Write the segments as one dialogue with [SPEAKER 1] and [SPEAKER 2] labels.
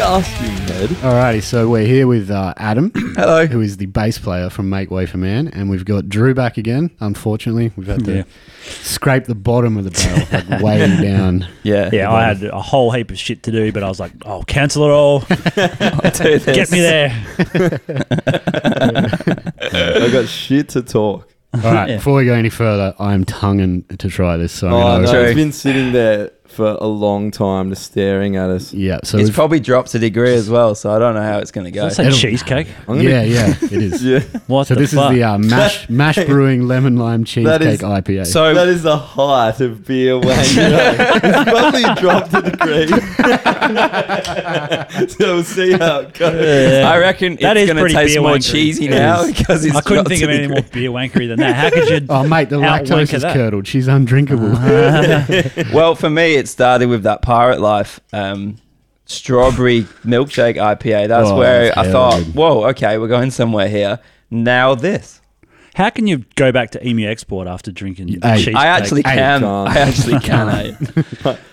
[SPEAKER 1] ask you, Ned.
[SPEAKER 2] Alrighty, so we're here with uh, Adam,
[SPEAKER 1] Hello.
[SPEAKER 2] who is the bass player from Make Way for Man, and we've got Drew back again. Unfortunately, we've had to
[SPEAKER 3] Yeah.
[SPEAKER 2] scrape the bottom of the barrel, like way down.
[SPEAKER 1] Yeah.
[SPEAKER 3] Yeah, I had a whole heap of shit to do, but I was like, "Oh, cancel it all,
[SPEAKER 1] I do this.
[SPEAKER 3] get me there."
[SPEAKER 1] I got shit to talk.
[SPEAKER 2] All right,
[SPEAKER 3] Yeah.
[SPEAKER 2] before we go any further, I'm tonguing to try this. So I'm
[SPEAKER 1] Oh,
[SPEAKER 2] gonna-
[SPEAKER 1] no,
[SPEAKER 4] True.
[SPEAKER 1] it's been sitting there for a long time, just staring at us.
[SPEAKER 2] yeah, so
[SPEAKER 4] it's
[SPEAKER 2] we've,
[SPEAKER 4] probably dropped a degree as well, so I don't know how it's going to go.
[SPEAKER 3] That's like
[SPEAKER 2] It'll-
[SPEAKER 3] cheesecake.
[SPEAKER 1] I'm gonna,
[SPEAKER 2] yeah, yeah, it is.
[SPEAKER 1] yeah.
[SPEAKER 3] What
[SPEAKER 2] So
[SPEAKER 3] the
[SPEAKER 2] this
[SPEAKER 3] fuck?
[SPEAKER 2] is the uh, mash mash brewing lemon lime
[SPEAKER 1] That
[SPEAKER 2] cheesecake
[SPEAKER 1] is-
[SPEAKER 2] IPA.
[SPEAKER 4] So
[SPEAKER 1] That is the height of beer wang. it's probably dropped a degree. so we'll see how it goes.
[SPEAKER 3] Yeah.
[SPEAKER 4] I reckon
[SPEAKER 3] That is
[SPEAKER 4] it's going to
[SPEAKER 3] pretty
[SPEAKER 4] taste
[SPEAKER 3] beer
[SPEAKER 4] more
[SPEAKER 3] wankery.
[SPEAKER 4] cheesy
[SPEAKER 3] It
[SPEAKER 4] now
[SPEAKER 3] is.
[SPEAKER 4] because it's
[SPEAKER 3] I couldn't
[SPEAKER 4] dropped
[SPEAKER 3] think
[SPEAKER 4] a
[SPEAKER 3] of any
[SPEAKER 4] degree.
[SPEAKER 3] more beer wankery than that. How could you?
[SPEAKER 2] oh mate, the
[SPEAKER 3] Outwanker
[SPEAKER 2] lactose is
[SPEAKER 3] that.
[SPEAKER 2] curdled. She's undrinkable.
[SPEAKER 1] Uh-huh.
[SPEAKER 4] Well, for me, it started with that pirate life um, strawberry milkshake IPA. That's
[SPEAKER 2] Oh,
[SPEAKER 4] where
[SPEAKER 2] that's
[SPEAKER 4] I thought,
[SPEAKER 2] good.
[SPEAKER 4] "Whoa, okay, we're going somewhere here." Now this,
[SPEAKER 3] How can you go back to Emu Export after drinking
[SPEAKER 2] Hey,
[SPEAKER 3] cheesecake?
[SPEAKER 4] I actually
[SPEAKER 2] Hey,
[SPEAKER 4] can.
[SPEAKER 1] John.
[SPEAKER 4] I actually can. eh?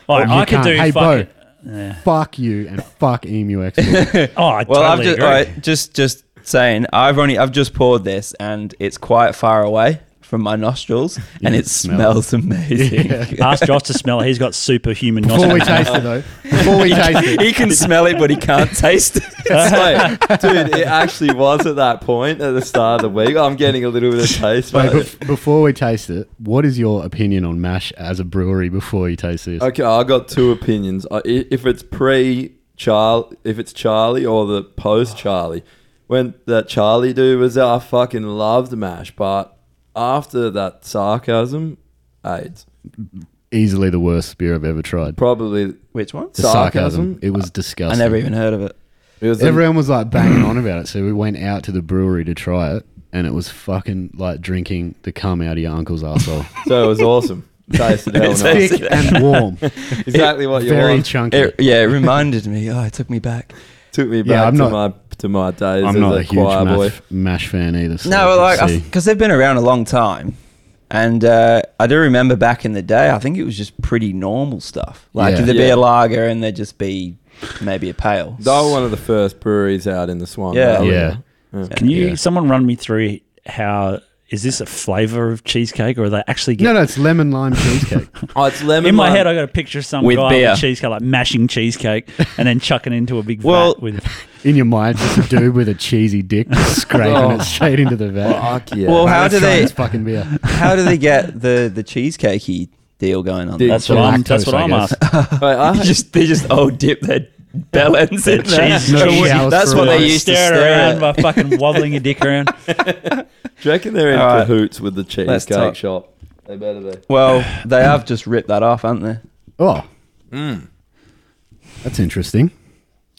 [SPEAKER 3] oh,
[SPEAKER 2] You
[SPEAKER 3] I could
[SPEAKER 2] can't.
[SPEAKER 3] do.
[SPEAKER 2] Hey, Bo.
[SPEAKER 3] fucking,
[SPEAKER 2] fuck you and fuck emu export.
[SPEAKER 3] Oh, I
[SPEAKER 4] Well,
[SPEAKER 3] totally
[SPEAKER 4] I've just,
[SPEAKER 3] agree.
[SPEAKER 4] alright, just just saying, I've only I've just poured this, and it's quite far away from my nostrils, and
[SPEAKER 2] Yeah,
[SPEAKER 4] it
[SPEAKER 2] it smells.
[SPEAKER 4] smells amazing.
[SPEAKER 3] Ask Josh to smell. it. He's got superhuman
[SPEAKER 2] Before we
[SPEAKER 3] nostrils.
[SPEAKER 2] taste it though, before we taste it,
[SPEAKER 4] he can smell it, but he can't taste it.
[SPEAKER 1] It's like, dude, it actually was at that point at the start of the week. I'm getting a little bit of taste.
[SPEAKER 2] Wait,
[SPEAKER 1] But
[SPEAKER 2] bef- before we taste it, what is your opinion on mash as a brewery before you taste this?
[SPEAKER 1] okay, I got two opinions. I- i- If it's pre Charlie, if it's Charlie or the post Charlie, when that Charlie dude was out, I fucking loved Mash. But after that sarcasm, AIDS.
[SPEAKER 2] Easily the worst beer I've ever tried.
[SPEAKER 1] Probably
[SPEAKER 4] Which one?
[SPEAKER 2] The
[SPEAKER 1] sarcasm?
[SPEAKER 2] sarcasm. It was
[SPEAKER 4] I
[SPEAKER 2] disgusting.
[SPEAKER 4] never even heard of it.
[SPEAKER 1] it was
[SPEAKER 2] Everyone was like banging on about it, so we went out to the brewery to try it, and it was fucking like drinking the cum out of your uncle's asshole.
[SPEAKER 1] so it was awesome. Tasted hell
[SPEAKER 4] It's
[SPEAKER 1] nice.
[SPEAKER 2] Thick and warm,
[SPEAKER 1] Exactly what you
[SPEAKER 2] very
[SPEAKER 1] want.
[SPEAKER 2] chunky.
[SPEAKER 4] It- yeah, it reminded me. Oh, it took me back.
[SPEAKER 1] Took me back
[SPEAKER 2] Yeah, I'm
[SPEAKER 1] to
[SPEAKER 2] not-
[SPEAKER 1] my to my days as
[SPEAKER 2] I'm not a huge
[SPEAKER 1] choir boy.
[SPEAKER 2] mash, mash fan either. So
[SPEAKER 4] No,
[SPEAKER 2] I
[SPEAKER 4] like
[SPEAKER 2] can see.
[SPEAKER 4] because they've been around a long time, and uh, I do remember back in the day. I think it was just pretty normal stuff. Like
[SPEAKER 2] Yeah.
[SPEAKER 4] there'd be
[SPEAKER 1] Yeah.
[SPEAKER 4] a lager, and there'd just be maybe a pale.
[SPEAKER 1] They were one of the first breweries out in the Swan
[SPEAKER 4] Yeah.
[SPEAKER 1] Valley.
[SPEAKER 2] yeah.
[SPEAKER 3] Can you
[SPEAKER 2] Yeah.
[SPEAKER 3] someone run me through how is this a flavor of cheesecake or are they actually
[SPEAKER 2] No,
[SPEAKER 3] getting
[SPEAKER 2] no, it's lemon lime cheesecake.
[SPEAKER 1] Oh, it's lemon.
[SPEAKER 3] in my
[SPEAKER 1] lime.
[SPEAKER 3] head I got a picture of some
[SPEAKER 4] With
[SPEAKER 3] guy
[SPEAKER 4] beer.
[SPEAKER 3] with cheesecake like mashing cheesecake and then chucking into a big
[SPEAKER 4] Well-
[SPEAKER 3] vat with
[SPEAKER 2] In your mind, just a dude with a cheesy dick just scraping
[SPEAKER 1] Oh.
[SPEAKER 2] it straight into the vat.
[SPEAKER 1] Fuck yeah.
[SPEAKER 4] Well,
[SPEAKER 2] Mate,
[SPEAKER 4] how
[SPEAKER 2] let's
[SPEAKER 4] do
[SPEAKER 2] try
[SPEAKER 4] they-
[SPEAKER 2] this fucking beer?
[SPEAKER 4] How do they get the the cheesecakey deal going on?
[SPEAKER 1] Dude,
[SPEAKER 4] That's
[SPEAKER 3] that's what I'm that's
[SPEAKER 2] Lactose,
[SPEAKER 3] what
[SPEAKER 2] I
[SPEAKER 3] I'm
[SPEAKER 2] guess.
[SPEAKER 3] after.
[SPEAKER 1] Wait, I,
[SPEAKER 4] they just they just oh dip their bell ends in there.
[SPEAKER 3] cheese-
[SPEAKER 2] No
[SPEAKER 4] That's
[SPEAKER 2] cheese
[SPEAKER 4] what- that's
[SPEAKER 2] for
[SPEAKER 4] what
[SPEAKER 2] it.
[SPEAKER 4] they used to
[SPEAKER 3] Stare
[SPEAKER 4] stare
[SPEAKER 3] around
[SPEAKER 4] at.
[SPEAKER 3] by fucking wobbling your dick around.
[SPEAKER 1] do you reckon they're in
[SPEAKER 4] All right.
[SPEAKER 1] cahoots with the
[SPEAKER 4] Let's
[SPEAKER 1] cheesecake
[SPEAKER 4] talk.
[SPEAKER 1] shop? They better be.
[SPEAKER 4] Well, they have just ripped that off, haven't they?
[SPEAKER 2] Oh. That's interesting.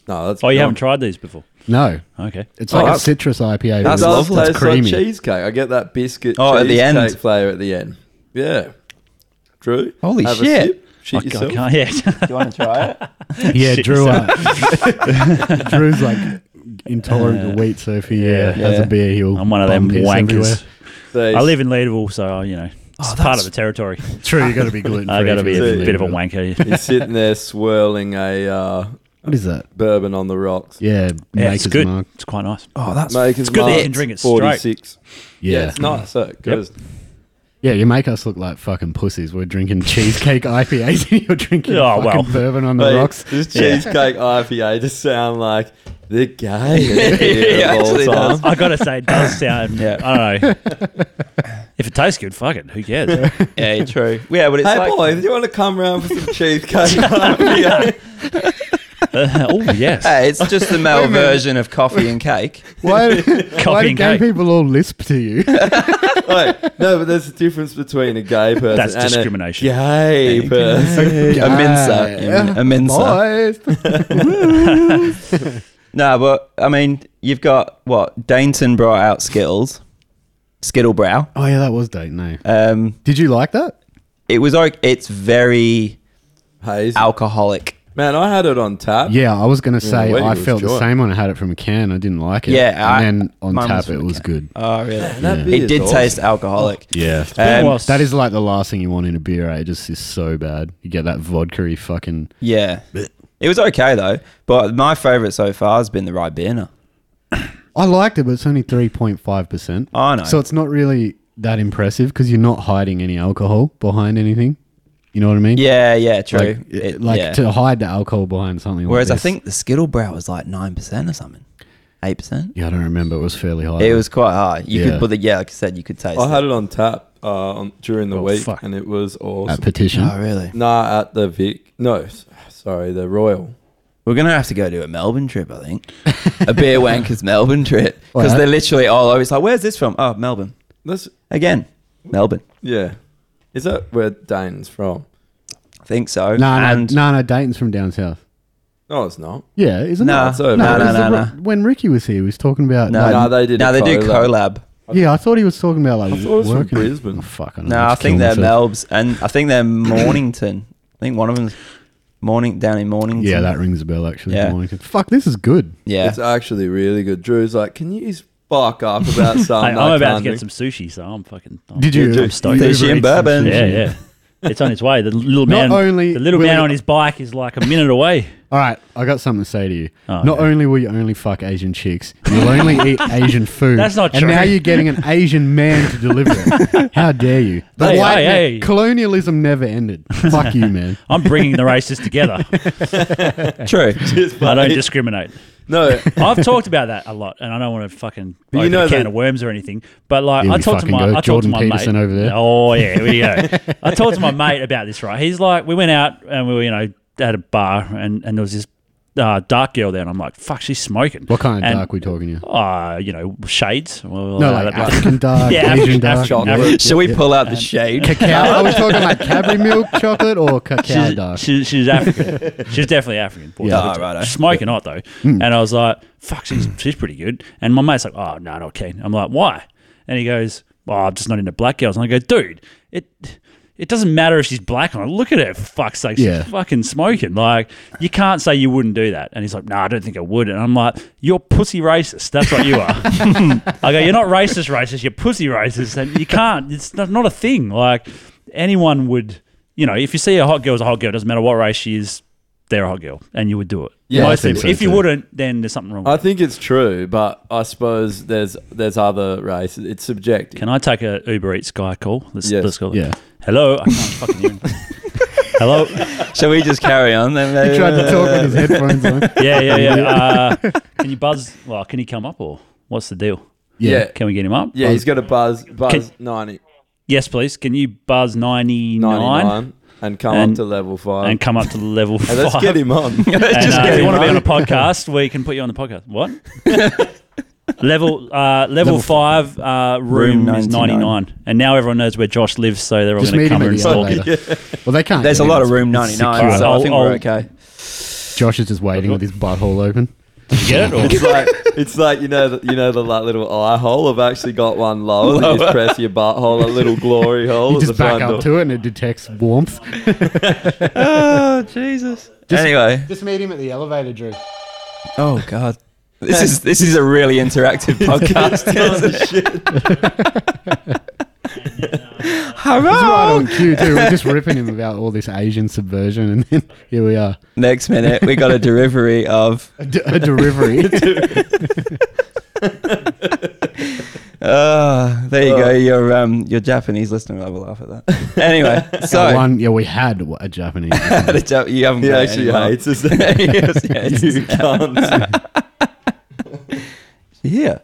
[SPEAKER 1] No, that's.
[SPEAKER 3] Oh, you haven't tried these before.
[SPEAKER 2] No.
[SPEAKER 3] Okay.
[SPEAKER 2] It's
[SPEAKER 4] Oh,
[SPEAKER 2] like a
[SPEAKER 4] that's-
[SPEAKER 2] citrus IPA.
[SPEAKER 4] that's
[SPEAKER 2] That's,
[SPEAKER 1] It does
[SPEAKER 2] lovely.
[SPEAKER 4] lovely.
[SPEAKER 2] It's
[SPEAKER 1] taste like
[SPEAKER 2] creamy.
[SPEAKER 1] cheesecake. I get that biscuit.
[SPEAKER 4] Oh, at the end.
[SPEAKER 1] cheesecake flavor at the end. Yeah. Drew.
[SPEAKER 4] Holy
[SPEAKER 1] have
[SPEAKER 4] shit.
[SPEAKER 1] A sip,
[SPEAKER 3] I,
[SPEAKER 1] shit
[SPEAKER 3] I
[SPEAKER 1] yourself.
[SPEAKER 3] can't. Yeah.
[SPEAKER 4] Do you want to try it?
[SPEAKER 2] yeah,
[SPEAKER 3] Shit
[SPEAKER 2] Drew. uh, Drew's like intolerant to wheat, so if he uh,
[SPEAKER 3] Yeah.
[SPEAKER 2] has
[SPEAKER 4] Yeah.
[SPEAKER 2] a beer, he'll.
[SPEAKER 3] I'm one of them
[SPEAKER 2] bum piss everywhere. Oh,
[SPEAKER 3] wankers.
[SPEAKER 1] They-
[SPEAKER 3] I live in Leadville, so you know it's part of the territory.
[SPEAKER 2] True, you got to be gluten.
[SPEAKER 3] I got to be a
[SPEAKER 1] Absolutely.
[SPEAKER 3] bit of a wanker.
[SPEAKER 1] He's sitting there swirling a uh,
[SPEAKER 2] What is that?
[SPEAKER 1] bourbon on the rocks.
[SPEAKER 2] Yeah,
[SPEAKER 3] Yeah,
[SPEAKER 2] Maker's
[SPEAKER 3] it's good.
[SPEAKER 2] Mark.
[SPEAKER 3] It's quite nice.
[SPEAKER 4] Oh, that's
[SPEAKER 1] Maker's
[SPEAKER 3] It's good that you
[SPEAKER 1] Mark,
[SPEAKER 3] can drink it straight.
[SPEAKER 1] 46. Yeah,
[SPEAKER 2] Yeah.
[SPEAKER 1] it's nice. So it goes.
[SPEAKER 2] yeah, you make us look like fucking pussies. We're drinking cheesecake IPAs and you're drinking
[SPEAKER 3] Oh,
[SPEAKER 2] fucking
[SPEAKER 3] well.
[SPEAKER 2] bourbon on the
[SPEAKER 1] Mate,
[SPEAKER 2] rocks.
[SPEAKER 1] This cheesecake IPA just sound like the guy.
[SPEAKER 4] It actually does.
[SPEAKER 3] I gotta say, it does sound.
[SPEAKER 4] Yeah.
[SPEAKER 3] I don't know. If it tastes good, fuck it. Who cares? Uh,
[SPEAKER 4] yeah, true. Yeah, but it's
[SPEAKER 1] Hey
[SPEAKER 4] like
[SPEAKER 1] boy, do you want to come round for some cheesecake IPA?
[SPEAKER 3] oh yes.
[SPEAKER 4] Hey, it's just the male version of coffee and cake.
[SPEAKER 2] Why, why do
[SPEAKER 3] and
[SPEAKER 2] gay
[SPEAKER 3] cake.
[SPEAKER 2] people all lisp to you?
[SPEAKER 1] Wait, no, but there's a difference between a gay person
[SPEAKER 3] That's
[SPEAKER 1] and
[SPEAKER 3] discrimination.
[SPEAKER 1] a gay person.
[SPEAKER 4] A mincer. A mincer.
[SPEAKER 2] Ah, Boys.
[SPEAKER 4] No, but I mean, you've got what? Dainton brought out Skittles, Skittlebrow.
[SPEAKER 2] Oh yeah, that was Dayton. No,
[SPEAKER 4] Um,
[SPEAKER 2] did you like that?
[SPEAKER 4] it was like it's very
[SPEAKER 1] Hazy.
[SPEAKER 4] alcoholic.
[SPEAKER 1] Man, I had it on tap.
[SPEAKER 2] Yeah, I was gonna say
[SPEAKER 1] well, it
[SPEAKER 2] I
[SPEAKER 1] was
[SPEAKER 2] felt the
[SPEAKER 1] joy.
[SPEAKER 2] same when I had it from a can. I didn't like it.
[SPEAKER 4] Yeah,
[SPEAKER 2] and
[SPEAKER 4] I-
[SPEAKER 2] then on
[SPEAKER 4] mine was
[SPEAKER 2] tap
[SPEAKER 4] from
[SPEAKER 2] it
[SPEAKER 4] a
[SPEAKER 2] was
[SPEAKER 4] can.
[SPEAKER 2] good.
[SPEAKER 4] Oh, really?
[SPEAKER 1] That beer
[SPEAKER 4] It
[SPEAKER 1] is
[SPEAKER 4] did
[SPEAKER 1] awesome.
[SPEAKER 4] taste alcoholic.
[SPEAKER 2] Yeah,
[SPEAKER 3] Been a
[SPEAKER 4] Um,
[SPEAKER 3] while
[SPEAKER 2] that is like the last thing you want in a beer. eh? It just is so bad. You get that vodka fucking
[SPEAKER 4] Yeah. It was okay though, but my favourite so far has been the Ribena.
[SPEAKER 2] I liked it, but it's only 3.5%.
[SPEAKER 4] I know.
[SPEAKER 2] So it's not really that impressive because you're not hiding any alcohol behind anything. You know what I mean?
[SPEAKER 4] yeah, yeah, true.
[SPEAKER 2] Like,
[SPEAKER 4] It-
[SPEAKER 2] like
[SPEAKER 4] yeah.
[SPEAKER 2] to hide the alcohol behind something like
[SPEAKER 4] Whereas I
[SPEAKER 2] this.
[SPEAKER 4] think the Skittle Brow was like nine percent or something, eight percent.
[SPEAKER 2] Yeah, I don't remember. It was fairly high.
[SPEAKER 4] It was quite high. You
[SPEAKER 2] Yeah.
[SPEAKER 4] could, but the, yeah, like I said, you could taste.
[SPEAKER 1] I had
[SPEAKER 4] it.
[SPEAKER 1] it on tap uh, on, during the
[SPEAKER 2] Oh,
[SPEAKER 1] week,
[SPEAKER 2] fuck.
[SPEAKER 1] and it was
[SPEAKER 2] at
[SPEAKER 1] awesome.
[SPEAKER 2] petition.
[SPEAKER 4] Oh really?
[SPEAKER 1] nah, at the Vic. No, s- sorry, the Royal.
[SPEAKER 4] We're gonna have to go to a Melbourne trip, I think. a beer wankers Melbourne trip because
[SPEAKER 2] Alright.
[SPEAKER 4] they're literally all over. It's like, where's this from? Oh, Melbourne
[SPEAKER 1] That's
[SPEAKER 4] again. Melbourne.
[SPEAKER 1] yeah. Is that where Dane's from?
[SPEAKER 4] I think so.
[SPEAKER 2] No, no,
[SPEAKER 4] and
[SPEAKER 2] no, no. Dayton's from down south.
[SPEAKER 1] No, it's not.
[SPEAKER 2] Yeah, isn't
[SPEAKER 4] Nah,
[SPEAKER 2] it?
[SPEAKER 1] it's over. Nah,
[SPEAKER 2] it was the-
[SPEAKER 4] nah, nah,
[SPEAKER 2] When Ricky was here, he was talking about.
[SPEAKER 4] No,
[SPEAKER 2] like,
[SPEAKER 1] no, they did.
[SPEAKER 4] no,
[SPEAKER 1] a
[SPEAKER 4] they do
[SPEAKER 1] collab.
[SPEAKER 4] collab.
[SPEAKER 2] yeah, I thought he was talking about like
[SPEAKER 1] I thought it was from
[SPEAKER 2] working.
[SPEAKER 1] Brisbane.
[SPEAKER 2] Oh, fuck, I don't know.
[SPEAKER 4] No, I
[SPEAKER 2] Just
[SPEAKER 4] think
[SPEAKER 2] kill
[SPEAKER 4] they're
[SPEAKER 2] myself.
[SPEAKER 4] Melbs, and I think they're Mornington. I think one of them's Morning down in Mornington.
[SPEAKER 2] Yeah, that rings a bell actually.
[SPEAKER 4] Yeah.
[SPEAKER 2] Mornington. Fuck, this is good.
[SPEAKER 4] yeah.
[SPEAKER 1] It's actually really good. Drew's like, can you fuck up about
[SPEAKER 3] Hey,
[SPEAKER 1] something?
[SPEAKER 3] I'm
[SPEAKER 1] I
[SPEAKER 3] about to
[SPEAKER 1] can't
[SPEAKER 3] get
[SPEAKER 1] do?"
[SPEAKER 3] some sushi, so I'm fucking. I'm
[SPEAKER 2] Did you?
[SPEAKER 3] I'm stoked.
[SPEAKER 4] Fish
[SPEAKER 2] Uber
[SPEAKER 4] and
[SPEAKER 2] Eats
[SPEAKER 4] bourbon.
[SPEAKER 2] sushi?
[SPEAKER 3] Yeah, yeah. It's on its way. The little
[SPEAKER 2] Not
[SPEAKER 3] man,
[SPEAKER 2] only
[SPEAKER 3] the little
[SPEAKER 2] will
[SPEAKER 3] man
[SPEAKER 2] you-
[SPEAKER 3] on his bike is like a minute away.
[SPEAKER 2] All right, I got something to say to you.
[SPEAKER 3] Oh,
[SPEAKER 2] not
[SPEAKER 3] okay.
[SPEAKER 2] only will you only fuck Asian chicks, you'll only eat Asian food.
[SPEAKER 3] That's not
[SPEAKER 2] and
[SPEAKER 3] true.
[SPEAKER 2] now you're getting an Asian man to deliver it. How dare you? The
[SPEAKER 3] Hey,
[SPEAKER 2] white
[SPEAKER 3] hey,
[SPEAKER 2] man-
[SPEAKER 3] hey.
[SPEAKER 2] Colonialism never ended. Fuck you, man.
[SPEAKER 3] I'm bringing the races together.
[SPEAKER 2] uh,
[SPEAKER 4] True.
[SPEAKER 3] I don't discriminate.
[SPEAKER 1] No,
[SPEAKER 3] I've talked about that a lot, and I don't want to fucking
[SPEAKER 1] But you
[SPEAKER 3] open
[SPEAKER 1] know
[SPEAKER 3] a can
[SPEAKER 1] that-
[SPEAKER 3] of worms or anything. But like,
[SPEAKER 2] Here
[SPEAKER 3] I
[SPEAKER 2] we
[SPEAKER 3] talked to
[SPEAKER 2] fucking go.
[SPEAKER 3] my, I talked to
[SPEAKER 2] Jordan
[SPEAKER 3] my
[SPEAKER 2] Peterson
[SPEAKER 3] mate.
[SPEAKER 2] over there.
[SPEAKER 3] Oh yeah, here we go. I talked to my mate about this. Right, he's like, we went out and we were, you know, at a bar, and and there was this uh, dark girl there, and I'm like, fuck, she's smoking.
[SPEAKER 2] What kind of
[SPEAKER 3] And,
[SPEAKER 2] dark we talking here?
[SPEAKER 3] Uh, you know, shades. Well,
[SPEAKER 2] No,
[SPEAKER 3] uh,
[SPEAKER 2] like
[SPEAKER 3] that-
[SPEAKER 2] African dark,
[SPEAKER 3] Yeah,
[SPEAKER 2] Asian
[SPEAKER 3] African-
[SPEAKER 2] dark.
[SPEAKER 3] African-
[SPEAKER 2] yeah.
[SPEAKER 1] African-
[SPEAKER 4] Shall we
[SPEAKER 2] Um,
[SPEAKER 4] pull out the shade?
[SPEAKER 2] Cacao. Are we talking like Cadbury milk chocolate or cacao
[SPEAKER 3] she's,
[SPEAKER 2] dark?
[SPEAKER 3] she's, she's African. she's definitely African. Boy,
[SPEAKER 2] Yeah. Hmm.
[SPEAKER 4] Ah, righto.
[SPEAKER 3] Smoking hot though. And I was like, fuck, she's, she's pretty good. And my mate's like, oh, no, not keen. I'm like, why? And he goes, oh, I'm just not into black girls. And I go, dude, it. It doesn't matter if she's black or not. Look at her, for fuck's sake. She's
[SPEAKER 2] Yeah.
[SPEAKER 3] fucking smoking. Like, you can't say you wouldn't do that. And he's like, no, I don't think I would. And I'm like, you're pussy racist. That's what you are. I go, you're not racist, racist. You're pussy racist, and you can't. It's not, not a thing. Like anyone would, you know, if you see a hot girl as a hot girl, it doesn't matter what race she is, they're a hot girl, and you would do it.
[SPEAKER 1] Yeah,
[SPEAKER 3] Most
[SPEAKER 2] I think
[SPEAKER 3] people.
[SPEAKER 2] so
[SPEAKER 3] if you
[SPEAKER 2] too.
[SPEAKER 3] wouldn't, then there's something wrong.
[SPEAKER 1] I
[SPEAKER 3] with
[SPEAKER 1] think it's true, but I suppose there's there's other races. It's
[SPEAKER 3] you.
[SPEAKER 1] subjective.
[SPEAKER 3] Can I take a Uber Eats guy call? Let's
[SPEAKER 1] Yes.
[SPEAKER 3] let's go.
[SPEAKER 2] Yeah.
[SPEAKER 3] Hello. I can't fucking hear him. Hello.
[SPEAKER 4] Shall we just carry on then?
[SPEAKER 2] He tried to talk with his headphones on.
[SPEAKER 3] Yeah, yeah, yeah. Uh, can you buzz? Well, can he come up or what's the deal?
[SPEAKER 1] yeah, yeah,
[SPEAKER 3] Can we get him up?
[SPEAKER 1] he's got a buzz buzz
[SPEAKER 3] Can-
[SPEAKER 1] 90,
[SPEAKER 3] Yes, please. Can you buzz ninety
[SPEAKER 1] 99
[SPEAKER 3] nine
[SPEAKER 1] and come
[SPEAKER 3] And-
[SPEAKER 1] up to level five.
[SPEAKER 3] and come up to level
[SPEAKER 1] Hey,
[SPEAKER 3] five?
[SPEAKER 1] let's get him on.
[SPEAKER 4] Let's
[SPEAKER 3] And,
[SPEAKER 4] just
[SPEAKER 3] uh, if
[SPEAKER 4] get
[SPEAKER 3] you
[SPEAKER 4] him
[SPEAKER 3] want to be on
[SPEAKER 4] on.
[SPEAKER 3] a podcast, we can put you on the podcast. What? level uh, level,
[SPEAKER 2] Level
[SPEAKER 3] five uh, room,
[SPEAKER 4] Room
[SPEAKER 3] is
[SPEAKER 4] 99.
[SPEAKER 2] 99.
[SPEAKER 3] and now everyone knows where Josh lives, so they're all
[SPEAKER 2] Just
[SPEAKER 3] going
[SPEAKER 2] meet
[SPEAKER 3] to come
[SPEAKER 2] him at
[SPEAKER 3] and
[SPEAKER 2] the
[SPEAKER 3] stalk
[SPEAKER 2] elevator.
[SPEAKER 3] him.
[SPEAKER 2] Well, they can't.
[SPEAKER 4] There's a
[SPEAKER 2] get
[SPEAKER 4] lot
[SPEAKER 2] in.
[SPEAKER 4] of room
[SPEAKER 2] It's secure.
[SPEAKER 4] 99,
[SPEAKER 3] Alright,
[SPEAKER 4] so I
[SPEAKER 3] I'll-
[SPEAKER 4] think we're
[SPEAKER 3] I'll-
[SPEAKER 4] okay.
[SPEAKER 2] Josh is just waiting with his butthole open.
[SPEAKER 3] Did you get it? Or?
[SPEAKER 1] It's like it's like you know the, you know the like, little eye hole. I've actually got one lower. You just press your butthole, a little glory hole.
[SPEAKER 2] You
[SPEAKER 1] at
[SPEAKER 2] just
[SPEAKER 1] the
[SPEAKER 2] back
[SPEAKER 1] front
[SPEAKER 2] up
[SPEAKER 1] door.
[SPEAKER 2] to it and it detects warmth.
[SPEAKER 4] Oh, Jesus. anyway.
[SPEAKER 2] Just meet him at the elevator, Drew.
[SPEAKER 4] Oh, God. This is this is a really interactive podcast. isn't it?
[SPEAKER 2] It's right
[SPEAKER 4] Hello.
[SPEAKER 2] on cue too. We're just ripping him about all this Asian subversion, and then here we are.
[SPEAKER 4] Next minute, we got a delivery of.
[SPEAKER 2] A, d- a derivery.
[SPEAKER 4] Uh, there you go. Your um your Japanese listener will have a laugh at that. Anyway,
[SPEAKER 2] The
[SPEAKER 4] so
[SPEAKER 2] one, yeah, we had a Japanese.
[SPEAKER 4] the Jap- you haven't.
[SPEAKER 1] He
[SPEAKER 4] got it
[SPEAKER 1] actually
[SPEAKER 4] anymore.
[SPEAKER 1] hates us.
[SPEAKER 4] Yes, yes.
[SPEAKER 1] you can't.
[SPEAKER 4] Yeah.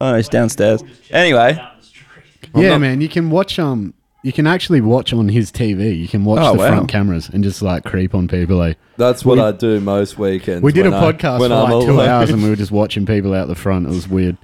[SPEAKER 4] Oh, it's downstairs. Anyway,
[SPEAKER 2] yeah,
[SPEAKER 4] not-
[SPEAKER 2] man, you can watch um, you can actually watch on his TV. You can watch
[SPEAKER 4] Oh,
[SPEAKER 2] the
[SPEAKER 4] wow.
[SPEAKER 2] front cameras and just like creep on people. Like
[SPEAKER 1] That's what
[SPEAKER 2] We-
[SPEAKER 1] I do most weekends.
[SPEAKER 2] we did a
[SPEAKER 1] when I-
[SPEAKER 2] podcast for
[SPEAKER 1] when I'm
[SPEAKER 2] like two
[SPEAKER 1] alone.
[SPEAKER 2] hours, and we were just watching people out the front. It was weird.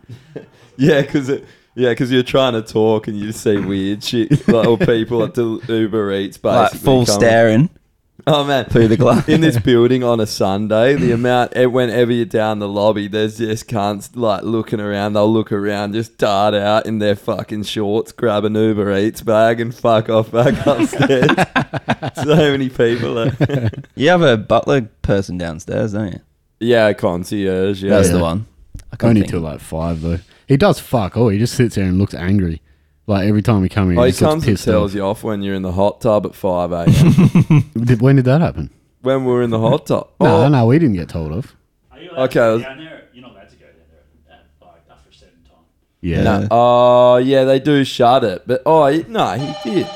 [SPEAKER 1] Yeah, because yeah, because you're trying to talk and you see weird shit, like or people at the Uber Eats, basically
[SPEAKER 4] like full
[SPEAKER 1] coming-
[SPEAKER 4] staring
[SPEAKER 1] Oh man,
[SPEAKER 4] through the glass.
[SPEAKER 1] in this building on a Sunday, the amount eh, whenever you're down the lobby, there's just cunts like looking around. They'll look around, just dart out in their fucking shorts, grab an Uber Eats bag, and fuck off back upstairs. so many people. Are,
[SPEAKER 4] You have a butler person downstairs, don't you?
[SPEAKER 1] yeah, concierge. Yeah,
[SPEAKER 4] That's
[SPEAKER 2] Yeah.
[SPEAKER 4] the one. I can't
[SPEAKER 2] Only
[SPEAKER 4] think.
[SPEAKER 2] till like five though. He does fuck all. He just sits there and looks angry. Like every time we come here,
[SPEAKER 1] Oh,
[SPEAKER 2] he,
[SPEAKER 1] he
[SPEAKER 2] just looks
[SPEAKER 1] comes and
[SPEAKER 2] pissed.
[SPEAKER 1] tells
[SPEAKER 2] Off.
[SPEAKER 1] you off when you're in the hot tub at five a.m.
[SPEAKER 2] Did, when did that happen?
[SPEAKER 1] when we were in the hot tub.
[SPEAKER 2] No,
[SPEAKER 1] Oh,
[SPEAKER 2] no, we didn't get told off.
[SPEAKER 3] Are you
[SPEAKER 1] allowed to go Okay.
[SPEAKER 3] down there? You're not allowed to go down there at, like, after a certain time.
[SPEAKER 2] Yeah.
[SPEAKER 1] no. Oh, yeah, they do shut it. But oh, he- no, he did.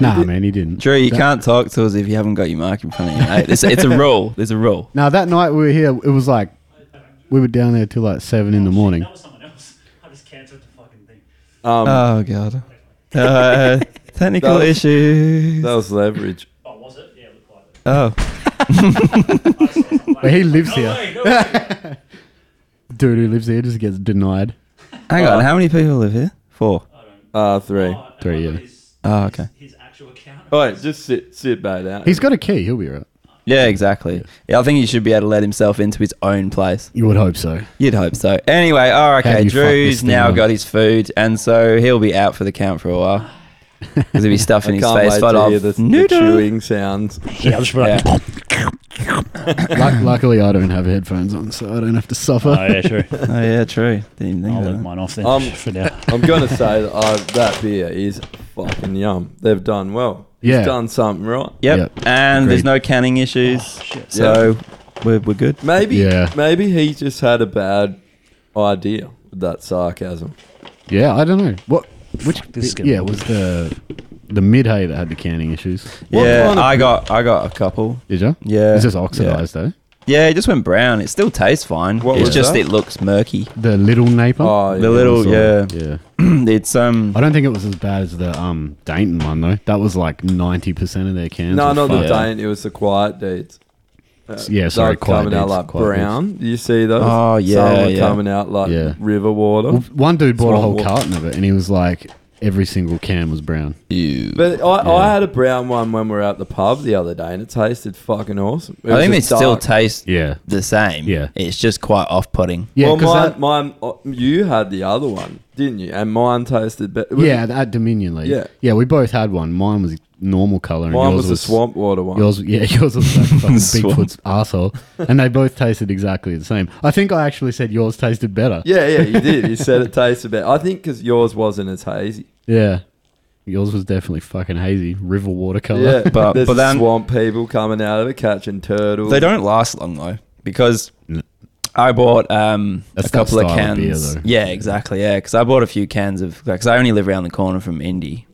[SPEAKER 2] Nah, man, he didn't.
[SPEAKER 4] Drew, you can't talk to us if you haven't got your mic in front of you, mate. It's, it's a rule. There's a rule.
[SPEAKER 2] No, that night we were here, it was like, we were down there till like seven in the morning.
[SPEAKER 3] That was someone else. I just cancelled the fucking thing.
[SPEAKER 1] Um,
[SPEAKER 4] Oh, God. Uh, technical
[SPEAKER 1] That was-
[SPEAKER 4] issues.
[SPEAKER 1] that was leverage.
[SPEAKER 3] Oh, was it? Yeah, it looked like it.
[SPEAKER 4] Oh.
[SPEAKER 2] But he lives
[SPEAKER 3] No
[SPEAKER 2] here.
[SPEAKER 3] way, no way.
[SPEAKER 2] Dude who lives here just gets denied.
[SPEAKER 4] Hang on. How many people live here? Four.
[SPEAKER 1] Uh, three. Oh,
[SPEAKER 3] Oh, and
[SPEAKER 2] Three,
[SPEAKER 3] I've got
[SPEAKER 2] yeah.
[SPEAKER 3] His,
[SPEAKER 4] Oh, okay.
[SPEAKER 3] his actual account.
[SPEAKER 1] All right, just sit, sit back down.
[SPEAKER 2] He's got a key, he'll be right.
[SPEAKER 4] Yeah, exactly. Yeah, I think he should be able to let himself into his own place.
[SPEAKER 2] You would hope so.
[SPEAKER 4] You'd hope so. Anyway, oh,
[SPEAKER 2] How do
[SPEAKER 4] okay.
[SPEAKER 2] you fuck this
[SPEAKER 4] Drew's
[SPEAKER 2] thing
[SPEAKER 4] now
[SPEAKER 2] up?
[SPEAKER 4] got his food, and so he'll be out for the count for a while. Because he'll be stuffing
[SPEAKER 1] I
[SPEAKER 4] his
[SPEAKER 1] can't
[SPEAKER 4] face
[SPEAKER 1] wait
[SPEAKER 4] full
[SPEAKER 1] to
[SPEAKER 4] of
[SPEAKER 1] hear the, the
[SPEAKER 4] noodle.
[SPEAKER 1] chewing sounds.
[SPEAKER 3] Yeah, I'll just be like,
[SPEAKER 4] Yeah.
[SPEAKER 2] Luck luckily, I don't have headphones on, so I don't have to suffer.
[SPEAKER 3] Oh, yeah, true.
[SPEAKER 4] Oh, yeah, true. Didn't even think
[SPEAKER 3] I'll
[SPEAKER 4] of
[SPEAKER 3] leave
[SPEAKER 4] that.
[SPEAKER 3] mine off then
[SPEAKER 1] Um,
[SPEAKER 3] for now.
[SPEAKER 1] I'm gonna say that I, that beer is fucking yum. They've done well.
[SPEAKER 2] Yeah.
[SPEAKER 1] He's done something right.
[SPEAKER 4] Yep.
[SPEAKER 2] Yep.
[SPEAKER 4] And there's
[SPEAKER 2] Agreed.
[SPEAKER 4] no canning issues.
[SPEAKER 3] Oh, shit.
[SPEAKER 4] so we're, we're good.
[SPEAKER 1] Maybe
[SPEAKER 2] Yeah.
[SPEAKER 1] maybe he just had a bad idea with that sarcasm.
[SPEAKER 2] Yeah, I don't know. What? Which?
[SPEAKER 3] Fuck, this is gonna
[SPEAKER 2] yeah,
[SPEAKER 3] be-
[SPEAKER 2] it was the the mid hay that had the canning issues.
[SPEAKER 1] What
[SPEAKER 4] yeah,
[SPEAKER 1] kind of-
[SPEAKER 4] I got I got a couple.
[SPEAKER 2] Did you?
[SPEAKER 4] Yeah.
[SPEAKER 2] It's just oxidized eh? though.
[SPEAKER 4] Yeah, it just went brown. It still tastes fine.
[SPEAKER 1] What
[SPEAKER 4] it's
[SPEAKER 1] was
[SPEAKER 4] just
[SPEAKER 1] that?
[SPEAKER 4] it looks murky.
[SPEAKER 2] The little Napier.
[SPEAKER 1] Oh, yeah,
[SPEAKER 4] The
[SPEAKER 1] I
[SPEAKER 4] little
[SPEAKER 1] saw
[SPEAKER 4] yeah,
[SPEAKER 2] yeah.
[SPEAKER 4] it's um
[SPEAKER 2] I don't think it was as bad as the um Dayton one though. That was like ninety percent of their
[SPEAKER 1] it.
[SPEAKER 2] cans.
[SPEAKER 1] No,
[SPEAKER 2] were
[SPEAKER 1] not the
[SPEAKER 2] fucked up.
[SPEAKER 1] Dane. It was the quiet deeds. Uh,
[SPEAKER 2] Yeah, sorry,
[SPEAKER 1] they're
[SPEAKER 2] Quiet
[SPEAKER 1] coming out
[SPEAKER 2] Deeds,
[SPEAKER 1] like
[SPEAKER 2] Quiet Deeds.
[SPEAKER 1] brown. Do You see those?
[SPEAKER 4] Oh, yeah,
[SPEAKER 1] Some were
[SPEAKER 4] yeah.
[SPEAKER 1] coming out like
[SPEAKER 2] Yeah.
[SPEAKER 1] river water.
[SPEAKER 2] Well, one dude bought a
[SPEAKER 1] Swan
[SPEAKER 2] whole
[SPEAKER 1] Walk.
[SPEAKER 2] carton of it, and he was like, every single can was brown.
[SPEAKER 4] ew.
[SPEAKER 1] But I,
[SPEAKER 2] Yeah.
[SPEAKER 1] I had a brown one when we were at the pub the other day, and it tasted fucking awesome.
[SPEAKER 4] I think it
[SPEAKER 1] it's
[SPEAKER 4] still tastes
[SPEAKER 2] Yeah.
[SPEAKER 4] the same.
[SPEAKER 2] Yeah.
[SPEAKER 4] It's just quite off putting.
[SPEAKER 2] Yeah,
[SPEAKER 1] well,
[SPEAKER 2] 'cause
[SPEAKER 1] mine, mine,
[SPEAKER 2] that-
[SPEAKER 1] uh, you had the other one, didn't you? And mine tasted better.
[SPEAKER 2] yeah, at Dominion League.
[SPEAKER 1] Yeah.
[SPEAKER 2] yeah, we both had one. Mine was normal color, and
[SPEAKER 1] mine was
[SPEAKER 2] yours
[SPEAKER 1] the swamp water one.
[SPEAKER 2] Yours, yeah, yours was like fucking
[SPEAKER 4] Swamp.
[SPEAKER 2] Bigfoot's asshole, and they both tasted exactly the same. I think I actually said yours tasted better.
[SPEAKER 1] Yeah, yeah, you did. You said it tasted better. I think because yours wasn't as hazy.
[SPEAKER 2] Yeah. yours was definitely fucking hazy river watercolor.
[SPEAKER 1] Yeah,
[SPEAKER 4] But-
[SPEAKER 1] but there's
[SPEAKER 4] but then-
[SPEAKER 1] swamp people coming out of it catching turtles.
[SPEAKER 4] They don't last long though because
[SPEAKER 2] N-
[SPEAKER 4] I bought um,
[SPEAKER 2] That's
[SPEAKER 4] a couple
[SPEAKER 2] that
[SPEAKER 4] of
[SPEAKER 2] style of beer,
[SPEAKER 4] cans.
[SPEAKER 2] though.
[SPEAKER 4] yeah, exactly. Yeah, because I bought a few cans of because I only live around the corner from Indy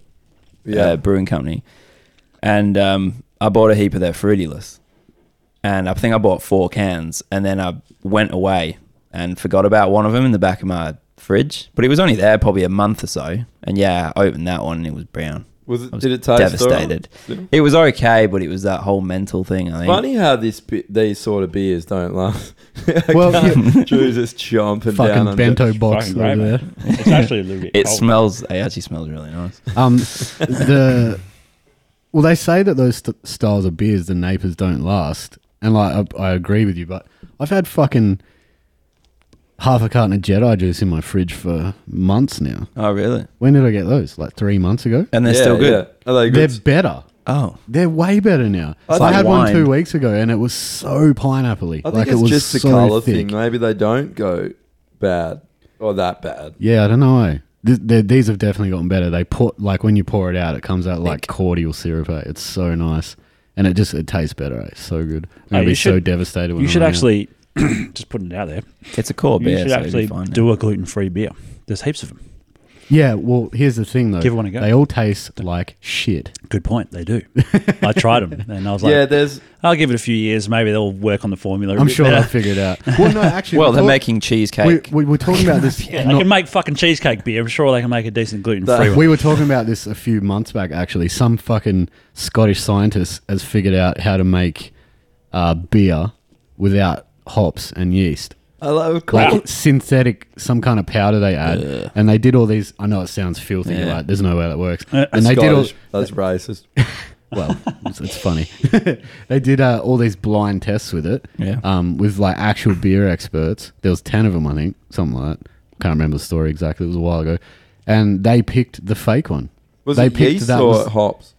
[SPEAKER 1] Yeah,
[SPEAKER 4] uh, Brewing Company, and um, I bought a heap of their Fruityless, and I think I bought four cans, and then I went away and forgot about one of them in the back of my fridge, but it was only there probably a month or so, and yeah, I opened that one and it was brown.
[SPEAKER 1] was it?
[SPEAKER 4] I was
[SPEAKER 1] did it taste
[SPEAKER 4] devastated.
[SPEAKER 1] alright?
[SPEAKER 4] It was okay, but it was that whole mental thing. I think.
[SPEAKER 1] Funny how this be- these sort of beers don't last.
[SPEAKER 2] Well,
[SPEAKER 1] Drew's just chomping down
[SPEAKER 2] fucking
[SPEAKER 1] on
[SPEAKER 2] bento box
[SPEAKER 3] Fucking great,
[SPEAKER 2] over there.
[SPEAKER 3] man. It's actually a little bit
[SPEAKER 4] It
[SPEAKER 3] cold.
[SPEAKER 4] smells. It actually smells really nice.
[SPEAKER 2] Um, the well, they say that those st- styles of beers, the napers, don't last, and like I, I agree with you, but I've had fucking half a carton of Jedi juice in my fridge for months now.
[SPEAKER 4] Oh, really?
[SPEAKER 2] When did I get those? Like three months ago.
[SPEAKER 4] And they're
[SPEAKER 1] Yeah,
[SPEAKER 4] still good.
[SPEAKER 1] yeah. Are they
[SPEAKER 2] They're
[SPEAKER 1] good?
[SPEAKER 2] better.
[SPEAKER 4] Oh,
[SPEAKER 2] They're way better now.
[SPEAKER 1] I
[SPEAKER 2] I
[SPEAKER 4] think-
[SPEAKER 2] had
[SPEAKER 4] Wine.
[SPEAKER 2] one two weeks ago, and it was so pineapple-y.
[SPEAKER 1] I think
[SPEAKER 2] like
[SPEAKER 1] it's
[SPEAKER 2] it was
[SPEAKER 1] just the
[SPEAKER 2] so
[SPEAKER 1] color
[SPEAKER 2] thick.
[SPEAKER 1] thing. Maybe they don't go bad or that bad.
[SPEAKER 2] Yeah, I don't know. Th- th- these have definitely gotten better. They put like when you pour it out, it comes out like cordial syrup. eh? It's so nice, and it just it tastes better. eh? It's so good.
[SPEAKER 3] Oh,
[SPEAKER 2] I'm gonna
[SPEAKER 3] you
[SPEAKER 2] be so
[SPEAKER 3] should-
[SPEAKER 2] devastated. When
[SPEAKER 3] You
[SPEAKER 2] I
[SPEAKER 3] should
[SPEAKER 2] run out.
[SPEAKER 3] actually, just putting it out there,
[SPEAKER 4] it's a core
[SPEAKER 3] you
[SPEAKER 4] beer.
[SPEAKER 3] should
[SPEAKER 4] so
[SPEAKER 3] actually
[SPEAKER 4] do.
[SPEAKER 3] do a gluten free beer. There's heaps of them.
[SPEAKER 2] Yeah, well, here's the thing though.
[SPEAKER 3] Give one a go.
[SPEAKER 2] Oh. They all taste like shit.
[SPEAKER 3] Good point. They do. I tried them and I was like,
[SPEAKER 1] yeah, there's
[SPEAKER 3] I'll give it a few years. Maybe they'll work on the formula. i
[SPEAKER 2] I'm sure they'll figure it out. Well, no, actually,
[SPEAKER 4] Well,
[SPEAKER 2] we
[SPEAKER 4] they're
[SPEAKER 2] talk-
[SPEAKER 4] making cheesecake.
[SPEAKER 2] We, we were talking about this.
[SPEAKER 3] Yeah, they
[SPEAKER 2] not-
[SPEAKER 3] can make fucking cheesecake beer. I'm sure they can make a decent gluten
[SPEAKER 1] That-
[SPEAKER 3] free one.
[SPEAKER 2] we were talking about this a few months back. Actually, some fucking Scottish scientist has figured out how to make uh, beer without hops and yeast.
[SPEAKER 1] I love
[SPEAKER 2] like
[SPEAKER 1] cool.
[SPEAKER 2] synthetic some kind of powder they add and they did all these i know it sounds filthy
[SPEAKER 4] Yeah.
[SPEAKER 2] you're right there's no way that works
[SPEAKER 3] Uh,
[SPEAKER 2] and they
[SPEAKER 1] Scottish.
[SPEAKER 2] did
[SPEAKER 1] That's racist.
[SPEAKER 2] all well it's, it's funny they did uh, all these blind tests with it
[SPEAKER 4] Yeah.
[SPEAKER 2] um, with like actual beer experts there was 10 of them i think something like that can't remember the story exactly it was a while ago and they picked the fake one
[SPEAKER 1] Was
[SPEAKER 2] they
[SPEAKER 1] it yeast or
[SPEAKER 2] was,
[SPEAKER 1] hops?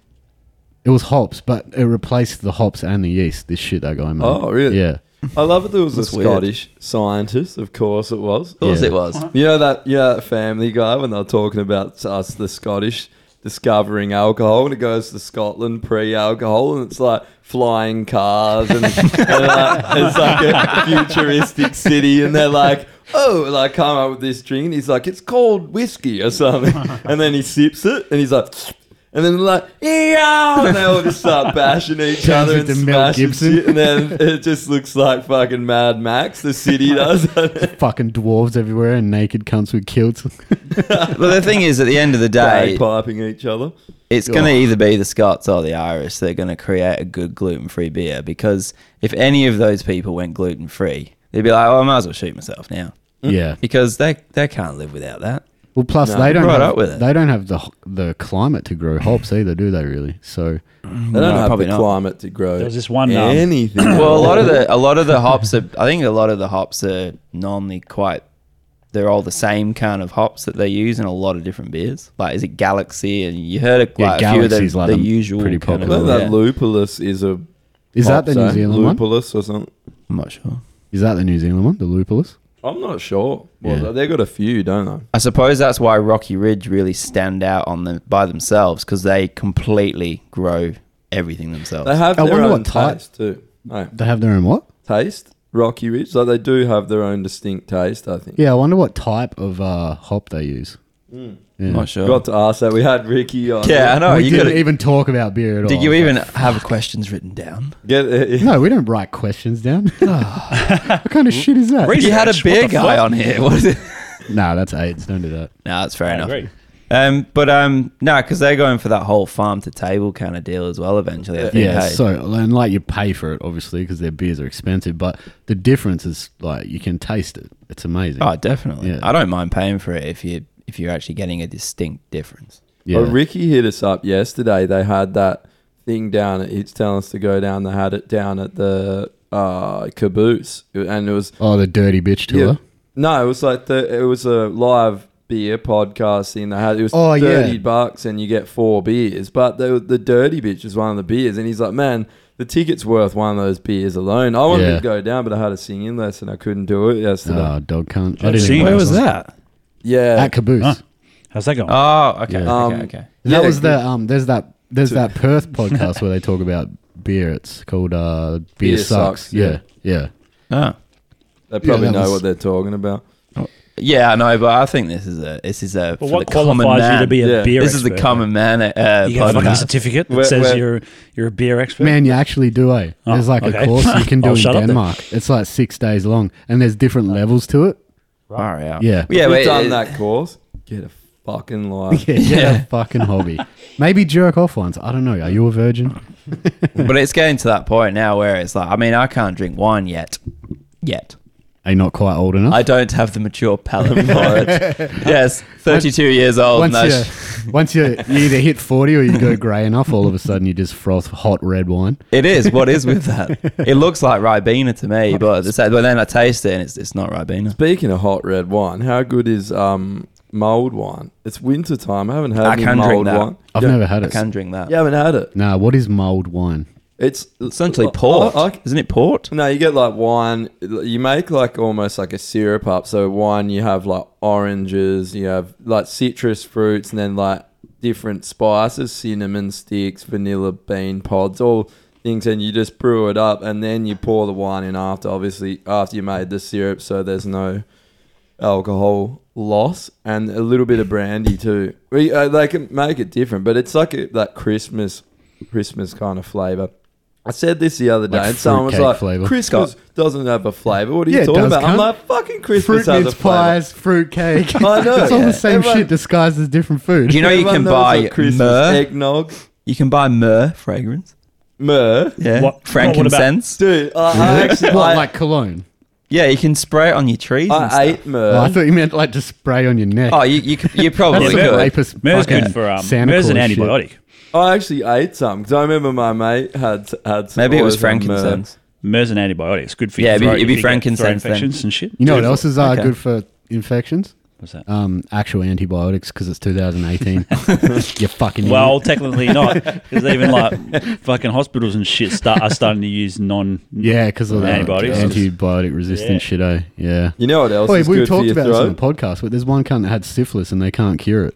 [SPEAKER 2] it was hops but it replaced the hops and the yeast this shit that guy made
[SPEAKER 1] Oh, really?
[SPEAKER 2] yeah
[SPEAKER 1] I love it. There was a
[SPEAKER 4] That's weird.
[SPEAKER 1] Scottish scientist. Of course, it was.
[SPEAKER 4] Of course
[SPEAKER 2] Yeah.
[SPEAKER 4] it was.
[SPEAKER 1] You know that yeah, that Family Guy when they're talking about us, the Scottish discovering alcohol and it goes to Scotland pre-alcohol and it's like flying cars and, and, like, it's like a futuristic city and they're like oh and I come up with this drink and he's like it's called whiskey or something and then he sips it and he's like and then like yeah and they all just start bashing each
[SPEAKER 2] Turns
[SPEAKER 1] other and
[SPEAKER 2] into Mel
[SPEAKER 1] smashing
[SPEAKER 2] Gibson.
[SPEAKER 1] shit and then it just looks like fucking Mad Max the city does
[SPEAKER 2] Fucking dwarves everywhere and naked cunts with kilts.
[SPEAKER 4] Well, the thing is, at the end of the day,
[SPEAKER 1] piping each other
[SPEAKER 4] it's going to either be the Scots or the Irish that are going to create a good gluten free beer because if any of those people went gluten free, they'd be like, oh, I might as well shoot myself now
[SPEAKER 2] yeah.
[SPEAKER 4] because they, they can't live without that.
[SPEAKER 2] Well, plus
[SPEAKER 1] No,
[SPEAKER 2] they don't
[SPEAKER 4] right
[SPEAKER 2] have,
[SPEAKER 4] up with it.
[SPEAKER 2] they don't have the the climate to grow hops either, do they? Really? So
[SPEAKER 1] They don't
[SPEAKER 4] No,
[SPEAKER 1] have
[SPEAKER 4] probably
[SPEAKER 1] the
[SPEAKER 4] not.
[SPEAKER 1] climate to grow.
[SPEAKER 3] There was this one, um,
[SPEAKER 1] anything.
[SPEAKER 4] well, a lot of the a lot of the hops are. I think a lot of the hops are normally quite. They're all the same kind of hops that they use in a lot of different beers. Like, is it Galaxy? And you heard it
[SPEAKER 2] Yeah,
[SPEAKER 4] quite a few of
[SPEAKER 2] Galaxy's
[SPEAKER 4] the,
[SPEAKER 2] like
[SPEAKER 4] the
[SPEAKER 2] the
[SPEAKER 4] usual.
[SPEAKER 2] pretty
[SPEAKER 4] kind of-
[SPEAKER 1] Well,
[SPEAKER 2] popular
[SPEAKER 1] that
[SPEAKER 4] yeah.
[SPEAKER 1] lupulus is a.
[SPEAKER 2] is
[SPEAKER 1] hop,
[SPEAKER 4] eh?
[SPEAKER 2] that the New
[SPEAKER 1] so
[SPEAKER 2] Zealand one?
[SPEAKER 1] lupulus or something?
[SPEAKER 4] I'm not sure.
[SPEAKER 2] Is that the New Zealand one? The lupulus?
[SPEAKER 1] I'm not sure. Well,
[SPEAKER 2] Yeah.
[SPEAKER 1] they got a few, don't they?
[SPEAKER 4] I suppose that's why Rocky Ridge really stand out on them by themselves because they completely grow everything themselves.
[SPEAKER 1] They have
[SPEAKER 2] I
[SPEAKER 1] their
[SPEAKER 2] wonder
[SPEAKER 1] own
[SPEAKER 2] what type.
[SPEAKER 1] taste too. No
[SPEAKER 2] They have their own what?
[SPEAKER 1] taste. Rocky Ridge, so they do have their own distinct taste. I think.
[SPEAKER 2] Yeah, I wonder what type of uh, hop they use.
[SPEAKER 4] Hmm.
[SPEAKER 2] Yeah.
[SPEAKER 4] I'm not sure.
[SPEAKER 1] Got to ask that. We had Ricky on.
[SPEAKER 4] yeah, I know.
[SPEAKER 2] we
[SPEAKER 4] Oh, You
[SPEAKER 2] didn't
[SPEAKER 4] gotta-
[SPEAKER 2] even talk about beer at all.
[SPEAKER 4] did you even have questions written down?
[SPEAKER 1] Get it.
[SPEAKER 2] No, we don't write questions down. what kind of shit is that?
[SPEAKER 3] Research,
[SPEAKER 4] You had a
[SPEAKER 3] what
[SPEAKER 4] beer
[SPEAKER 3] the
[SPEAKER 4] guy
[SPEAKER 3] fuck?
[SPEAKER 4] on here. What is it?
[SPEAKER 2] nah, that's AIDS. Don't do that.
[SPEAKER 4] No, that's fair
[SPEAKER 3] I
[SPEAKER 4] enough.
[SPEAKER 3] agree.
[SPEAKER 4] Um, but um, no, because they're going for that whole farm to table kind of deal as well. Eventually, I think.
[SPEAKER 2] Yeah.
[SPEAKER 4] hey?
[SPEAKER 2] So and like you pay for it obviously because their beers are expensive, but the difference is like you can taste it. It's amazing.
[SPEAKER 4] oh, definitely.
[SPEAKER 2] Yeah.
[SPEAKER 4] I don't mind paying for it if you if you're actually getting a distinct difference.
[SPEAKER 2] yeah.
[SPEAKER 1] Oh, Ricky hit us up yesterday. They had that thing down. At, he's telling us to go down. They had it down at the uh, caboose, and it was
[SPEAKER 2] oh, the dirty bitch tour.
[SPEAKER 1] No, it was like the it was a live beer podcast thing. They had it was
[SPEAKER 2] Oh,
[SPEAKER 1] thirty
[SPEAKER 2] yeah.
[SPEAKER 1] bucks and you get four beers. But the the dirty bitch is one of the beers, and he's like, man, the ticket's worth one of those beers alone. I wanted
[SPEAKER 2] Yeah.
[SPEAKER 1] to go down, but I had a singing lesson. I couldn't do it yesterday.
[SPEAKER 2] Oh, dog cunt. I
[SPEAKER 3] Did
[SPEAKER 2] didn't
[SPEAKER 3] you
[SPEAKER 2] even
[SPEAKER 3] sing?
[SPEAKER 2] know
[SPEAKER 3] Where
[SPEAKER 2] that.
[SPEAKER 4] that?
[SPEAKER 1] Yeah,
[SPEAKER 2] At Caboose.
[SPEAKER 3] Huh. How's that going?
[SPEAKER 4] Oh, okay,
[SPEAKER 2] Yeah.
[SPEAKER 1] Um,
[SPEAKER 4] okay, okay.
[SPEAKER 2] That
[SPEAKER 1] Yeah,
[SPEAKER 2] was
[SPEAKER 1] good.
[SPEAKER 2] the um. There's that there's that Perth podcast where they talk about beer. It's called uh beer,
[SPEAKER 1] Beer
[SPEAKER 2] sucks.
[SPEAKER 1] Sucks,
[SPEAKER 2] Yeah, yeah.
[SPEAKER 4] Oh.
[SPEAKER 1] they probably
[SPEAKER 2] that
[SPEAKER 1] know
[SPEAKER 2] was-
[SPEAKER 1] what they're talking about.
[SPEAKER 4] Yeah, I know, but I think this is a this is a
[SPEAKER 3] but
[SPEAKER 4] for
[SPEAKER 3] what
[SPEAKER 4] the common
[SPEAKER 3] qualifies you to
[SPEAKER 4] man.
[SPEAKER 3] be a
[SPEAKER 1] Yeah.
[SPEAKER 3] beer
[SPEAKER 4] This
[SPEAKER 3] expert?
[SPEAKER 4] is the common man uh,
[SPEAKER 3] You got a fucking
[SPEAKER 4] podcast.
[SPEAKER 3] certificate that
[SPEAKER 1] Where-
[SPEAKER 3] says
[SPEAKER 1] where-
[SPEAKER 3] you're you're a beer expert.
[SPEAKER 2] Man, you actually do. Eh?
[SPEAKER 3] Oh,
[SPEAKER 2] there's like
[SPEAKER 3] okay.
[SPEAKER 2] a course you can do
[SPEAKER 3] Oh,
[SPEAKER 2] in
[SPEAKER 3] shut up then.
[SPEAKER 2] Denmark. It's like six days long, and there's different levels to it.
[SPEAKER 4] Far out.
[SPEAKER 2] Yeah.
[SPEAKER 4] yeah.
[SPEAKER 1] we've
[SPEAKER 4] but
[SPEAKER 1] done
[SPEAKER 4] it-
[SPEAKER 1] that course. Get a fucking life.
[SPEAKER 2] Yeah, get a fucking hobby. Maybe jerk off once. I don't know. Are you a virgin?
[SPEAKER 4] but it's getting to that point now where it's like, I mean, I can't drink wine yet, yet.
[SPEAKER 2] Are you not quite old enough?
[SPEAKER 4] I don't have the mature palate for it. yes, thirty-two years old.
[SPEAKER 2] once
[SPEAKER 4] no sh-
[SPEAKER 2] you, once you, you either hit forty or you go grey enough, all of a sudden you just froth hot red wine.
[SPEAKER 4] It is. What is with that? It looks like Ribena to me, but, it's, but then I taste it and it's, it's not Ribena.
[SPEAKER 1] Speaking of hot red wine, how good is um mulled wine? It's winter time. I haven't had
[SPEAKER 4] I
[SPEAKER 1] any
[SPEAKER 4] can drink
[SPEAKER 1] mulled
[SPEAKER 4] that.
[SPEAKER 1] wine.
[SPEAKER 2] I've
[SPEAKER 1] Yeah.
[SPEAKER 2] never had
[SPEAKER 4] I
[SPEAKER 2] it.
[SPEAKER 4] can drink that.
[SPEAKER 1] You haven't had it.
[SPEAKER 2] Nah, what is mulled wine?
[SPEAKER 1] It's
[SPEAKER 4] Essentially
[SPEAKER 1] I-
[SPEAKER 4] port.
[SPEAKER 1] I- I-
[SPEAKER 4] Isn't it port?
[SPEAKER 1] No, you get like wine. You make like almost like a syrup up. So wine, you have like oranges, you have like citrus fruits, and then like different spices, cinnamon sticks, vanilla bean pods, all things. And you just brew it up, and then you pour the wine in after. Obviously, after you made the syrup, so there's no alcohol loss, and a little bit of brandy too. We uh, they can make it different, but it's like a, that Christmas, Christmas kind of flavor. I said this the other day,
[SPEAKER 2] Like
[SPEAKER 1] and someone was
[SPEAKER 2] fruitcake
[SPEAKER 1] like,
[SPEAKER 2] flavor.
[SPEAKER 1] "Christmas doesn't have a flavor." What are you
[SPEAKER 2] Yeah, it
[SPEAKER 1] talking
[SPEAKER 2] does,
[SPEAKER 1] about? I'm
[SPEAKER 2] cunt.
[SPEAKER 1] like, "Fucking Christmas
[SPEAKER 2] fruit
[SPEAKER 1] has a
[SPEAKER 2] mince
[SPEAKER 1] flavor."
[SPEAKER 2] pies, fruit cake.
[SPEAKER 1] I know.
[SPEAKER 2] it's all
[SPEAKER 1] Oh, Yeah.
[SPEAKER 2] the same
[SPEAKER 1] Everyone-
[SPEAKER 2] shit disguised as different food.
[SPEAKER 4] You know you
[SPEAKER 1] Everyone
[SPEAKER 4] can
[SPEAKER 1] knows
[SPEAKER 4] buy
[SPEAKER 1] what Christmas
[SPEAKER 4] myrrh.
[SPEAKER 1] eggnog,
[SPEAKER 4] You can buy myrrh fragrance.
[SPEAKER 1] myrrh,
[SPEAKER 3] What- what-
[SPEAKER 4] Yeah.
[SPEAKER 3] what about-
[SPEAKER 4] Frankincense.
[SPEAKER 1] dude. I, I actually
[SPEAKER 2] what,
[SPEAKER 1] I,
[SPEAKER 2] like cologne?
[SPEAKER 4] yeah, you can spray it on your trees and
[SPEAKER 1] I
[SPEAKER 4] stuff.
[SPEAKER 1] ate myrrh.
[SPEAKER 2] Oh, I thought you meant like to spray on your neck.
[SPEAKER 4] Oh, you, you, c- you
[SPEAKER 2] That's
[SPEAKER 4] probably
[SPEAKER 3] Yeah,
[SPEAKER 2] some
[SPEAKER 3] myrrh-
[SPEAKER 4] could.
[SPEAKER 2] rapist
[SPEAKER 3] Myrrh's
[SPEAKER 2] fucking
[SPEAKER 3] good for um,
[SPEAKER 2] Santa
[SPEAKER 3] myrrh's an
[SPEAKER 2] Claus shit.
[SPEAKER 3] antibiotic.
[SPEAKER 1] I actually ate some because I remember my mate had had. Some
[SPEAKER 4] Maybe it was
[SPEAKER 1] always had myrrh.
[SPEAKER 4] frankincense.
[SPEAKER 3] Myrrh's an antibiotic. It's good for your
[SPEAKER 4] Yeah, it'd be-
[SPEAKER 3] throat
[SPEAKER 4] it'd
[SPEAKER 3] if
[SPEAKER 4] be
[SPEAKER 3] you get throat
[SPEAKER 4] frankincense then.
[SPEAKER 3] infections and shit.
[SPEAKER 2] You know what
[SPEAKER 4] Dude,
[SPEAKER 2] else is uh,
[SPEAKER 4] okay.
[SPEAKER 2] good for infections?
[SPEAKER 3] What's that?
[SPEAKER 2] Um, actual antibiotics because it's 2018. you fucking
[SPEAKER 3] Well,
[SPEAKER 2] idiot.
[SPEAKER 3] technically not, because even like fucking hospitals and shit start, are starting to use non.
[SPEAKER 2] yeah, because of that
[SPEAKER 3] Antibiotics.
[SPEAKER 2] antibiotic resistant
[SPEAKER 3] Yeah.
[SPEAKER 2] shit. Eh? Yeah.
[SPEAKER 1] You know what else
[SPEAKER 2] Wait,
[SPEAKER 1] is
[SPEAKER 2] we
[SPEAKER 1] good for
[SPEAKER 2] talked
[SPEAKER 1] your
[SPEAKER 2] about this on
[SPEAKER 1] throat?
[SPEAKER 2] the podcast, but there's one cunt that had syphilis and they can't cure it.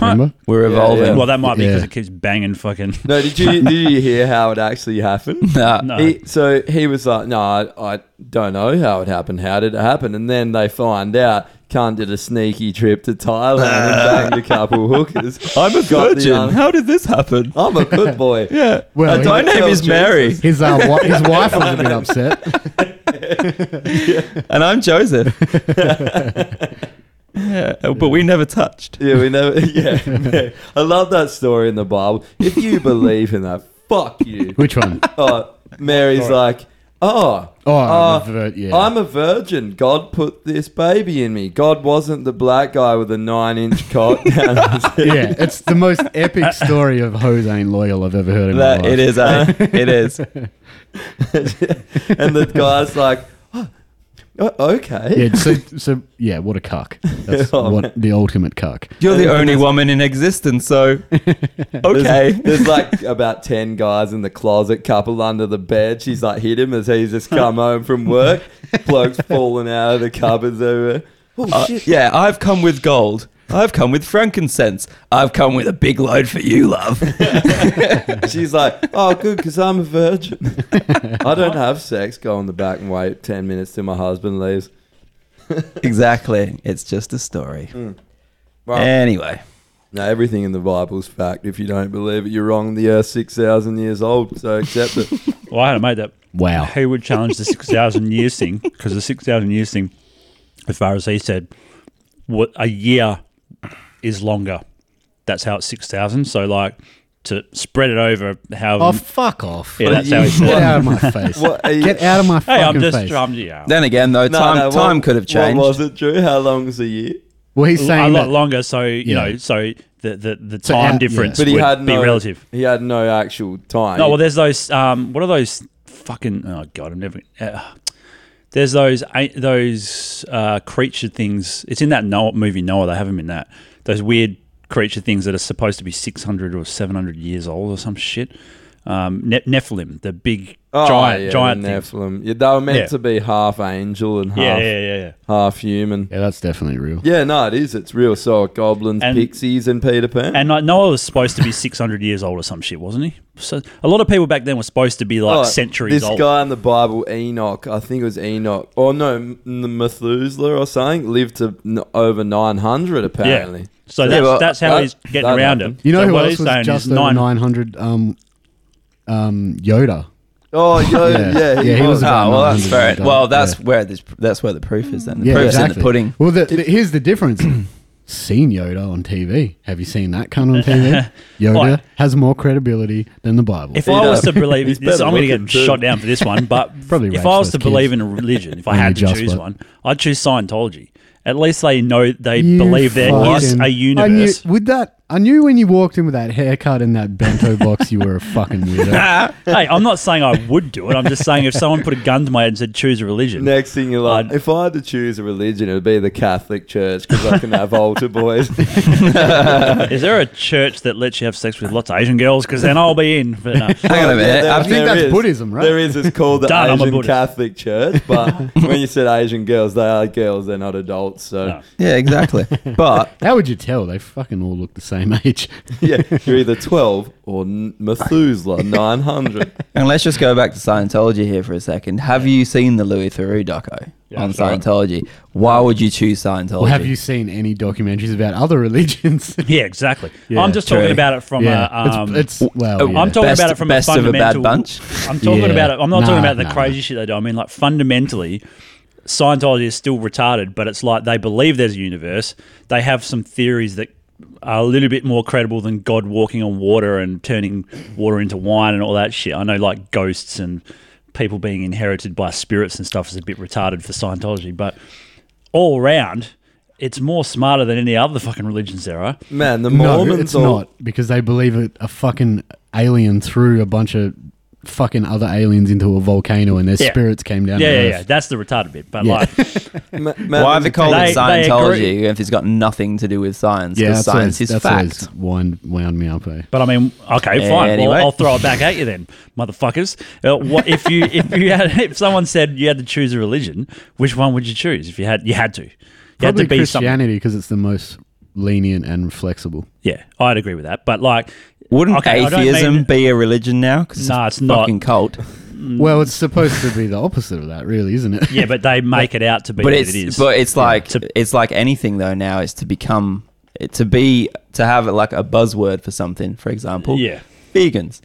[SPEAKER 2] Remember?
[SPEAKER 4] We're
[SPEAKER 1] Yeah,
[SPEAKER 4] evolving.
[SPEAKER 1] yeah.
[SPEAKER 3] Well, that might be because
[SPEAKER 2] Yeah.
[SPEAKER 3] it keeps banging fucking.
[SPEAKER 1] No, did you did you hear how it actually happened?
[SPEAKER 4] Nah.
[SPEAKER 3] No.
[SPEAKER 1] He, so he was like, "No, I, I don't know how it happened. How did it happen?" And then they find out, "Cunt did a sneaky trip to Thailand and banged a couple hookers."
[SPEAKER 4] I'm a
[SPEAKER 1] Got the,
[SPEAKER 4] virgin.
[SPEAKER 1] um,
[SPEAKER 4] How did this happen?
[SPEAKER 1] I'm a good boy.
[SPEAKER 4] Yeah.
[SPEAKER 2] Well,
[SPEAKER 4] Uh,
[SPEAKER 2] he-
[SPEAKER 4] my name is
[SPEAKER 1] Jesus.
[SPEAKER 4] Mary,
[SPEAKER 2] His uh, wi- his wife was a bit upset.
[SPEAKER 4] and I'm Joseph. yeah, but we never touched.
[SPEAKER 1] Yeah, we never. Yeah, man. I love that story in the Bible. If you believe in that, fuck you.
[SPEAKER 2] Which one?
[SPEAKER 1] Oh, Mary's like, oh,
[SPEAKER 2] Oh,
[SPEAKER 1] uh,
[SPEAKER 2] the ver- yeah.
[SPEAKER 1] I'm a virgin. God put this baby in me. God wasn't the black guy with a nine-inch cock. down his head.
[SPEAKER 2] yeah, it's the most epic story of hoes ain't loyal I've ever heard in
[SPEAKER 4] That
[SPEAKER 2] my life.
[SPEAKER 4] it is, eh? it is.
[SPEAKER 1] and the guy's like, "Oh, oh, okay.
[SPEAKER 2] Yeah, so, so yeah, what a cuck. That's
[SPEAKER 1] Oh,
[SPEAKER 2] what
[SPEAKER 1] man.
[SPEAKER 2] the ultimate cuck.
[SPEAKER 4] You're the only woman in existence, so okay.
[SPEAKER 1] There's like about 10 guys in the closet, couple under the bed. She's like hit him as he's just come home from work. Bloke's falling out of the cupboards everywhere. Oh,
[SPEAKER 4] Uh,
[SPEAKER 1] shit.
[SPEAKER 4] yeah, I've come with gold. I've come with frankincense. I've come with a big load for you, love.
[SPEAKER 1] She's like, oh, good, because I'm a virgin. I don't have sex. Go in the back and wait 10 minutes till my husband leaves.
[SPEAKER 4] exactly. It's just a story.
[SPEAKER 1] Right.
[SPEAKER 4] Anyway,
[SPEAKER 1] Now, everything in the Bible's fact. If you don't believe it, you're wrong. The earth's 6,000 years old, so accept it.
[SPEAKER 3] Well, I had a mate that
[SPEAKER 2] Wow.
[SPEAKER 3] who would challenge the six thousand years thing because the six thousand years thing, as far as he said, what a year is longer. That's how it's six thousand. So like to spread it over however.
[SPEAKER 2] Oh, fuck off.
[SPEAKER 3] yeah, that's how he
[SPEAKER 2] Get
[SPEAKER 3] said.
[SPEAKER 2] out of my face.
[SPEAKER 1] What are you-
[SPEAKER 2] Get out of my
[SPEAKER 3] Hey, I'm
[SPEAKER 2] fucking
[SPEAKER 3] just.
[SPEAKER 2] face.
[SPEAKER 3] I'm, yeah.
[SPEAKER 4] then again, though,
[SPEAKER 1] No,
[SPEAKER 4] time
[SPEAKER 1] no, what-
[SPEAKER 4] time could have changed.
[SPEAKER 1] What was it, Drew? How long's a year?
[SPEAKER 2] well, he's
[SPEAKER 3] a
[SPEAKER 2] saying
[SPEAKER 3] lot
[SPEAKER 2] that,
[SPEAKER 3] longer. So
[SPEAKER 2] Yeah.
[SPEAKER 3] you know, so the the, the
[SPEAKER 2] So
[SPEAKER 3] time
[SPEAKER 2] out- yeah.
[SPEAKER 3] difference
[SPEAKER 1] But he
[SPEAKER 3] would
[SPEAKER 1] had
[SPEAKER 3] be
[SPEAKER 1] no
[SPEAKER 3] relative.
[SPEAKER 1] He had no actual time.
[SPEAKER 3] No, well, there's those. Um, what are those fucking? Oh god, I'm never. Uh, there's those a- those uh, creature things. It's in that Noah movie Noah. They have them in that. Those weird creature things that are supposed to be 600 or 700 years old or some shit. Um, ne- Nephilim, the big
[SPEAKER 1] Oh,
[SPEAKER 3] giant
[SPEAKER 1] yeah,
[SPEAKER 3] giant
[SPEAKER 1] the
[SPEAKER 3] things.
[SPEAKER 1] Nephilim. Yeah, they were meant
[SPEAKER 3] Yeah.
[SPEAKER 1] to be half angel and half
[SPEAKER 3] Yeah, yeah, yeah, yeah.
[SPEAKER 1] half human.
[SPEAKER 2] Yeah, that's definitely real.
[SPEAKER 1] Yeah, no, it is. It's real. So are goblins,
[SPEAKER 3] And-
[SPEAKER 1] pixies, and Peter Pan.
[SPEAKER 3] And like Noah was supposed to be 600 years old or some shit, wasn't he? So a lot of people back then were supposed to be like
[SPEAKER 1] Oh,
[SPEAKER 3] centuries
[SPEAKER 1] this
[SPEAKER 3] old.
[SPEAKER 1] guy in the Bible, Enoch, I think it was Enoch, or no, M- Methuselah or something, lived to n- over 900 apparently.
[SPEAKER 3] yeah. So
[SPEAKER 1] Yeah,
[SPEAKER 3] that's,
[SPEAKER 1] well,
[SPEAKER 3] that's how
[SPEAKER 1] that-
[SPEAKER 3] he's getting
[SPEAKER 1] that
[SPEAKER 3] around
[SPEAKER 1] happened.
[SPEAKER 3] it.
[SPEAKER 2] You know
[SPEAKER 3] so
[SPEAKER 2] who
[SPEAKER 3] what
[SPEAKER 2] else
[SPEAKER 3] he's
[SPEAKER 2] was
[SPEAKER 3] saying
[SPEAKER 2] just
[SPEAKER 3] is
[SPEAKER 2] over
[SPEAKER 3] nine
[SPEAKER 2] 900? Um, um, Yoda.
[SPEAKER 1] Oh, yo,
[SPEAKER 2] Yeah.
[SPEAKER 1] yeah, he,
[SPEAKER 2] Yeah, he
[SPEAKER 1] was.
[SPEAKER 2] was a-
[SPEAKER 4] Ah, well, that's
[SPEAKER 2] 900
[SPEAKER 4] fair.
[SPEAKER 2] and done.
[SPEAKER 4] Well, that's
[SPEAKER 2] Yeah.
[SPEAKER 4] where this, that's where the proof is. Then the
[SPEAKER 2] Yeah,
[SPEAKER 4] proof's in
[SPEAKER 2] exactly.
[SPEAKER 4] the pudding.
[SPEAKER 2] Well, the, the, here's the difference. Seen Yoda on TV. Have you seen that cunt on TV? Yoda
[SPEAKER 3] Like-
[SPEAKER 2] has more credibility than the Bible.
[SPEAKER 3] If
[SPEAKER 1] He
[SPEAKER 3] I was
[SPEAKER 1] does.
[SPEAKER 3] to believe,
[SPEAKER 1] He's
[SPEAKER 3] this,
[SPEAKER 1] better
[SPEAKER 3] I'm going to
[SPEAKER 1] looking
[SPEAKER 3] get
[SPEAKER 1] too.
[SPEAKER 3] shot down for this one. But
[SPEAKER 2] Probably
[SPEAKER 3] if
[SPEAKER 2] rapes
[SPEAKER 3] I was
[SPEAKER 2] those
[SPEAKER 3] to
[SPEAKER 2] kids.
[SPEAKER 3] believe in a religion, if I
[SPEAKER 2] Only
[SPEAKER 3] had to
[SPEAKER 2] just,
[SPEAKER 3] choose
[SPEAKER 2] but-
[SPEAKER 3] one, I'd choose Scientology. At least they know they
[SPEAKER 2] You
[SPEAKER 3] believe there is
[SPEAKER 2] fucking-
[SPEAKER 3] a
[SPEAKER 2] I knew,
[SPEAKER 3] universe.
[SPEAKER 2] with that, I knew when you walked in with that haircut and that bento box, you were a fucking weirdo.
[SPEAKER 3] hey, I'm not saying I would do it. I'm just saying if someone put a gun to my head and said choose a religion,
[SPEAKER 1] Next thing you're like,
[SPEAKER 3] I'd-
[SPEAKER 1] if I had to choose a religion, it would be the Catholic Church because I can have altar boys.
[SPEAKER 3] is there a church that lets you have sex with lots of Asian girls? Because then I'll be in. But no.
[SPEAKER 4] Hang on a
[SPEAKER 1] Yeah,
[SPEAKER 4] minute.
[SPEAKER 1] there-
[SPEAKER 2] I
[SPEAKER 4] I've-
[SPEAKER 2] think
[SPEAKER 1] there
[SPEAKER 2] that's
[SPEAKER 1] is.
[SPEAKER 2] Buddhism, right?
[SPEAKER 1] There is. It's called the
[SPEAKER 3] Done, I'm a
[SPEAKER 1] Asian
[SPEAKER 3] Buddhist.
[SPEAKER 1] Catholic Church. But when you said Asian girls, they are girls. They're not adults. So
[SPEAKER 3] No.
[SPEAKER 4] yeah, exactly. But
[SPEAKER 2] How would you tell? They fucking all look the same age.
[SPEAKER 1] yeah, you're either 12 or n- Methuselah 900.
[SPEAKER 4] and let's just go back to Scientology here for a second. Have you seen the Louis Theroux doco
[SPEAKER 3] Yeah,
[SPEAKER 4] on
[SPEAKER 3] that's right.
[SPEAKER 4] Scientology? Why would you choose Scientology?
[SPEAKER 2] Or have you seen any documentaries about other religions?
[SPEAKER 3] Yeah, exactly.
[SPEAKER 2] Yeah,
[SPEAKER 3] I'm just
[SPEAKER 4] true.
[SPEAKER 3] talking about it from a. Um,
[SPEAKER 2] it's, it's well,
[SPEAKER 4] oh,
[SPEAKER 2] yeah.
[SPEAKER 3] I'm talking
[SPEAKER 4] Best-
[SPEAKER 3] about it from
[SPEAKER 4] best
[SPEAKER 3] a
[SPEAKER 4] of a
[SPEAKER 3] fundamental.
[SPEAKER 4] bad bunch.
[SPEAKER 3] I'm talking
[SPEAKER 2] Yeah.
[SPEAKER 3] about it. I'm not
[SPEAKER 2] Nah,
[SPEAKER 3] talking about the
[SPEAKER 2] nah,
[SPEAKER 3] crazy shit they do. I mean, like fundamentally, Scientology is still retarded, but it's like they believe there's a universe. They have some theories that are a little bit more credible than God walking on water and turning water into wine and all that shit. I know, like ghosts and people being inherited by spirits and stuff is a bit retarded for Scientology, but all around. It's more smarter than any other fucking religions there are.
[SPEAKER 1] Man, the
[SPEAKER 2] no,
[SPEAKER 1] Mormons
[SPEAKER 2] it's
[SPEAKER 1] are-
[SPEAKER 2] not because they believe it, a fucking alien threw a bunch of fucking other aliens into a volcano and their
[SPEAKER 3] Yeah.
[SPEAKER 2] spirits came down.
[SPEAKER 3] Yeah,
[SPEAKER 2] to
[SPEAKER 3] yeah,
[SPEAKER 2] Earth.
[SPEAKER 3] yeah. That's the retarded bit. But
[SPEAKER 2] Yeah.
[SPEAKER 3] like,
[SPEAKER 1] Ma- man,
[SPEAKER 4] Why have they called
[SPEAKER 3] They-
[SPEAKER 4] it
[SPEAKER 3] they agree.
[SPEAKER 4] Scientology if it's got nothing to do with science?
[SPEAKER 2] Yeah, that's
[SPEAKER 4] Because science
[SPEAKER 2] always,
[SPEAKER 4] is
[SPEAKER 2] that's
[SPEAKER 4] fact.
[SPEAKER 2] always wind, wound me up. Eh?
[SPEAKER 3] But I mean, okay, fine.
[SPEAKER 4] Anyway.
[SPEAKER 3] Well, I'll throw it back at you then, motherfuckers. Uh, what if you if you had if someone said you had to choose a religion, which one would you choose? If you had you had to, you had
[SPEAKER 2] Probably
[SPEAKER 3] to be something.
[SPEAKER 2] Christianity because it's the most lenient and flexible.
[SPEAKER 3] Yeah, I'd agree with that. But like,
[SPEAKER 4] Wouldn't
[SPEAKER 3] Okay, I don't
[SPEAKER 4] atheism
[SPEAKER 3] mean-
[SPEAKER 4] be a religion now? Because
[SPEAKER 3] Nah,
[SPEAKER 4] it's,
[SPEAKER 3] it's
[SPEAKER 4] a
[SPEAKER 3] not.
[SPEAKER 4] fucking cult. Mm.
[SPEAKER 2] Well, it's supposed to be the opposite of that, really, isn't it?
[SPEAKER 3] yeah, but they make it out to be
[SPEAKER 4] but
[SPEAKER 3] what
[SPEAKER 4] it's
[SPEAKER 3] it is.
[SPEAKER 4] but it's like
[SPEAKER 3] to-
[SPEAKER 4] it's like anything though. Now is to become to be to have like a buzzword for something. For example,
[SPEAKER 3] yeah,
[SPEAKER 4] vegans,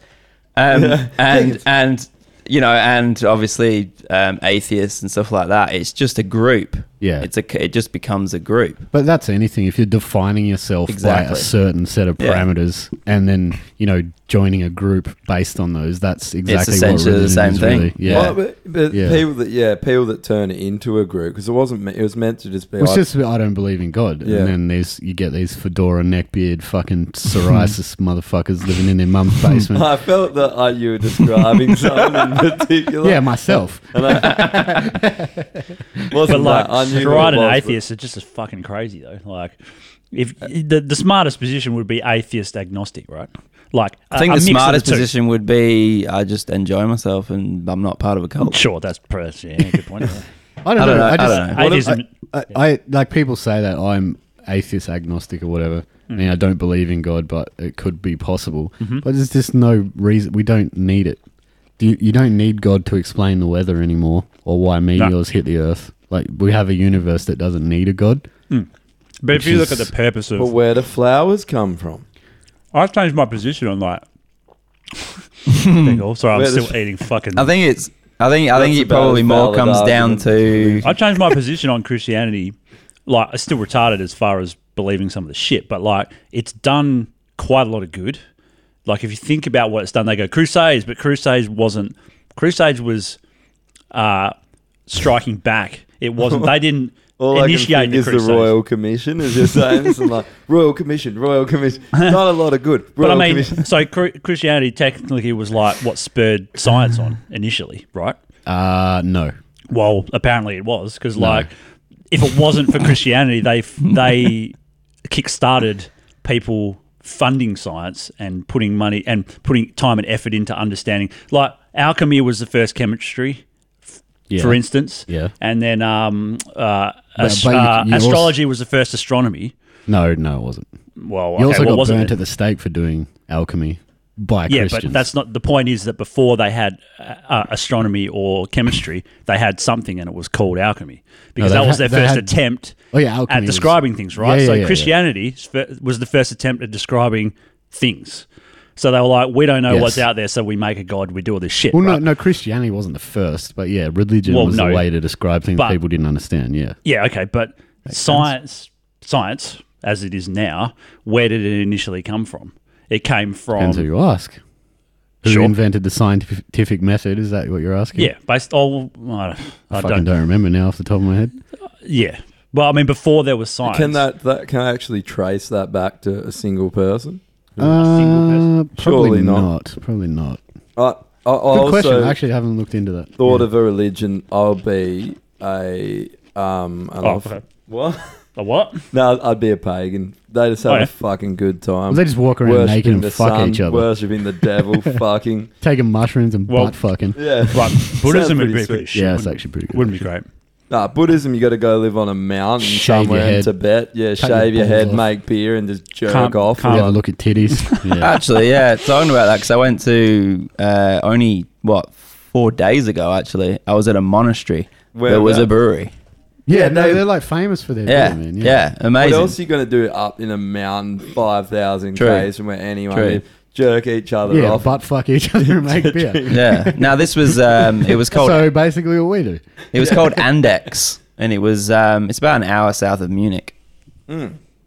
[SPEAKER 4] um, and
[SPEAKER 1] vegans.
[SPEAKER 4] and you know, and obviously um, atheists and stuff like that. It's just a group.
[SPEAKER 2] Yeah.
[SPEAKER 4] it's a it just becomes a group.
[SPEAKER 2] But that's anything. If you're defining yourself by
[SPEAKER 4] Exactly.
[SPEAKER 2] a certain set of
[SPEAKER 4] Yeah.
[SPEAKER 2] parameters, and then you know joining a group based on those, that's exactly what
[SPEAKER 4] essentially the
[SPEAKER 2] religion
[SPEAKER 4] same
[SPEAKER 2] is,
[SPEAKER 4] thing.
[SPEAKER 2] Really. Yeah,
[SPEAKER 1] Well, but, but
[SPEAKER 2] Yeah.
[SPEAKER 1] people that yeah, people that turn it into a group because it wasn't. me- It was meant to just be.
[SPEAKER 2] Well, it's
[SPEAKER 1] like,
[SPEAKER 2] just I don't believe in God,
[SPEAKER 1] Yeah.
[SPEAKER 2] and then these you get these fedora neckbeard fucking psoriasis motherfuckers living in their mum's basement.
[SPEAKER 1] I felt that uh, you were describing something in particular.
[SPEAKER 2] yeah, myself.
[SPEAKER 1] And I,
[SPEAKER 3] but
[SPEAKER 1] wasn't
[SPEAKER 3] like
[SPEAKER 1] that, I knew
[SPEAKER 3] right
[SPEAKER 1] what it
[SPEAKER 3] and
[SPEAKER 1] was, but-
[SPEAKER 3] atheists are just as fucking crazy though. Like, if the, the smartest position would be atheist agnostic, right? Like,
[SPEAKER 4] I think
[SPEAKER 3] a, a
[SPEAKER 4] the
[SPEAKER 3] mix of
[SPEAKER 4] smartest
[SPEAKER 3] the two.
[SPEAKER 4] position would be I just enjoy myself and I'm not part of a cult.
[SPEAKER 3] Sure, that's pretty, yeah, good point. yeah.
[SPEAKER 2] I don't,
[SPEAKER 4] I don't know,
[SPEAKER 2] know.
[SPEAKER 4] I
[SPEAKER 2] I just
[SPEAKER 4] don't know.
[SPEAKER 2] what if-
[SPEAKER 3] Atheism-
[SPEAKER 2] I, I, I like people say that I'm atheist, agnostic, or whatever.
[SPEAKER 3] Mm.
[SPEAKER 2] I mean, I don't believe in God, but it could be possible.
[SPEAKER 3] Mm-hmm.
[SPEAKER 2] But there's just no reason. We don't need it. Do you, you don't need God to explain the weather anymore or why meteors hit the earth. Like we have a universe that doesn't need a God.
[SPEAKER 3] But if
[SPEAKER 2] Which
[SPEAKER 3] you look at
[SPEAKER 2] is-
[SPEAKER 3] the purpose
[SPEAKER 1] But
[SPEAKER 3] of,
[SPEAKER 1] where do flowers come from?
[SPEAKER 3] I've changed my position on like. Sorry, I'm
[SPEAKER 1] Where the-
[SPEAKER 3] still eating fucking.
[SPEAKER 4] I think it's I think I think
[SPEAKER 1] That's
[SPEAKER 4] it
[SPEAKER 1] about
[SPEAKER 4] probably
[SPEAKER 1] as valid
[SPEAKER 4] more comes down to
[SPEAKER 3] I changed my position on Christianity. Like, it's still retarded as far as believing some of the shit, but like, it's done quite a lot of good. Like, if you think about what it's done, they go Crusades, but Crusades wasn't. Crusades was uh, striking back. It wasn't. They didn't
[SPEAKER 1] All I
[SPEAKER 3] initiate
[SPEAKER 1] can
[SPEAKER 3] the
[SPEAKER 1] think
[SPEAKER 3] Crusades.
[SPEAKER 1] is the Royal Commission, as you're saying. It's like, Royal Commission, Royal Commission. Not a lot of good.
[SPEAKER 3] but
[SPEAKER 1] Royal
[SPEAKER 3] I mean,
[SPEAKER 1] Commission.
[SPEAKER 3] so cr- Christianity technically was like what spurred science on initially, right?
[SPEAKER 2] Uh no.
[SPEAKER 3] Well, apparently it was because like if it wasn't for Christianity, they f- they kickstarted people funding science and putting money and putting time and effort into understanding. Like alchemy was the first chemistry,
[SPEAKER 2] Yeah.
[SPEAKER 3] for instance.
[SPEAKER 2] Yeah.
[SPEAKER 3] And then um, uh, ast-
[SPEAKER 2] but you-
[SPEAKER 3] uh,
[SPEAKER 2] you also-
[SPEAKER 3] astrology was the first astronomy.
[SPEAKER 2] No, no, it wasn't.
[SPEAKER 3] Well,
[SPEAKER 2] You
[SPEAKER 3] okay,
[SPEAKER 2] also
[SPEAKER 3] well,
[SPEAKER 2] got
[SPEAKER 3] wasn't
[SPEAKER 2] burnt
[SPEAKER 3] it?
[SPEAKER 2] at the stake for doing alchemy by
[SPEAKER 3] yeah,
[SPEAKER 2] Christians.
[SPEAKER 3] but that's not the point. Is that before they had uh, uh, astronomy or chemistry, they had something, and it was called alchemy because
[SPEAKER 2] they
[SPEAKER 3] that was
[SPEAKER 2] had-
[SPEAKER 3] their
[SPEAKER 2] they
[SPEAKER 3] first
[SPEAKER 2] had-
[SPEAKER 3] attempt
[SPEAKER 2] Oh, yeah, alchemy
[SPEAKER 3] at
[SPEAKER 2] was-
[SPEAKER 3] describing things, right?
[SPEAKER 2] Yeah, yeah,
[SPEAKER 3] so
[SPEAKER 2] yeah, yeah.
[SPEAKER 3] Christianity is fir- was the first attempt at describing things. So they were like, we don't know what's
[SPEAKER 2] Yes.
[SPEAKER 3] out there, so we make a god, we do all this shit.
[SPEAKER 2] Well, no,
[SPEAKER 3] right?
[SPEAKER 2] no, Christianity wasn't the first, but yeah, religion
[SPEAKER 3] Well,
[SPEAKER 2] was
[SPEAKER 3] no.
[SPEAKER 2] the way to describe things
[SPEAKER 3] But-
[SPEAKER 2] people didn't understand. Yeah.
[SPEAKER 3] Yeah, okay, but science, science as it is now, where did it initially come from? It came from
[SPEAKER 2] Depends who you ask. Who
[SPEAKER 3] Sure.
[SPEAKER 2] invented the scientific method? Is that what you're asking?
[SPEAKER 3] yeah, based. Oh, well, I, don't- I
[SPEAKER 2] I
[SPEAKER 3] don't.
[SPEAKER 2] fucking don't remember now off the top of my head.
[SPEAKER 3] Yeah, well, I mean, before there was science.
[SPEAKER 1] can that, that can I actually trace that back to a single person?
[SPEAKER 3] single person?
[SPEAKER 2] Uh, probably
[SPEAKER 1] Surely not.
[SPEAKER 2] not. Probably not.
[SPEAKER 1] I, I, I
[SPEAKER 2] Good
[SPEAKER 1] also
[SPEAKER 2] question. I actually haven't looked into that.
[SPEAKER 1] thought of a religion. I'll be a um. An
[SPEAKER 3] Oh,
[SPEAKER 1] off-
[SPEAKER 3] okay.
[SPEAKER 1] What?
[SPEAKER 3] A what?
[SPEAKER 1] No, I'd be a pagan. They just have
[SPEAKER 3] Oh, yeah.
[SPEAKER 1] a fucking good time.
[SPEAKER 2] Well, they just walk around
[SPEAKER 1] Worshipping
[SPEAKER 2] naked and
[SPEAKER 1] um, the
[SPEAKER 2] fuck
[SPEAKER 1] sun,
[SPEAKER 2] each other.
[SPEAKER 1] Worshipping the devil, fucking.
[SPEAKER 2] Taking mushrooms and
[SPEAKER 3] Well-
[SPEAKER 2] butt fucking.
[SPEAKER 1] Yeah.
[SPEAKER 3] Right, Buddhism would
[SPEAKER 1] pretty
[SPEAKER 3] be
[SPEAKER 1] sweet.
[SPEAKER 3] pretty shit.
[SPEAKER 2] Yeah, it's
[SPEAKER 3] wouldn't-
[SPEAKER 2] actually pretty good,
[SPEAKER 3] Wouldn't be great.
[SPEAKER 1] Nah, Buddhism, you got to go live on a mountain
[SPEAKER 2] Shave your
[SPEAKER 1] somewhere in
[SPEAKER 2] head.
[SPEAKER 1] Tibet. Yeah,
[SPEAKER 2] Cut your
[SPEAKER 1] shave your
[SPEAKER 2] balls
[SPEAKER 1] head,
[SPEAKER 2] off.
[SPEAKER 1] make beer, and just jerk
[SPEAKER 3] Can't-
[SPEAKER 1] off.
[SPEAKER 3] can't-
[SPEAKER 2] You have
[SPEAKER 1] Like,
[SPEAKER 2] a look at titties. Yeah.
[SPEAKER 4] Actually, yeah, talking about that because I went to uh, only what four days ago. Actually, I was at a monastery.
[SPEAKER 1] Where
[SPEAKER 4] there was
[SPEAKER 1] about?
[SPEAKER 4] a brewery.
[SPEAKER 2] yeah,
[SPEAKER 1] Yeah,
[SPEAKER 2] no,
[SPEAKER 1] no-
[SPEAKER 2] they're like famous for their
[SPEAKER 4] Yeah,
[SPEAKER 2] beer, man.
[SPEAKER 4] yeah,
[SPEAKER 2] Yeah.
[SPEAKER 1] what
[SPEAKER 4] amazing.
[SPEAKER 1] else are you going to do up in a mountain 5,000
[SPEAKER 4] True.
[SPEAKER 1] k's from where anyone
[SPEAKER 4] True.
[SPEAKER 1] lives? Jerk each other
[SPEAKER 2] Yeah,
[SPEAKER 1] off.
[SPEAKER 2] butt fuck each other and make beer.
[SPEAKER 4] yeah. Now this was um, it was called
[SPEAKER 2] So basically, what we do.
[SPEAKER 4] it was called Andex, and it was um, it's about an hour south of Munich.
[SPEAKER 1] Hmm.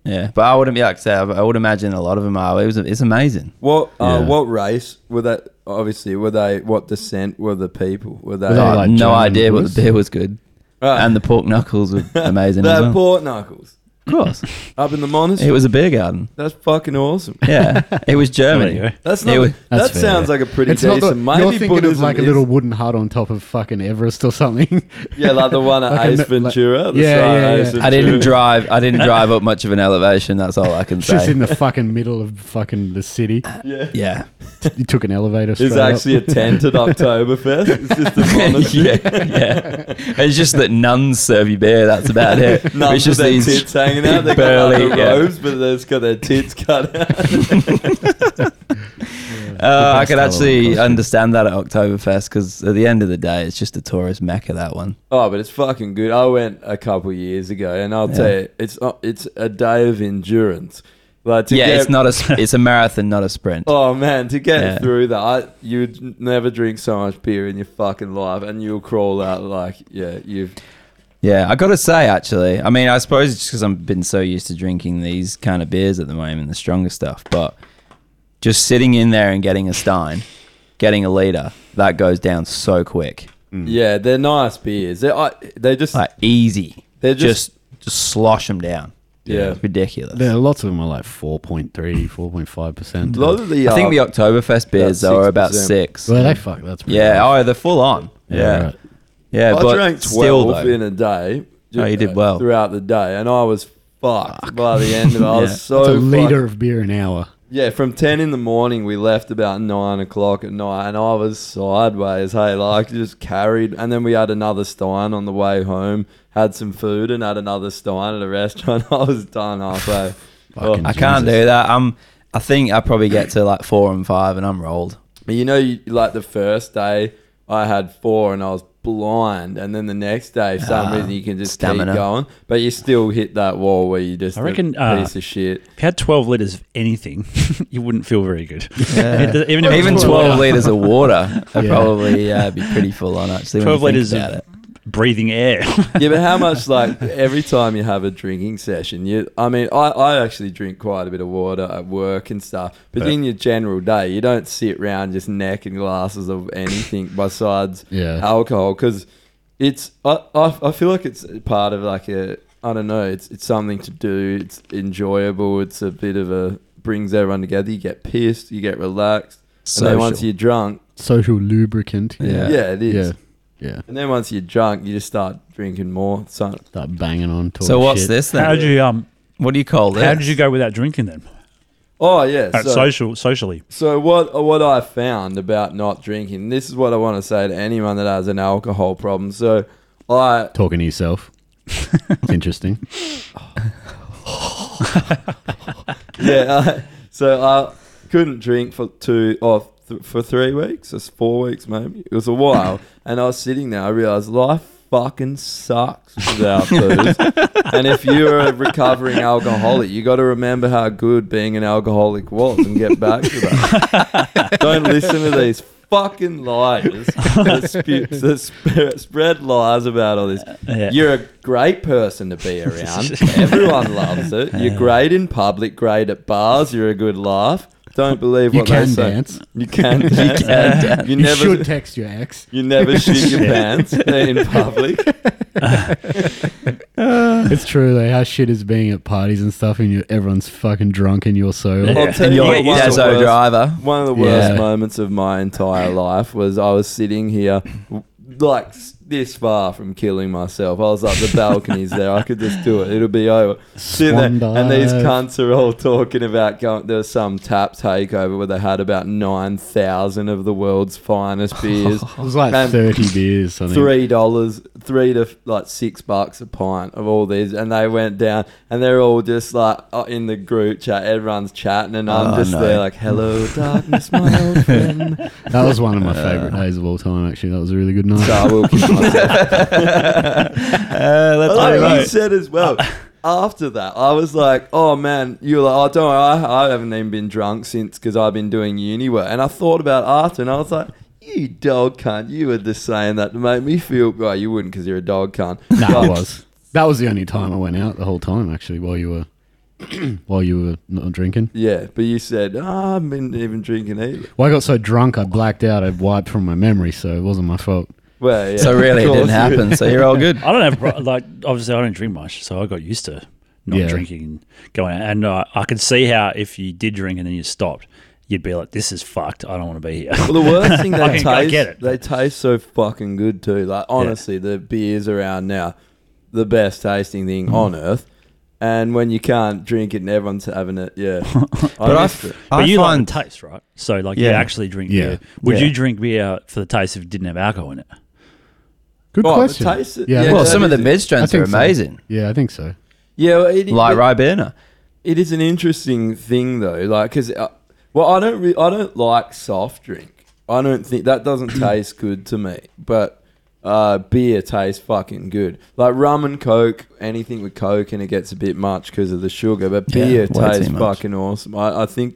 [SPEAKER 4] Yeah, but I wouldn't be like I said, I would imagine a lot of them are. It was it's amazing.
[SPEAKER 1] What uh,
[SPEAKER 2] Yeah.
[SPEAKER 1] what race were that? Obviously, were they what descent were the people? Were they?
[SPEAKER 2] Were they
[SPEAKER 4] I
[SPEAKER 1] Oh,
[SPEAKER 4] had
[SPEAKER 2] like
[SPEAKER 4] Uh, no
[SPEAKER 2] German
[SPEAKER 4] idea, but
[SPEAKER 2] Brewers?
[SPEAKER 4] the beer was good,
[SPEAKER 1] Right.
[SPEAKER 4] and the pork knuckles were amazing.
[SPEAKER 1] they
[SPEAKER 4] as
[SPEAKER 1] had
[SPEAKER 4] well.
[SPEAKER 1] Uh, pork knuckles
[SPEAKER 4] of course,
[SPEAKER 1] up in the
[SPEAKER 4] it
[SPEAKER 1] monastery.
[SPEAKER 4] was a beer garden.
[SPEAKER 1] That's fucking awesome.
[SPEAKER 4] Yeah, it was Germany.
[SPEAKER 3] Oh, there you go.
[SPEAKER 1] That's
[SPEAKER 4] It
[SPEAKER 1] not.
[SPEAKER 4] was-
[SPEAKER 2] That's
[SPEAKER 1] that
[SPEAKER 2] fair,
[SPEAKER 1] sounds
[SPEAKER 2] yeah.
[SPEAKER 1] like a pretty
[SPEAKER 2] It's not
[SPEAKER 1] decent.
[SPEAKER 2] the,
[SPEAKER 1] Maybe
[SPEAKER 2] you're thinking
[SPEAKER 1] Buddhism
[SPEAKER 2] of like a
[SPEAKER 1] is-
[SPEAKER 2] little wooden hut on top of fucking Everest or something.
[SPEAKER 1] Yeah, like the one at
[SPEAKER 2] Like a
[SPEAKER 1] Ace
[SPEAKER 2] n- like-
[SPEAKER 1] Ventura. the
[SPEAKER 2] Yeah,
[SPEAKER 1] side
[SPEAKER 2] yeah,
[SPEAKER 1] Ace
[SPEAKER 2] yeah.
[SPEAKER 1] Ventura.
[SPEAKER 4] I didn't drive. I didn't drive up much of an elevation. That's all I can
[SPEAKER 2] It's just
[SPEAKER 4] say.
[SPEAKER 2] in the fucking middle of fucking the city.
[SPEAKER 4] yeah,
[SPEAKER 2] You took an elevator.
[SPEAKER 1] It's
[SPEAKER 2] straight up.
[SPEAKER 1] actually a tent at Oktoberfest. It's just a monastery.
[SPEAKER 4] yeah, yeah. It's just that nuns serve you beer. That's about it.
[SPEAKER 1] Nuns
[SPEAKER 4] it's
[SPEAKER 1] with
[SPEAKER 4] just
[SPEAKER 1] their
[SPEAKER 4] these
[SPEAKER 1] tits hanging hanging out. They got
[SPEAKER 4] Burly,
[SPEAKER 1] like, the
[SPEAKER 4] yeah.
[SPEAKER 1] robes, but they just got their tits cut out.
[SPEAKER 4] Uh, I
[SPEAKER 2] best Halloween
[SPEAKER 4] could actually
[SPEAKER 2] costume.
[SPEAKER 4] understand that at Oktoberfest because at the end of the day, it's just a tourist mecca. That one.
[SPEAKER 1] Oh, but it's fucking good. I went a couple years ago, and I'll tell you, it's uh, it's a day of endurance. Like to
[SPEAKER 4] yeah,
[SPEAKER 1] get,
[SPEAKER 4] it's not a. sp- It's a marathon, not a sprint.
[SPEAKER 1] Oh man, to get
[SPEAKER 4] Yeah.
[SPEAKER 1] through that, I, you'd n- never drink so much beer in your fucking life, and you'll crawl out like yeah, you've
[SPEAKER 4] Yeah, I gotta say actually. I mean, I suppose it's just because I've been so used to drinking these kind of beers at the moment, the stronger stuff. But just sitting in there and getting a stein, getting a liter, that goes down so quick,
[SPEAKER 1] yeah. They're nice beers. They I they just
[SPEAKER 4] like easy.
[SPEAKER 1] They're
[SPEAKER 4] just just, slosh them down.
[SPEAKER 1] Yeah.
[SPEAKER 4] It's ridiculous.
[SPEAKER 2] There, lots of them are like 4.3, 4.5%.
[SPEAKER 1] a lot of the.
[SPEAKER 4] I think the
[SPEAKER 1] uh,
[SPEAKER 4] Oktoberfest beers
[SPEAKER 1] About
[SPEAKER 4] though are about
[SPEAKER 1] 6%.
[SPEAKER 4] six.
[SPEAKER 2] well, they fuck. That's pretty
[SPEAKER 4] Yeah.
[SPEAKER 2] rough.
[SPEAKER 4] Oh, they're full on. Yeah. Yeah,
[SPEAKER 2] right.
[SPEAKER 1] I
[SPEAKER 4] but
[SPEAKER 1] drank
[SPEAKER 4] still,
[SPEAKER 1] twelve
[SPEAKER 4] though,
[SPEAKER 1] in a day.
[SPEAKER 4] No, you did
[SPEAKER 1] uh,
[SPEAKER 4] well.
[SPEAKER 1] throughout the day, and I was fucked by the end of it. I
[SPEAKER 4] Yeah.
[SPEAKER 1] was so
[SPEAKER 2] It's a
[SPEAKER 1] fucked.
[SPEAKER 2] liter of beer an hour.
[SPEAKER 1] Yeah, from ten in the morning we left about nine o'clock at night, and I was sideways. Hey, like just carried, and then we had another stein on the way home. Had some food and had another stein at a restaurant. I was done halfway. oh,
[SPEAKER 2] Fucking
[SPEAKER 4] I can't
[SPEAKER 2] Jesus.
[SPEAKER 4] do that. I'm. I think I probably get to like four and five, and I'm rolled.
[SPEAKER 1] but you know, you, like the first day I had four and I was blind, and then the next day, for some
[SPEAKER 4] Ah,
[SPEAKER 1] reason, you can just
[SPEAKER 4] stamina.
[SPEAKER 1] keep going, but you still hit that wall where you just
[SPEAKER 3] I
[SPEAKER 1] a
[SPEAKER 3] reckon, uh,
[SPEAKER 1] piece of shit.
[SPEAKER 3] If you had 12 litres of anything, you wouldn't feel very good.
[SPEAKER 4] Yeah.
[SPEAKER 3] It- Even, if it
[SPEAKER 4] Even
[SPEAKER 3] was
[SPEAKER 4] 12
[SPEAKER 3] water.
[SPEAKER 4] litres of water, I'd
[SPEAKER 2] Yeah.
[SPEAKER 4] probably uh, be pretty full on actually. 12
[SPEAKER 3] 12 litres
[SPEAKER 4] litres about
[SPEAKER 3] of
[SPEAKER 4] it.
[SPEAKER 3] breathing air.
[SPEAKER 1] yeah, but how much like every time you have a drinking session, you I mean, I, I actually drink quite a bit of water at work and stuff. But in your general day, you don't sit round just necking glasses of anything besides
[SPEAKER 2] Yeah.
[SPEAKER 1] alcohol because it's I, I I feel like it's part of like a I don't know, it's it's something to do, it's enjoyable, it's a bit of a brings everyone together, you get pissed, you get relaxed. And then once
[SPEAKER 4] Social.
[SPEAKER 1] you're drunk,
[SPEAKER 2] Social lubricant.
[SPEAKER 1] yeah,
[SPEAKER 4] Yeah.
[SPEAKER 1] it is.
[SPEAKER 2] Yeah. Yeah.
[SPEAKER 1] And then once you're drunk, you just start drinking more. So
[SPEAKER 2] Start banging on. talking
[SPEAKER 4] So what's
[SPEAKER 2] shit.
[SPEAKER 4] this then?
[SPEAKER 3] how did you um?
[SPEAKER 4] what do you call this?
[SPEAKER 3] How did you go without drinking then?
[SPEAKER 1] Oh yeah.
[SPEAKER 3] Uh, social, socially.
[SPEAKER 1] So what what I found about not drinking, this is what I want to say to anyone that has an alcohol problem. So I
[SPEAKER 2] Talking to yourself. it's interesting.
[SPEAKER 1] yeah, I, so I couldn't drink for two or th- for three weeks, it's four weeks maybe. It was a while, and I was sitting there. I realized life fucking sucks without booze. and if you're a recovering alcoholic, you got to remember how good being an alcoholic was and get back to that. Don't listen to these fucking liars that, spew, that sp- spread lies about all this.
[SPEAKER 3] Yeah.
[SPEAKER 1] You're a great person to be around. Everyone loves it. You're great in public, great at bars. You're a good laugh. Don't believe
[SPEAKER 2] You
[SPEAKER 1] what they
[SPEAKER 2] can
[SPEAKER 1] say.
[SPEAKER 2] dance.
[SPEAKER 1] You can dance. you
[SPEAKER 4] can dance.
[SPEAKER 1] You
[SPEAKER 2] You
[SPEAKER 1] never
[SPEAKER 2] should text your ex.
[SPEAKER 1] you never shit your
[SPEAKER 3] Yeah.
[SPEAKER 1] pants in public.
[SPEAKER 2] It's true though. How shit is being at parties and stuff, and you everyone's fucking drunk and you're sober.
[SPEAKER 1] I'll tell
[SPEAKER 4] and
[SPEAKER 1] you
[SPEAKER 4] your
[SPEAKER 1] what, one of the
[SPEAKER 4] Yazzo
[SPEAKER 1] worst-
[SPEAKER 4] driver?
[SPEAKER 1] One of the worst
[SPEAKER 2] Yeah.
[SPEAKER 1] moments of my entire life was I was sitting here, like s- this far from killing myself. I was like the balcony's there. I could just do it. It'll be over. Sitting
[SPEAKER 2] Swan
[SPEAKER 1] there, and these
[SPEAKER 2] dive.
[SPEAKER 1] cunts are all talking about going. There was some tap takeover where they had about nine thousand of the world's finest beers.
[SPEAKER 2] It was like
[SPEAKER 1] Um,
[SPEAKER 2] thirty beers. Something.
[SPEAKER 1] Three dollars, three to like six bucks a pint of all these, and they went down, and they're all just like uh, in the group chat. Everyone's chatting, and I'm
[SPEAKER 4] Oh,
[SPEAKER 1] just
[SPEAKER 4] no.
[SPEAKER 1] there like, "Hello, darkness, my old friend."
[SPEAKER 2] That was one of my favorite days of all time. Actually, that was a really good night.
[SPEAKER 1] So I will keep myself.
[SPEAKER 4] Uh,
[SPEAKER 1] I
[SPEAKER 4] let's
[SPEAKER 1] like
[SPEAKER 4] move
[SPEAKER 1] what
[SPEAKER 4] on. Uh,
[SPEAKER 1] you said as well. After that, I was like, "Oh man, you're like, oh don't worry, I, I haven't even been drunk since because I've been doing uni work." And I thought about it after, and I was like. You dog cunt! You were just saying that to make me feel. Well, you wouldn't because you're a dog cunt.
[SPEAKER 2] Nah,
[SPEAKER 1] But-
[SPEAKER 2] it was. That was the only time I went out the whole time. Actually, while you were while you were not drinking.
[SPEAKER 1] Yeah, but you said "Oh, I haven't been even drinking either.
[SPEAKER 2] Well, I got so drunk I blacked out. I wiped from my memory, so it wasn't my fault.
[SPEAKER 1] Well, yeah.
[SPEAKER 4] So really,
[SPEAKER 1] of
[SPEAKER 4] it
[SPEAKER 1] course
[SPEAKER 4] didn't
[SPEAKER 1] you-
[SPEAKER 4] happen. So you're all good.
[SPEAKER 3] I don't have a pro- like obviously I don't drink much, so I got used to not
[SPEAKER 2] Yeah.
[SPEAKER 3] drinking and going out. And uh, I could see how if you did drink and then you stopped, you'd be like, "This is fucked. I don't want to be here."
[SPEAKER 1] Well, the worst thing they
[SPEAKER 3] I
[SPEAKER 1] taste,
[SPEAKER 3] can- I get it.
[SPEAKER 1] they taste so fucking good too. Like honestly, the beers around now, the best tasting
[SPEAKER 3] Mm.
[SPEAKER 1] thing on earth. And when you can't drink it, and everyone's having it, yeah. I
[SPEAKER 4] But I,
[SPEAKER 1] missed
[SPEAKER 4] f-
[SPEAKER 1] it.
[SPEAKER 4] I
[SPEAKER 3] but you
[SPEAKER 4] find
[SPEAKER 3] like the taste, right? So like
[SPEAKER 4] Yeah.
[SPEAKER 3] you actually drink
[SPEAKER 2] Yeah.
[SPEAKER 3] beer. Would
[SPEAKER 4] Yeah.
[SPEAKER 3] you drink beer for the taste if it didn't have alcohol in it?
[SPEAKER 2] Good
[SPEAKER 1] Oh, the
[SPEAKER 2] question.
[SPEAKER 1] taste-
[SPEAKER 2] yeah,
[SPEAKER 1] yeah,
[SPEAKER 2] I
[SPEAKER 4] well,
[SPEAKER 2] think-
[SPEAKER 1] that
[SPEAKER 4] some of the
[SPEAKER 1] is-
[SPEAKER 4] mid strengths
[SPEAKER 2] I
[SPEAKER 4] are
[SPEAKER 2] think so.
[SPEAKER 4] amazing.
[SPEAKER 2] yeah, I think so.
[SPEAKER 1] Yeah, well, it,
[SPEAKER 4] like
[SPEAKER 1] it-
[SPEAKER 4] Ribena.
[SPEAKER 1] It is an interesting thing though, like because well, I don't re- I don't like soft drink. I don't think that doesn't taste good to me, but uh, beer tastes fucking good. Like rum and coke, anything with coke and it gets a bit much because of the sugar, but
[SPEAKER 4] Yeah,
[SPEAKER 1] beer
[SPEAKER 4] way too
[SPEAKER 1] tastes
[SPEAKER 4] much.
[SPEAKER 1] fucking awesome. I, I think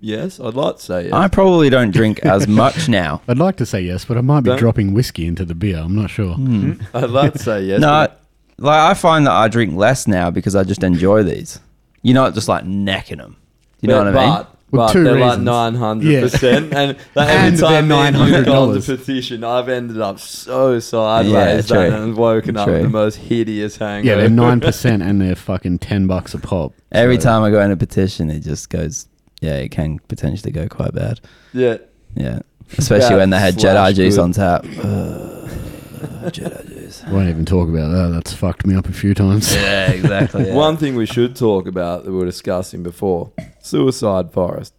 [SPEAKER 1] yes, I'd like to say yes.
[SPEAKER 4] I probably don't drink as much now.
[SPEAKER 2] I'd like to say yes, but I might be
[SPEAKER 1] Don't-
[SPEAKER 2] dropping whiskey into the beer. I'm not sure.
[SPEAKER 1] I'd like to say yes.
[SPEAKER 4] no,
[SPEAKER 1] but-
[SPEAKER 4] like I find that I drink less now because I just enjoy these. You're not just like necking them. You know
[SPEAKER 1] but,
[SPEAKER 4] what I mean?
[SPEAKER 1] But,
[SPEAKER 2] Well, two
[SPEAKER 1] they're like
[SPEAKER 2] reasons.
[SPEAKER 1] nine hundred percent, and like every
[SPEAKER 2] And
[SPEAKER 1] time
[SPEAKER 2] they're
[SPEAKER 1] me and you gone to
[SPEAKER 2] $900.
[SPEAKER 1] petition, I've ended up so sideways
[SPEAKER 4] Yeah,
[SPEAKER 1] that
[SPEAKER 4] true.
[SPEAKER 1] and woken up with
[SPEAKER 4] True.
[SPEAKER 1] the most hideous hangover.
[SPEAKER 2] Yeah, they're nine percent and they're fucking ten bucks a pop.
[SPEAKER 4] Every
[SPEAKER 2] So-
[SPEAKER 4] time I go in a petition, it just goes. Yeah, it can potentially go quite bad.
[SPEAKER 1] Yeah,
[SPEAKER 4] Yeah, especially
[SPEAKER 1] Yeah,
[SPEAKER 4] when they had
[SPEAKER 1] slash
[SPEAKER 4] Jedi juice
[SPEAKER 1] good.
[SPEAKER 4] on tap. Uh, Jedi juice.
[SPEAKER 2] won't even talk about that. That's fucked me up a few times.
[SPEAKER 4] Yeah, exactly. yeah.
[SPEAKER 1] One thing we should talk about that we were discussing before: suicide forest.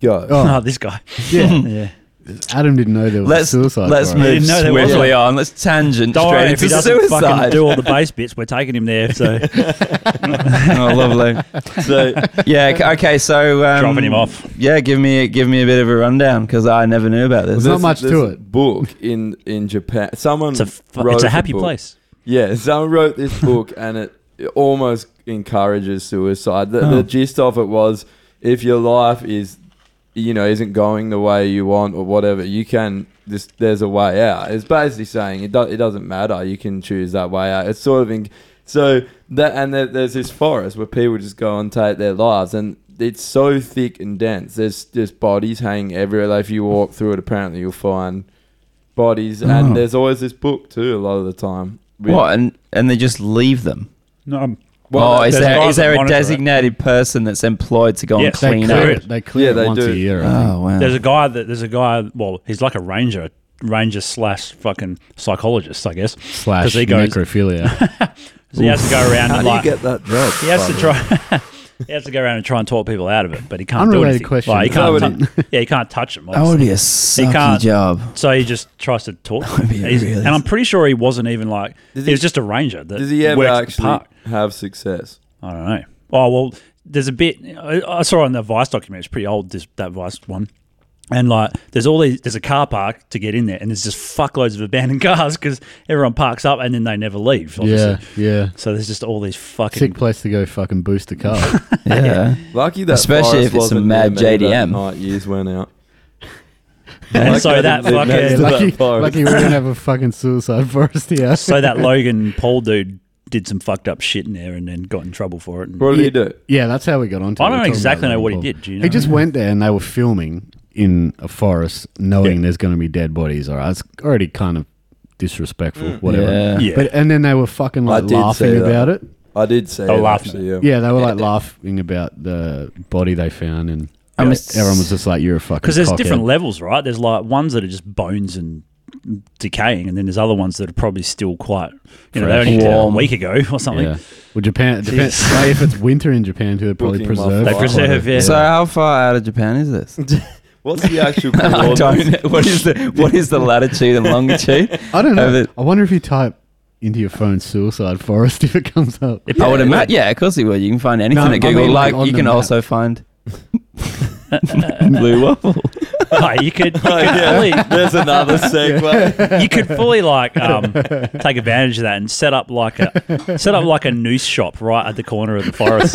[SPEAKER 1] Go.
[SPEAKER 2] Oh.
[SPEAKER 3] Oh, this guy.
[SPEAKER 2] Yeah,
[SPEAKER 3] Yeah.
[SPEAKER 2] Adam didn't know there was
[SPEAKER 4] Let's
[SPEAKER 2] suicide. forest.
[SPEAKER 4] let's
[SPEAKER 3] He
[SPEAKER 4] move
[SPEAKER 3] didn't know there was
[SPEAKER 4] swiftly on. Let's tangent
[SPEAKER 3] Don't
[SPEAKER 4] straight
[SPEAKER 3] worry, if
[SPEAKER 4] into
[SPEAKER 3] he doesn't fucking
[SPEAKER 4] suicide.
[SPEAKER 3] do all the bass bits, we're taking him there. So
[SPEAKER 4] oh, lovely.
[SPEAKER 1] So
[SPEAKER 4] Yeah. c- Okay. So um,
[SPEAKER 3] dropping him off.
[SPEAKER 4] Yeah. Give me give me a bit of a rundown because I never knew about this.
[SPEAKER 2] There's not
[SPEAKER 1] there's-
[SPEAKER 2] much to
[SPEAKER 1] there's a
[SPEAKER 2] it.
[SPEAKER 1] Book in in Japan. Someone
[SPEAKER 3] It's a, f-
[SPEAKER 1] wrote
[SPEAKER 3] it's a happy
[SPEAKER 1] book.
[SPEAKER 3] place.
[SPEAKER 1] Yeah, someone wrote this book and it, it almost encourages suicide. The,
[SPEAKER 4] Oh.
[SPEAKER 1] the gist of it was if your life is, you know, isn't going the way you want or whatever, you can just there's a way out. It's basically saying it, do, it doesn't matter. You can choose that way out. It's sort of in, so that and there, there's this forest where people just go and take their lives and. It's so thick and dense. There's just bodies hanging everywhere. Like if you walk through it, apparently you'll find bodies.
[SPEAKER 4] Oh.
[SPEAKER 1] And there's always this book too. A lot of the time, with-
[SPEAKER 4] What and and they just leave them.
[SPEAKER 3] No, I'm,
[SPEAKER 4] Well,
[SPEAKER 1] Well,
[SPEAKER 4] oh, is
[SPEAKER 3] there's
[SPEAKER 4] there
[SPEAKER 3] guys
[SPEAKER 4] is
[SPEAKER 3] that
[SPEAKER 4] there a
[SPEAKER 3] monitor it.
[SPEAKER 4] designated person that's employed to go
[SPEAKER 3] Yes,
[SPEAKER 2] they
[SPEAKER 4] and clean
[SPEAKER 2] clear
[SPEAKER 4] up?
[SPEAKER 2] it. They clear
[SPEAKER 1] Yeah,
[SPEAKER 2] it
[SPEAKER 1] they
[SPEAKER 2] once
[SPEAKER 1] do.
[SPEAKER 2] a year. I
[SPEAKER 3] Ah.
[SPEAKER 2] think.
[SPEAKER 4] Oh wow.
[SPEAKER 3] there's a guy that there's a guy. Well, he's like a ranger, ranger slash fucking psychologist, I guess.
[SPEAKER 2] Slash
[SPEAKER 3] 'Cause he goes-
[SPEAKER 2] necrophilia.
[SPEAKER 3] 'Cause he has to go around
[SPEAKER 1] How
[SPEAKER 3] and
[SPEAKER 1] do you
[SPEAKER 3] like
[SPEAKER 1] get that job?
[SPEAKER 3] he has to
[SPEAKER 1] Simon?
[SPEAKER 3] try. he has to go around and try and talk people out of it, but he can't do
[SPEAKER 2] Unrelated
[SPEAKER 3] anything.
[SPEAKER 2] question.
[SPEAKER 3] Like, he can't.
[SPEAKER 1] That
[SPEAKER 3] tou- yeah, he can't touch them.
[SPEAKER 4] that would
[SPEAKER 3] obviously.
[SPEAKER 4] be a sucky
[SPEAKER 3] can't-
[SPEAKER 4] job.
[SPEAKER 3] So he just tries to talk. to
[SPEAKER 4] would
[SPEAKER 3] them.
[SPEAKER 4] be
[SPEAKER 3] He's-
[SPEAKER 4] really-
[SPEAKER 3] and I'm pretty sure he wasn't even like
[SPEAKER 1] Does
[SPEAKER 3] he was
[SPEAKER 1] he-
[SPEAKER 3] just a ranger. That
[SPEAKER 1] Does he ever
[SPEAKER 3] works at the
[SPEAKER 1] actually
[SPEAKER 3] park.
[SPEAKER 1] have success?
[SPEAKER 3] I don't know. Oh well, there's a bit I, I saw on the Vice documentary. It's pretty old. This that Vice one, and like there's all these. There's a car park to get in there, and there's just fuckloads of abandoned cars because everyone parks up and then they never leave. Obviously.
[SPEAKER 2] yeah, yeah.
[SPEAKER 3] So there's just all these fucking.
[SPEAKER 2] Sick place to go fucking boost a car.
[SPEAKER 4] Yeah.
[SPEAKER 1] Lucky that
[SPEAKER 4] Especially
[SPEAKER 1] forest
[SPEAKER 4] if it's a
[SPEAKER 1] wasn't
[SPEAKER 4] mad
[SPEAKER 1] near me that
[SPEAKER 4] JDM.
[SPEAKER 1] Night years went out.
[SPEAKER 3] And
[SPEAKER 1] Lucky
[SPEAKER 3] so
[SPEAKER 1] I
[SPEAKER 3] that
[SPEAKER 1] didn't live next
[SPEAKER 3] fucking-
[SPEAKER 2] yeah,
[SPEAKER 1] to that
[SPEAKER 2] lucky,
[SPEAKER 1] forest.
[SPEAKER 2] lucky we don't have a fucking suicide forest here.
[SPEAKER 3] so that Logan Paul dude did some fucked up shit in there and then got in trouble for it. And,
[SPEAKER 1] What did he do?
[SPEAKER 2] Yeah, that's how we got onto.
[SPEAKER 3] I
[SPEAKER 2] it. We're
[SPEAKER 3] don't
[SPEAKER 2] talking
[SPEAKER 3] exactly
[SPEAKER 2] about
[SPEAKER 3] know what he
[SPEAKER 2] Logan Paul.
[SPEAKER 3] did, do you
[SPEAKER 2] He
[SPEAKER 3] know?
[SPEAKER 2] just went there and they were filming in a forest, knowing there's going to be dead bodies. All right, it's already kind of disrespectful, whatever.
[SPEAKER 4] Yeah.
[SPEAKER 3] yeah.
[SPEAKER 2] But and then they were fucking
[SPEAKER 1] Mm. I
[SPEAKER 2] like
[SPEAKER 1] did
[SPEAKER 2] laughing
[SPEAKER 1] see that.
[SPEAKER 2] about it.
[SPEAKER 1] I did say
[SPEAKER 3] Oh,
[SPEAKER 1] it,
[SPEAKER 3] laughing.
[SPEAKER 1] actually, yeah.
[SPEAKER 2] Yeah, they were like laughing about the body they found, and
[SPEAKER 4] I'm
[SPEAKER 2] Yeah,
[SPEAKER 4] ass-
[SPEAKER 2] everyone was just like, "You're a fucking."
[SPEAKER 3] Because there's
[SPEAKER 2] cockhead."
[SPEAKER 3] different levels, right? There's like ones that are just bones and decaying, and then there's other ones that are probably still quite, you know, they
[SPEAKER 2] Fresh.
[SPEAKER 3] only did it a
[SPEAKER 4] Warm.
[SPEAKER 3] week ago or something.
[SPEAKER 2] Yeah. Well, Japan. Japan
[SPEAKER 3] Jesus.
[SPEAKER 2] like, if it's winter in Japan, too, they probably
[SPEAKER 1] Booking
[SPEAKER 2] preserve.
[SPEAKER 1] my
[SPEAKER 2] it
[SPEAKER 3] They preserve,
[SPEAKER 2] quite a-
[SPEAKER 3] yeah.
[SPEAKER 4] So how far out of Japan is this?
[SPEAKER 1] What's the actual
[SPEAKER 4] I
[SPEAKER 1] coordinates?
[SPEAKER 4] don't. What is the what is the latitude and longitude?
[SPEAKER 2] I don't know.
[SPEAKER 4] Have it-
[SPEAKER 2] I wonder if you type into your phone "suicide forest" if it comes up.
[SPEAKER 3] It
[SPEAKER 4] I
[SPEAKER 3] probably-
[SPEAKER 4] would imagine. Yeah, of course you would. You can find anything
[SPEAKER 2] No, I
[SPEAKER 4] at Google.
[SPEAKER 2] mean, like,
[SPEAKER 4] like
[SPEAKER 2] on
[SPEAKER 4] you
[SPEAKER 2] the
[SPEAKER 4] can
[SPEAKER 2] map.
[SPEAKER 4] also find blue waffle.
[SPEAKER 3] Oh, you could, you could
[SPEAKER 1] Oh, yeah. There's another segue.
[SPEAKER 3] fully, you could fully like um, take advantage of that and set up like a set up like a noose shop right at the corner of the forest.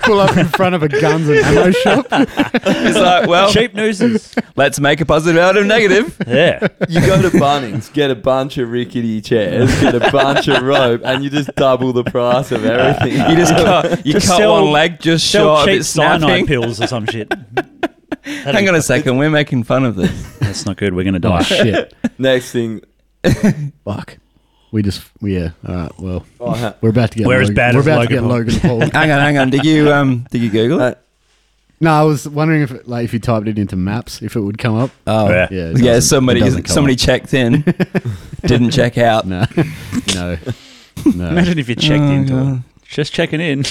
[SPEAKER 2] Pull up in front of a guns and ammo shop.
[SPEAKER 4] It's like, well,
[SPEAKER 3] Cheap nooses.
[SPEAKER 4] let's make a positive out of negative.
[SPEAKER 3] Yeah.
[SPEAKER 1] You go to Bunnings, get a bunch of rickety chairs, get a bunch of rope, and you just double the price of everything.
[SPEAKER 4] You just cut, you
[SPEAKER 3] Just
[SPEAKER 4] cut
[SPEAKER 3] sell-
[SPEAKER 4] one leg just
[SPEAKER 3] Sell
[SPEAKER 4] short of
[SPEAKER 3] cheap
[SPEAKER 4] it
[SPEAKER 3] cyanide
[SPEAKER 4] snapping.
[SPEAKER 3] pills or some shit.
[SPEAKER 4] Hang on a second, we're making fun of this.
[SPEAKER 3] That's not good. We're gonna
[SPEAKER 2] Oh
[SPEAKER 3] die.
[SPEAKER 2] shit!
[SPEAKER 1] Next thing,
[SPEAKER 2] Fuck. We just yeah. All right. Well,
[SPEAKER 1] oh, ha-
[SPEAKER 2] we're about to get.
[SPEAKER 3] We're as
[SPEAKER 2] Logan,
[SPEAKER 3] bad
[SPEAKER 2] we're
[SPEAKER 3] as
[SPEAKER 2] about
[SPEAKER 3] Logan
[SPEAKER 2] to get
[SPEAKER 3] Paul.
[SPEAKER 2] Logan Paul.
[SPEAKER 4] Hang on, hang on. Did you um did you Google it?
[SPEAKER 2] no, I was wondering if like if you typed it into maps, if it would come up.
[SPEAKER 4] Oh
[SPEAKER 3] Yeah.
[SPEAKER 2] Yeah. it
[SPEAKER 4] yeah.
[SPEAKER 2] doesn't- it
[SPEAKER 4] Somebody
[SPEAKER 2] doesn't come
[SPEAKER 4] somebody
[SPEAKER 2] up.
[SPEAKER 4] checked in, didn't check out.
[SPEAKER 2] No. no. No.
[SPEAKER 3] Imagine if you checked
[SPEAKER 4] Oh,
[SPEAKER 3] into
[SPEAKER 4] God.
[SPEAKER 3] it. Just checking in.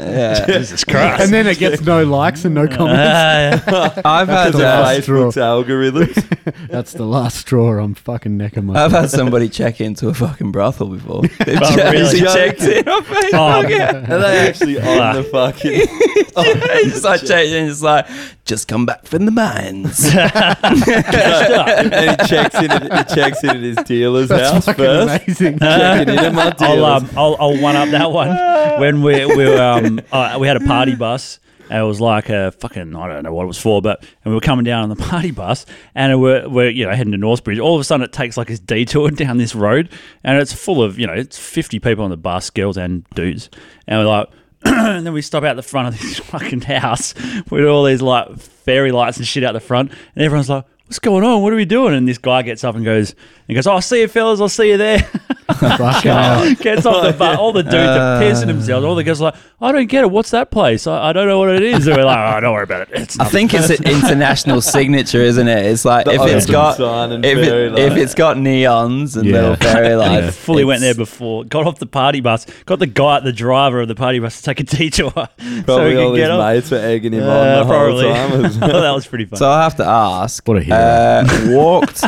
[SPEAKER 4] Yeah.
[SPEAKER 3] Jesus Christ.
[SPEAKER 2] and then it gets no likes and no
[SPEAKER 4] Oh,
[SPEAKER 2] comments.
[SPEAKER 3] Ah,
[SPEAKER 4] I've had
[SPEAKER 2] That's
[SPEAKER 1] The
[SPEAKER 2] a
[SPEAKER 4] uh,
[SPEAKER 2] lie.
[SPEAKER 1] Facebook's algorithms.
[SPEAKER 2] That's the last straw. I'm fucking necking my.
[SPEAKER 4] I've had somebody check into a fucking brothel before. They've
[SPEAKER 3] Oh,
[SPEAKER 4] just
[SPEAKER 3] really?
[SPEAKER 4] checked in on Facebook.
[SPEAKER 3] Oh.
[SPEAKER 4] yeah.
[SPEAKER 1] Are they actually on the fucking?
[SPEAKER 4] It's like checked in. It's like just come back from the mines.
[SPEAKER 1] and he checks in. At, he checks in at his dealer's
[SPEAKER 2] That's
[SPEAKER 1] house
[SPEAKER 2] fucking
[SPEAKER 1] first.
[SPEAKER 2] amazing.
[SPEAKER 1] Checking in at my dealer's.
[SPEAKER 3] I'll, um, I'll, I'll one up that one. When we we were, um, uh, we had a party bus, and it was like a fucking I don't know what it was for, but and we were coming down on the party bus, and we're, we're you know heading to Northbridge. All of a sudden, it takes like this detour down this road, and it's full of you know it's fifty people on the bus, girls and dudes, and we're like. and then we stop out the front of this fucking house with all these like fairy lights and shit out the front, and everyone's like, "What's going on? What are we doing?" And this guy gets up and goes, "And goes, oh, I'll see you fellas, I'll see you there."
[SPEAKER 2] Fucking hell.
[SPEAKER 3] gets off the bus. All the dudes are pissing themselves. All the girls are like, I don't get it. What's that place? I, I don't know what it is. And we're like, oh, don't worry about it. It's
[SPEAKER 4] I
[SPEAKER 3] not.
[SPEAKER 4] think it's an international signature, isn't it? It's like
[SPEAKER 1] The
[SPEAKER 4] if it's
[SPEAKER 1] Ogden
[SPEAKER 4] got
[SPEAKER 1] sign and
[SPEAKER 4] if,
[SPEAKER 1] fairy
[SPEAKER 4] it, if
[SPEAKER 1] lights.
[SPEAKER 4] it's got neons and
[SPEAKER 2] Yeah.
[SPEAKER 4] little fairy
[SPEAKER 3] I
[SPEAKER 4] lights.
[SPEAKER 3] fully went there
[SPEAKER 4] it's-
[SPEAKER 3] before. Got off the party bus. Got the guy, the driver of the party bus, to take a detour so
[SPEAKER 1] Probably
[SPEAKER 3] we
[SPEAKER 1] all
[SPEAKER 3] could
[SPEAKER 1] his
[SPEAKER 3] get off.
[SPEAKER 1] mates were egging him
[SPEAKER 3] Uh,
[SPEAKER 1] on the
[SPEAKER 3] probably.
[SPEAKER 1] whole time.
[SPEAKER 3] that was pretty fun.
[SPEAKER 4] So I have to ask.
[SPEAKER 2] What a hero.
[SPEAKER 4] Uh, walked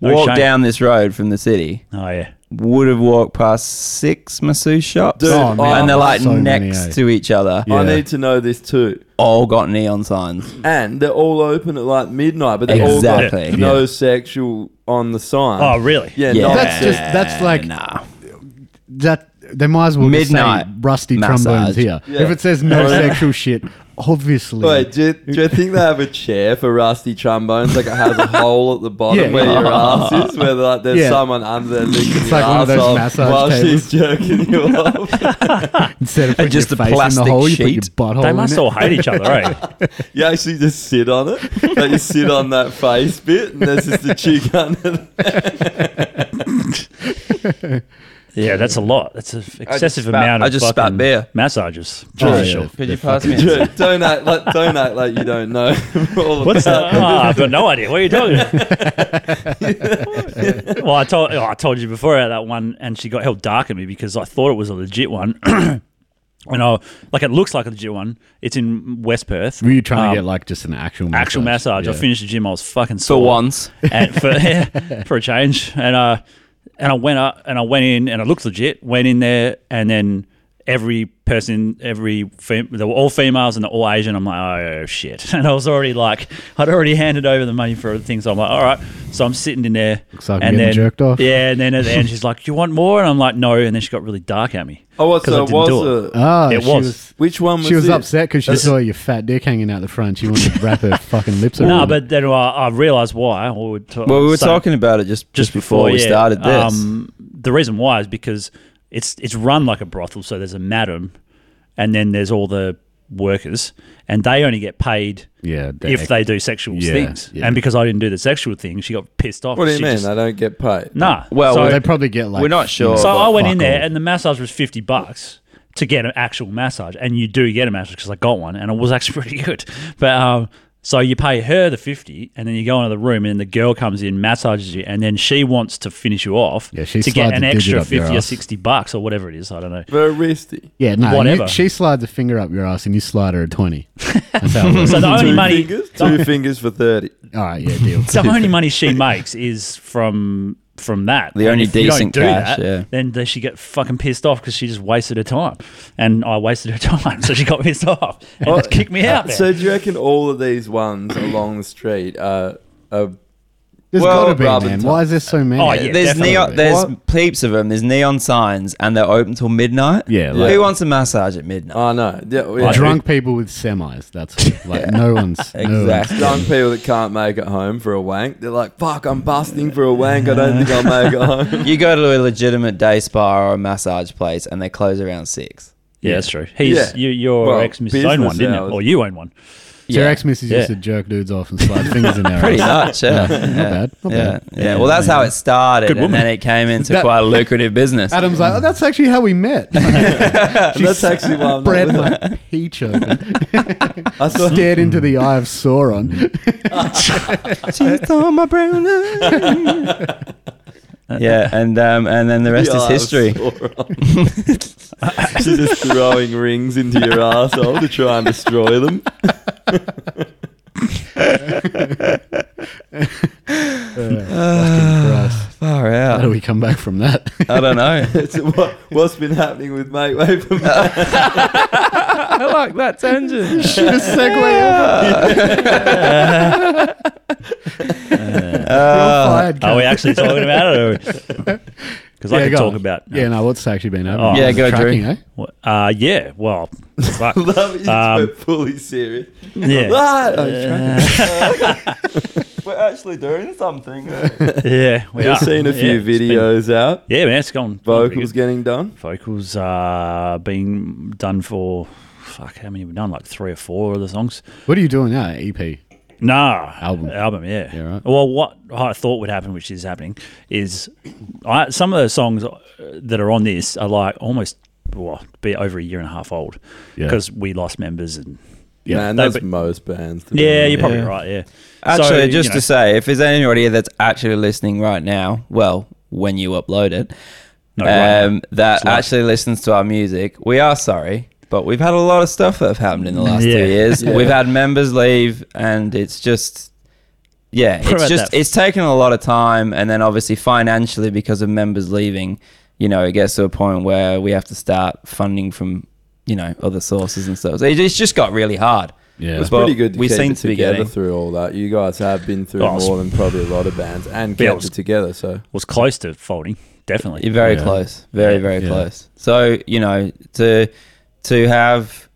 [SPEAKER 3] No
[SPEAKER 4] walked
[SPEAKER 3] shame.
[SPEAKER 4] down this road from the city.
[SPEAKER 3] oh yeah.
[SPEAKER 4] Would have walked past six masseuse shops,
[SPEAKER 1] Dude,
[SPEAKER 2] Oh, man.
[SPEAKER 4] and they're like
[SPEAKER 2] So many,
[SPEAKER 4] next
[SPEAKER 2] eh?
[SPEAKER 4] to each other.
[SPEAKER 1] I
[SPEAKER 2] Yeah.
[SPEAKER 1] need to know this too.
[SPEAKER 4] All got neon signs.
[SPEAKER 1] And they're all open at like midnight, but they're all
[SPEAKER 4] Exactly.
[SPEAKER 1] got no sexual on the sign.
[SPEAKER 3] Oh really?
[SPEAKER 1] yeah,
[SPEAKER 4] Yeah.
[SPEAKER 1] not
[SPEAKER 2] That's
[SPEAKER 1] sex-
[SPEAKER 2] just- that's like- Oh,
[SPEAKER 4] nah.
[SPEAKER 2] That they might as well just say
[SPEAKER 4] Midnight
[SPEAKER 2] rusty
[SPEAKER 4] massage.
[SPEAKER 2] trombones here.
[SPEAKER 1] Yeah.
[SPEAKER 2] If it says no
[SPEAKER 1] Yeah.
[SPEAKER 2] sexual shit, obviously.
[SPEAKER 1] Wait, do you, do you think they have a chair for rusty trombones? Like it has a hole at the bottom
[SPEAKER 2] Yeah.
[SPEAKER 1] where your ass is, where like there's
[SPEAKER 2] Yeah.
[SPEAKER 1] someone under there licking
[SPEAKER 2] It's
[SPEAKER 1] your
[SPEAKER 2] like one of those
[SPEAKER 1] ass off
[SPEAKER 2] massage
[SPEAKER 1] while
[SPEAKER 2] tables.
[SPEAKER 1] she's jerking you off.
[SPEAKER 2] Instead of putting
[SPEAKER 4] just
[SPEAKER 2] your
[SPEAKER 4] the
[SPEAKER 2] face in
[SPEAKER 4] plastic
[SPEAKER 2] the hole, you
[SPEAKER 4] sheet.
[SPEAKER 2] put your butthole
[SPEAKER 3] They
[SPEAKER 2] in
[SPEAKER 3] must
[SPEAKER 2] Oh, it.
[SPEAKER 3] all hate each other, eh? right?
[SPEAKER 1] You actually just sit on it. Like you sit on that face bit, and there's just a chick under. there.
[SPEAKER 3] Yeah, that's a lot. That's an excessive
[SPEAKER 4] spat-
[SPEAKER 3] amount of
[SPEAKER 4] I just spat
[SPEAKER 3] fucking
[SPEAKER 4] beer.
[SPEAKER 3] massages.
[SPEAKER 2] Oh, yeah.
[SPEAKER 3] for sure.
[SPEAKER 4] Could you
[SPEAKER 2] They're
[SPEAKER 4] pass me? a-
[SPEAKER 1] Dude, don't act like don't act like you don't know. all
[SPEAKER 3] What's that?
[SPEAKER 1] about
[SPEAKER 3] Oh, I've got no idea. What are you talking about? well, I told oh, I told you before about that one, and she got held dark at me because I thought it was a legit one. and I like it looks like a legit one. It's in West Perth.
[SPEAKER 2] Were you trying
[SPEAKER 3] Um,
[SPEAKER 2] to get like just an actual massage?
[SPEAKER 3] actual massage? I
[SPEAKER 2] Yeah.
[SPEAKER 3] finished the gym. I was fucking
[SPEAKER 4] For
[SPEAKER 3] sore
[SPEAKER 4] once,
[SPEAKER 3] and for for a change. And uh, and I went up and I went in and I looked legit. Went in there and then every person, every fem- they were all females and they're all Asian. I'm like, oh shit! And I was already like, I'd already handed over the money for the things. I'm like, all right. So I'm sitting in there.
[SPEAKER 2] Looks like I'm getting jerked off.
[SPEAKER 3] Yeah, and then at the end she's like, "You want more?" And I'm like, "No." And then she got really dark at me.
[SPEAKER 1] Oh, what's
[SPEAKER 3] 'Cause I
[SPEAKER 1] a,
[SPEAKER 3] didn't
[SPEAKER 1] was
[SPEAKER 3] do it.
[SPEAKER 1] a,
[SPEAKER 2] Oh,
[SPEAKER 3] It
[SPEAKER 2] she
[SPEAKER 3] was.
[SPEAKER 2] was.
[SPEAKER 1] which one was
[SPEAKER 2] She was
[SPEAKER 1] this?
[SPEAKER 2] upset because she saw your fat dick hanging out the front. She wanted to wrap her fucking lips around.
[SPEAKER 3] No,
[SPEAKER 2] it.
[SPEAKER 3] but then I, I realised why. We were ta-
[SPEAKER 4] well, we were
[SPEAKER 3] so-
[SPEAKER 4] talking about it just just before, we
[SPEAKER 3] yeah.
[SPEAKER 4] started this.
[SPEAKER 3] Um, the reason why is because it's it's run like a brothel. So there's a madam, and then there's all the workers, and they only get paid
[SPEAKER 2] yeah, the
[SPEAKER 3] if
[SPEAKER 2] ex-
[SPEAKER 3] they do sexual
[SPEAKER 2] Yeah,
[SPEAKER 3] things.
[SPEAKER 2] yeah.
[SPEAKER 3] And because I didn't do the sexual thing, she got pissed off.
[SPEAKER 1] What do you
[SPEAKER 3] She
[SPEAKER 1] mean?
[SPEAKER 3] just-
[SPEAKER 1] I don't get paid.
[SPEAKER 3] nah.
[SPEAKER 4] Well,
[SPEAKER 3] so,
[SPEAKER 4] well,
[SPEAKER 2] they probably get like.
[SPEAKER 4] We're not sure.
[SPEAKER 3] so I went
[SPEAKER 2] fuck
[SPEAKER 3] in there,
[SPEAKER 2] all.
[SPEAKER 3] and the massage was fifty bucks. To get an actual massage, and you do get a massage because I got one, and it was actually pretty good. But um, so you pay her the fifty, and then you go into the room, and the girl comes in, massages you, and then she wants to finish you off
[SPEAKER 2] Yeah, she
[SPEAKER 3] to get
[SPEAKER 2] slides
[SPEAKER 3] an
[SPEAKER 2] a digit
[SPEAKER 3] extra
[SPEAKER 2] up your
[SPEAKER 3] fifty or
[SPEAKER 2] ass.
[SPEAKER 3] sixty bucks or whatever it is. I don't know.
[SPEAKER 1] Very risky.
[SPEAKER 2] Yeah, no. you-
[SPEAKER 3] Whatever.
[SPEAKER 2] she slides a finger up your ass and you slide her a 20. That's how it works.
[SPEAKER 3] So the only
[SPEAKER 1] Two
[SPEAKER 3] money,
[SPEAKER 1] fingers, two fingers for thirty.
[SPEAKER 2] All right, yeah, deal.
[SPEAKER 3] the only money she makes is from from that.
[SPEAKER 4] The
[SPEAKER 3] And
[SPEAKER 4] only
[SPEAKER 3] if you
[SPEAKER 4] decent cash, yeah.
[SPEAKER 3] Then th- she get fucking pissed off because she just wasted her time, and I wasted her time, so she got pissed off and
[SPEAKER 1] Well,
[SPEAKER 3] kicked me out. There.
[SPEAKER 1] So do you reckon all of these ones along the street are? are
[SPEAKER 2] There's
[SPEAKER 1] Well,
[SPEAKER 2] got to be,
[SPEAKER 1] Robin
[SPEAKER 2] man.
[SPEAKER 1] Todd.
[SPEAKER 2] Why is there so many?
[SPEAKER 3] Oh, yeah.
[SPEAKER 4] there's
[SPEAKER 3] definitely.
[SPEAKER 4] neon, there's
[SPEAKER 1] What?
[SPEAKER 4] peeps of them. There's neon signs, and they're open till midnight.
[SPEAKER 2] Yeah,
[SPEAKER 4] who
[SPEAKER 2] like-
[SPEAKER 4] wants a massage at midnight?
[SPEAKER 1] oh no, yeah, yeah.
[SPEAKER 2] Like, Drunk people with semis. That's all. like no one's no one's-
[SPEAKER 4] Exactly.
[SPEAKER 1] Young people that can't make it home for a wank, they're like, fuck, I'm busting for a wank. I don't think I'll make it home.
[SPEAKER 4] you go to a legitimate day spa or a massage place, and they close around six.
[SPEAKER 3] Yeah, that's true. He's
[SPEAKER 1] Yeah.
[SPEAKER 3] you, your
[SPEAKER 1] Well,
[SPEAKER 3] ex missus owned one,
[SPEAKER 1] business
[SPEAKER 3] didn't
[SPEAKER 1] hours.
[SPEAKER 3] it? Or you own one?
[SPEAKER 2] So your ex missus
[SPEAKER 3] Yeah.
[SPEAKER 2] used to jerk dudes off and slide fingers in their
[SPEAKER 4] Pretty
[SPEAKER 2] ass.
[SPEAKER 4] much, yeah.
[SPEAKER 2] Yeah, not bad, not
[SPEAKER 4] yeah.
[SPEAKER 2] bad.
[SPEAKER 4] yeah. Well, that's how it started,
[SPEAKER 3] Good
[SPEAKER 4] and
[SPEAKER 3] woman.
[SPEAKER 4] then it came into
[SPEAKER 2] That-
[SPEAKER 4] quite a lucrative business.
[SPEAKER 2] Adam's like, oh, that's actually how we met.
[SPEAKER 1] And that's actually why I'm not
[SPEAKER 2] Spread
[SPEAKER 1] with her.
[SPEAKER 2] my peach open,
[SPEAKER 1] I saw,
[SPEAKER 2] stared into the eye of Sauron.
[SPEAKER 4] She's on my brown eyes. yeah, and um, and then the rest
[SPEAKER 1] Yeah,
[SPEAKER 4] is
[SPEAKER 1] I
[SPEAKER 4] history.
[SPEAKER 1] saw her. You're just throwing rings into your asshole to try and destroy them.
[SPEAKER 2] Uh, fucking Christ.
[SPEAKER 4] Far
[SPEAKER 2] How
[SPEAKER 4] out.
[SPEAKER 2] do we come back from that?
[SPEAKER 4] I don't know.
[SPEAKER 1] It's what, what's been happening with mate wave for months.
[SPEAKER 4] I like that tangent.
[SPEAKER 2] Should have segued off.
[SPEAKER 4] Uh,
[SPEAKER 2] You're fired,
[SPEAKER 3] Are we
[SPEAKER 2] Kev.
[SPEAKER 3] actually talking about it? Because I
[SPEAKER 2] Yeah,
[SPEAKER 3] can
[SPEAKER 2] go
[SPEAKER 3] talk
[SPEAKER 2] on.
[SPEAKER 3] about.
[SPEAKER 2] Yeah, no, what's actually been
[SPEAKER 3] Oh.
[SPEAKER 2] happening?
[SPEAKER 3] Yeah,
[SPEAKER 2] Is it
[SPEAKER 4] go, Drew.
[SPEAKER 2] tracking, eh?
[SPEAKER 3] What- Uh, yeah. Well, fuck.
[SPEAKER 1] Love it. You
[SPEAKER 3] Um,
[SPEAKER 1] went fully serious.
[SPEAKER 3] yeah. Uh,
[SPEAKER 1] Ah, oh, he's trying to- We're actually doing something.
[SPEAKER 3] Yeah. We are.
[SPEAKER 1] We've seen a
[SPEAKER 3] Yeah,
[SPEAKER 1] few
[SPEAKER 3] it's been-
[SPEAKER 1] videos out.
[SPEAKER 3] yeah, man, it's gone.
[SPEAKER 1] Vocals getting done.
[SPEAKER 3] vocals uh, being done for fuck how many have we done like three or four of the songs
[SPEAKER 2] What are you doing now? E EP.
[SPEAKER 3] no
[SPEAKER 2] Album.
[SPEAKER 3] album yeah,
[SPEAKER 2] Yeah, right.
[SPEAKER 3] well what i thought would happen which is happening is I, some of the songs uh, that are on this are like almost well, be over a year and a half old
[SPEAKER 2] Yeah.
[SPEAKER 3] because we lost members and
[SPEAKER 1] Yeah, Man,
[SPEAKER 3] they-
[SPEAKER 1] that's
[SPEAKER 3] but-
[SPEAKER 1] most bands. to be
[SPEAKER 3] yeah
[SPEAKER 1] honest.
[SPEAKER 3] you're probably
[SPEAKER 4] Yeah.
[SPEAKER 3] right yeah
[SPEAKER 4] Actually,
[SPEAKER 3] So,
[SPEAKER 4] just
[SPEAKER 3] you know,
[SPEAKER 4] to say, if there's anybody that's actually listening right now, well, when you upload it,
[SPEAKER 3] no, right.
[SPEAKER 4] um, that
[SPEAKER 3] It's live.
[SPEAKER 4] actually listens to our music, we are sorry, but we've had a lot of stuff that have happened in the last
[SPEAKER 3] Yeah.
[SPEAKER 4] two years.
[SPEAKER 1] Yeah.
[SPEAKER 4] We've had members leave, and it's just, yeah,
[SPEAKER 3] What
[SPEAKER 4] it's
[SPEAKER 3] about
[SPEAKER 4] just
[SPEAKER 3] that?
[SPEAKER 4] it's taken a lot of time, and then obviously financially because of members leaving, you know, it gets to a point where we have to start funding from, you know, other sources and stuff. So it- it's just got really hard.
[SPEAKER 2] Yeah.
[SPEAKER 1] It was
[SPEAKER 4] But
[SPEAKER 1] pretty good to
[SPEAKER 4] we
[SPEAKER 1] keep
[SPEAKER 4] seem
[SPEAKER 1] it
[SPEAKER 4] to be
[SPEAKER 1] together
[SPEAKER 4] getting-
[SPEAKER 1] through all that. You guys have been through
[SPEAKER 3] Oh, it's-
[SPEAKER 1] more than probably a lot of bands and kept
[SPEAKER 3] Bills.
[SPEAKER 1] it together. So
[SPEAKER 3] was close to folding definitely
[SPEAKER 4] You're very
[SPEAKER 2] Yeah.
[SPEAKER 4] close. Very,
[SPEAKER 3] Yeah.
[SPEAKER 4] very
[SPEAKER 2] Yeah.
[SPEAKER 4] close. So, you know, to to have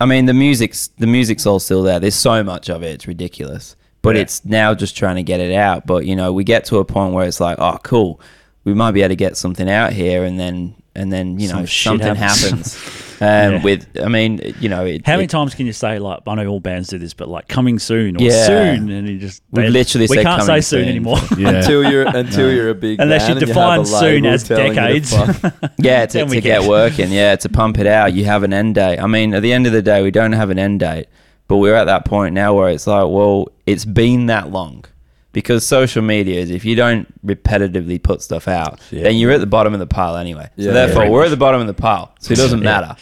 [SPEAKER 4] I mean the music's the music's all still there. There's so much of it, it's ridiculous. But
[SPEAKER 3] Yeah.
[SPEAKER 4] it's now just trying to get it out. But you know, we get to a point where it's like, oh cool, we might be able to get something out here and then and then, you know,
[SPEAKER 3] Some shit
[SPEAKER 4] something
[SPEAKER 3] happens.
[SPEAKER 4] happens. um
[SPEAKER 3] Yeah.
[SPEAKER 4] with I mean, it- you know, it,
[SPEAKER 3] How many
[SPEAKER 4] it-
[SPEAKER 3] times can you say like I know all bands do this, but like coming soon or
[SPEAKER 4] Yeah.
[SPEAKER 3] soon, and you just
[SPEAKER 4] We've literally
[SPEAKER 3] we
[SPEAKER 4] said
[SPEAKER 3] can't say
[SPEAKER 4] coming
[SPEAKER 3] soon,
[SPEAKER 4] soon.
[SPEAKER 3] anymore.
[SPEAKER 2] Yeah.
[SPEAKER 1] until you're until you're a big
[SPEAKER 3] Unless you
[SPEAKER 1] band and
[SPEAKER 3] define
[SPEAKER 1] have a
[SPEAKER 3] soon
[SPEAKER 1] label
[SPEAKER 3] as
[SPEAKER 1] telling you to
[SPEAKER 3] decades.
[SPEAKER 1] fuck-
[SPEAKER 4] yeah, to,
[SPEAKER 3] Then we
[SPEAKER 4] to get
[SPEAKER 3] get-
[SPEAKER 4] working, yeah, to pump it out. You have an end date. I mean, at the end of the day, we don't have an end date, but we're at that point now where it's like, well, it's been that long. Because social media is, if you don't repetitively put stuff out,
[SPEAKER 1] Yeah.
[SPEAKER 4] then you're at the bottom of the pile anyway.
[SPEAKER 1] Yeah,
[SPEAKER 4] so therefore,
[SPEAKER 1] yeah.
[SPEAKER 4] we're at the bottom of the pile. So it doesn't
[SPEAKER 3] Yeah.
[SPEAKER 4] matter.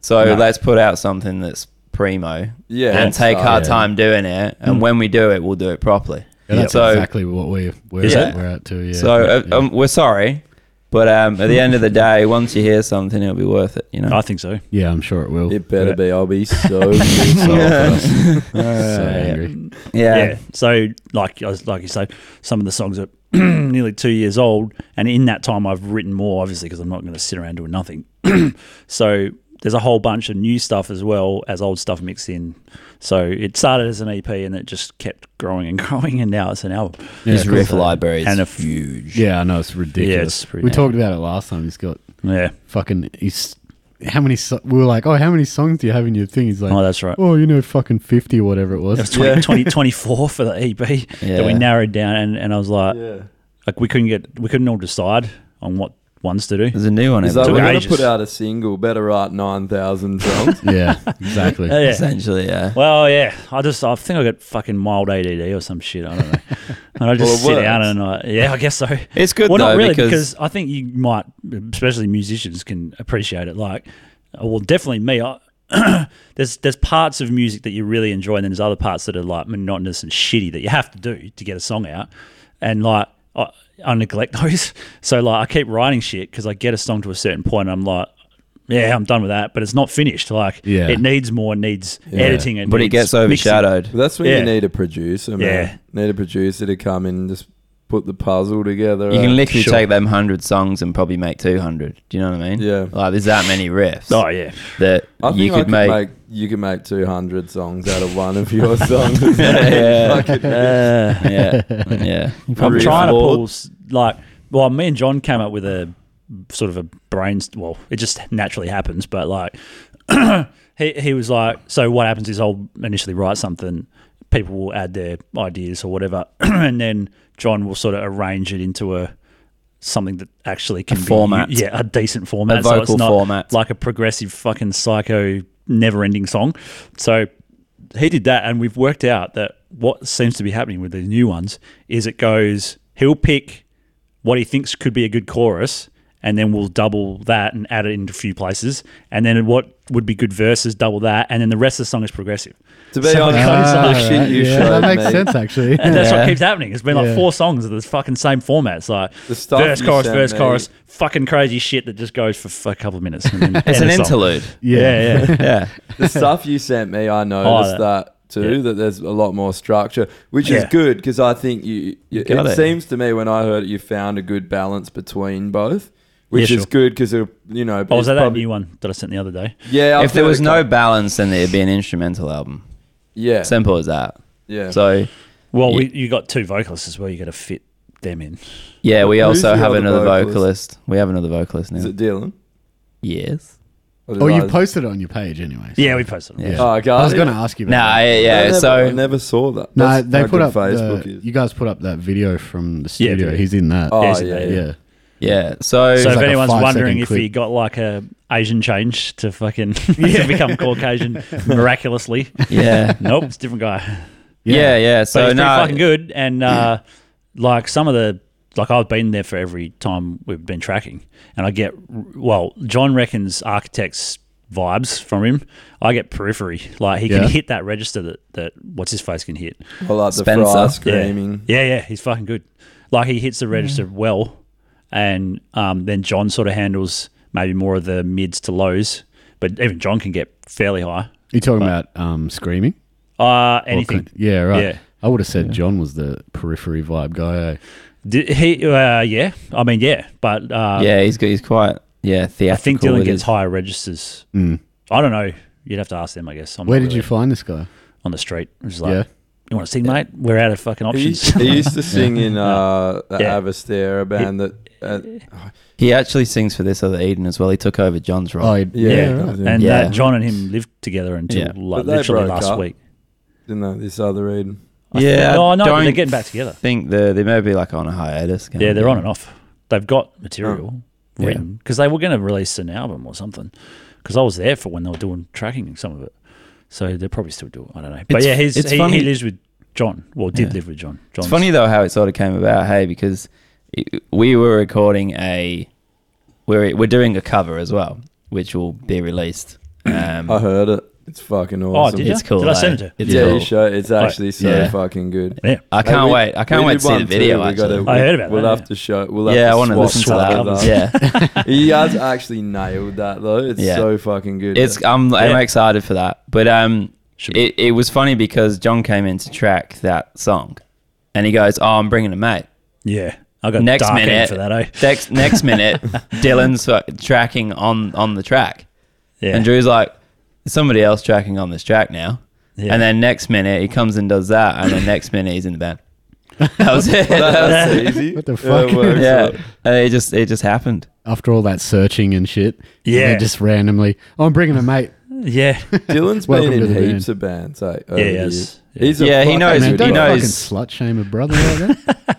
[SPEAKER 4] So
[SPEAKER 3] No.
[SPEAKER 4] let's put out something that's primo
[SPEAKER 1] Yeah,
[SPEAKER 4] and
[SPEAKER 1] that's-
[SPEAKER 4] take
[SPEAKER 1] oh,
[SPEAKER 4] our
[SPEAKER 1] yeah.
[SPEAKER 4] time doing it. And when we do it, we'll do it properly.
[SPEAKER 2] Yeah, that's
[SPEAKER 4] So-
[SPEAKER 2] exactly what we, we're,
[SPEAKER 4] Is
[SPEAKER 2] at,
[SPEAKER 4] it?
[SPEAKER 2] we're at too. Yeah.
[SPEAKER 4] so uh,
[SPEAKER 2] yeah.
[SPEAKER 4] Um, we're sorry, but um, at the end of the day, once you hear something, it'll be worth it. You know.
[SPEAKER 3] I think so.
[SPEAKER 2] yeah, I'm sure it will.
[SPEAKER 1] It better be. I'll be so pissed off.
[SPEAKER 2] so angry.
[SPEAKER 4] Yeah.
[SPEAKER 3] Yeah. So like I was- like you say, some of the songs are nearly two years old, and in that time I've written more, obviously, because I'm not going to sit around doing nothing. so there's a whole bunch of new stuff as well as old stuff mixed in. So it started as an EP and it just kept growing and growing, and now it's an album.
[SPEAKER 2] Yeah,
[SPEAKER 4] His
[SPEAKER 2] cool.
[SPEAKER 4] riff library is
[SPEAKER 3] And a f-
[SPEAKER 4] huge.
[SPEAKER 2] Yeah, I know it's ridiculous.
[SPEAKER 3] it's pretty-
[SPEAKER 2] we talked about it last time. He's got
[SPEAKER 3] Yeah.
[SPEAKER 2] fucking. He's how many? So- we were like, oh, how many songs do you have in your thing? He's like,
[SPEAKER 3] Oh,
[SPEAKER 2] oh,
[SPEAKER 3] that's right.
[SPEAKER 2] you know, fucking fifty or whatever it was.
[SPEAKER 3] It was 20,
[SPEAKER 1] Yeah.
[SPEAKER 3] 20 24 for the EP that we
[SPEAKER 4] Yeah.
[SPEAKER 3] narrowed down, and, and I was like,
[SPEAKER 1] Yeah.
[SPEAKER 3] like we couldn't get, we couldn't all decide on what ones to do.
[SPEAKER 4] There's a new one
[SPEAKER 1] It's
[SPEAKER 4] every
[SPEAKER 1] like,
[SPEAKER 3] Took
[SPEAKER 1] we're
[SPEAKER 4] week.
[SPEAKER 1] going to
[SPEAKER 3] ages.
[SPEAKER 1] put out a single. Better write 9,000 songs.
[SPEAKER 2] yeah, exactly.
[SPEAKER 3] Oh, yeah.
[SPEAKER 4] essentially, yeah.
[SPEAKER 3] Well, yeah. I just, I think I got fucking mild ADD or some shit. I don't know. And I
[SPEAKER 1] Well,
[SPEAKER 3] just
[SPEAKER 1] it
[SPEAKER 3] sit down
[SPEAKER 1] works.
[SPEAKER 3] and I, yeah, I guess so.
[SPEAKER 4] It's good
[SPEAKER 3] well,
[SPEAKER 4] though
[SPEAKER 3] not really because,
[SPEAKER 4] because,
[SPEAKER 3] I think you might, especially musicians, can appreciate it. Like, uh, well, definitely me. I, there's there's parts of music that you really enjoy, and then there's other parts that are like monotonous and shitty that you have to do to get a song out. And like, I, I neglect those. So like, I keep writing shit because I get a song to a certain point, and I'm like. Yeah, I'm done with that, but it's not finished. Like,
[SPEAKER 2] Yeah.
[SPEAKER 3] it needs more, it needs editing, it
[SPEAKER 4] but
[SPEAKER 3] needs
[SPEAKER 4] it gets
[SPEAKER 3] mixing.
[SPEAKER 4] overshadowed.
[SPEAKER 1] But that's when
[SPEAKER 3] Yeah.
[SPEAKER 1] you need a producer, man. Need a producer to come in and just put the puzzle together.
[SPEAKER 4] You
[SPEAKER 1] uh,
[SPEAKER 4] can literally
[SPEAKER 3] Sure.
[SPEAKER 4] take them hundred songs and probably make two hundred. Do you know what I mean?
[SPEAKER 1] Yeah.
[SPEAKER 4] Like there's that many riffs
[SPEAKER 3] Oh yeah,
[SPEAKER 4] that
[SPEAKER 1] I think
[SPEAKER 4] you
[SPEAKER 1] I
[SPEAKER 4] could make.
[SPEAKER 1] You could make 200 songs out of one of your songs.
[SPEAKER 4] Yeah.
[SPEAKER 1] Fucking-
[SPEAKER 4] yeah, yeah. You
[SPEAKER 3] I'm
[SPEAKER 4] probably
[SPEAKER 3] trying to
[SPEAKER 4] afford-
[SPEAKER 3] pull s- like well, me and John came up with a sort of a brain. Well, it just naturally happens, but like he he was like, so what happens is I'll initially write something, people will add their ideas or whatever, and then John will sort of arrange it into a something that actually can be
[SPEAKER 4] format.
[SPEAKER 3] yeah, a decent format,
[SPEAKER 4] A
[SPEAKER 3] so
[SPEAKER 4] vocal
[SPEAKER 3] it's not
[SPEAKER 4] format.
[SPEAKER 3] like a progressive fucking psycho never-ending song. So he did that, and we've worked out that what seems to be happening with these new ones is it goes he'll pick what he thinks could be a good chorus, and then we'll double that and add it into a few places. And then what would be good verses, double that, and then the rest of the song is progressive.
[SPEAKER 1] To be
[SPEAKER 3] So
[SPEAKER 1] honest,
[SPEAKER 3] it goes
[SPEAKER 1] the
[SPEAKER 3] like-
[SPEAKER 1] shit you
[SPEAKER 2] Ah, yeah,
[SPEAKER 1] showed
[SPEAKER 2] that makes
[SPEAKER 1] me,
[SPEAKER 2] sense actually.
[SPEAKER 3] And that's
[SPEAKER 4] Yeah.
[SPEAKER 3] what keeps happening. It's been
[SPEAKER 2] Yeah.
[SPEAKER 3] like four songs of this fucking same format. It's like
[SPEAKER 1] The stuff
[SPEAKER 3] verse,
[SPEAKER 1] you
[SPEAKER 3] chorus,
[SPEAKER 1] sent
[SPEAKER 3] verse,
[SPEAKER 1] me.
[SPEAKER 3] chorus, fucking crazy shit that just goes for, for a couple of minutes. and then
[SPEAKER 4] It's
[SPEAKER 3] end
[SPEAKER 4] an
[SPEAKER 3] the song.
[SPEAKER 4] interlude.
[SPEAKER 2] yeah.
[SPEAKER 3] Yeah, yeah.
[SPEAKER 4] Yeah.
[SPEAKER 1] the stuff you sent me, I noticed
[SPEAKER 3] Oh,
[SPEAKER 1] that too.
[SPEAKER 3] yeah.
[SPEAKER 1] That there's a lot more structure, which is
[SPEAKER 3] Yeah.
[SPEAKER 1] good because I think you. you it
[SPEAKER 4] got it.
[SPEAKER 1] seems to me when I heard it, you found a good balance between both, which
[SPEAKER 3] Yeah,
[SPEAKER 1] is
[SPEAKER 3] sure.
[SPEAKER 1] good because you know.
[SPEAKER 3] Oh,
[SPEAKER 1] it's
[SPEAKER 3] was that that
[SPEAKER 1] probably-
[SPEAKER 3] new one that I sent the other day?
[SPEAKER 1] Yeah. I've
[SPEAKER 4] if there
[SPEAKER 1] heard
[SPEAKER 4] was
[SPEAKER 1] a
[SPEAKER 4] no
[SPEAKER 1] couple-
[SPEAKER 4] balance, then there'd be an instrumental album.
[SPEAKER 1] yeah,
[SPEAKER 4] Simple as that.
[SPEAKER 1] yeah.
[SPEAKER 4] So,
[SPEAKER 3] Well,
[SPEAKER 4] Yeah.
[SPEAKER 3] we, you got two vocalists as well. You got to fit them in.
[SPEAKER 4] yeah, we
[SPEAKER 1] Who's
[SPEAKER 4] also
[SPEAKER 1] the
[SPEAKER 4] have
[SPEAKER 1] other
[SPEAKER 4] another vocalist?
[SPEAKER 1] vocalist?
[SPEAKER 4] We have another vocalist now.
[SPEAKER 1] is it Dylan?
[SPEAKER 4] yes.
[SPEAKER 1] Or did
[SPEAKER 2] Or
[SPEAKER 1] I-
[SPEAKER 2] Oh, you posted it on your page anyway. so-
[SPEAKER 3] Yeah, we posted.
[SPEAKER 4] Yeah.
[SPEAKER 3] Yeah.
[SPEAKER 1] Oh, okay.
[SPEAKER 2] I was going to ask you
[SPEAKER 4] No,
[SPEAKER 2] about
[SPEAKER 4] I-
[SPEAKER 1] I
[SPEAKER 4] yeah.
[SPEAKER 1] never, I
[SPEAKER 4] so,
[SPEAKER 1] never saw that.
[SPEAKER 2] No,
[SPEAKER 1] That's
[SPEAKER 2] they
[SPEAKER 1] how
[SPEAKER 2] put
[SPEAKER 1] good
[SPEAKER 2] up
[SPEAKER 1] Facebook.
[SPEAKER 2] the,
[SPEAKER 1] is.
[SPEAKER 2] you guys put up that video from the
[SPEAKER 3] Yeah,
[SPEAKER 2] studio.
[SPEAKER 3] video.
[SPEAKER 2] He's in that.
[SPEAKER 1] oh
[SPEAKER 3] there's
[SPEAKER 1] yeah,
[SPEAKER 3] it,
[SPEAKER 1] yeah.
[SPEAKER 2] yeah.
[SPEAKER 4] Yeah.
[SPEAKER 3] So
[SPEAKER 4] So,
[SPEAKER 2] It's
[SPEAKER 3] if
[SPEAKER 2] like a
[SPEAKER 3] anyone's
[SPEAKER 2] five-second
[SPEAKER 3] wondering if
[SPEAKER 2] clip.
[SPEAKER 3] he got like a Asian change to fucking to become Caucasian miraculously,
[SPEAKER 4] yeah.
[SPEAKER 3] nope, it's a different guy.
[SPEAKER 4] Yeah, yeah.
[SPEAKER 3] So
[SPEAKER 4] So,
[SPEAKER 3] he's pretty
[SPEAKER 4] no,
[SPEAKER 3] fucking good, and uh, like some of the like I've been there for every time we've been tracking, and I get well John reckons architects vibes from him. I get periphery, like he
[SPEAKER 2] Yeah.
[SPEAKER 3] can hit that register that that what's his face can hit.
[SPEAKER 1] I like the
[SPEAKER 4] Spencer. Yeah.
[SPEAKER 1] fry screaming.
[SPEAKER 3] Yeah, yeah, he's fucking good. Like he hits the register well, and um, then John sort of handles maybe more of the mids to lows, but even John can get fairly high.
[SPEAKER 2] You talking about um, screaming?
[SPEAKER 3] Uh,
[SPEAKER 2] Or
[SPEAKER 3] anything.
[SPEAKER 2] con- yeah, right.
[SPEAKER 3] Yeah.
[SPEAKER 2] I would have said John was the periphery vibe guy. eh?
[SPEAKER 3] Did he, uh, yeah, I mean, yeah, but uh,
[SPEAKER 4] yeah, he's good. He's quite, yeah,
[SPEAKER 3] I
[SPEAKER 4] theatrical.
[SPEAKER 3] think Dylan
[SPEAKER 4] it
[SPEAKER 3] gets
[SPEAKER 4] is.
[SPEAKER 3] higher registers.
[SPEAKER 2] Mm.
[SPEAKER 3] I don't know. You'd have to ask them, I guess. I'm
[SPEAKER 2] Where
[SPEAKER 3] not
[SPEAKER 2] did you
[SPEAKER 3] really-
[SPEAKER 2] find this guy?
[SPEAKER 3] on the street? It was like,
[SPEAKER 2] Yeah.
[SPEAKER 3] you want to sing, mate? We're out of fucking
[SPEAKER 1] He,
[SPEAKER 3] options.
[SPEAKER 1] he used to sing in uh, the
[SPEAKER 3] Yeah.
[SPEAKER 1] Avastera band that. Uh,
[SPEAKER 4] He actually sings for this other Eden as well. He took over John's role.
[SPEAKER 2] Oh, he-
[SPEAKER 1] yeah,
[SPEAKER 3] Yeah.
[SPEAKER 1] that was him.
[SPEAKER 3] and
[SPEAKER 4] Yeah.
[SPEAKER 3] uh, John and him lived together until
[SPEAKER 4] Yeah.
[SPEAKER 3] like,
[SPEAKER 1] But they
[SPEAKER 3] literally
[SPEAKER 1] broke
[SPEAKER 3] last
[SPEAKER 1] up.
[SPEAKER 3] week.
[SPEAKER 1] didn't know this other Eden.
[SPEAKER 4] yeah.
[SPEAKER 3] no, I know, but
[SPEAKER 4] don't
[SPEAKER 3] they're getting back together.
[SPEAKER 4] think the, they may be like on a hiatus. kinda.
[SPEAKER 3] Yeah, they're on and off. They've got material
[SPEAKER 4] Oh. Yeah.
[SPEAKER 3] written because they were going to release an album or something. Because I was there for when they were doing tracking some of it, so they're probably still doing. I don't know, but
[SPEAKER 4] It's-
[SPEAKER 3] yeah, he's,
[SPEAKER 4] it's
[SPEAKER 3] he, he
[SPEAKER 4] funny-
[SPEAKER 3] lives with John. Well, did
[SPEAKER 4] Yeah.
[SPEAKER 3] live with John. John's,
[SPEAKER 4] It's funny though how it sort of came about, hey, because it, we were recording a we're we're doing a cover as well, which will be released. Um,
[SPEAKER 1] I heard it. It's fucking
[SPEAKER 3] Oh,
[SPEAKER 1] awesome.
[SPEAKER 3] did you?
[SPEAKER 4] It's cool,
[SPEAKER 3] Did I send
[SPEAKER 4] eh?
[SPEAKER 3] it to?
[SPEAKER 4] It's
[SPEAKER 1] yeah,
[SPEAKER 4] cool.
[SPEAKER 1] you show. It's actually so
[SPEAKER 4] Yeah.
[SPEAKER 1] fucking good.
[SPEAKER 3] Yeah,
[SPEAKER 4] I can't
[SPEAKER 1] Hey, we-
[SPEAKER 4] wait. I can't
[SPEAKER 1] we
[SPEAKER 4] wait
[SPEAKER 1] did
[SPEAKER 4] to see the
[SPEAKER 1] one
[SPEAKER 4] video.
[SPEAKER 1] too. We gotta-
[SPEAKER 4] actually.
[SPEAKER 3] I heard about
[SPEAKER 1] We'll
[SPEAKER 3] that,
[SPEAKER 1] have
[SPEAKER 3] yeah.
[SPEAKER 1] to show. We'll have
[SPEAKER 4] yeah, I
[SPEAKER 1] to
[SPEAKER 4] want to
[SPEAKER 1] swap
[SPEAKER 4] listen to
[SPEAKER 1] that
[SPEAKER 4] that.
[SPEAKER 1] with us.
[SPEAKER 4] Yeah,
[SPEAKER 1] he has actually nailed that though. It's
[SPEAKER 4] Yeah.
[SPEAKER 1] so fucking good.
[SPEAKER 4] it's I'm I'm
[SPEAKER 3] Yeah.
[SPEAKER 4] excited for that. But um,
[SPEAKER 3] Should be-
[SPEAKER 4] it it was funny because John came in to track that song, and he goes, "Oh, I'm bringing a mate."
[SPEAKER 3] yeah. I got
[SPEAKER 4] Next
[SPEAKER 3] dark end
[SPEAKER 4] minute,
[SPEAKER 3] for that, eh?
[SPEAKER 4] Next next minute, Dylan's uh, tracking on on the track.
[SPEAKER 3] Yeah,
[SPEAKER 4] And Drew's like, "There's somebody else tracking on this track now.
[SPEAKER 3] Yeah.
[SPEAKER 4] And then next minute he comes and does that, and then next minute he's in the band. That was it.
[SPEAKER 1] that's easy.
[SPEAKER 2] What the
[SPEAKER 1] Yeah,
[SPEAKER 2] fuck?
[SPEAKER 1] it works
[SPEAKER 4] yeah,
[SPEAKER 1] out.
[SPEAKER 4] and it just it just happened.
[SPEAKER 2] After all that searching and shit.
[SPEAKER 3] Yeah.
[SPEAKER 2] and then just randomly, oh, I'm bringing a mate.
[SPEAKER 3] yeah,
[SPEAKER 1] Dylan's
[SPEAKER 2] Welcome
[SPEAKER 1] been
[SPEAKER 2] to
[SPEAKER 1] in
[SPEAKER 2] the
[SPEAKER 1] heaps of bands. Like, over
[SPEAKER 3] he
[SPEAKER 1] the
[SPEAKER 3] has.
[SPEAKER 1] years.
[SPEAKER 3] Yeah.
[SPEAKER 1] He's a
[SPEAKER 4] Yeah, he
[SPEAKER 1] fucking
[SPEAKER 4] knows-
[SPEAKER 2] Man,
[SPEAKER 1] good
[SPEAKER 2] don't
[SPEAKER 4] he
[SPEAKER 1] bloke.
[SPEAKER 4] knows.
[SPEAKER 2] fucking slut shame a brother like that.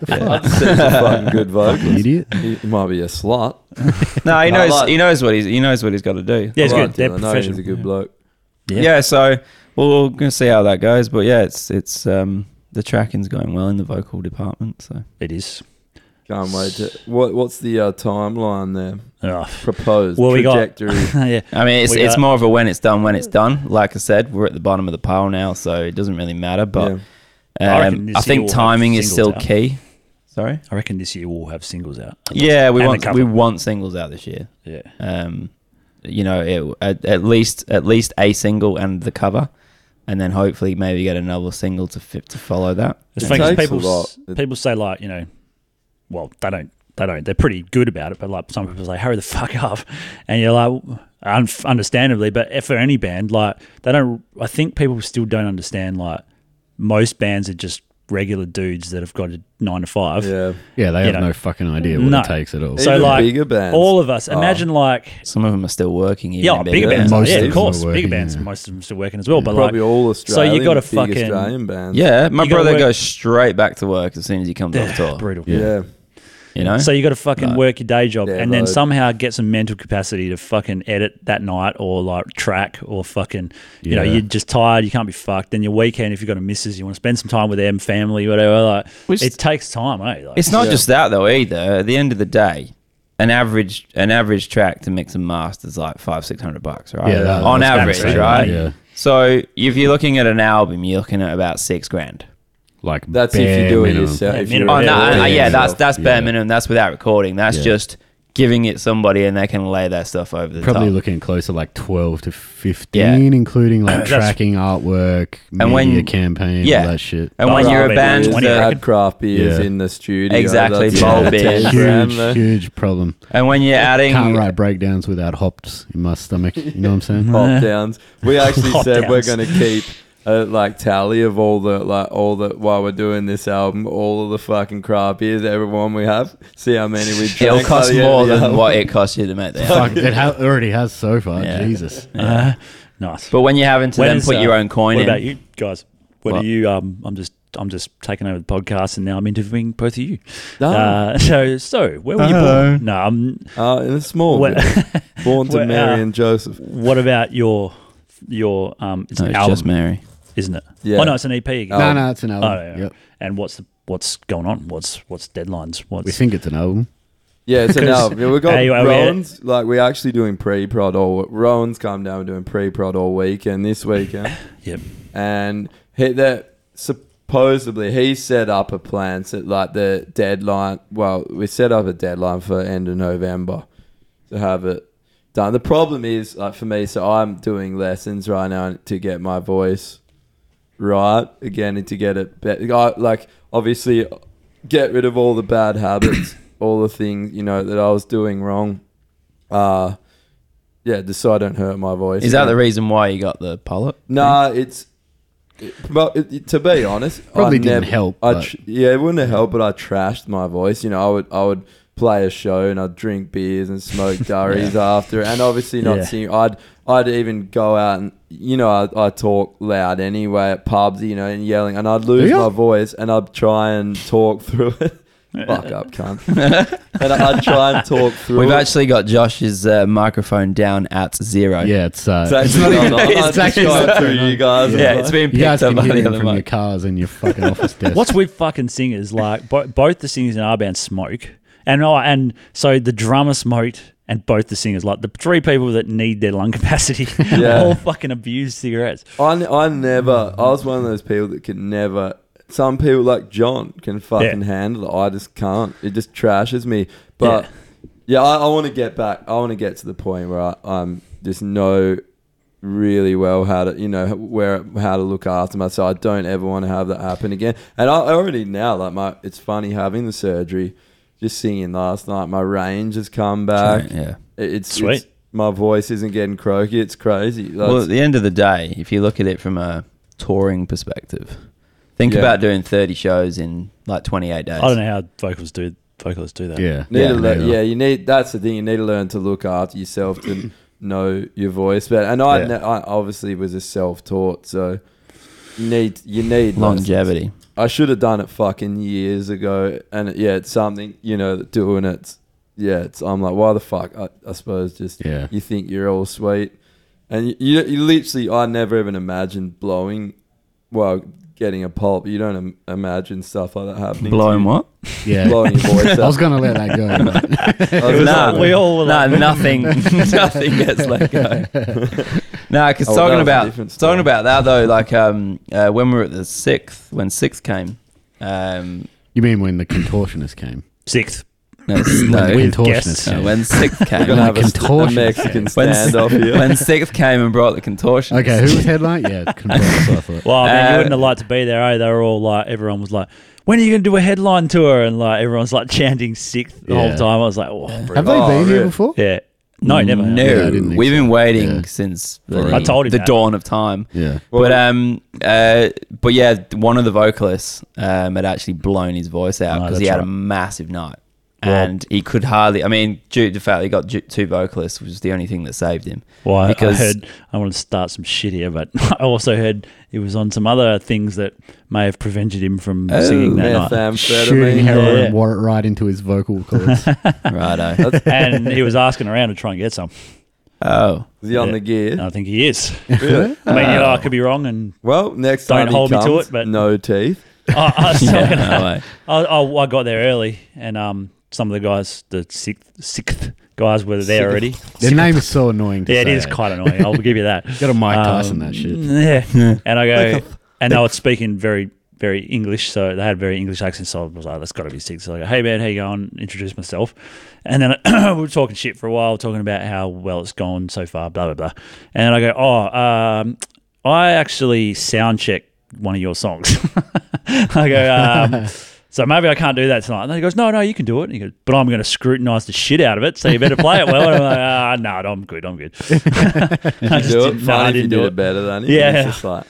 [SPEAKER 2] the fuck?
[SPEAKER 1] He's a fucking good vocalist.
[SPEAKER 2] Idiot.
[SPEAKER 1] He he might be a slut.
[SPEAKER 4] No, he
[SPEAKER 1] No,
[SPEAKER 4] knows
[SPEAKER 1] like-
[SPEAKER 4] he knows what he's he knows what he's got to do.
[SPEAKER 3] yeah. It's
[SPEAKER 1] I
[SPEAKER 3] good.
[SPEAKER 1] like
[SPEAKER 3] They're
[SPEAKER 1] Dylan. I know He's a
[SPEAKER 3] professional.
[SPEAKER 1] good bloke.
[SPEAKER 4] Yeah.
[SPEAKER 3] Yeah.
[SPEAKER 4] so well, we're gonna see how that goes, but yeah, it's it's um the tracking's going well in the vocal department. So
[SPEAKER 3] It is.
[SPEAKER 1] Can't wait to. What What's the uh, timeline there?
[SPEAKER 3] Oh,
[SPEAKER 1] Proposed
[SPEAKER 3] Well, we got-
[SPEAKER 1] trajectory.
[SPEAKER 3] yeah.
[SPEAKER 4] I mean, it's
[SPEAKER 3] We
[SPEAKER 4] it's
[SPEAKER 3] got-
[SPEAKER 4] more of a when it's done when it's done. Like I said, we're at the bottom of the pile now, so it doesn't really matter. But
[SPEAKER 1] yeah.
[SPEAKER 3] I reckon
[SPEAKER 4] um,
[SPEAKER 3] this
[SPEAKER 4] I
[SPEAKER 3] year
[SPEAKER 4] think
[SPEAKER 3] we'll have
[SPEAKER 4] timing is still
[SPEAKER 3] singles out.
[SPEAKER 4] key. Sorry.
[SPEAKER 3] I reckon this year we'll have singles out.
[SPEAKER 4] Yeah, we
[SPEAKER 3] And the
[SPEAKER 4] want
[SPEAKER 3] cover.
[SPEAKER 4] we want singles out this year.
[SPEAKER 3] Yeah,
[SPEAKER 4] Um, you know, it, at, at least at least a single and the cover, and then hopefully maybe get another single to fit to follow that.
[SPEAKER 3] It's
[SPEAKER 1] It
[SPEAKER 3] funny 'cause
[SPEAKER 1] takes a
[SPEAKER 3] people
[SPEAKER 1] lot. It-
[SPEAKER 3] people say like you know, well they don't they don't they're pretty good about it, but like some people say hurry the fuck up, and you're like un- understandably, but if for any band like they don't, I think people still don't understand like most bands are just regular dudes that have got a nine to five.
[SPEAKER 1] yeah.
[SPEAKER 2] Yeah, they
[SPEAKER 3] You
[SPEAKER 2] have
[SPEAKER 3] know.
[SPEAKER 2] no fucking idea what
[SPEAKER 3] No.
[SPEAKER 2] it takes at all.
[SPEAKER 3] So,
[SPEAKER 1] Even
[SPEAKER 3] like,
[SPEAKER 1] bigger bands.
[SPEAKER 3] All of us, imagine like
[SPEAKER 4] Some of them are still working. Even
[SPEAKER 3] yeah, oh, bigger bands,
[SPEAKER 2] Most
[SPEAKER 3] yeah,
[SPEAKER 2] of them
[SPEAKER 3] of
[SPEAKER 2] are
[SPEAKER 3] course,
[SPEAKER 2] working,
[SPEAKER 3] bigger bands,
[SPEAKER 2] yeah.
[SPEAKER 3] most of them still working as well, but
[SPEAKER 1] Probably
[SPEAKER 3] like
[SPEAKER 1] all Australian.
[SPEAKER 3] you gotta
[SPEAKER 1] big
[SPEAKER 3] bands.
[SPEAKER 1] Australian bands.
[SPEAKER 4] Yeah, my
[SPEAKER 3] You gotta
[SPEAKER 4] brother
[SPEAKER 3] work-
[SPEAKER 4] goes straight back to work as soon as he comes off tour.
[SPEAKER 3] brutal.
[SPEAKER 1] Yeah.
[SPEAKER 4] You know,
[SPEAKER 3] So you got to fucking
[SPEAKER 4] No.
[SPEAKER 3] work your day job
[SPEAKER 1] Yeah,
[SPEAKER 3] and then
[SPEAKER 1] load.
[SPEAKER 3] somehow get some mental capacity to fucking edit that night or like track or fucking, you know,
[SPEAKER 2] Yeah.
[SPEAKER 3] you're just tired, you can't be fucked. Then your weekend, if you've got a missus, you want to spend some time with them, family, whatever. Like,
[SPEAKER 4] Which-
[SPEAKER 3] it takes time, eh? Like,
[SPEAKER 4] it's not
[SPEAKER 1] Yeah.
[SPEAKER 4] just that though either. At the end of the day, an average an average track to mix and master is like five six hundred bucks, right?
[SPEAKER 2] Yeah, that-
[SPEAKER 4] on
[SPEAKER 2] that's
[SPEAKER 4] average,
[SPEAKER 2] insane,
[SPEAKER 4] right?
[SPEAKER 2] yeah.
[SPEAKER 4] So if you're looking at an album, you're looking at about six grand.
[SPEAKER 2] Like
[SPEAKER 1] That's if you
[SPEAKER 2] bare
[SPEAKER 1] do it
[SPEAKER 2] minimum.
[SPEAKER 1] yourself.
[SPEAKER 3] Yeah,
[SPEAKER 1] if you do
[SPEAKER 3] minimum.
[SPEAKER 4] Oh
[SPEAKER 1] it
[SPEAKER 4] no,
[SPEAKER 3] Yeah,
[SPEAKER 4] uh,
[SPEAKER 1] all
[SPEAKER 4] yeah, that's
[SPEAKER 1] yourself.
[SPEAKER 4] that's
[SPEAKER 2] Yeah.
[SPEAKER 4] bare minimum. That's without recording. That's
[SPEAKER 2] Yeah.
[SPEAKER 4] just giving it somebody and they can lay their stuff over the
[SPEAKER 2] Probably
[SPEAKER 4] top.
[SPEAKER 2] looking closer like twelve to fifteen,
[SPEAKER 4] Yeah.
[SPEAKER 2] including like
[SPEAKER 3] That's-
[SPEAKER 2] tracking artwork, media
[SPEAKER 4] And when-
[SPEAKER 2] campaign,
[SPEAKER 4] yeah.
[SPEAKER 2] all that shit.
[SPEAKER 4] and when
[SPEAKER 3] Dollar
[SPEAKER 4] you're a
[SPEAKER 3] album,
[SPEAKER 4] band,
[SPEAKER 1] Just
[SPEAKER 3] 20
[SPEAKER 4] that-
[SPEAKER 3] reckon?
[SPEAKER 1] add craft beers
[SPEAKER 2] Yeah.
[SPEAKER 1] in the studio.
[SPEAKER 4] Exactly,
[SPEAKER 1] that's
[SPEAKER 4] bowl
[SPEAKER 1] about
[SPEAKER 4] beers.
[SPEAKER 1] 10
[SPEAKER 4] Huge,
[SPEAKER 1] grand there.
[SPEAKER 2] Huge, huge problem.
[SPEAKER 4] and when you're adding,
[SPEAKER 2] Can't write breakdowns without hops in my stomach. You know what I'm saying?
[SPEAKER 1] pop
[SPEAKER 3] uh,
[SPEAKER 1] downs. We actually
[SPEAKER 3] Pop
[SPEAKER 1] said we're
[SPEAKER 3] downs.
[SPEAKER 1] gonna keep a like tally of all the like all the while we're doing this album, all of the fucking craft beers, everyone we have. See how many we drink.
[SPEAKER 4] it'll cost
[SPEAKER 1] by the end
[SPEAKER 4] more
[SPEAKER 1] of the
[SPEAKER 4] than
[SPEAKER 1] album.
[SPEAKER 4] what it costs you to make the album.
[SPEAKER 2] Fuck, it ha- already has so far.
[SPEAKER 4] Yeah.
[SPEAKER 2] Jesus.
[SPEAKER 3] Uh, nice.
[SPEAKER 4] But when you're having to
[SPEAKER 3] When
[SPEAKER 4] then
[SPEAKER 3] is,
[SPEAKER 4] put
[SPEAKER 3] uh,
[SPEAKER 4] your own coin
[SPEAKER 3] What
[SPEAKER 4] in, oh,
[SPEAKER 3] about you guys? What,
[SPEAKER 4] What?
[SPEAKER 3] do you? Um, I'm just I'm just taking over the podcast, and now I'm interviewing both of you.
[SPEAKER 1] No.
[SPEAKER 4] Oh.
[SPEAKER 3] Uh, so so where were you
[SPEAKER 2] Hello.
[SPEAKER 3] born? No, um, I'm.
[SPEAKER 1] Uh, in a small
[SPEAKER 3] What,
[SPEAKER 1] village, born to
[SPEAKER 3] Well,
[SPEAKER 1] Mary
[SPEAKER 3] uh,
[SPEAKER 1] and Joseph.
[SPEAKER 3] what about your your um? It's
[SPEAKER 4] no,
[SPEAKER 3] an
[SPEAKER 4] it's
[SPEAKER 3] album,
[SPEAKER 4] just Mary.
[SPEAKER 3] isn't it?
[SPEAKER 1] Yeah.
[SPEAKER 3] Oh no, it's an EP. Again.
[SPEAKER 1] Oh.
[SPEAKER 2] No, no, it's an album.
[SPEAKER 3] Oh, yeah.
[SPEAKER 2] Yep.
[SPEAKER 3] And what's the what's going on? What's what's deadlines? What's
[SPEAKER 2] We think it's an album.
[SPEAKER 1] Yeah, it's an
[SPEAKER 3] 'Cause-
[SPEAKER 1] album. Yeah, we got
[SPEAKER 3] Hey, are we-
[SPEAKER 1] Rowan's. Like we're actually doing pre-prod all. Rowan's come down doing pre-prod all weekend this weekend.
[SPEAKER 3] Yep.
[SPEAKER 1] and he, that supposedly he set up a plan so like the deadline well we set up a deadline for end of november to have it done the problem is like for me so i'm doing lessons right now to get my voice right again and to get it better like obviously get rid of all the bad habits all the things you know that i was doing wrong uh yeah just so i don't hurt my voice
[SPEAKER 4] Is that the reason why you got the polyp?
[SPEAKER 1] Nah, it's. It, well, it, it- to be honest, I
[SPEAKER 2] Probably didn't
[SPEAKER 1] never-
[SPEAKER 2] help,
[SPEAKER 1] I
[SPEAKER 2] but-
[SPEAKER 1] tr- yeah, it wouldn't have helped, but I trashed my voice. You know, I would I would play a show and I'd drink beers and smoke durries after, and obviously not
[SPEAKER 3] Yeah.
[SPEAKER 1] sing. I'd I'd even go out and you know I, I talk loud anyway at pubs, you know, and yelling, and I'd lose my
[SPEAKER 2] ya?
[SPEAKER 1] voice, and I'd try and talk through it. Fuck up, cunt. and I'd try and talk through.
[SPEAKER 4] We've
[SPEAKER 1] it.
[SPEAKER 4] actually got Josh's uh, microphone down at zero.
[SPEAKER 2] Yeah, it's uh,
[SPEAKER 1] So it's not even. It's actually going through you guys.
[SPEAKER 4] yeah, it's been
[SPEAKER 2] you
[SPEAKER 4] picked up
[SPEAKER 2] guys can
[SPEAKER 4] by
[SPEAKER 2] hear
[SPEAKER 4] the
[SPEAKER 2] it
[SPEAKER 4] other
[SPEAKER 2] from your
[SPEAKER 4] mic.
[SPEAKER 2] cars and your fucking office desk.
[SPEAKER 3] What's with fucking singers? Like bo- both the singers in our band smoke, and oh, and so the drummer smoked, and both the singers, like the three people that need their lung capacity,
[SPEAKER 1] Yeah.
[SPEAKER 3] all fucking abuse cigarettes.
[SPEAKER 1] I, n- I never. I was one of those people that could never. Some people like John can fucking
[SPEAKER 3] Yeah.
[SPEAKER 1] handle it. I just can't. It just trashes me. But yeah, I, I want to get back. I want to get to the point where I, I'm just know really well how to you know where how to look after myself. I don't ever want to have that happen again. And I I already now like my. It's funny having the surgery. Just singing last night, my range has come back.
[SPEAKER 4] Yeah.
[SPEAKER 1] It- It's
[SPEAKER 3] Sweet.
[SPEAKER 1] it's- my voice isn't getting croaky. It's crazy. Like,
[SPEAKER 4] Well, at the end of the day, if you look at it from a touring perspective, think
[SPEAKER 1] Yeah.
[SPEAKER 4] about doing 30 shows in like 28 days.
[SPEAKER 3] I don't know how vocals do vocalists do that.
[SPEAKER 2] yeah,
[SPEAKER 1] Need
[SPEAKER 4] Yeah.
[SPEAKER 1] to learn,
[SPEAKER 2] Yeah.
[SPEAKER 1] yeah, you need. That's the thing. You need to learn to look after yourself to know your voice. But and I,
[SPEAKER 2] Yeah.
[SPEAKER 1] kn- I obviously was a self-taught, so you need you need lessons.
[SPEAKER 4] Longevity.
[SPEAKER 1] I should have done it fucking years ago. And yeah, it's something you know that doing it. Yeah, it's. I'm like, why the fuck? I, I suppose just
[SPEAKER 2] Yeah.
[SPEAKER 1] you think you're all sweet, and you, you you literally. I never even imagined blowing, well, getting a pulp. You don't im- imagine stuff like that happening. to
[SPEAKER 4] Blowing
[SPEAKER 1] you.
[SPEAKER 4] what?
[SPEAKER 2] yeah.
[SPEAKER 1] Blowing your voice
[SPEAKER 2] I was
[SPEAKER 1] out.
[SPEAKER 2] gonna let that go. but-
[SPEAKER 1] I was
[SPEAKER 4] Nah,
[SPEAKER 1] like-
[SPEAKER 3] we all were
[SPEAKER 4] nah,
[SPEAKER 3] like,
[SPEAKER 4] nothing, nothing gets let go. nah,
[SPEAKER 1] Oh, that was
[SPEAKER 4] because talking
[SPEAKER 1] a
[SPEAKER 4] about
[SPEAKER 1] different story.
[SPEAKER 4] talking about that though, like um, uh, when we were at the sixth, when sixth came, um,
[SPEAKER 2] you mean when the contortionist came?
[SPEAKER 3] sixth.
[SPEAKER 4] no, s-
[SPEAKER 2] When the
[SPEAKER 4] no,
[SPEAKER 2] contortionist
[SPEAKER 3] guests.
[SPEAKER 4] no,
[SPEAKER 2] came.
[SPEAKER 4] when sixth
[SPEAKER 1] We're
[SPEAKER 4] came,
[SPEAKER 1] gonna have
[SPEAKER 2] Like
[SPEAKER 1] a, st- a
[SPEAKER 2] contortion.
[SPEAKER 1] Mexican
[SPEAKER 4] when,
[SPEAKER 1] standoff here.
[SPEAKER 4] when sixth came and brought the contortion.
[SPEAKER 2] okay, who was headline? Yeah, contortionist. I thought.
[SPEAKER 3] Well, I mean, you
[SPEAKER 4] Uh,
[SPEAKER 3] wouldn't have liked to be there. Oh, they were all like, everyone was like, "When are you going to do a headline tour?" And like, everyone's like chanting sixth the whole
[SPEAKER 2] Yeah.
[SPEAKER 3] time. I was like, "Oh, brutal."
[SPEAKER 2] Have they
[SPEAKER 1] Oh,
[SPEAKER 2] been
[SPEAKER 1] really?
[SPEAKER 2] here before?
[SPEAKER 3] yeah, no, never."
[SPEAKER 4] No,
[SPEAKER 2] Yeah, I didn't think
[SPEAKER 4] we've
[SPEAKER 2] so.
[SPEAKER 4] been waiting
[SPEAKER 2] Yeah.
[SPEAKER 4] since
[SPEAKER 2] Forever.
[SPEAKER 4] the,
[SPEAKER 2] I
[SPEAKER 3] told him
[SPEAKER 4] the
[SPEAKER 3] that.
[SPEAKER 4] dawn of time.
[SPEAKER 2] Yeah.
[SPEAKER 1] Well,
[SPEAKER 4] but um, uh, but yeah, one of the vocalists um had actually blown his voice out
[SPEAKER 3] Oh,
[SPEAKER 4] because he
[SPEAKER 3] that's
[SPEAKER 4] had a
[SPEAKER 3] right.
[SPEAKER 4] massive night,
[SPEAKER 3] Well-
[SPEAKER 4] and he could hardly. I mean, due to the fact he got ju- two vocalists, which was the only thing that saved him.
[SPEAKER 3] Well, I,
[SPEAKER 4] Because-
[SPEAKER 3] I heard I want to start some shit here, but I also heard he was on some other things that may have prevented him from
[SPEAKER 4] Oh,
[SPEAKER 3] singing that night.
[SPEAKER 2] Shooting
[SPEAKER 1] methamphetamine.
[SPEAKER 2] heroin
[SPEAKER 3] Yeah.
[SPEAKER 2] water right into his vocal cords.
[SPEAKER 4] Righto.
[SPEAKER 3] and he was asking around to try and get some.
[SPEAKER 4] oh,
[SPEAKER 1] Is he on the
[SPEAKER 3] And
[SPEAKER 1] gear?
[SPEAKER 3] I think he is.
[SPEAKER 1] Really?
[SPEAKER 3] I mean, you know, I could be wrong, and
[SPEAKER 1] Well, next
[SPEAKER 3] Don't
[SPEAKER 1] time he
[SPEAKER 3] hold me to
[SPEAKER 1] comes,
[SPEAKER 3] it, but-
[SPEAKER 1] no teeth.
[SPEAKER 3] I, I, was
[SPEAKER 4] yeah,
[SPEAKER 3] talking-
[SPEAKER 4] no way.
[SPEAKER 3] I, I- I got there early, and um, some of the guys, the sixth sixth guys, were there already.
[SPEAKER 2] Their name is so annoying to
[SPEAKER 3] Yeah, it
[SPEAKER 2] say.
[SPEAKER 3] is quite annoying. I'll give you that.
[SPEAKER 2] Got a Mike
[SPEAKER 3] Um,
[SPEAKER 2] Tyson that shit.
[SPEAKER 3] Yeah. And I go, and they were speaking very, very English. So they had very English accent. So I was like, that's got to be sick. So I go, hey, man, how you going? Introduce myself. And then we were talking shit for a while, talking about how well it's gone so far, blah, blah, blah. And then I go, oh, um, I actually sound check one of your songs. I go, um, so maybe I can't do that tonight. And then he goes, no, no, you can do it. And he goes, but I'm going to scrutinize the shit out of it. So you better play it well. And I'm like, ah, no, I'm good. I'm good. I just
[SPEAKER 1] do it.
[SPEAKER 3] didn't- no, I
[SPEAKER 1] Funny if you
[SPEAKER 3] didn't
[SPEAKER 1] did
[SPEAKER 3] do
[SPEAKER 1] it.
[SPEAKER 3] it.
[SPEAKER 1] better than him.
[SPEAKER 3] Yeah.
[SPEAKER 1] It's just like,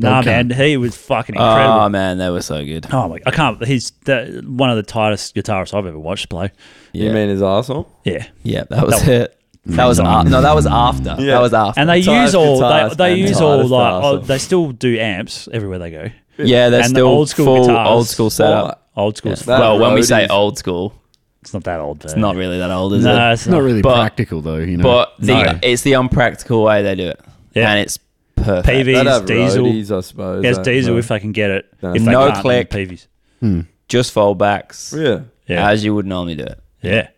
[SPEAKER 3] Nah,
[SPEAKER 2] Okay.
[SPEAKER 3] man, he was fucking incredible.
[SPEAKER 4] Oh man, they were so good.
[SPEAKER 3] oh my, I can't. He's the, one of the tightest guitarists I've ever watched play.
[SPEAKER 1] You
[SPEAKER 4] Yeah.
[SPEAKER 1] mean his arsehole?
[SPEAKER 3] Yeah,
[SPEAKER 4] Yeah, that was
[SPEAKER 3] That-
[SPEAKER 4] it. That was a-
[SPEAKER 2] Mm.
[SPEAKER 4] no, that was after.
[SPEAKER 1] Yeah.
[SPEAKER 4] That was after.
[SPEAKER 3] and they
[SPEAKER 1] Tightest
[SPEAKER 3] use all they,
[SPEAKER 1] guitarist,
[SPEAKER 3] they
[SPEAKER 1] man.
[SPEAKER 3] use all
[SPEAKER 1] Tightest
[SPEAKER 3] like oh,
[SPEAKER 1] guitarist.
[SPEAKER 3] they still do amps everywhere they go.
[SPEAKER 4] yeah, they're
[SPEAKER 3] and the
[SPEAKER 4] still
[SPEAKER 3] old school
[SPEAKER 4] full
[SPEAKER 3] guitars.
[SPEAKER 4] old school setup.
[SPEAKER 3] Old school.
[SPEAKER 1] Yeah. That
[SPEAKER 4] well, when we
[SPEAKER 1] road
[SPEAKER 4] say
[SPEAKER 1] is-
[SPEAKER 4] old school,
[SPEAKER 3] It's not that old. But
[SPEAKER 4] it's not really that old, is it?
[SPEAKER 3] No, it's
[SPEAKER 2] It's not really
[SPEAKER 4] But-
[SPEAKER 2] practical though, you know.
[SPEAKER 4] But the
[SPEAKER 3] No.
[SPEAKER 4] it's the unpractical way they do it,
[SPEAKER 3] Yeah.
[SPEAKER 4] and it's perfect.
[SPEAKER 1] They'd have
[SPEAKER 3] PVs, diesel.
[SPEAKER 1] roadies, I suppose.
[SPEAKER 3] Yes,
[SPEAKER 1] eh?
[SPEAKER 3] diesel if they can get it.
[SPEAKER 1] No.
[SPEAKER 3] If they
[SPEAKER 4] No
[SPEAKER 3] can't,
[SPEAKER 4] click.
[SPEAKER 3] then PVs.
[SPEAKER 4] Just fold backs
[SPEAKER 1] Yeah.
[SPEAKER 3] Yeah,
[SPEAKER 4] as you would normally do it.
[SPEAKER 3] yeah,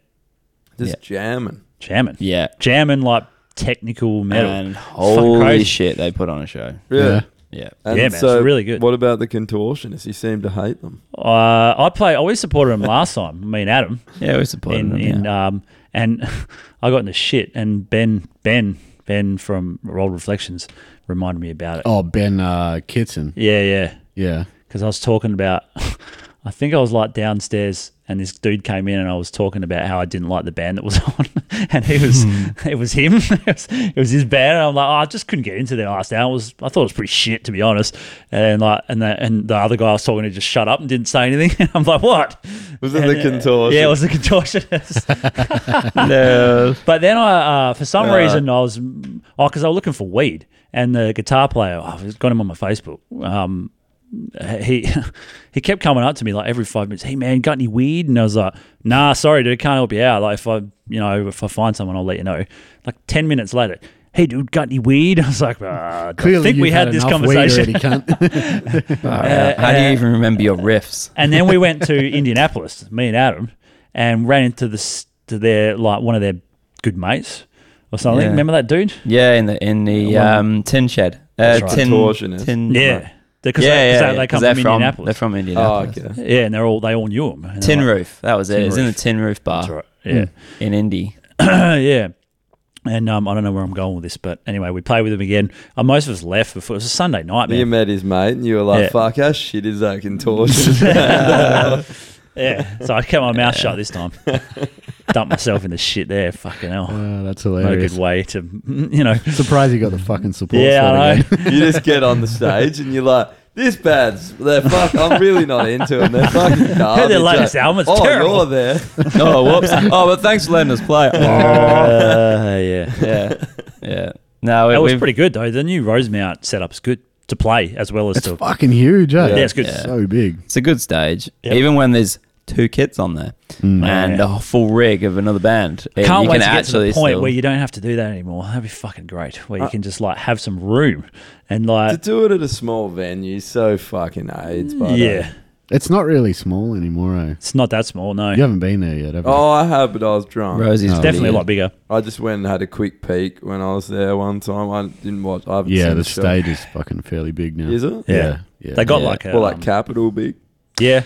[SPEAKER 1] Just
[SPEAKER 4] Yeah.
[SPEAKER 1] jamming.
[SPEAKER 3] jamming,
[SPEAKER 4] Yeah,
[SPEAKER 3] jamming like technical metal.
[SPEAKER 4] and
[SPEAKER 3] fucking
[SPEAKER 4] holy
[SPEAKER 3] crazy.
[SPEAKER 4] shit, they put on a show.
[SPEAKER 1] Yeah.
[SPEAKER 2] Yeah.
[SPEAKER 4] Yeah,
[SPEAKER 1] And
[SPEAKER 3] Yeah, man, it's really good.
[SPEAKER 1] What about the contortionists? He seemed to hate them.
[SPEAKER 3] Uh, I play. I always supported him last time. Me and Adam.
[SPEAKER 4] yeah, we supported
[SPEAKER 3] in,
[SPEAKER 4] them.
[SPEAKER 3] in
[SPEAKER 4] yeah.
[SPEAKER 3] um and I got into shit and Ben Ben Ben from Old Reflections reminded me about it.
[SPEAKER 2] oh, Ben uh, Kitson.
[SPEAKER 3] Yeah, yeah,
[SPEAKER 2] Yeah.
[SPEAKER 3] because I was talking about I think I was like downstairs and this dude came in and I was talking about how I didn't like the band that was on and he was
[SPEAKER 1] Hmm.
[SPEAKER 3] it was him it was, it was his band and I'm like oh, I just couldn't get into their last hour It was I thought it was pretty shit to be honest and like and the, and the other guy I was talking to just shut up and didn't say anything I'm like what
[SPEAKER 1] Was it
[SPEAKER 3] And,
[SPEAKER 1] the
[SPEAKER 3] uh,
[SPEAKER 1] contortion?
[SPEAKER 3] yeah it was the contortionist
[SPEAKER 4] no.
[SPEAKER 3] But then I, uh, for some
[SPEAKER 1] Uh.
[SPEAKER 3] reason, I was, oh, because I was looking for weed, and the guitar player, oh, I've got him on my Facebook. Um, he he kept coming up to me like every five minutes. Hey man, got any weed? And I was like, Nah, sorry dude, can't help you out. Like if I, you know, if I find someone, I'll let you know. Like ten minutes later, Hey dude, got any weed? I was like, uh, I
[SPEAKER 2] Clearly,
[SPEAKER 3] think we
[SPEAKER 2] you've
[SPEAKER 3] had, this
[SPEAKER 2] enough weed
[SPEAKER 3] conversation.
[SPEAKER 2] already, cunt.
[SPEAKER 4] How
[SPEAKER 3] uh,
[SPEAKER 4] do you even remember your riffs?
[SPEAKER 3] and then we went to Indianapolis, me and Adam, and ran into this to their like one of their good mates or something.
[SPEAKER 4] Yeah.
[SPEAKER 3] Remember that dude?
[SPEAKER 4] Yeah, in the in the
[SPEAKER 3] Well,
[SPEAKER 4] um, tin shed. Uh,
[SPEAKER 3] that's right.
[SPEAKER 4] tin,
[SPEAKER 1] Contortionist.
[SPEAKER 4] tin,
[SPEAKER 3] Yeah. Because
[SPEAKER 4] yeah,
[SPEAKER 3] they,
[SPEAKER 4] yeah,
[SPEAKER 3] 'cause
[SPEAKER 4] yeah,
[SPEAKER 3] they, they
[SPEAKER 4] 'cause
[SPEAKER 3] come
[SPEAKER 4] they're
[SPEAKER 3] from
[SPEAKER 4] from
[SPEAKER 3] Indianapolis.
[SPEAKER 4] They're from
[SPEAKER 1] Oh,
[SPEAKER 4] Indianapolis.
[SPEAKER 1] okay.
[SPEAKER 3] yeah, and they're all they all knew him. And they're
[SPEAKER 4] Tin
[SPEAKER 3] like,
[SPEAKER 4] Roof. That was it.
[SPEAKER 3] Tin
[SPEAKER 4] It was in the
[SPEAKER 3] Roof.
[SPEAKER 4] Tin Roof bar
[SPEAKER 3] "That's right,
[SPEAKER 4] in Indy.
[SPEAKER 3] Yeah, yeah. And um, I don't know where I'm going with this, but anyway, we played with him again. Uh, most of us left before it was a Sunday night,
[SPEAKER 1] You
[SPEAKER 3] man.
[SPEAKER 1] met his mate and you were like,
[SPEAKER 3] Yeah.
[SPEAKER 1] fuck, how shit is that contortionist?
[SPEAKER 3] Yeah, so I kept my mouth shut this time. Dumped myself in the shit there. Fucking hell,
[SPEAKER 2] Wow, Uh, that's
[SPEAKER 3] not a
[SPEAKER 2] hilarious.
[SPEAKER 3] good way to, you know.
[SPEAKER 2] Surprised you got the fucking support.
[SPEAKER 3] Yeah,
[SPEAKER 2] for it
[SPEAKER 3] I know.
[SPEAKER 2] again.
[SPEAKER 1] you just get on the stage and you're like, this band's, they're fuck, I'm really not into them. They're fucking garbage.
[SPEAKER 3] Their latest
[SPEAKER 1] Like,
[SPEAKER 3] album is
[SPEAKER 1] oh,
[SPEAKER 3] terrible.
[SPEAKER 1] you're there.
[SPEAKER 4] oh, whoops. Oh, but thanks for letting us play.
[SPEAKER 3] Uh, yeah,
[SPEAKER 4] yeah, yeah. No, we,
[SPEAKER 3] that was
[SPEAKER 4] we've-
[SPEAKER 3] pretty good though. The new Rosemount setup's good to play as well as
[SPEAKER 2] It's
[SPEAKER 3] to.
[SPEAKER 2] fucking huge, eh?
[SPEAKER 1] Yeah,
[SPEAKER 3] yeah, it's good.
[SPEAKER 4] yeah.
[SPEAKER 2] So big.
[SPEAKER 4] It's a good stage,
[SPEAKER 3] Yep.
[SPEAKER 4] even when there's two kits on there and
[SPEAKER 3] Yeah.
[SPEAKER 4] a full rig of another band. it-
[SPEAKER 3] Can't
[SPEAKER 4] you
[SPEAKER 3] wait
[SPEAKER 4] can
[SPEAKER 3] to get to
[SPEAKER 4] actually
[SPEAKER 3] the point
[SPEAKER 4] still-
[SPEAKER 3] where you don't have to do that anymore. That'd be fucking great. Where you
[SPEAKER 1] Uh,
[SPEAKER 3] can just like have some room and
[SPEAKER 1] to
[SPEAKER 3] like,
[SPEAKER 1] do it at a small venue, so fucking AIDS, by the way.
[SPEAKER 3] Mm, yeah,
[SPEAKER 2] It's not really small anymore, eh?
[SPEAKER 3] it's not that small. No,
[SPEAKER 2] You haven't been there yet, have you?
[SPEAKER 1] Oh, I have, but I was drunk.
[SPEAKER 4] Rosie's
[SPEAKER 2] No.
[SPEAKER 4] pretty
[SPEAKER 3] definitely a
[SPEAKER 4] good.
[SPEAKER 3] lot bigger.
[SPEAKER 1] I just went and had a quick peek when I was there one time. I didn't watch. I haven't
[SPEAKER 2] yeah,
[SPEAKER 1] seen
[SPEAKER 2] the
[SPEAKER 1] show.
[SPEAKER 2] stage is fucking fairly big now.
[SPEAKER 1] Is it?
[SPEAKER 3] Yeah.
[SPEAKER 2] Yeah. yeah.
[SPEAKER 3] They got
[SPEAKER 4] Yeah.
[SPEAKER 3] like a
[SPEAKER 1] Well, like
[SPEAKER 3] um,
[SPEAKER 1] capital big.
[SPEAKER 3] yeah,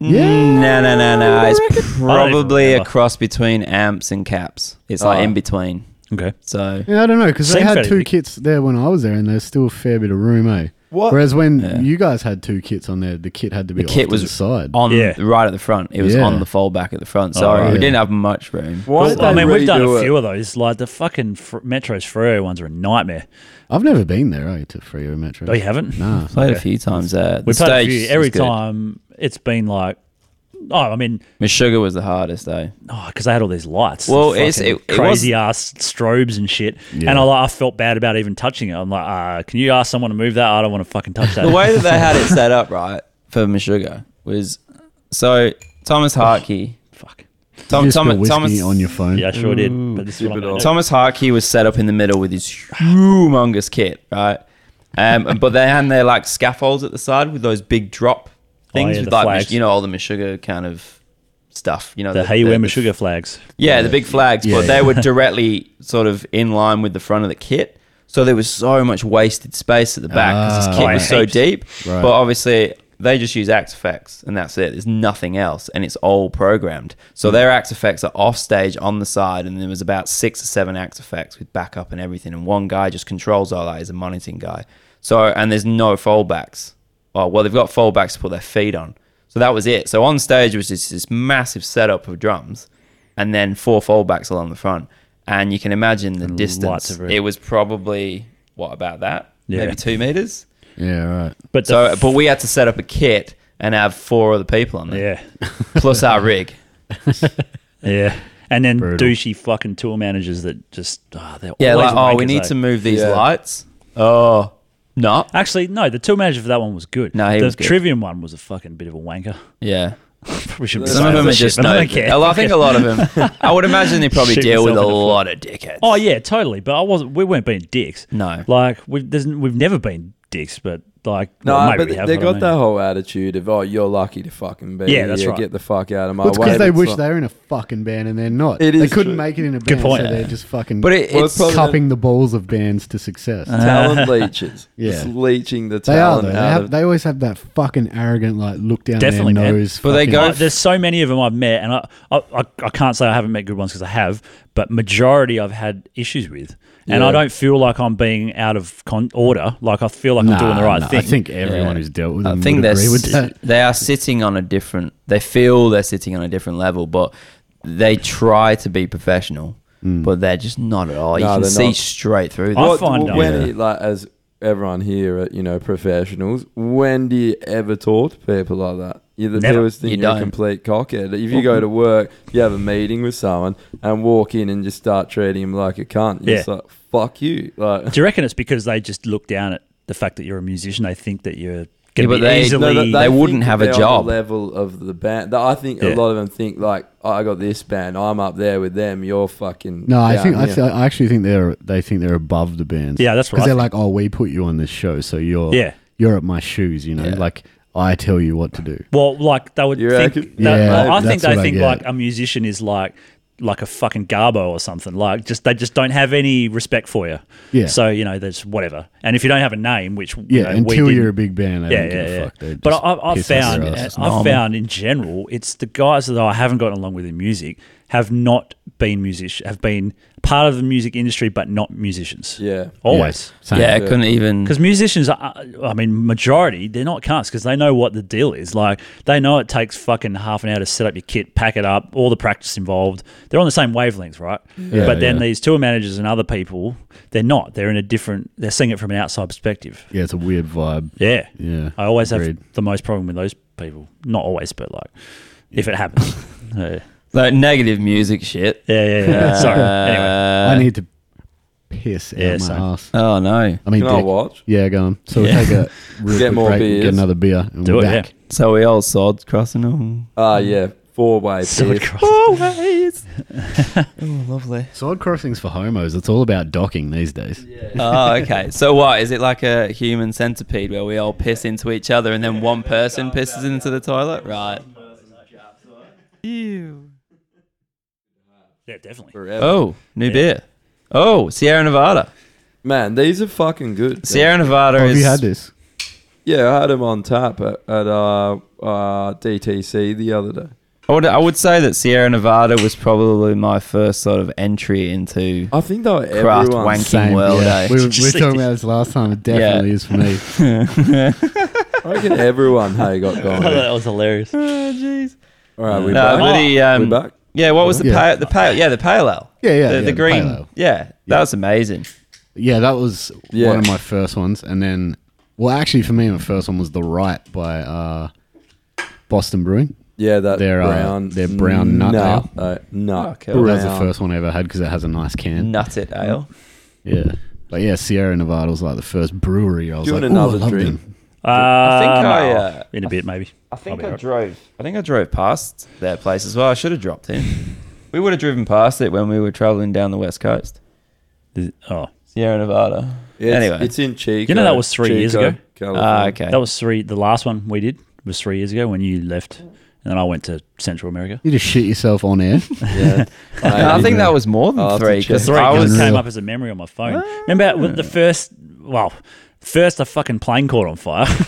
[SPEAKER 2] Yeah,
[SPEAKER 4] Mm, No, no, no, no. It's probably a
[SPEAKER 3] remember.
[SPEAKER 4] cross between amps and caps. It's
[SPEAKER 1] Oh.
[SPEAKER 4] like in between.
[SPEAKER 3] okay,
[SPEAKER 4] So
[SPEAKER 2] Yeah, I don't know because they
[SPEAKER 3] Seems
[SPEAKER 2] had
[SPEAKER 3] fairly
[SPEAKER 2] two
[SPEAKER 3] big.
[SPEAKER 2] kits there when I was there, and there's still a fair bit of room, eh?
[SPEAKER 1] What?
[SPEAKER 2] Whereas when
[SPEAKER 4] Yeah.
[SPEAKER 2] you guys had two kits on there, the kit had to be
[SPEAKER 4] The
[SPEAKER 2] off
[SPEAKER 4] kit
[SPEAKER 2] to
[SPEAKER 4] was
[SPEAKER 2] the side.
[SPEAKER 4] on
[SPEAKER 3] Yeah.
[SPEAKER 4] right at the front. It was
[SPEAKER 2] Yeah.
[SPEAKER 4] on the foldback at the front.
[SPEAKER 3] Oh,
[SPEAKER 4] So
[SPEAKER 3] right.
[SPEAKER 4] we
[SPEAKER 2] Yeah.
[SPEAKER 4] didn't have much room.
[SPEAKER 1] Why did
[SPEAKER 3] I
[SPEAKER 1] they
[SPEAKER 3] mean, we've done
[SPEAKER 1] redo
[SPEAKER 3] a
[SPEAKER 1] it?
[SPEAKER 3] few of those. Like the fucking fr- Metro's Freo ones are a nightmare.
[SPEAKER 2] I've never been there, eh? To Frio Metro.
[SPEAKER 3] Oh, you haven't?
[SPEAKER 2] Nah.
[SPEAKER 4] Played
[SPEAKER 3] Okay.
[SPEAKER 4] a few times there. The
[SPEAKER 3] we played a
[SPEAKER 4] stage
[SPEAKER 3] few.
[SPEAKER 4] was
[SPEAKER 3] Every
[SPEAKER 4] good.
[SPEAKER 3] time it's been like, oh, I mean,
[SPEAKER 4] Miss Sugar was the hardest though.
[SPEAKER 3] oh, because they had all these lights.
[SPEAKER 4] Well,
[SPEAKER 3] fucking
[SPEAKER 4] it's- it- it
[SPEAKER 3] crazy ass strobes and shit.
[SPEAKER 2] Yeah.
[SPEAKER 3] And I, like, I felt bad about even touching it. I'm like, uh, can you ask someone to move that? I don't want to fucking touch that.
[SPEAKER 4] The way that they had it set up right for Miss Sugar was so Thomas Harkey.
[SPEAKER 3] Fuck.
[SPEAKER 2] Tom,
[SPEAKER 4] Tom,
[SPEAKER 2] just
[SPEAKER 4] Tom,
[SPEAKER 2] spill whiskey
[SPEAKER 4] Thomas
[SPEAKER 2] on your phone.
[SPEAKER 3] Yeah, I sure did. But this is
[SPEAKER 1] Keep
[SPEAKER 3] what I'm
[SPEAKER 1] it
[SPEAKER 3] gonna
[SPEAKER 1] up.
[SPEAKER 3] do.
[SPEAKER 4] Thomas Harkey was set up in the middle with his humongous kit, right? Um, but they had their like scaffolds at the side with those big drop things
[SPEAKER 3] Oh, yeah,
[SPEAKER 4] with
[SPEAKER 3] the
[SPEAKER 4] like
[SPEAKER 3] flags.
[SPEAKER 4] Mish- you know all the Meshuggah kind of stuff. You know,
[SPEAKER 3] the hey, you wear my
[SPEAKER 4] the-
[SPEAKER 3] sugar flags.
[SPEAKER 4] yeah, the big flags,
[SPEAKER 2] Yeah.
[SPEAKER 4] but they were directly sort of in line with the front of the kit. So there was so much wasted space at the back because this
[SPEAKER 2] Ah.
[SPEAKER 4] kit
[SPEAKER 2] Oh,
[SPEAKER 4] was so
[SPEAKER 3] heaps.
[SPEAKER 4] deep.
[SPEAKER 2] Right.
[SPEAKER 4] But obviously, they just use Axe Effects and that's it. There's nothing else and it's all programmed.
[SPEAKER 3] Hmm.
[SPEAKER 4] So their Axe Effects are off stage on the side, and there was about six or seven Axe Effects with backup and everything. And one guy just controls all that. He's a monitoring guy. So, and there's no foldbacks. Oh, well, they've got foldbacks to put their feet on. So that was it. So on stage was just this massive setup of drums and then four foldbacks along the front. And you can imagine the
[SPEAKER 3] And lots
[SPEAKER 4] distance.
[SPEAKER 3] of room.
[SPEAKER 4] It was probably what about that?
[SPEAKER 3] Yeah.
[SPEAKER 4] Maybe two meters.
[SPEAKER 2] Yeah, right.
[SPEAKER 3] But
[SPEAKER 4] So,
[SPEAKER 3] the
[SPEAKER 4] but we had to set up a kit and have four other people on there,
[SPEAKER 3] yeah,
[SPEAKER 4] plus our rig.
[SPEAKER 3] yeah, and then
[SPEAKER 2] Brutal.
[SPEAKER 3] douchey fucking tour managers that just ah, they're
[SPEAKER 4] Yeah,
[SPEAKER 3] always
[SPEAKER 4] like oh, we
[SPEAKER 3] wankers,
[SPEAKER 4] need
[SPEAKER 3] though.
[SPEAKER 4] to move these
[SPEAKER 1] Yeah.
[SPEAKER 4] lights. Oh, not
[SPEAKER 3] Actually, no, the tour manager for that one was good.
[SPEAKER 4] No, he
[SPEAKER 3] the
[SPEAKER 4] was good.
[SPEAKER 3] Trivium one was a fucking bit of a wanker.
[SPEAKER 4] yeah.
[SPEAKER 3] we should be
[SPEAKER 4] Some of them are just no.
[SPEAKER 3] I
[SPEAKER 4] I
[SPEAKER 3] don't care.
[SPEAKER 4] think a lot of them. I would imagine they probably
[SPEAKER 3] Shoot
[SPEAKER 4] deal with a
[SPEAKER 3] yourself in the foot.
[SPEAKER 4] lot of dickheads.
[SPEAKER 3] Oh yeah, totally. But I wasn't. We weren't being dicks.
[SPEAKER 4] No.
[SPEAKER 3] like we've there's, we've never been dicks, but like
[SPEAKER 1] No,
[SPEAKER 3] well, maybe
[SPEAKER 1] but
[SPEAKER 3] we have,
[SPEAKER 1] they
[SPEAKER 3] I
[SPEAKER 1] got
[SPEAKER 3] don't
[SPEAKER 1] that
[SPEAKER 3] know.
[SPEAKER 1] whole attitude of, oh, you're lucky to fucking be
[SPEAKER 3] Yeah, that's
[SPEAKER 1] here.
[SPEAKER 3] right.
[SPEAKER 1] Get the fuck out of my
[SPEAKER 4] Oh,
[SPEAKER 2] Well, it's
[SPEAKER 1] way.
[SPEAKER 2] because they
[SPEAKER 1] It's
[SPEAKER 2] wish
[SPEAKER 1] like-
[SPEAKER 2] they were in a fucking band and they're not.
[SPEAKER 1] It
[SPEAKER 2] they
[SPEAKER 1] is
[SPEAKER 2] couldn't
[SPEAKER 1] true.
[SPEAKER 2] make it in a band,
[SPEAKER 3] Good point.
[SPEAKER 2] so they're just fucking
[SPEAKER 4] But it, Uh,
[SPEAKER 1] Well,
[SPEAKER 4] it's
[SPEAKER 1] probably-
[SPEAKER 2] cupping the balls of bands to success.
[SPEAKER 1] talent leeches.
[SPEAKER 2] Yeah.
[SPEAKER 1] Just leeching the
[SPEAKER 2] they are
[SPEAKER 1] talent
[SPEAKER 2] though. They,
[SPEAKER 1] out
[SPEAKER 2] have,
[SPEAKER 1] of
[SPEAKER 2] they always have that fucking arrogant, like look down
[SPEAKER 3] Definitely,
[SPEAKER 2] their
[SPEAKER 3] man.
[SPEAKER 2] nose.
[SPEAKER 4] But they
[SPEAKER 2] fucking-
[SPEAKER 4] go
[SPEAKER 3] Uh, there's so many of them I've met, and I, I, I, I can't say I haven't met good ones because I have, but majority I've had issues with, and
[SPEAKER 1] Yeah.
[SPEAKER 3] I don't feel like I'm being out of con- order. Like I feel like
[SPEAKER 2] Nah,
[SPEAKER 3] I'm doing the right
[SPEAKER 2] nah,
[SPEAKER 3] thing.
[SPEAKER 2] I think everyone
[SPEAKER 4] Yeah.
[SPEAKER 2] who's dealt with
[SPEAKER 4] I
[SPEAKER 2] them
[SPEAKER 4] think
[SPEAKER 2] would
[SPEAKER 4] they're
[SPEAKER 2] agree with
[SPEAKER 4] s-
[SPEAKER 2] that.
[SPEAKER 4] they are sitting on a different. They feel they're sitting on a different level, but they try to be professional, but they're just not at all.
[SPEAKER 1] No,
[SPEAKER 4] you can
[SPEAKER 1] they're
[SPEAKER 4] see
[SPEAKER 1] not.
[SPEAKER 4] straight through them.
[SPEAKER 3] I
[SPEAKER 1] What-
[SPEAKER 3] find
[SPEAKER 1] when
[SPEAKER 3] out.
[SPEAKER 1] you- like as everyone here, are, you know, professionals. When do you ever talk to people like that? You're the
[SPEAKER 3] Never.
[SPEAKER 1] newest thing.
[SPEAKER 4] You
[SPEAKER 1] You are a
[SPEAKER 4] don't.
[SPEAKER 1] complete cockhead. If you go to work, you have a meeting with someone and walk in and just start treating him like a cunt. You're
[SPEAKER 3] Yeah.
[SPEAKER 1] just like fuck you. Like
[SPEAKER 3] Do you reckon it's because they just look down at the fact that you're a musician? They think that you're
[SPEAKER 4] Yeah,
[SPEAKER 3] going to
[SPEAKER 4] but
[SPEAKER 3] be
[SPEAKER 4] they-
[SPEAKER 3] easily.
[SPEAKER 1] that-
[SPEAKER 4] they wouldn't
[SPEAKER 1] think
[SPEAKER 4] have
[SPEAKER 1] that
[SPEAKER 4] a
[SPEAKER 1] they're on the
[SPEAKER 4] job.
[SPEAKER 1] level of the band. That I think a
[SPEAKER 3] Yeah.
[SPEAKER 1] lot of them think like, oh, I got this band. I'm up there with them. You're fucking.
[SPEAKER 2] No, I
[SPEAKER 1] down
[SPEAKER 2] think I,
[SPEAKER 1] here."
[SPEAKER 2] th- I actually think they're they think they're above the bands.
[SPEAKER 3] Yeah, that's what
[SPEAKER 2] because
[SPEAKER 3] I
[SPEAKER 2] they're
[SPEAKER 3] think.
[SPEAKER 2] like, oh, we put you on this show, so you're
[SPEAKER 3] Yeah.
[SPEAKER 2] you're at my shoes. You know, like I tell you what to do.
[SPEAKER 3] Well, like they would
[SPEAKER 1] You
[SPEAKER 3] think.
[SPEAKER 1] reckon?
[SPEAKER 3] that-
[SPEAKER 2] Yeah,
[SPEAKER 3] well, I think
[SPEAKER 2] that's what
[SPEAKER 3] they
[SPEAKER 2] I
[SPEAKER 3] think
[SPEAKER 2] get.
[SPEAKER 3] like a musician is like like a fucking garbo or something. Like just they just don't have any respect for you.
[SPEAKER 2] Yeah.
[SPEAKER 3] So you know there's whatever, and if you don't have a name, which you
[SPEAKER 2] Yeah,
[SPEAKER 3] know, we
[SPEAKER 2] until
[SPEAKER 3] didn't-
[SPEAKER 2] you're a big band, I
[SPEAKER 3] yeah,
[SPEAKER 2] don't give
[SPEAKER 3] yeah,
[SPEAKER 2] a
[SPEAKER 3] yeah.
[SPEAKER 2] fuck. They
[SPEAKER 3] But
[SPEAKER 2] just
[SPEAKER 3] I, I've
[SPEAKER 2] piss off
[SPEAKER 3] found,
[SPEAKER 2] their
[SPEAKER 3] I've
[SPEAKER 2] asses.
[SPEAKER 3] found in general, it's the guys that I haven't gotten along with in music have not been music, have been part of the music industry, but not musicians.
[SPEAKER 1] Yeah.
[SPEAKER 3] Always.
[SPEAKER 2] Yeah, same.
[SPEAKER 4] yeah, I couldn't even.
[SPEAKER 3] Because musicians, are, uh, I mean, majority, they're not cunts because they know what the deal is. Like, they know it takes fucking half an hour to set up your kit, pack it up, all the practice involved. They're on the same wavelength, right? but then
[SPEAKER 2] yeah.
[SPEAKER 3] these tour managers and other people, they're not. They're in a different, they're seeing it from an outside perspective.
[SPEAKER 2] yeah, it's a weird vibe.
[SPEAKER 3] Yeah.
[SPEAKER 2] Yeah,
[SPEAKER 3] I always
[SPEAKER 2] agreed.
[SPEAKER 3] have the most problem with those people. Not always, but like, if it happens. yeah.
[SPEAKER 4] Like negative music shit.
[SPEAKER 3] Yeah, yeah, yeah. Sorry. Anyway.
[SPEAKER 4] Uh,
[SPEAKER 2] I need to piss
[SPEAKER 3] yeah,
[SPEAKER 2] out my
[SPEAKER 3] same.
[SPEAKER 2] ass.
[SPEAKER 4] Oh no.
[SPEAKER 2] I mean,
[SPEAKER 1] Can I
[SPEAKER 2] dick.
[SPEAKER 1] watch?
[SPEAKER 2] Yeah, go on. So we'll
[SPEAKER 4] Yeah.
[SPEAKER 2] take a real
[SPEAKER 1] Get
[SPEAKER 2] quick
[SPEAKER 1] more
[SPEAKER 2] break, and get
[SPEAKER 1] beers.
[SPEAKER 2] another beer, and
[SPEAKER 3] Do
[SPEAKER 2] we're
[SPEAKER 3] it,
[SPEAKER 2] back.
[SPEAKER 3] yeah.
[SPEAKER 4] So we all swords crossing. Oh,
[SPEAKER 1] Ah, yeah. Four way.
[SPEAKER 3] Solid
[SPEAKER 1] piss.
[SPEAKER 3] cross.
[SPEAKER 4] always. oh, lovely.
[SPEAKER 2] Sword crossings for homos. It's all about docking these days.
[SPEAKER 4] Oh, okay. So what is it like a human centipede where we all piss into each other and then one person pisses into the toilet? Right. Ew.
[SPEAKER 3] Yeah, definitely.
[SPEAKER 1] Forever.
[SPEAKER 4] Oh, new
[SPEAKER 3] Yeah.
[SPEAKER 4] beer. Oh, Sierra Nevada.
[SPEAKER 1] Man, these are fucking good.
[SPEAKER 4] Sierra Nevada
[SPEAKER 2] Oh, Have
[SPEAKER 4] is.
[SPEAKER 2] you had this?
[SPEAKER 1] Yeah, I had them on tap at, at uh, uh, DTC the other day.
[SPEAKER 4] I would, I would say that Sierra Nevada was probably my first sort of entry into.
[SPEAKER 1] I think they were
[SPEAKER 4] Craft
[SPEAKER 1] everyone.
[SPEAKER 4] wank. King world, eh?
[SPEAKER 2] We, were,
[SPEAKER 3] Did you
[SPEAKER 2] we were
[SPEAKER 3] see
[SPEAKER 2] talking
[SPEAKER 3] this?
[SPEAKER 2] about this last time. It definitely is for me.
[SPEAKER 1] I reckon everyone. Hey, got gone. All
[SPEAKER 3] was hilarious.
[SPEAKER 2] Oh,
[SPEAKER 4] jeez.
[SPEAKER 1] right, we
[SPEAKER 4] no,
[SPEAKER 1] back.
[SPEAKER 4] but he, um,
[SPEAKER 1] we back.
[SPEAKER 4] Yeah, what was the
[SPEAKER 2] Yeah.
[SPEAKER 4] pale? The pale? Yeah, the pale ale.
[SPEAKER 2] Yeah, yeah,
[SPEAKER 4] The,
[SPEAKER 2] yeah,
[SPEAKER 4] the
[SPEAKER 2] the
[SPEAKER 4] green.
[SPEAKER 2] pale ale.
[SPEAKER 4] yeah, that was amazing.
[SPEAKER 2] Yeah, that was
[SPEAKER 1] Yeah.
[SPEAKER 2] one of my first ones, and then, well, actually, for me, my first one was the right by uh, Boston Brewing.
[SPEAKER 1] Yeah, that
[SPEAKER 2] They're, uh,
[SPEAKER 1] brown.
[SPEAKER 2] they're brown nut
[SPEAKER 1] No,
[SPEAKER 2] ale.
[SPEAKER 1] no,
[SPEAKER 4] Oh,
[SPEAKER 1] nut.
[SPEAKER 4] okay.
[SPEAKER 2] That was the
[SPEAKER 1] brown.
[SPEAKER 2] first one I ever had because it has a nice can.
[SPEAKER 4] Nutted ale.
[SPEAKER 2] Yeah, but yeah, Sierra Nevada was like the first brewery I was
[SPEAKER 1] Do you
[SPEAKER 2] like,
[SPEAKER 1] want
[SPEAKER 2] "Ooh, I
[SPEAKER 1] another
[SPEAKER 2] love
[SPEAKER 1] drink?"
[SPEAKER 2] them."
[SPEAKER 3] I
[SPEAKER 4] think I, uh,
[SPEAKER 3] in a bit maybe.
[SPEAKER 4] I think
[SPEAKER 3] I'll be
[SPEAKER 4] I
[SPEAKER 3] right.
[SPEAKER 4] drove. I think I drove past their place as well. I should have dropped in. we would have driven past it when we were traveling down the west coast,
[SPEAKER 3] Is it- Oh,
[SPEAKER 4] Sierra Nevada.
[SPEAKER 1] Yeah, it's,
[SPEAKER 4] anyway,
[SPEAKER 1] it's in Chico.
[SPEAKER 3] You know that was three years
[SPEAKER 1] Chico,
[SPEAKER 3] ago?
[SPEAKER 1] California.
[SPEAKER 4] ah, okay.
[SPEAKER 3] that was three. The last one we did was three years ago when you left, and And then I went to Central America.
[SPEAKER 2] You just shit yourself on air.
[SPEAKER 1] Yeah.
[SPEAKER 4] No, I think that was more than
[SPEAKER 1] I'll have to
[SPEAKER 4] three
[SPEAKER 1] check.
[SPEAKER 4] because
[SPEAKER 3] Three
[SPEAKER 4] I
[SPEAKER 3] just
[SPEAKER 4] was. Ah.
[SPEAKER 3] came up as a memory on my phone. Remember with the first, well, first a fucking plane caught on fire.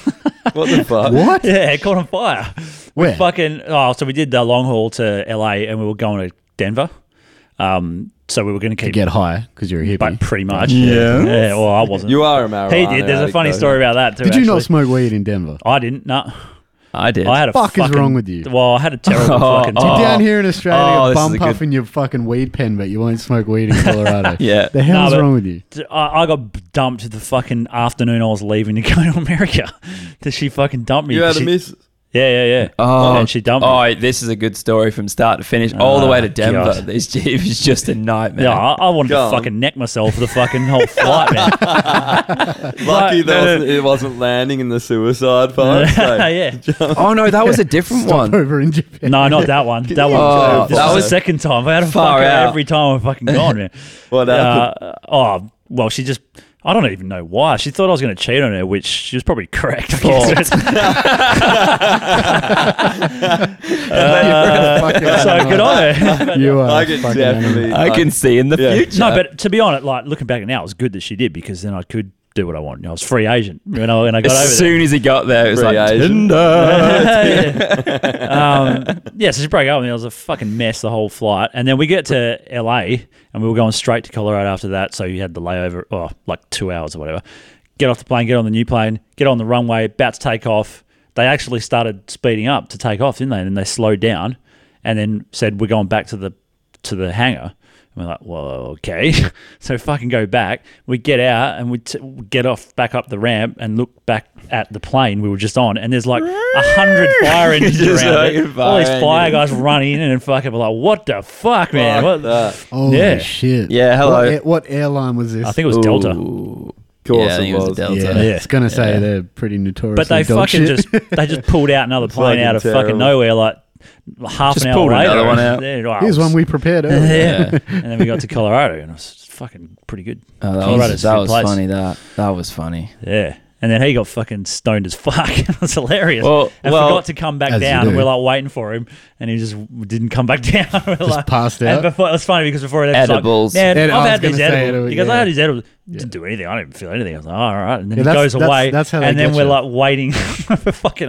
[SPEAKER 1] What the fuck?
[SPEAKER 2] what?
[SPEAKER 3] yeah, it caught on fire.
[SPEAKER 2] Where?
[SPEAKER 3] Fucking oh, so we did the long haul to LA and we were going to Denver. Um, so we were going to
[SPEAKER 2] To
[SPEAKER 3] keep,
[SPEAKER 2] get high because you're a hippie.
[SPEAKER 3] but pretty much.
[SPEAKER 4] Yeah.
[SPEAKER 3] yeah. Well, I wasn't.
[SPEAKER 1] You are a marijuana.
[SPEAKER 3] He did. There's a
[SPEAKER 1] addict,
[SPEAKER 3] funny
[SPEAKER 1] though.
[SPEAKER 3] story about that too.
[SPEAKER 2] Did you not
[SPEAKER 3] actually.
[SPEAKER 2] smoke weed in Denver?
[SPEAKER 3] I didn't. No.
[SPEAKER 4] I did.
[SPEAKER 3] I had a
[SPEAKER 2] Fuck is
[SPEAKER 3] fucking,
[SPEAKER 2] wrong with you?
[SPEAKER 3] Well, I had a terrible
[SPEAKER 4] Oh,
[SPEAKER 3] fucking.
[SPEAKER 4] oh.
[SPEAKER 2] You're
[SPEAKER 3] time.
[SPEAKER 2] down here in Australia,
[SPEAKER 4] Oh, this is
[SPEAKER 2] bum
[SPEAKER 4] a good-
[SPEAKER 2] puffing your fucking weed pen, but you won't smoke weed in Colorado.
[SPEAKER 4] yeah.
[SPEAKER 2] The hell's
[SPEAKER 3] but-
[SPEAKER 2] wrong with you?
[SPEAKER 3] I, I got dumped the fucking afternoon I was leaving to go to America. Did she fucking dump me?
[SPEAKER 1] You had a
[SPEAKER 3] She-
[SPEAKER 1] miss.
[SPEAKER 3] Yeah, yeah, yeah.
[SPEAKER 4] Oh,
[SPEAKER 3] and she dumped me.
[SPEAKER 4] Oh, this is a good story from start to finish, all the
[SPEAKER 3] Ah,
[SPEAKER 4] way to Denver.
[SPEAKER 3] God.
[SPEAKER 4] This it was just a nightmare.
[SPEAKER 3] Yeah, I, I wanted
[SPEAKER 1] Go
[SPEAKER 3] to
[SPEAKER 1] on.
[SPEAKER 3] fucking neck myself for the fucking whole flight, man.
[SPEAKER 1] Lucky that
[SPEAKER 3] Like, no, no.
[SPEAKER 1] wasn't- it wasn't landing in the suicide part. so-
[SPEAKER 3] yeah.
[SPEAKER 4] oh no, that was a different one.
[SPEAKER 2] Over in Japan.
[SPEAKER 3] No, not that one. That one. uh,
[SPEAKER 4] Oh,
[SPEAKER 3] this
[SPEAKER 1] that
[SPEAKER 3] was
[SPEAKER 1] was-
[SPEAKER 3] the second time. I had a
[SPEAKER 4] Far
[SPEAKER 3] fucker
[SPEAKER 4] out.
[SPEAKER 3] every time I've fucking gone, man.
[SPEAKER 1] What happened?
[SPEAKER 3] Uh, oh, well, she just. I don't even know why. She thought I was going to cheat on her, which she was probably correct. I guess.
[SPEAKER 2] Fucking
[SPEAKER 3] Uh, so good on her. But-
[SPEAKER 2] You are.
[SPEAKER 1] I
[SPEAKER 2] a
[SPEAKER 1] can
[SPEAKER 2] fucking
[SPEAKER 1] definitely.
[SPEAKER 2] animal.
[SPEAKER 4] I can see in the
[SPEAKER 1] Yeah.
[SPEAKER 4] future.
[SPEAKER 3] No, but to be honest, like looking back now, it was good that she did because then I could do what I want. You know, I was free agent when I, when I got over there.
[SPEAKER 4] as soon as he got there, it was
[SPEAKER 1] Free
[SPEAKER 4] like
[SPEAKER 1] agent.
[SPEAKER 4] Tinder.
[SPEAKER 3] yeah. Um, yeah, so she broke up with me. I was a fucking mess the whole flight. And then we get to LA and we were going straight to Colorado after that. So you had the layover, oh, like two hours or whatever. Get off the plane, get on the new plane, get on the runway, about to take off. They actually started speeding up to take off, didn't they? And then they slowed down and then said, We're going back to the to the hangar. And we're like, well, okay. so fucking go back. We get out and we t- get off back up the ramp and look back at the plane we were just on. And there's like a hundred fire engines
[SPEAKER 4] Just
[SPEAKER 3] around
[SPEAKER 4] like
[SPEAKER 3] it.
[SPEAKER 4] fire
[SPEAKER 3] All these fire
[SPEAKER 4] engines.
[SPEAKER 3] guys run in and fucking be like, what the fuck, man?
[SPEAKER 1] Fuck
[SPEAKER 3] What
[SPEAKER 1] that.
[SPEAKER 2] Holy
[SPEAKER 3] Yeah.
[SPEAKER 2] shit.
[SPEAKER 4] Yeah, hello.
[SPEAKER 2] What, air- what airline was this?
[SPEAKER 3] I think it was Delta.
[SPEAKER 4] Ooh.
[SPEAKER 1] Of course
[SPEAKER 4] Yeah, I
[SPEAKER 1] it
[SPEAKER 4] think it was
[SPEAKER 1] was.
[SPEAKER 4] a Delta.
[SPEAKER 2] Yeah,
[SPEAKER 3] Yeah.
[SPEAKER 2] it's gonna say
[SPEAKER 4] Yeah.
[SPEAKER 2] they're pretty notorious.
[SPEAKER 3] But they fucking just they just pulled out another plane
[SPEAKER 1] Fucking
[SPEAKER 3] out of fucking
[SPEAKER 1] terrible.
[SPEAKER 3] nowhere like half
[SPEAKER 4] Just
[SPEAKER 3] an hour
[SPEAKER 4] pulled
[SPEAKER 3] later.
[SPEAKER 4] another one out.
[SPEAKER 3] Yeah, right.
[SPEAKER 2] Here's one we prepared earlier.
[SPEAKER 3] yeah.
[SPEAKER 4] Yeah.
[SPEAKER 3] and then we got to Colorado and it was fucking pretty good.
[SPEAKER 4] Oh, that
[SPEAKER 3] Colorado's
[SPEAKER 4] was,
[SPEAKER 3] a
[SPEAKER 4] that
[SPEAKER 3] good
[SPEAKER 4] was
[SPEAKER 3] place.
[SPEAKER 4] funny. That that was funny.
[SPEAKER 3] Yeah. And then he got fucking stoned as fuck. it was hilarious.
[SPEAKER 4] Well,
[SPEAKER 3] and
[SPEAKER 4] well,
[SPEAKER 3] forgot to come back
[SPEAKER 2] as you
[SPEAKER 3] down. And
[SPEAKER 2] do.
[SPEAKER 3] we're like waiting for him, and he just didn't come back down. We're like-
[SPEAKER 2] passed
[SPEAKER 3] and
[SPEAKER 2] out.
[SPEAKER 3] before, it was funny because before it was
[SPEAKER 4] Edibles.
[SPEAKER 3] Like, Man,
[SPEAKER 2] Ed- I
[SPEAKER 3] I've
[SPEAKER 2] was
[SPEAKER 3] had these
[SPEAKER 2] gonna say
[SPEAKER 3] edibles.
[SPEAKER 2] edible,
[SPEAKER 3] he goes, I
[SPEAKER 2] yeah.
[SPEAKER 3] had these edibles. Didn't do anything. I didn't feel anything. I was like, all right. And then
[SPEAKER 2] Yeah,
[SPEAKER 3] he
[SPEAKER 2] that's-
[SPEAKER 3] goes
[SPEAKER 2] that's-
[SPEAKER 3] away.
[SPEAKER 2] that's how they
[SPEAKER 3] and then
[SPEAKER 2] get
[SPEAKER 3] we're
[SPEAKER 2] you.
[SPEAKER 3] like waiting for fucking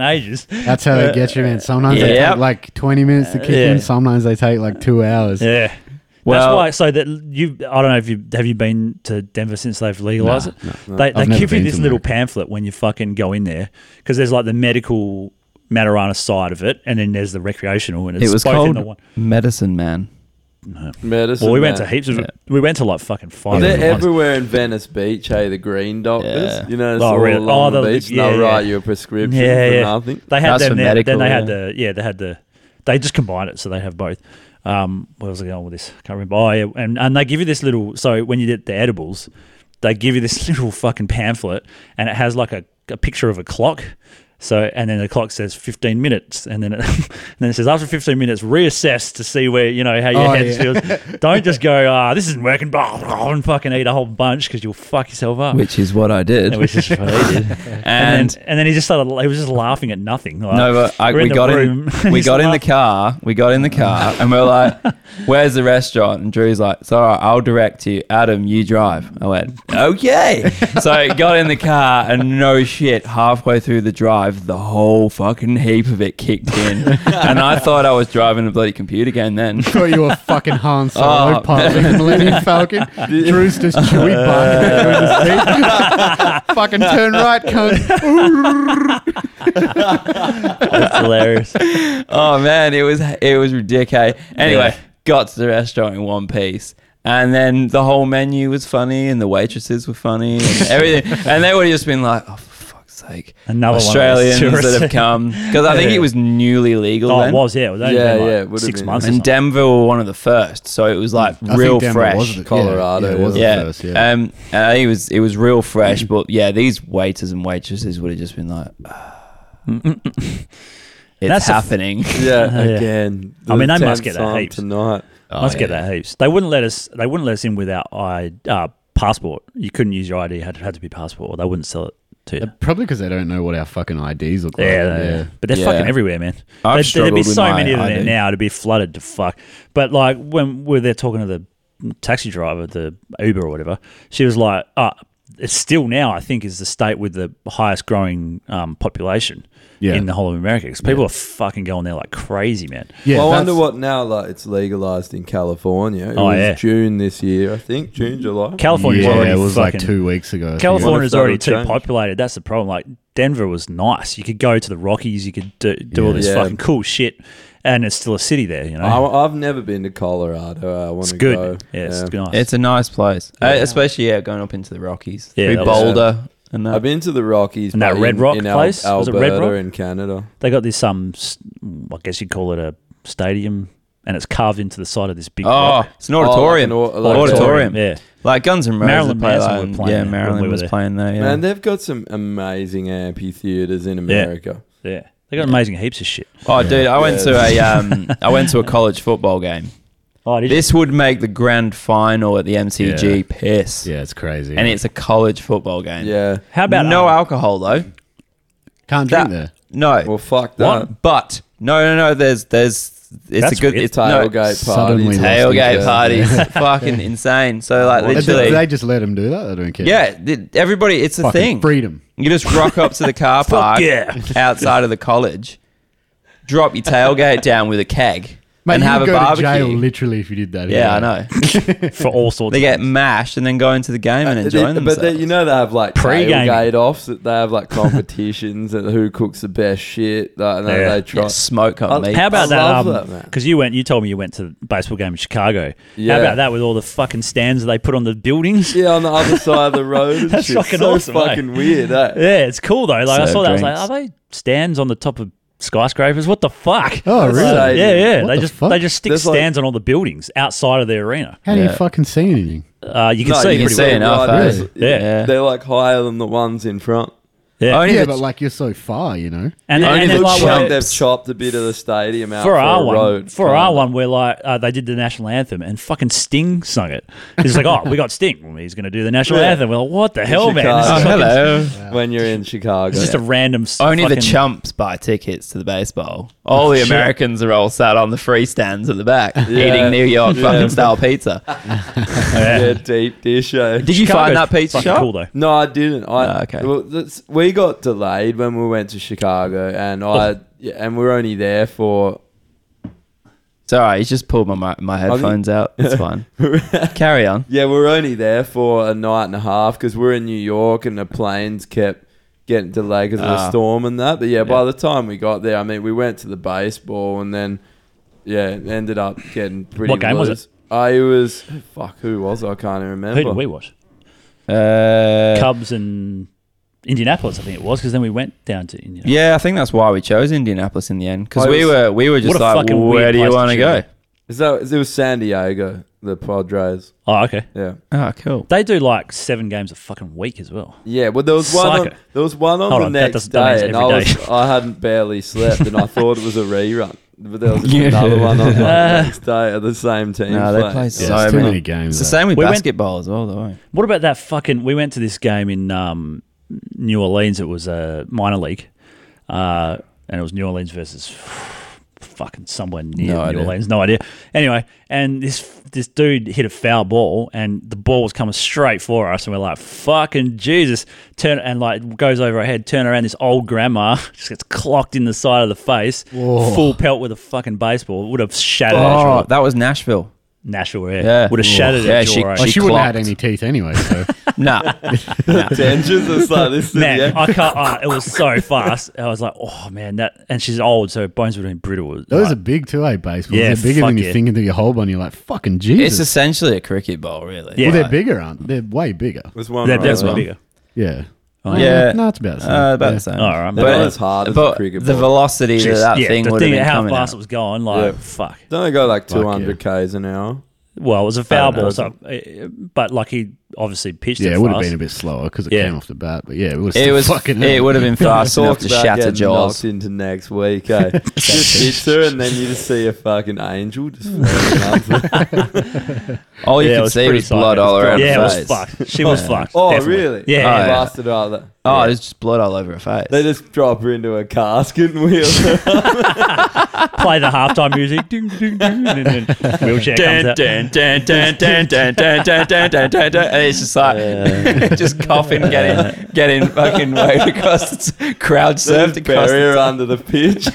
[SPEAKER 3] ages.
[SPEAKER 2] That's how they get you, man. Sometimes they
[SPEAKER 4] Yeah.
[SPEAKER 2] take like 20 minutes to kick
[SPEAKER 3] Yeah.
[SPEAKER 2] in. Sometimes they take like two hours.
[SPEAKER 3] Yeah.
[SPEAKER 4] Well-
[SPEAKER 3] That's why. So that you, I don't know if you have you been to Denver since they've legalized
[SPEAKER 2] Nah,
[SPEAKER 3] it. They, they
[SPEAKER 2] I've never
[SPEAKER 3] give you
[SPEAKER 2] been
[SPEAKER 3] this
[SPEAKER 2] to
[SPEAKER 3] little
[SPEAKER 2] America.
[SPEAKER 3] pamphlet when you fucking go in there because there's like the medical marijuana side of it, and then there's the recreational, and it's
[SPEAKER 4] it was
[SPEAKER 3] both in
[SPEAKER 4] called
[SPEAKER 3] the one.
[SPEAKER 4] Medicine Man.
[SPEAKER 1] Medicine.
[SPEAKER 3] Well, we went to
[SPEAKER 1] man.
[SPEAKER 3] heaps of.
[SPEAKER 4] Yeah.
[SPEAKER 3] We went to like fucking five.
[SPEAKER 1] They're
[SPEAKER 3] different ones.
[SPEAKER 1] everywhere in Venice Beach, hey, the green doctors.
[SPEAKER 4] Yeah.
[SPEAKER 1] You know, it's
[SPEAKER 3] Oh,
[SPEAKER 1] all
[SPEAKER 3] really?
[SPEAKER 1] along
[SPEAKER 3] Oh,
[SPEAKER 1] the
[SPEAKER 3] the-
[SPEAKER 1] beach. and
[SPEAKER 3] yeah,
[SPEAKER 1] they'll
[SPEAKER 3] yeah.
[SPEAKER 1] write you a prescription
[SPEAKER 3] Yeah,
[SPEAKER 1] for
[SPEAKER 3] yeah.
[SPEAKER 1] nothing.
[SPEAKER 3] They had
[SPEAKER 4] That's
[SPEAKER 3] them
[SPEAKER 4] for
[SPEAKER 3] there. but Then
[SPEAKER 4] medical,
[SPEAKER 3] they had
[SPEAKER 4] yeah.
[SPEAKER 3] the yeah. They had the. They just combined it, so they have both. Um, where was I going with this? I can't remember. Oh yeah, and and they give you this little. So when you did the edibles, they give you this little fucking pamphlet, and it has like a, a picture of a clock. So and then the clock says 15 minutes, and then it, and then it says after 15 minutes, reassess to see where you know how your
[SPEAKER 2] Oh,
[SPEAKER 3] head
[SPEAKER 2] yeah.
[SPEAKER 3] feels. Don't just go, ah, this isn't working, blah, blah, blah, and fucking eat a whole bunch because you'll fuck yourself up.
[SPEAKER 4] Which is what I did.
[SPEAKER 3] Yeah, Oh. which is what he did.
[SPEAKER 4] and
[SPEAKER 3] then, and then he just started. He was just laughing at nothing. Like,
[SPEAKER 4] No, but I,
[SPEAKER 3] we're
[SPEAKER 4] we
[SPEAKER 3] the
[SPEAKER 4] got
[SPEAKER 3] room,
[SPEAKER 4] in. We
[SPEAKER 3] he's
[SPEAKER 4] got in the
[SPEAKER 3] laugh-
[SPEAKER 4] car. We got in the car, and we're like, "Where's the restaurant?" And Drew's like, "It's all right. I'll direct you. Adam, you drive." I went, "Okay." so I got in the car, and no shit, halfway through the drive, the whole fucking heap of it kicked in, and I thought I was driving a bloody computer game. Then
[SPEAKER 2] Thought you were fucking Han Solo
[SPEAKER 4] Oh, Uh,
[SPEAKER 2] piloting the Millennium Falcon. Drew's just chewy bun. fucking turn right, cunt.
[SPEAKER 3] That's hilarious.
[SPEAKER 4] oh man, it was it was ridiculous. Anyway,
[SPEAKER 3] Yeah.
[SPEAKER 4] got to the restaurant in one piece. And then the whole menu was funny and the waitresses were funny and everything. and they would have just been like, oh, for fuck's sake.
[SPEAKER 3] Another one of those
[SPEAKER 4] Australians that
[SPEAKER 3] tourists.
[SPEAKER 4] have come. Because I think
[SPEAKER 3] Yeah.
[SPEAKER 4] it was newly legal
[SPEAKER 3] Oh,
[SPEAKER 4] then.
[SPEAKER 3] it was yeah. It was only
[SPEAKER 1] Yeah,
[SPEAKER 3] been, like
[SPEAKER 1] yeah, it would've
[SPEAKER 3] six
[SPEAKER 1] been.
[SPEAKER 3] months. or
[SPEAKER 4] And
[SPEAKER 3] something.
[SPEAKER 4] Denver were one of the first. So it was
[SPEAKER 3] Mm.
[SPEAKER 4] like
[SPEAKER 2] I
[SPEAKER 4] real
[SPEAKER 2] think Denver
[SPEAKER 4] fresh.
[SPEAKER 2] was the- yeah,
[SPEAKER 1] Colorado,
[SPEAKER 2] Yeah, it was the
[SPEAKER 4] yeah.
[SPEAKER 2] first, yeah.
[SPEAKER 4] Um, and it was it was real
[SPEAKER 3] Mm.
[SPEAKER 4] fresh, but yeah, these waiters and waitresses would have just been like, "It's
[SPEAKER 3] That's a f-
[SPEAKER 4] happening."
[SPEAKER 1] Yeah,
[SPEAKER 3] Yeah.
[SPEAKER 1] again.
[SPEAKER 3] I mean, they
[SPEAKER 1] 10th
[SPEAKER 3] must get that
[SPEAKER 1] time
[SPEAKER 3] heaps.
[SPEAKER 1] tonight.
[SPEAKER 4] Oh,
[SPEAKER 3] Must get
[SPEAKER 4] yeah.
[SPEAKER 3] that heaps. They wouldn't let us. They wouldn't let us in without I uh, passport. You couldn't use your ID. Had had to be passport. Or they wouldn't sell it. to you.
[SPEAKER 2] Probably because they don't know what our fucking IDs look
[SPEAKER 3] Yeah,
[SPEAKER 2] like.
[SPEAKER 3] they- but they're
[SPEAKER 4] Yeah.
[SPEAKER 3] fucking everywhere, man.
[SPEAKER 4] I've
[SPEAKER 3] There- there'd
[SPEAKER 4] struggled
[SPEAKER 3] be
[SPEAKER 4] with
[SPEAKER 3] so
[SPEAKER 4] my
[SPEAKER 3] many of them there
[SPEAKER 4] ID.
[SPEAKER 3] now to be flooded to fuck. But like when we were there talking to the taxi driver, the Uber or whatever, she was like, "Ah, it's still now I think is the state with the highest growing um, population
[SPEAKER 2] Yeah.
[SPEAKER 3] in the whole of America because people are fucking going there like crazy, man."
[SPEAKER 2] Yeah,
[SPEAKER 1] well, I
[SPEAKER 2] that's-
[SPEAKER 1] wonder what now. Like it's legalized in California. It
[SPEAKER 3] Oh,
[SPEAKER 1] was
[SPEAKER 3] yeah.
[SPEAKER 1] June this year, I think. June, July.
[SPEAKER 3] California's
[SPEAKER 2] yeah,
[SPEAKER 3] already
[SPEAKER 2] it was
[SPEAKER 3] fucking
[SPEAKER 2] like two weeks ago. I think.
[SPEAKER 1] Wonder if
[SPEAKER 3] California's
[SPEAKER 1] that
[SPEAKER 3] already
[SPEAKER 1] would
[SPEAKER 3] too
[SPEAKER 1] change.
[SPEAKER 3] populated. That's the problem. Like Denver was nice. You could go to the Rockies. You could do, do all this
[SPEAKER 1] Yeah.
[SPEAKER 3] fucking cool shit, and it's still a city there. You know,
[SPEAKER 1] I, I've never been to Colorado. I want
[SPEAKER 3] it's
[SPEAKER 1] to
[SPEAKER 3] good.
[SPEAKER 1] go.
[SPEAKER 3] Yeah, it's nice.
[SPEAKER 4] It's a nice place, Uh, especially yeah, going up into the Rockies,
[SPEAKER 3] Yeah,
[SPEAKER 4] yeah,
[SPEAKER 3] that was-
[SPEAKER 4] Boulder, and that.
[SPEAKER 1] I've been to the Rockies
[SPEAKER 3] And that
[SPEAKER 1] but
[SPEAKER 3] Red
[SPEAKER 1] in-
[SPEAKER 3] Rock
[SPEAKER 1] in Al-
[SPEAKER 3] place? Was it
[SPEAKER 1] Alberta
[SPEAKER 3] Red Rock?
[SPEAKER 1] in Canada.
[SPEAKER 3] they got this um, s- I guess you'd call it a stadium, and it's carved into the side of this big.
[SPEAKER 4] oh,
[SPEAKER 3] rock.
[SPEAKER 4] it's an auditorium,
[SPEAKER 1] Oh, like an au- like
[SPEAKER 4] auditorium.
[SPEAKER 3] yeah.
[SPEAKER 4] Like Guns N' Roses
[SPEAKER 3] Marilyn
[SPEAKER 4] play
[SPEAKER 3] Manson
[SPEAKER 4] that,
[SPEAKER 3] were
[SPEAKER 4] and-
[SPEAKER 3] playing
[SPEAKER 4] yeah,
[SPEAKER 3] there when
[SPEAKER 4] Marilyn
[SPEAKER 3] we were
[SPEAKER 4] was
[SPEAKER 3] there.
[SPEAKER 4] playing there. Yeah.
[SPEAKER 1] Man, they've got some amazing amphitheaters in America.
[SPEAKER 3] Yeah, they got amazing heaps of shit.
[SPEAKER 4] oh, dude, I went
[SPEAKER 1] Yeah.
[SPEAKER 4] to a um, I went to a college football game.
[SPEAKER 3] Oh, did
[SPEAKER 4] This would make the grand final at the MCG piss,
[SPEAKER 2] Yeah, it's crazy.
[SPEAKER 4] and it's a college football game.
[SPEAKER 1] Yeah.
[SPEAKER 3] How about
[SPEAKER 4] no
[SPEAKER 3] um,
[SPEAKER 4] alcohol though?
[SPEAKER 2] can't drink
[SPEAKER 4] That,
[SPEAKER 2] there.
[SPEAKER 4] No,
[SPEAKER 1] Well, fuck that.
[SPEAKER 4] What? But no, no, no. There's, there's. It's
[SPEAKER 3] That's
[SPEAKER 4] a good.
[SPEAKER 3] weird.
[SPEAKER 4] It's no,
[SPEAKER 1] Tailgate parties.
[SPEAKER 2] Suddenly lost
[SPEAKER 4] tailgate
[SPEAKER 1] Yeah.
[SPEAKER 4] parties. fucking insane. So like
[SPEAKER 1] What?
[SPEAKER 2] They,
[SPEAKER 4] literally,
[SPEAKER 2] they just let him do that. They don't care.
[SPEAKER 4] yeah. th- Everybody, it's a
[SPEAKER 2] Fucking
[SPEAKER 4] thing.
[SPEAKER 2] Freedom.
[SPEAKER 4] You just rock up to the car park
[SPEAKER 3] yeah.
[SPEAKER 4] outside of the college, drop your tailgate down with a keg,
[SPEAKER 2] Mate,
[SPEAKER 4] and
[SPEAKER 2] you
[SPEAKER 4] have
[SPEAKER 2] would
[SPEAKER 4] a
[SPEAKER 2] go
[SPEAKER 4] barbecue.
[SPEAKER 2] to jail literally if you did that.
[SPEAKER 4] yeah, I
[SPEAKER 2] here.
[SPEAKER 4] know.
[SPEAKER 3] for all sorts?
[SPEAKER 4] They
[SPEAKER 3] of
[SPEAKER 4] get
[SPEAKER 3] things?
[SPEAKER 4] mashed and then go into the game and
[SPEAKER 1] Uh,
[SPEAKER 4] enjoy
[SPEAKER 1] they-
[SPEAKER 4] themselves.
[SPEAKER 1] But they, you know they have like
[SPEAKER 3] Pre-gaming.
[SPEAKER 1] tailgate offs. that They have like competitions and who cooks the best shit. Like, and they-
[SPEAKER 3] Yeah.
[SPEAKER 1] they
[SPEAKER 4] Yeah,
[SPEAKER 1] try.
[SPEAKER 4] smoke
[SPEAKER 1] Oh,
[SPEAKER 4] up meat.
[SPEAKER 3] How about
[SPEAKER 1] I
[SPEAKER 3] that?
[SPEAKER 1] love
[SPEAKER 3] um
[SPEAKER 1] that, man.
[SPEAKER 3] Because you went, you told me you went to the baseball game in Chicago.
[SPEAKER 1] Yeah.
[SPEAKER 3] How about that with all the fucking stands that they put on the buildings?
[SPEAKER 1] Yeah, on the other side of the road. and
[SPEAKER 3] That's
[SPEAKER 1] shit.
[SPEAKER 3] fucking
[SPEAKER 1] so
[SPEAKER 3] awesome, eh?
[SPEAKER 1] Fucking weird. eh?
[SPEAKER 3] Yeah, it's cool though. Like I
[SPEAKER 4] Serve
[SPEAKER 3] saw that, I was
[SPEAKER 4] drinks.
[SPEAKER 3] like, are they stands on the top of skyscrapers? What the fuck?
[SPEAKER 2] Oh,
[SPEAKER 1] That's
[SPEAKER 2] really?
[SPEAKER 1] like-
[SPEAKER 3] yeah, yeah.
[SPEAKER 2] What
[SPEAKER 3] they
[SPEAKER 2] the
[SPEAKER 3] just
[SPEAKER 2] fuck?
[SPEAKER 3] they just stick
[SPEAKER 1] There's like-
[SPEAKER 3] stands on all the buildings outside of the arena.
[SPEAKER 2] How do
[SPEAKER 4] Yeah.
[SPEAKER 2] you fucking see anything?
[SPEAKER 3] Uh, you can
[SPEAKER 1] No,
[SPEAKER 3] see
[SPEAKER 1] you
[SPEAKER 4] can
[SPEAKER 3] pretty
[SPEAKER 4] see
[SPEAKER 3] well.
[SPEAKER 4] enough,
[SPEAKER 1] right,
[SPEAKER 4] eh?
[SPEAKER 1] it's-
[SPEAKER 3] Yeah.
[SPEAKER 4] Yeah.
[SPEAKER 1] They're like higher than the ones in front.
[SPEAKER 3] Yeah.
[SPEAKER 4] Only
[SPEAKER 2] Yeah,
[SPEAKER 4] the
[SPEAKER 2] but like you're so far, you know.
[SPEAKER 3] And then,
[SPEAKER 4] Only
[SPEAKER 3] and then
[SPEAKER 4] the
[SPEAKER 3] like,
[SPEAKER 1] Looks like
[SPEAKER 4] where-
[SPEAKER 1] they've chopped a bit of the stadium out
[SPEAKER 3] for our one,
[SPEAKER 1] road.
[SPEAKER 3] for
[SPEAKER 1] kinda.
[SPEAKER 3] our one, we're like uh, they did the national anthem and fucking Sting sung it. It's like, oh, we got Sting. Well, he's going to do the national
[SPEAKER 1] Yeah.
[SPEAKER 3] anthem. We're like, what the hell, man? This is
[SPEAKER 1] Chicago.
[SPEAKER 4] Oh,
[SPEAKER 1] It's
[SPEAKER 3] fucking-
[SPEAKER 4] hello.
[SPEAKER 1] When you're in Chicago.
[SPEAKER 3] It's just a random. s-
[SPEAKER 4] Only the
[SPEAKER 3] fucking-
[SPEAKER 4] chumps buy tickets to the baseball. All the
[SPEAKER 3] Shit.
[SPEAKER 4] Americans are all sat on the free stands at the back
[SPEAKER 1] Yeah.
[SPEAKER 4] eating New York
[SPEAKER 1] Yeah.
[SPEAKER 4] fucking style pizza.
[SPEAKER 1] yeah. deep dish. eh?
[SPEAKER 4] Did you
[SPEAKER 3] Chicago's
[SPEAKER 4] find that pizza
[SPEAKER 3] fucking
[SPEAKER 4] shop?
[SPEAKER 3] Cool though.
[SPEAKER 1] No, I didn't. I
[SPEAKER 4] Ah, okay.
[SPEAKER 1] well, that's, we got delayed when we went to Chicago, and I yeah, and we were only there for
[SPEAKER 4] It's all right. He's just pulled my mi- my headphones out. It's fine. Carry on.
[SPEAKER 1] yeah, we were only there for a night and a half because we are in New York, and the planes kept getting delayed because of
[SPEAKER 4] Ah.
[SPEAKER 1] the storm and that. But yeah, by the time we got there, I mean, we went to the baseball, and then yeah, it ended up getting pretty.
[SPEAKER 3] What game was
[SPEAKER 1] loose. I was fuck. Who was I? I can't even remember.
[SPEAKER 3] Who did we watch?
[SPEAKER 4] Uh,
[SPEAKER 3] Cubs and Indianapolis, I think it was, because then we went down to Indianapolis.
[SPEAKER 4] yeah, I think that's why we chose Indianapolis in the end because
[SPEAKER 1] I
[SPEAKER 4] we
[SPEAKER 1] was-
[SPEAKER 4] were we were just
[SPEAKER 3] What a
[SPEAKER 4] like,
[SPEAKER 3] fucking
[SPEAKER 4] where
[SPEAKER 3] weird
[SPEAKER 4] do you
[SPEAKER 3] place to
[SPEAKER 4] want to go?
[SPEAKER 3] choose.
[SPEAKER 1] Is that it was San Diego, the Padres?
[SPEAKER 3] Oh, okay.
[SPEAKER 1] Yeah.
[SPEAKER 4] Oh, cool.
[SPEAKER 3] They do like seven games a fucking week as well.
[SPEAKER 1] Yeah, well, there was one. On,
[SPEAKER 3] Psycho.
[SPEAKER 1] there was one on
[SPEAKER 3] Hold
[SPEAKER 1] the
[SPEAKER 3] on, that
[SPEAKER 1] next
[SPEAKER 3] doesn't-
[SPEAKER 1] day,
[SPEAKER 3] that means
[SPEAKER 1] and I,
[SPEAKER 3] every day.
[SPEAKER 1] was, I hadn't barely slept, and I thought it was a rerun. But there was
[SPEAKER 4] Yeah.
[SPEAKER 1] another one on the
[SPEAKER 3] Uh,
[SPEAKER 1] next day of the same team.
[SPEAKER 4] No, they
[SPEAKER 1] playing.
[SPEAKER 4] play so
[SPEAKER 2] There's too
[SPEAKER 4] many.
[SPEAKER 2] many games.
[SPEAKER 4] It's the
[SPEAKER 2] though.
[SPEAKER 4] same with
[SPEAKER 3] We went-
[SPEAKER 4] basketball as well, though. eh?
[SPEAKER 3] What about that fucking? We went to this game in um, New Orleans. It was a minor league, uh, and it was New Orleans versus fucking somewhere near
[SPEAKER 4] No
[SPEAKER 3] New
[SPEAKER 4] idea.
[SPEAKER 3] Orleans. No idea. Anyway, and this this dude hit a foul ball, and the ball was coming straight for us, and we're like, "Fucking Jesus!" Turn and like goes over our head. Turn around, this old grandma just gets clocked in the side of the face,
[SPEAKER 2] Whoa.
[SPEAKER 3] full pelt with a fucking baseball. Would have shattered her
[SPEAKER 4] Oh,
[SPEAKER 3] jaw.
[SPEAKER 4] that was Nashville.
[SPEAKER 3] Nashville,
[SPEAKER 4] Yeah.
[SPEAKER 3] yeah, would have shattered
[SPEAKER 4] Yeah,
[SPEAKER 3] her jaw.
[SPEAKER 4] she-
[SPEAKER 3] right?
[SPEAKER 2] Well,
[SPEAKER 4] she
[SPEAKER 2] she, wouldn't have had
[SPEAKER 4] clocked.
[SPEAKER 2] any teeth anyway. So
[SPEAKER 4] Nah,
[SPEAKER 1] Dangers it's like this. is
[SPEAKER 3] Man,
[SPEAKER 1] the
[SPEAKER 3] I can't. Uh, it was so fast. I was like, oh man, that. And she's old, so her bones would have been brittle. It
[SPEAKER 2] those
[SPEAKER 3] was
[SPEAKER 2] are big too, eh? Baseball.
[SPEAKER 3] Yeah,
[SPEAKER 2] Yeah, they're bigger
[SPEAKER 3] fuck
[SPEAKER 2] than you
[SPEAKER 3] yeah.
[SPEAKER 2] think into your whole bun. You're like fucking
[SPEAKER 4] it's
[SPEAKER 2] Jesus.
[SPEAKER 4] essentially a cricket ball, really.
[SPEAKER 3] Yeah.
[SPEAKER 2] well, they're
[SPEAKER 4] Like,
[SPEAKER 2] bigger, aren't they? They're way bigger.
[SPEAKER 1] There's one.
[SPEAKER 3] they're
[SPEAKER 1] right
[SPEAKER 4] that's
[SPEAKER 1] there.
[SPEAKER 3] definitely
[SPEAKER 4] one.
[SPEAKER 3] bigger.
[SPEAKER 2] Yeah.
[SPEAKER 3] Oh,
[SPEAKER 4] yeah.
[SPEAKER 2] No, it's about the same.
[SPEAKER 4] Uh, about
[SPEAKER 2] Yeah.
[SPEAKER 4] the same.
[SPEAKER 3] All right,
[SPEAKER 1] They're not as hard as a
[SPEAKER 4] but
[SPEAKER 1] cricket
[SPEAKER 4] the
[SPEAKER 1] ball.
[SPEAKER 4] velocity that
[SPEAKER 3] Jeez,
[SPEAKER 4] that
[SPEAKER 3] yeah,
[SPEAKER 4] thing
[SPEAKER 3] the
[SPEAKER 4] would have
[SPEAKER 3] thing,
[SPEAKER 4] been
[SPEAKER 3] how
[SPEAKER 4] coming
[SPEAKER 3] fast
[SPEAKER 4] out.
[SPEAKER 3] it was going, like
[SPEAKER 1] Yeah.
[SPEAKER 3] fuck.
[SPEAKER 1] Don't they go like
[SPEAKER 2] yeah.
[SPEAKER 1] 200 k's an hour?
[SPEAKER 3] Well, it was a foul
[SPEAKER 4] know,
[SPEAKER 3] ball, so, uh, but like he obviously pitched
[SPEAKER 2] Yeah,
[SPEAKER 3] it,
[SPEAKER 2] it would have
[SPEAKER 3] fast.
[SPEAKER 2] been a bit slower because it
[SPEAKER 3] Yeah.
[SPEAKER 2] came off the bat. But yeah, it was.
[SPEAKER 4] It was
[SPEAKER 2] fucking.
[SPEAKER 4] It would have been fast
[SPEAKER 1] Talk
[SPEAKER 4] enough to
[SPEAKER 1] about
[SPEAKER 4] shatter
[SPEAKER 1] getting
[SPEAKER 4] jaws.
[SPEAKER 1] knocked into next week, eh? just pizza, and then you just see a fucking angel just floating up.
[SPEAKER 4] All you
[SPEAKER 3] Yeah, it
[SPEAKER 4] could
[SPEAKER 3] was
[SPEAKER 4] see
[SPEAKER 3] pretty
[SPEAKER 4] was blood
[SPEAKER 3] psycho.
[SPEAKER 4] all around
[SPEAKER 3] Yeah,
[SPEAKER 4] her
[SPEAKER 3] it was
[SPEAKER 4] face.
[SPEAKER 3] fucked. She was fucked.
[SPEAKER 1] Oh,
[SPEAKER 3] definitely.
[SPEAKER 1] really?
[SPEAKER 3] Yeah.
[SPEAKER 4] Oh,
[SPEAKER 1] They
[SPEAKER 4] yeah.
[SPEAKER 1] Bastard out there.
[SPEAKER 4] Oh, it was just blood all over her face.
[SPEAKER 1] They just drop her into a casket and wheel.
[SPEAKER 3] Play the halftime music. ding, ding, ding, and then wheelchair comes
[SPEAKER 4] Dun,
[SPEAKER 3] out.
[SPEAKER 4] dun, dun, dun, dun, dun, dun, dun, dun, dun, dun, dun. And it's just like just coughing, getting getting fucking waved across the t- crowd
[SPEAKER 1] They
[SPEAKER 4] surfed
[SPEAKER 1] just
[SPEAKER 4] across.
[SPEAKER 1] bury
[SPEAKER 4] The
[SPEAKER 1] her under the pitch.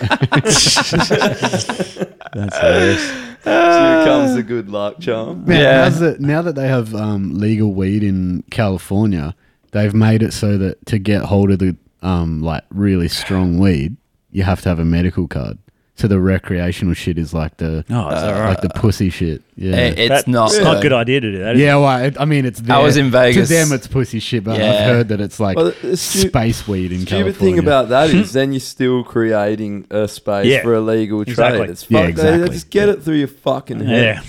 [SPEAKER 3] That's hilarious.
[SPEAKER 1] Here comes Uh, the good luck charm.
[SPEAKER 2] Man,
[SPEAKER 4] Yeah.
[SPEAKER 2] how's it- now that they have um, legal weed in California, they've made it so that to get hold of the um, like really strong weed, you have to have a medical card. So the recreational shit is like the
[SPEAKER 3] Oh, is that right?
[SPEAKER 2] like the pussy shit. Yeah.
[SPEAKER 4] Uh, It- it's
[SPEAKER 3] That-
[SPEAKER 4] not.
[SPEAKER 3] It's not a good idea to do that. is it?
[SPEAKER 2] yeah, well, it, I mean, it's. Their,
[SPEAKER 4] was in Vegas.
[SPEAKER 2] To them, it's pussy shit, but I've
[SPEAKER 4] Yeah.
[SPEAKER 2] heard that it's like
[SPEAKER 1] Well, the stu-
[SPEAKER 2] space weed in California.
[SPEAKER 1] Stupid thing about that is then you're still creating a space
[SPEAKER 3] Yeah.
[SPEAKER 1] for illegal trade.
[SPEAKER 3] Exactly.
[SPEAKER 1] It's
[SPEAKER 2] Yeah,
[SPEAKER 1] fuck, they, they
[SPEAKER 2] exactly.
[SPEAKER 1] just get it through your fucking head.
[SPEAKER 3] Yeah.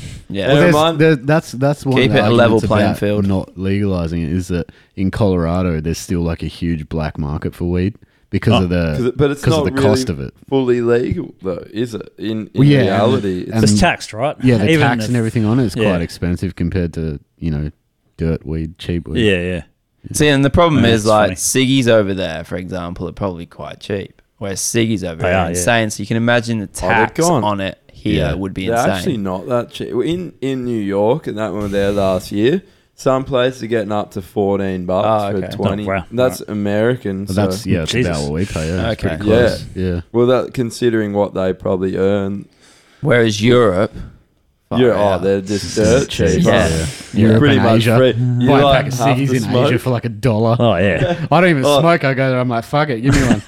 [SPEAKER 1] Well,
[SPEAKER 2] Well,
[SPEAKER 4] Yeah.
[SPEAKER 1] Never
[SPEAKER 2] there's-
[SPEAKER 1] mind.
[SPEAKER 2] there- that's that's one
[SPEAKER 4] Keep
[SPEAKER 2] of the
[SPEAKER 4] it a level
[SPEAKER 2] arguments
[SPEAKER 4] playing
[SPEAKER 2] about
[SPEAKER 4] field.
[SPEAKER 2] Not legalizing it is that in Colorado there's still like a huge black market for weed because
[SPEAKER 3] Oh,
[SPEAKER 2] of the
[SPEAKER 1] 'Cause it- but it's
[SPEAKER 2] because
[SPEAKER 1] not
[SPEAKER 2] of the
[SPEAKER 1] really
[SPEAKER 2] cost of it.
[SPEAKER 1] fully legal though, is it? In, in
[SPEAKER 2] Well, yeah, and-
[SPEAKER 1] reality, it's
[SPEAKER 2] and-
[SPEAKER 3] It's taxed, right?
[SPEAKER 2] Yeah, the
[SPEAKER 3] Even
[SPEAKER 2] tax
[SPEAKER 3] if-
[SPEAKER 2] and everything on it is
[SPEAKER 3] yeah.
[SPEAKER 2] quite expensive compared to you know dirt weed, cheap weed.
[SPEAKER 3] Yeah, yeah.
[SPEAKER 4] See, and the problem
[SPEAKER 3] Yeah,
[SPEAKER 4] is
[SPEAKER 3] it's
[SPEAKER 4] like
[SPEAKER 3] funny.
[SPEAKER 4] Siggy's over there, for example, are probably quite cheap. Whereas Siggy's over
[SPEAKER 3] They
[SPEAKER 4] here
[SPEAKER 3] are, yeah.
[SPEAKER 4] insane. So you can imagine the
[SPEAKER 1] Oh, they're
[SPEAKER 4] tax
[SPEAKER 1] gone.
[SPEAKER 4] on it here
[SPEAKER 2] Yeah.
[SPEAKER 4] would be
[SPEAKER 1] They're actually
[SPEAKER 4] insane.
[SPEAKER 1] not that cheap. In in New York, and that one there last year, some places are getting up to fourteen bucks
[SPEAKER 2] Ah,
[SPEAKER 4] Oh, okay.
[SPEAKER 1] for twenty.
[SPEAKER 3] Oh, wow.
[SPEAKER 1] That's American.
[SPEAKER 2] But
[SPEAKER 1] so-
[SPEAKER 2] that's yeah, that's
[SPEAKER 3] Jesus.
[SPEAKER 2] about what we pay. Yeah, it's
[SPEAKER 4] Okay.
[SPEAKER 2] pretty close. Yeah,
[SPEAKER 1] well, that considering what they probably earn,
[SPEAKER 4] Whereas Europe,
[SPEAKER 1] yeah,
[SPEAKER 4] far
[SPEAKER 1] oh,
[SPEAKER 4] out.
[SPEAKER 1] they're just dirt cheap.
[SPEAKER 4] Yeah.
[SPEAKER 1] aren't they?
[SPEAKER 2] Europe
[SPEAKER 1] You're
[SPEAKER 2] and
[SPEAKER 1] pretty much
[SPEAKER 2] Asia.
[SPEAKER 1] free. You
[SPEAKER 2] Buy a
[SPEAKER 1] like
[SPEAKER 2] pack of
[SPEAKER 1] half
[SPEAKER 2] ciggies
[SPEAKER 1] the
[SPEAKER 2] in
[SPEAKER 1] smoke.
[SPEAKER 2] Asia for like a dollar.
[SPEAKER 3] Oh, yeah.
[SPEAKER 2] I don't even
[SPEAKER 1] Oh.
[SPEAKER 2] smoke. I go there. I'm like, fuck it, give me one.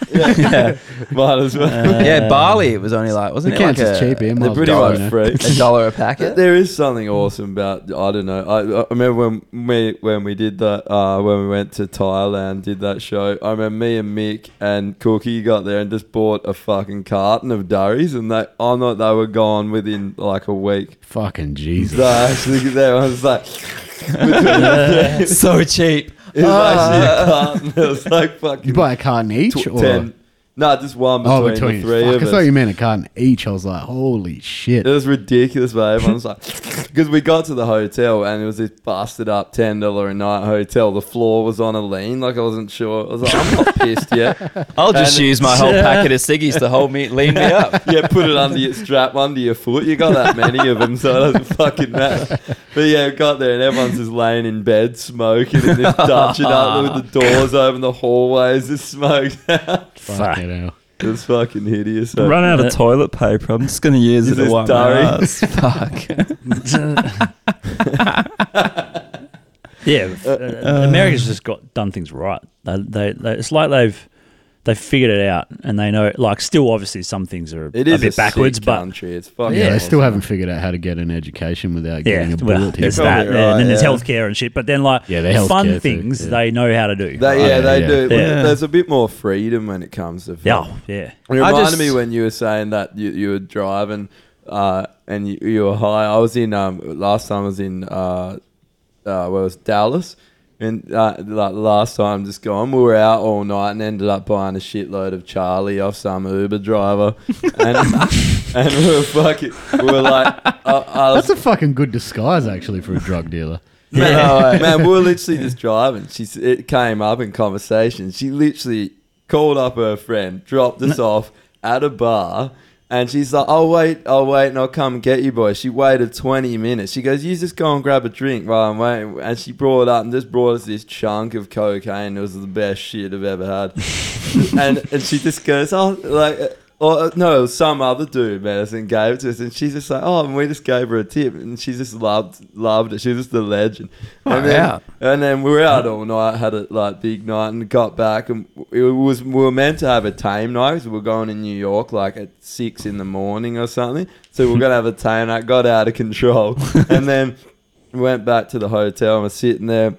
[SPEAKER 1] Might as well.
[SPEAKER 3] Uh,
[SPEAKER 4] yeah, Bali. It was only like
[SPEAKER 2] the
[SPEAKER 4] wasn't it
[SPEAKER 2] can's
[SPEAKER 4] like
[SPEAKER 2] is
[SPEAKER 4] a,
[SPEAKER 2] cheap. Here, might
[SPEAKER 1] They're
[SPEAKER 2] as
[SPEAKER 1] pretty
[SPEAKER 2] well,
[SPEAKER 1] much
[SPEAKER 2] you know.
[SPEAKER 1] free.
[SPEAKER 4] a dollar a
[SPEAKER 1] Th-
[SPEAKER 4] packet?
[SPEAKER 1] There is something awesome about I don't know. I, I remember when we when we did that uh, when we went to Thailand, did that show. I remember me and Mick and Cookie got there and just bought a fucking carton of durries, and they I know they were gone within like a week.
[SPEAKER 2] Fucking Jesus.
[SPEAKER 1] They actually there. I was like,
[SPEAKER 4] so cheap.
[SPEAKER 1] it was
[SPEAKER 2] Ah.
[SPEAKER 1] actually a carton. It was like
[SPEAKER 2] You
[SPEAKER 1] fucking
[SPEAKER 2] buy a carton each,
[SPEAKER 1] tw-
[SPEAKER 2] or
[SPEAKER 1] ten. No, just one between,
[SPEAKER 2] oh, between
[SPEAKER 1] the three
[SPEAKER 2] fuck,
[SPEAKER 1] of
[SPEAKER 2] I
[SPEAKER 1] us.
[SPEAKER 2] thought you meant a carton each. I was like, holy shit.
[SPEAKER 1] It was ridiculous, but everyone's like, because we got to the hotel and it was this busted up ten dollar a night hotel. The floor was on a lean, like I wasn't sure. I was like, I'm not pissed yet.
[SPEAKER 4] I'll just
[SPEAKER 1] And-
[SPEAKER 4] use my whole packet of ciggies to hold me, lean me up.
[SPEAKER 1] Yeah, put it under your strap, under your foot. You got that many of them, so it doesn't fucking matter. But yeah, we got there and everyone's just laying in bed smoking and just Dutching up with the doors open, the hallways just smoked.
[SPEAKER 2] Fuck
[SPEAKER 3] Fuck.
[SPEAKER 2] hell.
[SPEAKER 1] it was fucking hideous. So-
[SPEAKER 4] Run out
[SPEAKER 3] Yeah.
[SPEAKER 4] of toilet paper. I'm just gonna use
[SPEAKER 1] Use
[SPEAKER 4] it to
[SPEAKER 1] this
[SPEAKER 4] wipe
[SPEAKER 1] diary.
[SPEAKER 4] my ass. Fuck.
[SPEAKER 3] Yeah, uh, America's just got done things right. They, they, they, it's like they've they figured it out, and they know. Like, still, obviously, some things are
[SPEAKER 1] It
[SPEAKER 3] a
[SPEAKER 1] is
[SPEAKER 3] bit backwards,
[SPEAKER 1] sick
[SPEAKER 3] but
[SPEAKER 1] country. It's fucking
[SPEAKER 2] Yeah, they
[SPEAKER 1] awesome.
[SPEAKER 2] still haven't figured out how to get an education without
[SPEAKER 3] yeah,
[SPEAKER 2] getting a
[SPEAKER 3] well,
[SPEAKER 2] bullet
[SPEAKER 3] there's
[SPEAKER 2] hit.
[SPEAKER 1] You're
[SPEAKER 3] that,
[SPEAKER 1] probably
[SPEAKER 3] yeah, and
[SPEAKER 1] right,
[SPEAKER 3] then there's
[SPEAKER 1] yeah.
[SPEAKER 3] healthcare and shit. But then, like,
[SPEAKER 2] Yeah, the
[SPEAKER 3] the fun
[SPEAKER 2] healthcare too,
[SPEAKER 3] things
[SPEAKER 2] yeah.
[SPEAKER 3] they know how to do.
[SPEAKER 1] They, yeah,
[SPEAKER 2] Yeah,
[SPEAKER 1] they
[SPEAKER 2] yeah.
[SPEAKER 1] do.
[SPEAKER 3] Yeah.
[SPEAKER 1] There's a bit more freedom when it comes to
[SPEAKER 3] yeah, oh, yeah.
[SPEAKER 1] It reminded
[SPEAKER 4] just-
[SPEAKER 1] me when you were saying that you, you were driving uh, and you, you were high. I was in um, last time I was in uh, uh, where was it, Dallas, and uh, like last time just gone, we were out all night and ended up buying a shitload of Charlie off some Uber driver, and and we were fucking, we were like, I, I was
[SPEAKER 2] That's a fucking good disguise, actually, for a drug dealer.
[SPEAKER 1] Man, man, we were literally just driving. She s- it came up in conversation. She literally called up her friend, dropped us off at a bar, and she's like, "I'll wait, I'll wait, and I'll come and get you, boys." She waited twenty minutes. She goes, "You just go and grab a drink while I'm waiting," and she brought up and just brought us this chunk of cocaine. It was the best shit I've ever had and and she just goes, oh, like, uh, or uh, no, some other dude, Madison gave it to us, and she's just like, oh, and we just gave her a tip, and she just loved loved it. She was just a legend.
[SPEAKER 4] Oh,
[SPEAKER 1] and then,
[SPEAKER 4] yeah.
[SPEAKER 1] and then we were out all night, had a like big night, and got back, and it was we were meant to have a tame night 'cause we were going in New York like at six in the morning or something. So we we're gonna have a tame night. Got out of control, and then went back to the hotel and was sitting there.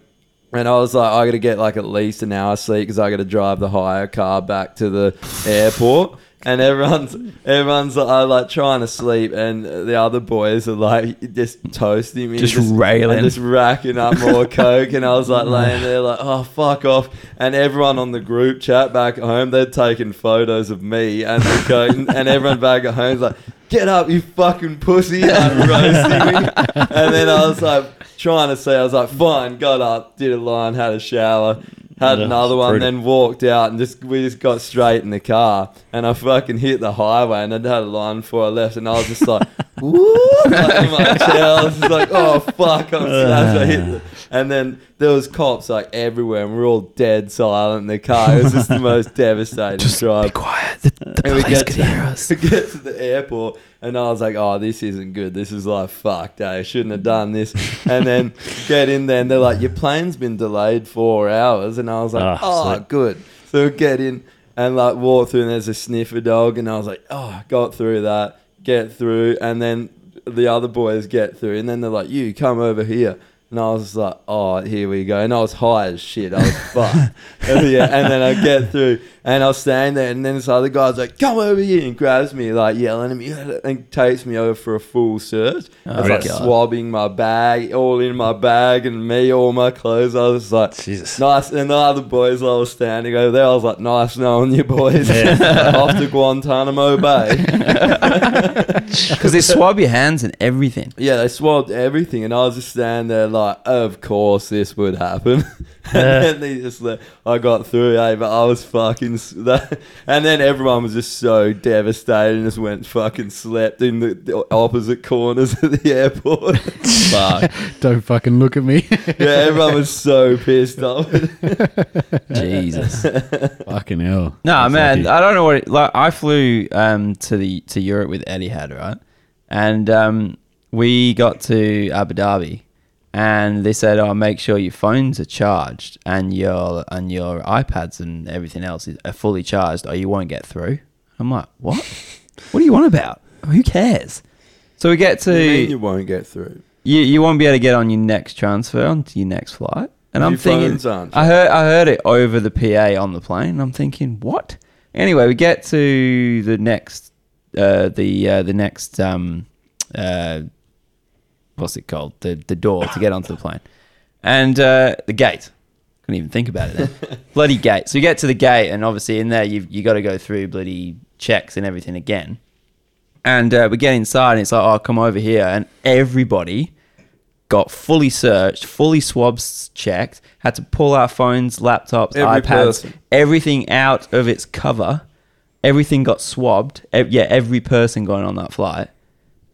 [SPEAKER 1] And I was like, I got to get like at least an hour sleep because I got to drive the hire car back to the airport. and everyone's everyone's uh, like trying to sleep, and the other boys are like just toasting me,
[SPEAKER 4] Just railing.
[SPEAKER 1] and just racking up more coke. And I was like laying there, like, oh fuck off. And everyone on the group chat back at home, they'd taken photos of me and the coke, and, and everyone back at home's like, get up, you fucking pussy, like roasting me. And then I was like trying to say, I was like, fine, got up, did a line, had a shower. Had
[SPEAKER 3] Yeah,
[SPEAKER 1] another
[SPEAKER 3] it's
[SPEAKER 1] one,
[SPEAKER 3] brutal.
[SPEAKER 1] then and walked out and just we just got straight in the car and I fucking hit the highway and I'd had a line before I left and I was just like woo like, in my chair. I was just like oh fuck I'm smashed. I hit the- and then there was cops like everywhere and we are all dead silent in the car it was just the most devastating drive
[SPEAKER 4] quiet. The, the
[SPEAKER 1] And we
[SPEAKER 4] police
[SPEAKER 1] get
[SPEAKER 4] could
[SPEAKER 1] to-
[SPEAKER 4] hear us.
[SPEAKER 1] to get to the airport and I was like, oh, this isn't good. This is like, fuck, day. I shouldn't have done this. And then get in there and they're like, your plane's been delayed four hours. And I was like,
[SPEAKER 3] Ah,
[SPEAKER 1] oh,
[SPEAKER 3] sweet.
[SPEAKER 1] good. So we get in and like walk through and there's a sniffer dog. And I was like, oh, got through that, get through. And then the other boys get through. And then they're like, you come over here. And I was just like, oh, here we go. And I was high as shit. I was fucked. and, yeah, and then I get through and I was standing there. And then this other guy's like, come over here and grabs me, like yelling at me and takes me over for a full search. I
[SPEAKER 4] Oh,
[SPEAKER 1] was like
[SPEAKER 4] God.
[SPEAKER 1] swabbing my bag, all in my bag and me, all my clothes. I was just like,
[SPEAKER 3] Jesus.
[SPEAKER 1] Nice, and the other boys I was standing over there, I was like, nice knowing you boys. Off to Guantanamo Bay.
[SPEAKER 4] Because they swab your hands and everything.
[SPEAKER 1] Yeah, they swabbed everything, and I was just standing there like, of course this would happen. and
[SPEAKER 3] Yeah.
[SPEAKER 1] then they just let, I got through, eh? But I was fucking. s- That, and then everyone was just so devastated and just went fucking slept in the, the opposite corners of the airport. Fuck.
[SPEAKER 2] Don't fucking look at me.
[SPEAKER 1] Yeah, everyone was so pissed off.
[SPEAKER 4] Jesus.
[SPEAKER 2] fucking hell.
[SPEAKER 4] No,
[SPEAKER 2] That's
[SPEAKER 4] man,
[SPEAKER 2] lucky.
[SPEAKER 3] uh,
[SPEAKER 4] I don't know what. It, like, I flew um, to the to Europe with Etihad, right? And um, we got to Abu Dhabi, and they said, "Oh, make sure your phones are charged and your and your iPads and everything else is, are fully charged, or you won't get through." I'm like, "What? what do you want about? Who cares?" So we get
[SPEAKER 1] You
[SPEAKER 4] to
[SPEAKER 1] mean
[SPEAKER 4] you,
[SPEAKER 1] you won't get through.
[SPEAKER 4] you, won't be able to get on your next transfer onto your next flight, and I'm
[SPEAKER 1] Your
[SPEAKER 4] thinking,
[SPEAKER 1] phones aren't
[SPEAKER 4] I heard I heard it over the PA on the plane. and I'm thinking, what? Anyway, we get to the next uh, the uh, the next um, uh, what's it called? The the door to get onto the plane, and uh, the gate. Couldn't even think about it. Then. bloody gate. So you get to the gate, and obviously in there you've you got to go through bloody checks and everything again. And uh, we get inside, and it's like, oh, come over here, and everybody got fully searched, fully swabs checked, had to pull our phones, laptops,
[SPEAKER 1] Every
[SPEAKER 4] iPads,
[SPEAKER 1] person.
[SPEAKER 4] everything out of its cover. Everything got swabbed. Ev- yeah, every person going on that flight,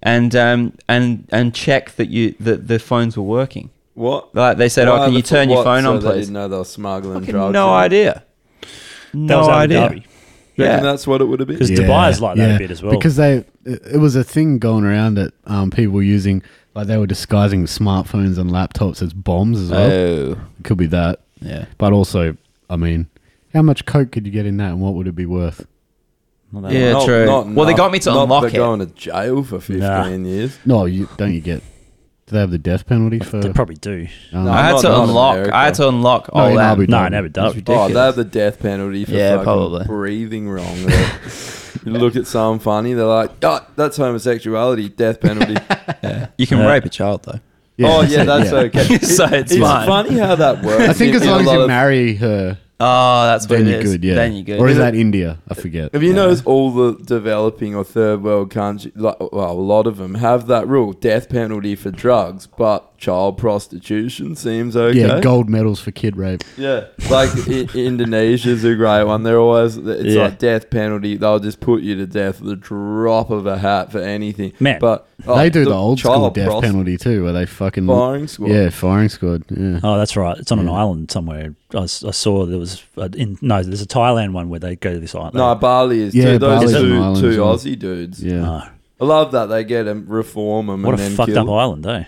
[SPEAKER 4] and um, and and check that you that the phones were working.
[SPEAKER 1] What?
[SPEAKER 4] Like they said,
[SPEAKER 1] Why
[SPEAKER 4] oh, can
[SPEAKER 1] the
[SPEAKER 4] you
[SPEAKER 1] fo-
[SPEAKER 4] turn your
[SPEAKER 1] what,
[SPEAKER 4] phone
[SPEAKER 1] so
[SPEAKER 4] on,
[SPEAKER 1] They
[SPEAKER 4] please?
[SPEAKER 1] didn't know they were smuggling
[SPEAKER 4] Fucking
[SPEAKER 1] drugs.
[SPEAKER 4] no
[SPEAKER 1] in?
[SPEAKER 4] idea.
[SPEAKER 3] That
[SPEAKER 4] No
[SPEAKER 3] was Abu
[SPEAKER 4] idea.
[SPEAKER 3] Dhabi.
[SPEAKER 1] Reckon
[SPEAKER 4] Yeah.
[SPEAKER 1] that's what it would have been.
[SPEAKER 3] Because Dubai's like that a bit as well.
[SPEAKER 2] Because they, it it was a thing going around that um, people were using, like they were disguising smartphones and laptops as bombs as well.
[SPEAKER 4] Oh,
[SPEAKER 2] It could be that,
[SPEAKER 4] yeah.
[SPEAKER 2] but also, I mean, how much coke could you get in that, and what would it be worth?
[SPEAKER 3] Not that one.
[SPEAKER 4] Yeah,
[SPEAKER 1] Not-
[SPEAKER 4] true.
[SPEAKER 1] not
[SPEAKER 4] well, they
[SPEAKER 1] enough-
[SPEAKER 4] got me to
[SPEAKER 1] not
[SPEAKER 4] unlock
[SPEAKER 1] they're
[SPEAKER 4] it.
[SPEAKER 1] going to jail for 15
[SPEAKER 3] Nah.
[SPEAKER 1] years.
[SPEAKER 2] No, you don't. You get. Do they have the death penalty for?
[SPEAKER 3] They probably do.
[SPEAKER 2] um,
[SPEAKER 1] No.
[SPEAKER 4] I had
[SPEAKER 1] Not-
[SPEAKER 4] to
[SPEAKER 1] not in
[SPEAKER 4] unlock. I had
[SPEAKER 1] America.
[SPEAKER 4] to unlock
[SPEAKER 2] No,
[SPEAKER 4] all
[SPEAKER 2] in
[SPEAKER 4] that.
[SPEAKER 2] Abu
[SPEAKER 3] No,
[SPEAKER 2] Dhabi.
[SPEAKER 3] never
[SPEAKER 4] It's
[SPEAKER 3] done.
[SPEAKER 1] Oh,
[SPEAKER 4] ridiculous.
[SPEAKER 1] they have the death penalty for
[SPEAKER 4] Yeah,
[SPEAKER 1] fucking
[SPEAKER 4] probably.
[SPEAKER 1] breathing wrong. you look at someone funny, they're like, oh, that's homosexuality, death penalty.
[SPEAKER 4] You can
[SPEAKER 3] Yeah.
[SPEAKER 4] rape a child though.
[SPEAKER 1] oh, yeah, that's okay.
[SPEAKER 4] So it's fine.
[SPEAKER 1] funny how that works.
[SPEAKER 2] I think
[SPEAKER 1] in-
[SPEAKER 2] as
[SPEAKER 1] in a
[SPEAKER 2] long as
[SPEAKER 1] lot
[SPEAKER 2] you
[SPEAKER 1] of-
[SPEAKER 2] marry her,
[SPEAKER 4] Oh, that's what
[SPEAKER 2] then
[SPEAKER 4] it
[SPEAKER 2] you're
[SPEAKER 4] is.
[SPEAKER 2] good. Yeah,
[SPEAKER 4] Then you're good.
[SPEAKER 2] Or is
[SPEAKER 1] Yeah.
[SPEAKER 2] that India? I forget.
[SPEAKER 1] Have you noticed all the developing or third world countries, like, well, a lot of them have that rule death penalty for drugs, but child prostitution seems okay.
[SPEAKER 2] Yeah, gold medals for kid rape.
[SPEAKER 1] Yeah, like I- Indonesia's a great one. They're always it's
[SPEAKER 3] Yeah.
[SPEAKER 1] like death penalty. They'll just put you to death with a drop of a hat for anything.
[SPEAKER 3] Man.
[SPEAKER 1] but oh,
[SPEAKER 2] they do the, old school
[SPEAKER 1] child
[SPEAKER 2] death
[SPEAKER 1] prost-
[SPEAKER 2] penalty too, where they fucking
[SPEAKER 1] firing squad.
[SPEAKER 2] yeah firing squad. Yeah,
[SPEAKER 3] Oh, that's right. It's on an
[SPEAKER 2] Yeah.
[SPEAKER 3] island somewhere. I, s- I saw there was a, in no, there's a Thailand one where they go to this island.
[SPEAKER 1] No, Bali is
[SPEAKER 2] Yeah,
[SPEAKER 1] too. Those
[SPEAKER 2] Bali's an
[SPEAKER 1] two,
[SPEAKER 2] island
[SPEAKER 1] two
[SPEAKER 2] as well.
[SPEAKER 1] Aussie dudes.
[SPEAKER 3] They-
[SPEAKER 2] yeah.
[SPEAKER 3] Oh,
[SPEAKER 1] I love that they get them, reform them,
[SPEAKER 3] what a
[SPEAKER 1] and then
[SPEAKER 3] fucked
[SPEAKER 1] kill
[SPEAKER 3] up island, eh?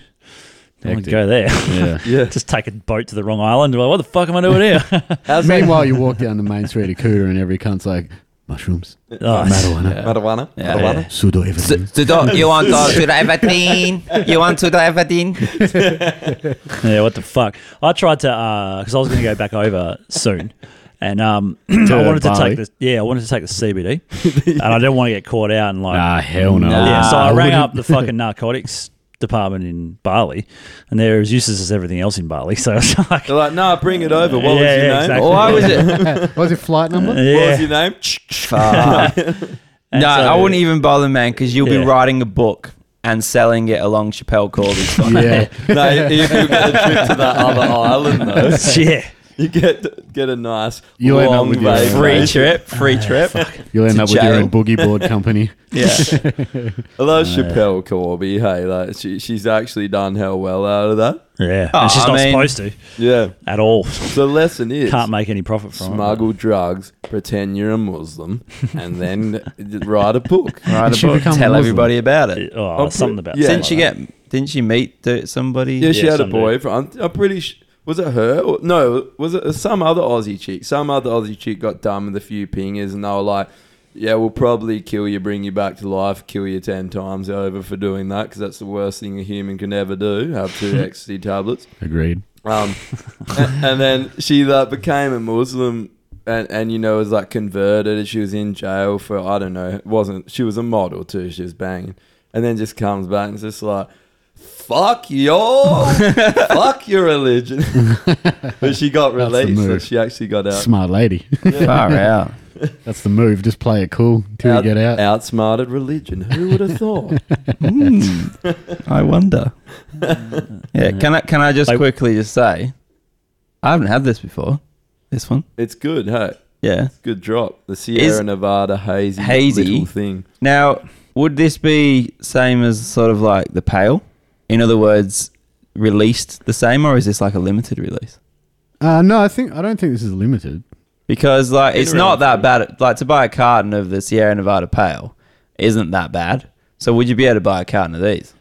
[SPEAKER 3] Don't want
[SPEAKER 2] Hectic.
[SPEAKER 3] to go there.
[SPEAKER 2] yeah.
[SPEAKER 1] Yeah,
[SPEAKER 3] Just take a boat to the wrong island. Well, what the fuck am I doing here?
[SPEAKER 1] how's that?
[SPEAKER 2] Meanwhile, you walk down the main street of Cooter, and every cunt's like mushrooms,
[SPEAKER 3] Oh,
[SPEAKER 2] marijuana,
[SPEAKER 1] Marijuana.
[SPEAKER 4] Yeah.
[SPEAKER 1] Marijuana.
[SPEAKER 3] Yeah.
[SPEAKER 2] pseudo
[SPEAKER 4] So,
[SPEAKER 2] everything.
[SPEAKER 4] so don't- you want to do everything? You want to do everything?
[SPEAKER 3] uh, yeah, what the fuck? I tried to because I was going to go back over soon, And um,
[SPEAKER 2] To
[SPEAKER 3] I wanted to
[SPEAKER 2] Bali?
[SPEAKER 3] take the yeah, I wanted to take the CBD, and I didn't want to get caught out and like
[SPEAKER 2] Ah, hell no.
[SPEAKER 4] Nah.
[SPEAKER 3] yeah. So I,
[SPEAKER 2] I
[SPEAKER 3] rang
[SPEAKER 2] wouldn't-
[SPEAKER 3] up the fucking narcotics department in Bali, and they're as useless as everything else in Bali. So I was like,
[SPEAKER 1] They're like, nah, bring it over. What was
[SPEAKER 3] Yeah,
[SPEAKER 1] your
[SPEAKER 3] yeah,
[SPEAKER 1] name?
[SPEAKER 3] exactly.
[SPEAKER 4] Why was it?
[SPEAKER 2] what was your flight number?
[SPEAKER 1] What was
[SPEAKER 3] yeah.
[SPEAKER 1] your name?
[SPEAKER 4] Fuck. no,
[SPEAKER 3] And so-
[SPEAKER 4] I wouldn't even bother, man, because you'll
[SPEAKER 3] Yeah.
[SPEAKER 4] be writing a book and selling it along Chappelle Corby's. phone.
[SPEAKER 2] yeah.
[SPEAKER 1] no, if you get a trip to that other island though,
[SPEAKER 3] yeah.
[SPEAKER 1] you get get a nice
[SPEAKER 2] You'll end up
[SPEAKER 1] long
[SPEAKER 2] with your
[SPEAKER 1] vacation.
[SPEAKER 4] free trip, free trip.
[SPEAKER 2] You'll end
[SPEAKER 4] To
[SPEAKER 2] up with your
[SPEAKER 4] jail.
[SPEAKER 2] own boogie board company.
[SPEAKER 4] yeah.
[SPEAKER 1] I love Chappelle Corby. Hey, like she, she's actually done hell well out of that.
[SPEAKER 3] Yeah.
[SPEAKER 4] Oh,
[SPEAKER 3] and she's
[SPEAKER 4] I
[SPEAKER 3] not
[SPEAKER 4] mean-
[SPEAKER 3] supposed to
[SPEAKER 1] Yeah.
[SPEAKER 3] at all.
[SPEAKER 1] The lesson is
[SPEAKER 3] Can't make any profit from
[SPEAKER 1] smuggle drugs, pretend you're a Muslim, and then write a book.
[SPEAKER 4] Write a
[SPEAKER 2] should
[SPEAKER 4] book,
[SPEAKER 2] become
[SPEAKER 4] tell
[SPEAKER 2] Muslim.
[SPEAKER 4] everybody about it.
[SPEAKER 3] it. Oh,
[SPEAKER 1] I'm
[SPEAKER 3] something
[SPEAKER 1] pre-
[SPEAKER 3] about
[SPEAKER 1] yeah.
[SPEAKER 4] Didn't she
[SPEAKER 3] something like
[SPEAKER 4] get? Didn't she meet the, somebody?
[SPEAKER 1] Yeah, she
[SPEAKER 3] Yeah,
[SPEAKER 1] had a
[SPEAKER 3] someday.
[SPEAKER 1] boyfriend. I'm, I'm pretty. Sh- was it her? Or, no, was it some other Aussie chick? Some other Aussie chick got done with a few pingers, and they were like, "Yeah, we'll probably kill you, bring you back to life, kill you ten times over for doing that, because that's the worst thing a human can ever do. Have two ecstasy tablets."
[SPEAKER 2] Agreed.
[SPEAKER 1] Um, and, and then she like became a Muslim, and and you know was like converted. And she was in jail for I don't know. It wasn't she was a model too? She was banging, and then just comes back and is just like. Fuck your, fuck your religion. but she got
[SPEAKER 2] That's the
[SPEAKER 1] released. So
[SPEAKER 2] move.
[SPEAKER 1] she actually got out,
[SPEAKER 2] Smart lady.
[SPEAKER 4] Far out.
[SPEAKER 2] That's the move. Just play it cool till
[SPEAKER 1] out-
[SPEAKER 2] you get out.
[SPEAKER 1] outsmarted religion. Who would have thought?
[SPEAKER 4] Mm, I wonder. yeah. Can I? Can I just
[SPEAKER 3] Like-
[SPEAKER 4] quickly just say, I haven't had this before. This one.
[SPEAKER 1] it's good, hey.
[SPEAKER 4] Yeah.
[SPEAKER 1] Good drop. The Sierra Nevada hazy,
[SPEAKER 4] Hazy.
[SPEAKER 1] little thing.
[SPEAKER 4] Now, would this be same as sort of like the pale? In other words, released the same, or is this like a limited release?
[SPEAKER 2] Uh, no, I think I don't think this is limited.
[SPEAKER 4] Because like it's
[SPEAKER 1] Either
[SPEAKER 4] not
[SPEAKER 1] of
[SPEAKER 4] that bad. Like to buy a carton of the Sierra Nevada Pale isn't that bad. So would you be able to buy a carton of these?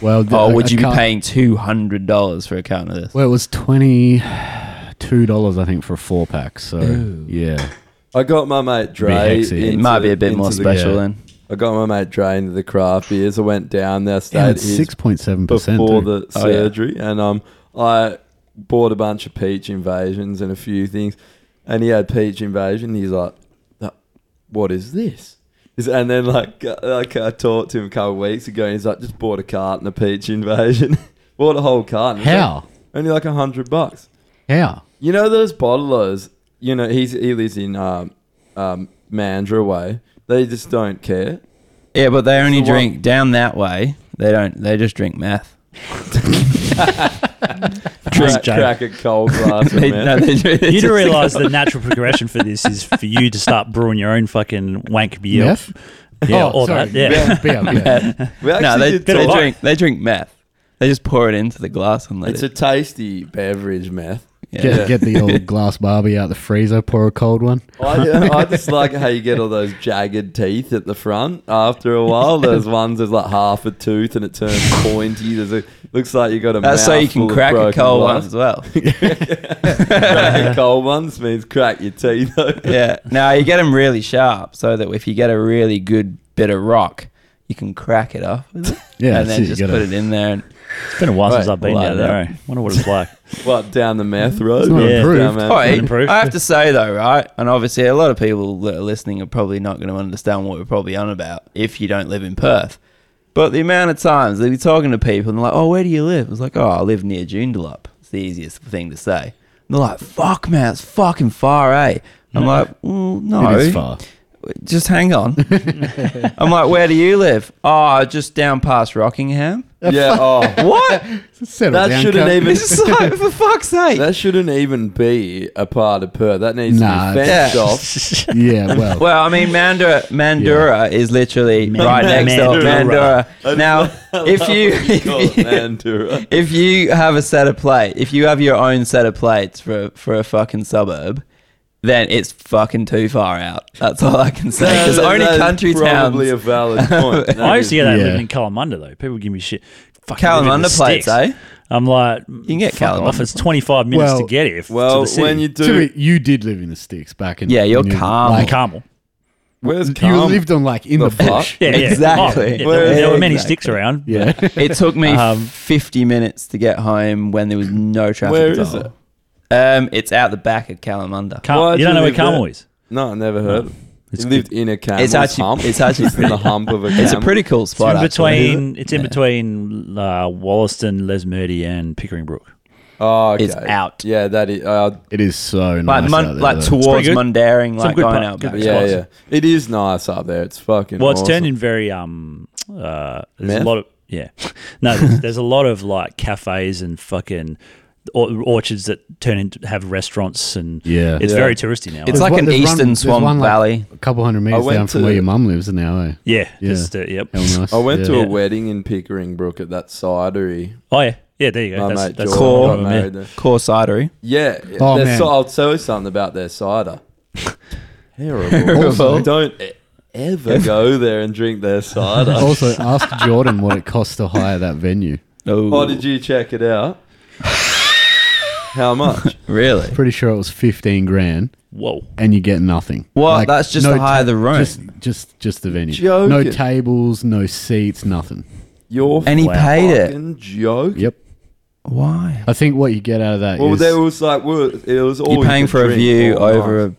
[SPEAKER 2] Well, the-
[SPEAKER 4] or
[SPEAKER 2] I-
[SPEAKER 4] Oh, would
[SPEAKER 2] I
[SPEAKER 4] you be
[SPEAKER 2] can't-
[SPEAKER 4] paying two hundred dollars for a carton of this?
[SPEAKER 2] Well, it was twenty two dollars, I think, for a four pack. So yeah,
[SPEAKER 1] I got my mate Dre.
[SPEAKER 2] hexy. It
[SPEAKER 4] It
[SPEAKER 1] into-
[SPEAKER 4] might be a bit more
[SPEAKER 1] into the-
[SPEAKER 4] special
[SPEAKER 2] yeah.
[SPEAKER 4] then.
[SPEAKER 1] I got my mate Dre into the craft beers. I went down there, stayed
[SPEAKER 2] yeah,
[SPEAKER 1] at
[SPEAKER 2] it's
[SPEAKER 1] his
[SPEAKER 2] six point seven percent.
[SPEAKER 1] before the
[SPEAKER 4] Oh, yeah.
[SPEAKER 1] surgery, and um, I bought a bunch of peach invasions and a few things, and he had peach invasion. He's like, "That- "What is this?" He's- And then like uh, like I talked to him a couple of weeks ago, and he's like, "Just bought a carton of peach invasion, bought a whole carton. It's like,
[SPEAKER 2] How?
[SPEAKER 1] only like a hundred bucks."
[SPEAKER 2] How?
[SPEAKER 1] You know those bottlers. You know he's he lives in um, um, Mandra way. They just don't care.
[SPEAKER 4] Yeah, but they only
[SPEAKER 1] the one-
[SPEAKER 4] drink down that way. They don't. They just drink meth.
[SPEAKER 1] Crack,
[SPEAKER 3] Joe.
[SPEAKER 1] crack a cold glass of
[SPEAKER 4] They,
[SPEAKER 1] meth.
[SPEAKER 4] no, they, they
[SPEAKER 3] You
[SPEAKER 4] just-
[SPEAKER 3] do realise the natural progression for this is for you to start brewing your own fucking wank beer.
[SPEAKER 2] Meth?
[SPEAKER 3] Yeah,
[SPEAKER 2] Oh,
[SPEAKER 3] all
[SPEAKER 2] sorry.
[SPEAKER 3] that. Yeah.
[SPEAKER 2] Beer, beer.
[SPEAKER 1] We actually
[SPEAKER 4] No, they,
[SPEAKER 1] did
[SPEAKER 4] they
[SPEAKER 1] talk-
[SPEAKER 4] drink. They drink meth. They just pour it into the glass and let
[SPEAKER 1] It's a
[SPEAKER 4] it.
[SPEAKER 1] tasty beverage, meth.
[SPEAKER 2] Get,
[SPEAKER 1] Yeah.
[SPEAKER 2] get the old glass barbie out the freezer, pour a cold one.
[SPEAKER 1] I, I just like how you get all those jagged teeth at the front. After a while, those ones there's like half a tooth and it turns pointy. There's a looks like you got a.
[SPEAKER 4] That's so you can
[SPEAKER 1] mouthful of
[SPEAKER 4] crack a
[SPEAKER 1] broken
[SPEAKER 4] cold
[SPEAKER 1] glass.
[SPEAKER 4] one as well.
[SPEAKER 1] crack a cold one just means crack your teeth. open.
[SPEAKER 4] yeah. Now you get them really sharp, so that if you get a really good bit of rock, you can crack it off, with it,
[SPEAKER 2] Yeah,
[SPEAKER 4] and
[SPEAKER 2] that's
[SPEAKER 4] then
[SPEAKER 2] it, you
[SPEAKER 4] just
[SPEAKER 2] gotta-
[SPEAKER 4] put it in there. And,
[SPEAKER 3] It's been a while since
[SPEAKER 1] Right,
[SPEAKER 3] I've been
[SPEAKER 4] like
[SPEAKER 3] down
[SPEAKER 4] that.
[SPEAKER 3] there. eh? Wonder what it's like.
[SPEAKER 1] What down the meth road?
[SPEAKER 2] It's not
[SPEAKER 1] Yeah.
[SPEAKER 2] improved.
[SPEAKER 1] Down Meth
[SPEAKER 4] Oh,
[SPEAKER 1] Road.
[SPEAKER 4] hey,
[SPEAKER 3] improved.
[SPEAKER 4] I have to say though, right? And obviously, a lot of people that are listening are probably not going to understand what we're probably on about if you don't live in Perth. But the amount of times they'll be talking to people and they're like, "Oh, where do you live?" I was like, "Oh, I live near Joondalup." It's the easiest thing to say. And they're like, "Fuck, man, it's fucking far, eh?" I'm like, well, "No,
[SPEAKER 2] It is far.
[SPEAKER 4] just hang on." I'm like, "Where do you live?" Oh, just down past Rockingham.
[SPEAKER 1] yeah. Oh,
[SPEAKER 4] What?
[SPEAKER 2] Settle
[SPEAKER 1] that
[SPEAKER 2] down,
[SPEAKER 1] shouldn't
[SPEAKER 2] cunt.
[SPEAKER 1] even.
[SPEAKER 4] it's just like, for fuck's sake.
[SPEAKER 1] That shouldn't even be a part of Perth. That needs
[SPEAKER 2] Nah,
[SPEAKER 1] to be fenced
[SPEAKER 4] yeah.
[SPEAKER 1] off.
[SPEAKER 2] Yeah, well,
[SPEAKER 4] Well, I mean, Mandura, Mandura is literally right next to
[SPEAKER 3] Mandurah.
[SPEAKER 4] Mandura. Now, if you if you,
[SPEAKER 1] Mandurah.
[SPEAKER 4] if you have a set of plate, if you have your own set of plates for for a fucking suburb, then it's fucking too far out. That's all I can say. Because
[SPEAKER 1] That-
[SPEAKER 4] only
[SPEAKER 1] that is
[SPEAKER 4] country
[SPEAKER 1] probably
[SPEAKER 4] towns,
[SPEAKER 1] a valid point. That
[SPEAKER 3] I used to
[SPEAKER 1] is-
[SPEAKER 3] get that
[SPEAKER 2] Yeah.
[SPEAKER 3] living in Kalamunda though. People give me shit. Fucking live in the
[SPEAKER 4] Kalamunda plates,
[SPEAKER 3] sticks.
[SPEAKER 4] eh?
[SPEAKER 3] I'm like, you
[SPEAKER 4] can get
[SPEAKER 3] fuck
[SPEAKER 4] Kalamunda.
[SPEAKER 3] off. It's 25 minutes
[SPEAKER 2] Well-
[SPEAKER 3] to get here. f- to
[SPEAKER 1] Well,
[SPEAKER 3] the city.
[SPEAKER 1] when you do,
[SPEAKER 2] to be, you did live in the sticks back in.
[SPEAKER 4] Yeah, you're
[SPEAKER 2] when you-
[SPEAKER 4] calm.
[SPEAKER 2] like,
[SPEAKER 3] in Carmel.
[SPEAKER 1] where's
[SPEAKER 2] you
[SPEAKER 1] Carmel?
[SPEAKER 2] lived on like in
[SPEAKER 1] The
[SPEAKER 2] the,
[SPEAKER 1] fuck?
[SPEAKER 2] bush.
[SPEAKER 3] Yeah, yeah.
[SPEAKER 4] Exactly.
[SPEAKER 3] Oh, yeah, there,
[SPEAKER 4] Where-
[SPEAKER 3] were- there were many
[SPEAKER 4] Exactly.
[SPEAKER 3] sticks around.
[SPEAKER 2] Yeah,
[SPEAKER 4] eh? It took me
[SPEAKER 3] Um,
[SPEAKER 4] 50 minutes to get home when there was no traffic
[SPEAKER 1] Where
[SPEAKER 4] at
[SPEAKER 1] is
[SPEAKER 4] all.
[SPEAKER 1] it?
[SPEAKER 4] Um, it's out the back of Kalamunda.
[SPEAKER 3] Car-
[SPEAKER 1] Why'd
[SPEAKER 3] you don't
[SPEAKER 1] you
[SPEAKER 3] know where
[SPEAKER 1] leave that?
[SPEAKER 3] Carmel is?
[SPEAKER 1] No, I never heard. It's
[SPEAKER 3] It's
[SPEAKER 1] lived in a camel's
[SPEAKER 4] it's actually
[SPEAKER 1] hump.
[SPEAKER 4] it's actually
[SPEAKER 1] in
[SPEAKER 4] pretty,
[SPEAKER 1] the hump of a camel.
[SPEAKER 4] it's a pretty cool
[SPEAKER 3] It's
[SPEAKER 4] spot.
[SPEAKER 3] in
[SPEAKER 4] actually.
[SPEAKER 3] between. It's in between uh, Wollaston, Lesmurdy, and Pickering Brook.
[SPEAKER 1] Oh, okay.
[SPEAKER 4] It's out.
[SPEAKER 1] Yeah, that is. Uh,
[SPEAKER 2] It is so nice.
[SPEAKER 4] like
[SPEAKER 2] out
[SPEAKER 4] mun-
[SPEAKER 2] there,
[SPEAKER 4] like
[SPEAKER 2] though.
[SPEAKER 4] towards
[SPEAKER 3] good.
[SPEAKER 4] Mundaring,
[SPEAKER 3] Some
[SPEAKER 4] like
[SPEAKER 3] good
[SPEAKER 4] going
[SPEAKER 3] part-
[SPEAKER 4] out
[SPEAKER 3] good
[SPEAKER 4] back.
[SPEAKER 3] It's
[SPEAKER 1] yeah,
[SPEAKER 3] nice.
[SPEAKER 1] yeah. It is nice up there. It's fucking.
[SPEAKER 3] Well, it's
[SPEAKER 1] awesome.
[SPEAKER 3] turned in very um. Uh, there's
[SPEAKER 1] Meth?
[SPEAKER 3] a lot of yeah. No, there's, there's a lot of like cafes and fucking or- orchards that turn into have restaurants and
[SPEAKER 2] Yeah.
[SPEAKER 3] it's
[SPEAKER 1] Yeah.
[SPEAKER 3] very touristy now. eh?
[SPEAKER 4] It's
[SPEAKER 2] There's
[SPEAKER 4] like
[SPEAKER 2] one-
[SPEAKER 4] an
[SPEAKER 2] there's one-
[SPEAKER 4] eastern
[SPEAKER 2] there's
[SPEAKER 4] swamp
[SPEAKER 2] one, like,
[SPEAKER 4] valley.
[SPEAKER 2] a couple hundred
[SPEAKER 1] I
[SPEAKER 2] meters
[SPEAKER 1] went
[SPEAKER 2] down from
[SPEAKER 1] to-
[SPEAKER 2] where your mum lives now. Eh?
[SPEAKER 3] yeah,
[SPEAKER 2] Yeah.
[SPEAKER 3] Just, uh, yep.
[SPEAKER 2] Hell nice.
[SPEAKER 1] I went
[SPEAKER 2] yeah.
[SPEAKER 1] to a
[SPEAKER 3] Yeah.
[SPEAKER 1] wedding in Pickering Brook at that cidery.
[SPEAKER 3] Oh yeah, yeah. There you go.
[SPEAKER 1] My
[SPEAKER 3] that's
[SPEAKER 1] mate
[SPEAKER 3] that's
[SPEAKER 1] Jordan
[SPEAKER 4] cool.
[SPEAKER 1] got
[SPEAKER 3] Yeah.
[SPEAKER 1] married there.
[SPEAKER 4] Core cidery.
[SPEAKER 1] Yeah,
[SPEAKER 2] Oh,
[SPEAKER 1] their
[SPEAKER 2] man.
[SPEAKER 1] ci- I'll tell you something about their cider. Terrible.
[SPEAKER 2] Also-
[SPEAKER 1] Don't e- ever go there and drink their cider.
[SPEAKER 2] also, ask Jordan what it costs to hire that venue.
[SPEAKER 1] Oh, did you check it out? How much?
[SPEAKER 4] really?
[SPEAKER 2] Pretty sure it was fifteen grand,
[SPEAKER 3] Whoa.
[SPEAKER 2] and you get nothing.
[SPEAKER 4] Well, that's just to hire the room.
[SPEAKER 2] Just, just, just the venue.
[SPEAKER 1] Joking.
[SPEAKER 2] No tables, no seats, nothing.
[SPEAKER 1] You're
[SPEAKER 4] And he
[SPEAKER 3] Wow.
[SPEAKER 4] paid it.
[SPEAKER 1] fucking joke.
[SPEAKER 2] Yep.
[SPEAKER 4] Why?
[SPEAKER 2] I think what you get out of that
[SPEAKER 1] Well,
[SPEAKER 2] is-
[SPEAKER 1] there was like well, it was all
[SPEAKER 4] You're
[SPEAKER 1] Oh, you
[SPEAKER 4] paying
[SPEAKER 1] could
[SPEAKER 4] for a
[SPEAKER 1] drink Oh,
[SPEAKER 4] view
[SPEAKER 1] all night.
[SPEAKER 4] over a.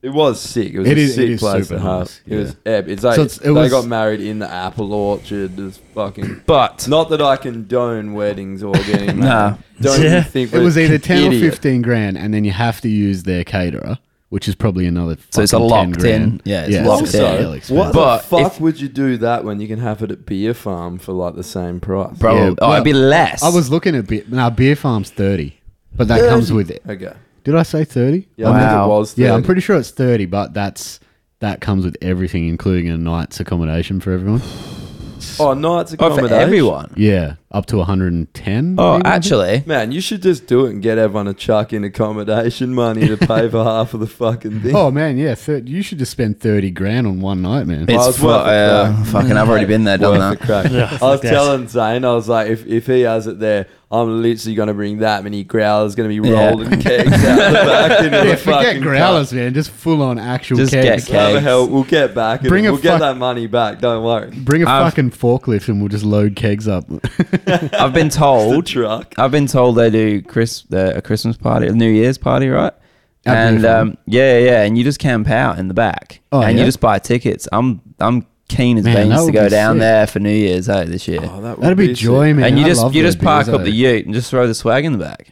[SPEAKER 1] It was sick. It was
[SPEAKER 2] It
[SPEAKER 1] a
[SPEAKER 2] is- it
[SPEAKER 1] sick
[SPEAKER 2] is
[SPEAKER 1] place
[SPEAKER 2] super
[SPEAKER 1] to have.
[SPEAKER 2] nice,
[SPEAKER 1] It
[SPEAKER 2] yeah.
[SPEAKER 1] was ebb. It's like
[SPEAKER 2] So it's- it
[SPEAKER 1] they
[SPEAKER 2] was-
[SPEAKER 1] got married in the apple orchard. It's fucking.
[SPEAKER 4] But
[SPEAKER 1] Not that I condone weddings or getting married.
[SPEAKER 4] Nah.
[SPEAKER 1] Don't
[SPEAKER 3] Yeah.
[SPEAKER 1] even think
[SPEAKER 2] It was
[SPEAKER 1] we're
[SPEAKER 2] either ten or
[SPEAKER 1] idiot.
[SPEAKER 2] fifteen grand, and then you have to use their caterer, which is probably another.
[SPEAKER 4] So it's
[SPEAKER 2] fucking
[SPEAKER 4] a
[SPEAKER 2] 10
[SPEAKER 4] locked
[SPEAKER 2] grand.
[SPEAKER 4] in- yeah, it's
[SPEAKER 1] locked
[SPEAKER 2] just
[SPEAKER 1] in.
[SPEAKER 2] hell expensive.
[SPEAKER 1] What
[SPEAKER 4] But
[SPEAKER 1] the fuck
[SPEAKER 4] if-
[SPEAKER 1] would you do that when you can have it at beer farm for like the same price?
[SPEAKER 4] probably
[SPEAKER 2] Yeah,
[SPEAKER 4] oh,
[SPEAKER 2] well,
[SPEAKER 4] it'd be less.
[SPEAKER 2] I was looking at beer. Now beer farm's thirty, but that comes
[SPEAKER 1] 30.
[SPEAKER 2] with it.
[SPEAKER 1] Okay.
[SPEAKER 2] Did I say thirty?
[SPEAKER 1] Yeah, I think
[SPEAKER 4] Wow.
[SPEAKER 1] it was.
[SPEAKER 2] Yeah, I'm
[SPEAKER 1] 30.
[SPEAKER 2] pretty sure it's thirty, but that's that comes with everything, including a night's accommodation for everyone.
[SPEAKER 1] Oh, night's
[SPEAKER 4] oh,
[SPEAKER 1] accommodation.
[SPEAKER 4] for everyone.
[SPEAKER 2] Yeah, up to 110. maybe, I
[SPEAKER 4] Oh,
[SPEAKER 2] think.
[SPEAKER 4] actually,
[SPEAKER 1] Man, you should just do it and get everyone to chuck in accommodation money to pay for half of the fucking thing.
[SPEAKER 2] Oh man, yeah. Thir- you should just spend thirty grand on one night, man.
[SPEAKER 1] Well,
[SPEAKER 4] it's
[SPEAKER 1] it's
[SPEAKER 4] fu-
[SPEAKER 1] worth a
[SPEAKER 4] uh,
[SPEAKER 1] crack.
[SPEAKER 4] fucking. I've already been there, done
[SPEAKER 1] Worth the
[SPEAKER 4] that.
[SPEAKER 1] crack.
[SPEAKER 3] Yeah,
[SPEAKER 1] I was
[SPEAKER 3] fuck that.
[SPEAKER 1] telling Zane, I was like, if, if he has it there, I'm literally going to bring that many growlers, going to be
[SPEAKER 4] Yeah.
[SPEAKER 1] rolled in kegs out the back. Into
[SPEAKER 2] yeah,
[SPEAKER 1] the
[SPEAKER 2] forget
[SPEAKER 1] fucking
[SPEAKER 2] growlers, man. Just full on actual
[SPEAKER 4] Just
[SPEAKER 2] kegs.
[SPEAKER 4] get
[SPEAKER 1] cup. How the
[SPEAKER 4] Kegs.
[SPEAKER 1] hell? We'll get back. and
[SPEAKER 2] Bring a
[SPEAKER 1] we'll get
[SPEAKER 2] fuck-
[SPEAKER 1] that money back. Don't worry.
[SPEAKER 2] Bring a
[SPEAKER 4] I've-
[SPEAKER 2] fucking forklift and we'll just load kegs up.
[SPEAKER 4] I've been
[SPEAKER 1] The
[SPEAKER 4] told.
[SPEAKER 1] truck.
[SPEAKER 4] I've been told they do Chris the, a Christmas party, a New Year's party, right?
[SPEAKER 2] At
[SPEAKER 4] and
[SPEAKER 2] Blue Farm.
[SPEAKER 4] um, yeah, yeah, and you just camp out in the back,
[SPEAKER 2] Oh,
[SPEAKER 4] and
[SPEAKER 2] yeah?
[SPEAKER 4] you just buy tickets. I'm I'm keen as
[SPEAKER 2] Man, that
[SPEAKER 4] beans to
[SPEAKER 2] would
[SPEAKER 4] go
[SPEAKER 2] be
[SPEAKER 4] down
[SPEAKER 2] sick.
[SPEAKER 4] there for New Year's eh, this year.
[SPEAKER 1] Oh, that would
[SPEAKER 2] That'd be, joy,
[SPEAKER 1] sick.
[SPEAKER 2] man.
[SPEAKER 4] and you
[SPEAKER 2] I
[SPEAKER 4] just
[SPEAKER 2] love
[SPEAKER 4] you
[SPEAKER 2] their
[SPEAKER 4] just park
[SPEAKER 2] beers,
[SPEAKER 4] up
[SPEAKER 2] eh?
[SPEAKER 4] the Ute and just throw the swag in the back.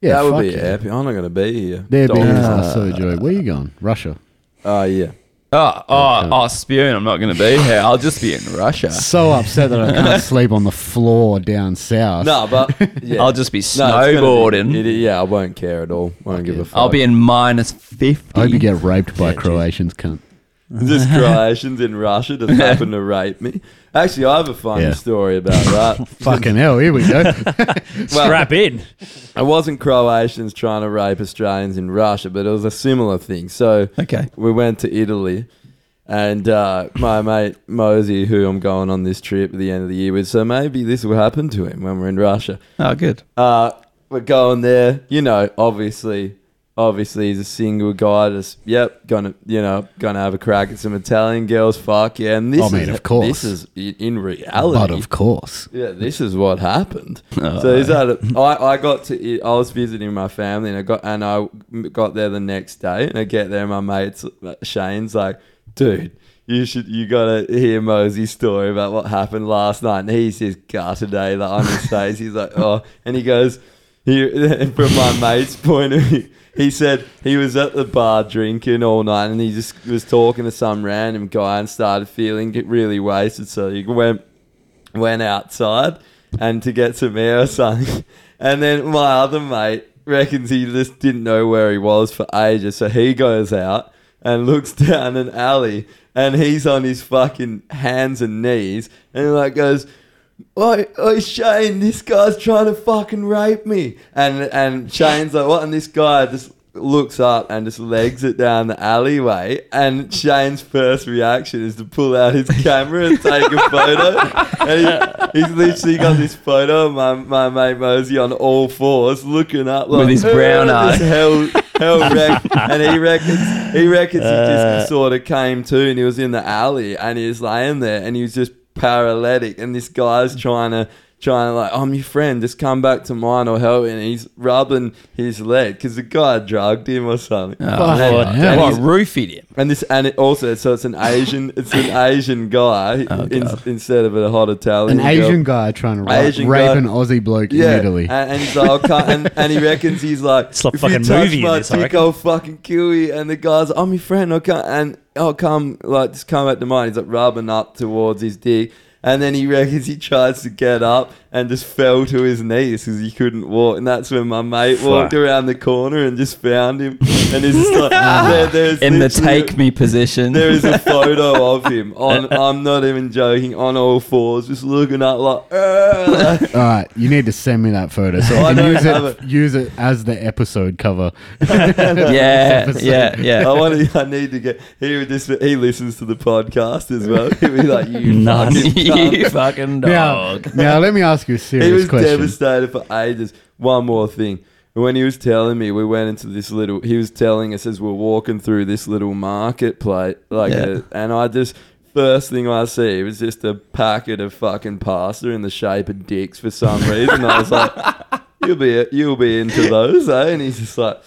[SPEAKER 2] Yeah,
[SPEAKER 1] that would
[SPEAKER 2] fuck
[SPEAKER 1] be
[SPEAKER 2] yeah.
[SPEAKER 1] epic. I'm not going to be here.
[SPEAKER 2] Their
[SPEAKER 1] Dog.
[SPEAKER 2] beers are so joy. Where you going? Russia.
[SPEAKER 1] Oh, yeah.
[SPEAKER 4] Oh, oh, oh, spewing! I'm not going to be here. I'll just be in Russia.
[SPEAKER 2] So upset that I can't sleep on the floor down south.
[SPEAKER 1] No, but yeah.
[SPEAKER 4] I'll just be
[SPEAKER 1] No, it's gonna
[SPEAKER 4] snowboarding.
[SPEAKER 1] be- it- yeah, I won't care at all. Won't give a fuck.
[SPEAKER 4] I'll be in minus fifty.
[SPEAKER 2] I hope you get raped by Croatians, cunt.
[SPEAKER 1] This Croatians in Russia just happen to rape me. Actually, I have a funny
[SPEAKER 2] Yeah.
[SPEAKER 1] story about that.
[SPEAKER 2] Fucking hell, here we go.
[SPEAKER 1] Well-
[SPEAKER 3] Strap in.
[SPEAKER 1] It wasn't Croatians trying to rape Australians in Russia, but it was a similar thing. So
[SPEAKER 4] okay.
[SPEAKER 1] we went to Italy, and uh, my mate Mosey, who I'm going on this trip at the end of the year with, so maybe this will happen to him when we're in Russia.
[SPEAKER 4] Oh, good.
[SPEAKER 1] Uh, we're going there, you know, obviously. Obviously, he's a single guy. Just yep, gonna you know gonna have a crack at some Italian girls. Fuck yeah! And this
[SPEAKER 2] I mean,
[SPEAKER 1] is
[SPEAKER 2] of course.
[SPEAKER 1] this is i- in reality.
[SPEAKER 2] but of course.
[SPEAKER 1] Yeah, this is what happened. so he's at a, I, I got to I was visiting my family and I got and I got there the next day and I get there and my mates uh, Shane's like, dude, you should you gotta hear Mosey's story about what happened last night and he's just gutted today like on his face. He's like, oh, and he goes. He, from my mate's point of view, he said he was at the bar drinking all night and he just was talking to some random guy and started feeling really wasted. So he went went outside and to get some air or something. And then my other mate reckons he just didn't know where he was for ages. So he goes out and looks down an alley and he's on his fucking hands and knees and like goes, Oi, oi, Shane, this guy's trying to fucking rape me. And and Shane's like, what? And this guy just looks up and just legs it down the alleyway. And Shane's first reaction is to pull out his camera and take a photo. and he, he's literally got this photo of my, my mate Mosey on all fours looking up like,
[SPEAKER 4] With his brown
[SPEAKER 1] "Ah,
[SPEAKER 4] eye."
[SPEAKER 1] this Hell, hell wreck. and he reckons, he reckons he
[SPEAKER 3] Uh,
[SPEAKER 1] just sort of came to and he was in the alley and he was laying there and he was just paralytic and this guy's trying to trying to like, I'm your friend, just come back to mine or help. And he's rubbing his leg because the guy drugged him or something.
[SPEAKER 4] Oh,
[SPEAKER 2] Fuck,
[SPEAKER 1] Lord,
[SPEAKER 2] yeah.
[SPEAKER 1] Danny.
[SPEAKER 4] Well, I roofied him.
[SPEAKER 1] And this, and it also, so it's an Asian, it's an Asian guy in,
[SPEAKER 4] God.
[SPEAKER 1] instead of a hot Italian.
[SPEAKER 2] An Asian
[SPEAKER 1] girl.
[SPEAKER 2] guy trying to ra-
[SPEAKER 1] Asian
[SPEAKER 2] rape
[SPEAKER 1] guy.
[SPEAKER 2] an Aussie bloke
[SPEAKER 1] Yeah,
[SPEAKER 2] in Italy.
[SPEAKER 1] and, and he's like, I'll cut, and, and he reckons he's like,
[SPEAKER 3] It's like
[SPEAKER 1] if
[SPEAKER 3] fucking
[SPEAKER 1] you touch
[SPEAKER 3] movie in
[SPEAKER 1] my
[SPEAKER 3] this, I
[SPEAKER 1] dick,
[SPEAKER 3] reckon."
[SPEAKER 1] I'll fucking kill you. And the guy's, like, I'm your friend, I'll come, and I'll come, like, just come back to mine. He's like rubbing up towards his dick, and then he reckons he tries to get up and just fell to his knees because he couldn't walk. And that's when my mate walked
[SPEAKER 3] Fuck.
[SPEAKER 1] around the corner and just found him, and he's just like, there, there's
[SPEAKER 4] In the
[SPEAKER 1] literally-
[SPEAKER 4] take me position.
[SPEAKER 1] there is a photo of him on. I'm not even joking. On all fours, just looking up like. "Ugh."
[SPEAKER 2] All right, you need to send me that photo so
[SPEAKER 1] I
[SPEAKER 2] I can
[SPEAKER 1] don't
[SPEAKER 2] use
[SPEAKER 1] have
[SPEAKER 2] it,
[SPEAKER 1] it.
[SPEAKER 2] use it as the episode cover.
[SPEAKER 4] yeah, yeah,
[SPEAKER 1] I
[SPEAKER 4] yeah.
[SPEAKER 1] want. To, I need to get. He would just. He listens to the podcast as well. He'd be like, "You
[SPEAKER 3] Nice.
[SPEAKER 1] fucking cunt."
[SPEAKER 4] you fucking
[SPEAKER 2] Now,
[SPEAKER 4] dog.
[SPEAKER 2] now, let me ask you a
[SPEAKER 1] He was
[SPEAKER 2] serious question.
[SPEAKER 1] devastated for ages. One more thing. When he was telling me, we went into this little. He was telling us as we're walking through this little marketplace, like,
[SPEAKER 4] Yeah.
[SPEAKER 1] a, and I just first thing I see was just a packet of fucking pasta in the shape of dicks for some reason. I was like, "You'll be you'll be into those, eh?" And he's just like.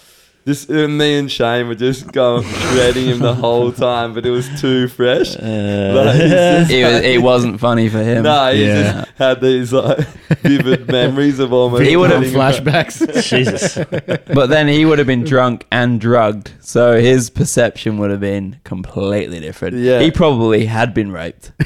[SPEAKER 1] This, and me and Shane were just going shredding him the whole time, but it was too fresh.
[SPEAKER 2] Uh,
[SPEAKER 1] Like, he's just
[SPEAKER 4] It, was, it wasn't funny for him.
[SPEAKER 1] no, he
[SPEAKER 2] Yeah.
[SPEAKER 1] just had these like vivid memories of almost.
[SPEAKER 4] He would have
[SPEAKER 1] getting-
[SPEAKER 2] flashbacks.
[SPEAKER 3] Jesus.
[SPEAKER 4] But then he would have been drunk and drugged, so his perception would have been completely different.
[SPEAKER 1] Yeah.
[SPEAKER 4] He probably had been raped.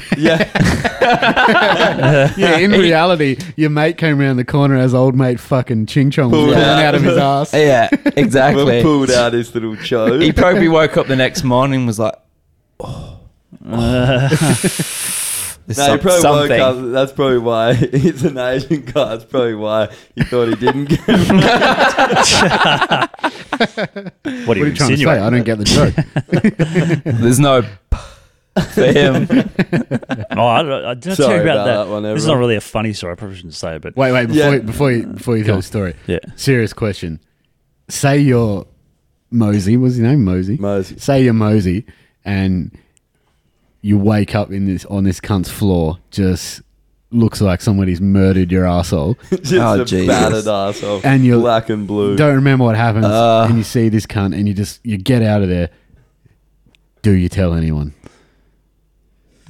[SPEAKER 1] Yeah,
[SPEAKER 2] yeah, in reality, your mate came around the corner as old mate fucking Ching Chong was
[SPEAKER 1] Pulled
[SPEAKER 2] pulling
[SPEAKER 1] out.
[SPEAKER 2] out of his ass.
[SPEAKER 4] Yeah,
[SPEAKER 1] well,
[SPEAKER 4] exactly.
[SPEAKER 1] pulled out his little
[SPEAKER 4] he
[SPEAKER 1] chode.
[SPEAKER 4] probably woke up the next morning and was like,
[SPEAKER 3] Uh,
[SPEAKER 4] oh, there's
[SPEAKER 1] No, he
[SPEAKER 4] some-
[SPEAKER 1] probably
[SPEAKER 4] something.
[SPEAKER 1] woke up. That's probably why he's an Asian guy. That's probably why he thought he didn't get.
[SPEAKER 3] What are
[SPEAKER 2] What
[SPEAKER 3] you
[SPEAKER 2] are you trying to say? I
[SPEAKER 3] insinuating?
[SPEAKER 2] don't get the joke.
[SPEAKER 4] There's no for him.
[SPEAKER 3] No, Oh, I don't, I don't
[SPEAKER 1] Sorry
[SPEAKER 3] hear about,
[SPEAKER 1] about
[SPEAKER 3] that.
[SPEAKER 1] that one,
[SPEAKER 3] this is
[SPEAKER 1] everyone.
[SPEAKER 3] not really a funny story. I probably shouldn't say it, but
[SPEAKER 2] Wait, wait, before,
[SPEAKER 1] Yeah.
[SPEAKER 2] you, before you before you tell the story,
[SPEAKER 3] yeah.
[SPEAKER 2] serious question. Say you're Mosey, what's his name? Mosey.
[SPEAKER 1] Mosey.
[SPEAKER 2] Say you're Mosey, and you wake up in this on this cunt's floor, just looks like somebody's murdered your asshole.
[SPEAKER 1] Just
[SPEAKER 4] Oh,
[SPEAKER 1] a
[SPEAKER 4] Jesus.
[SPEAKER 1] battered asshole.
[SPEAKER 2] And you're-
[SPEAKER 1] black and blue.
[SPEAKER 2] Don't remember what happens,
[SPEAKER 4] Uh.
[SPEAKER 2] and you see this cunt, and you just you get out of there. Do you tell anyone?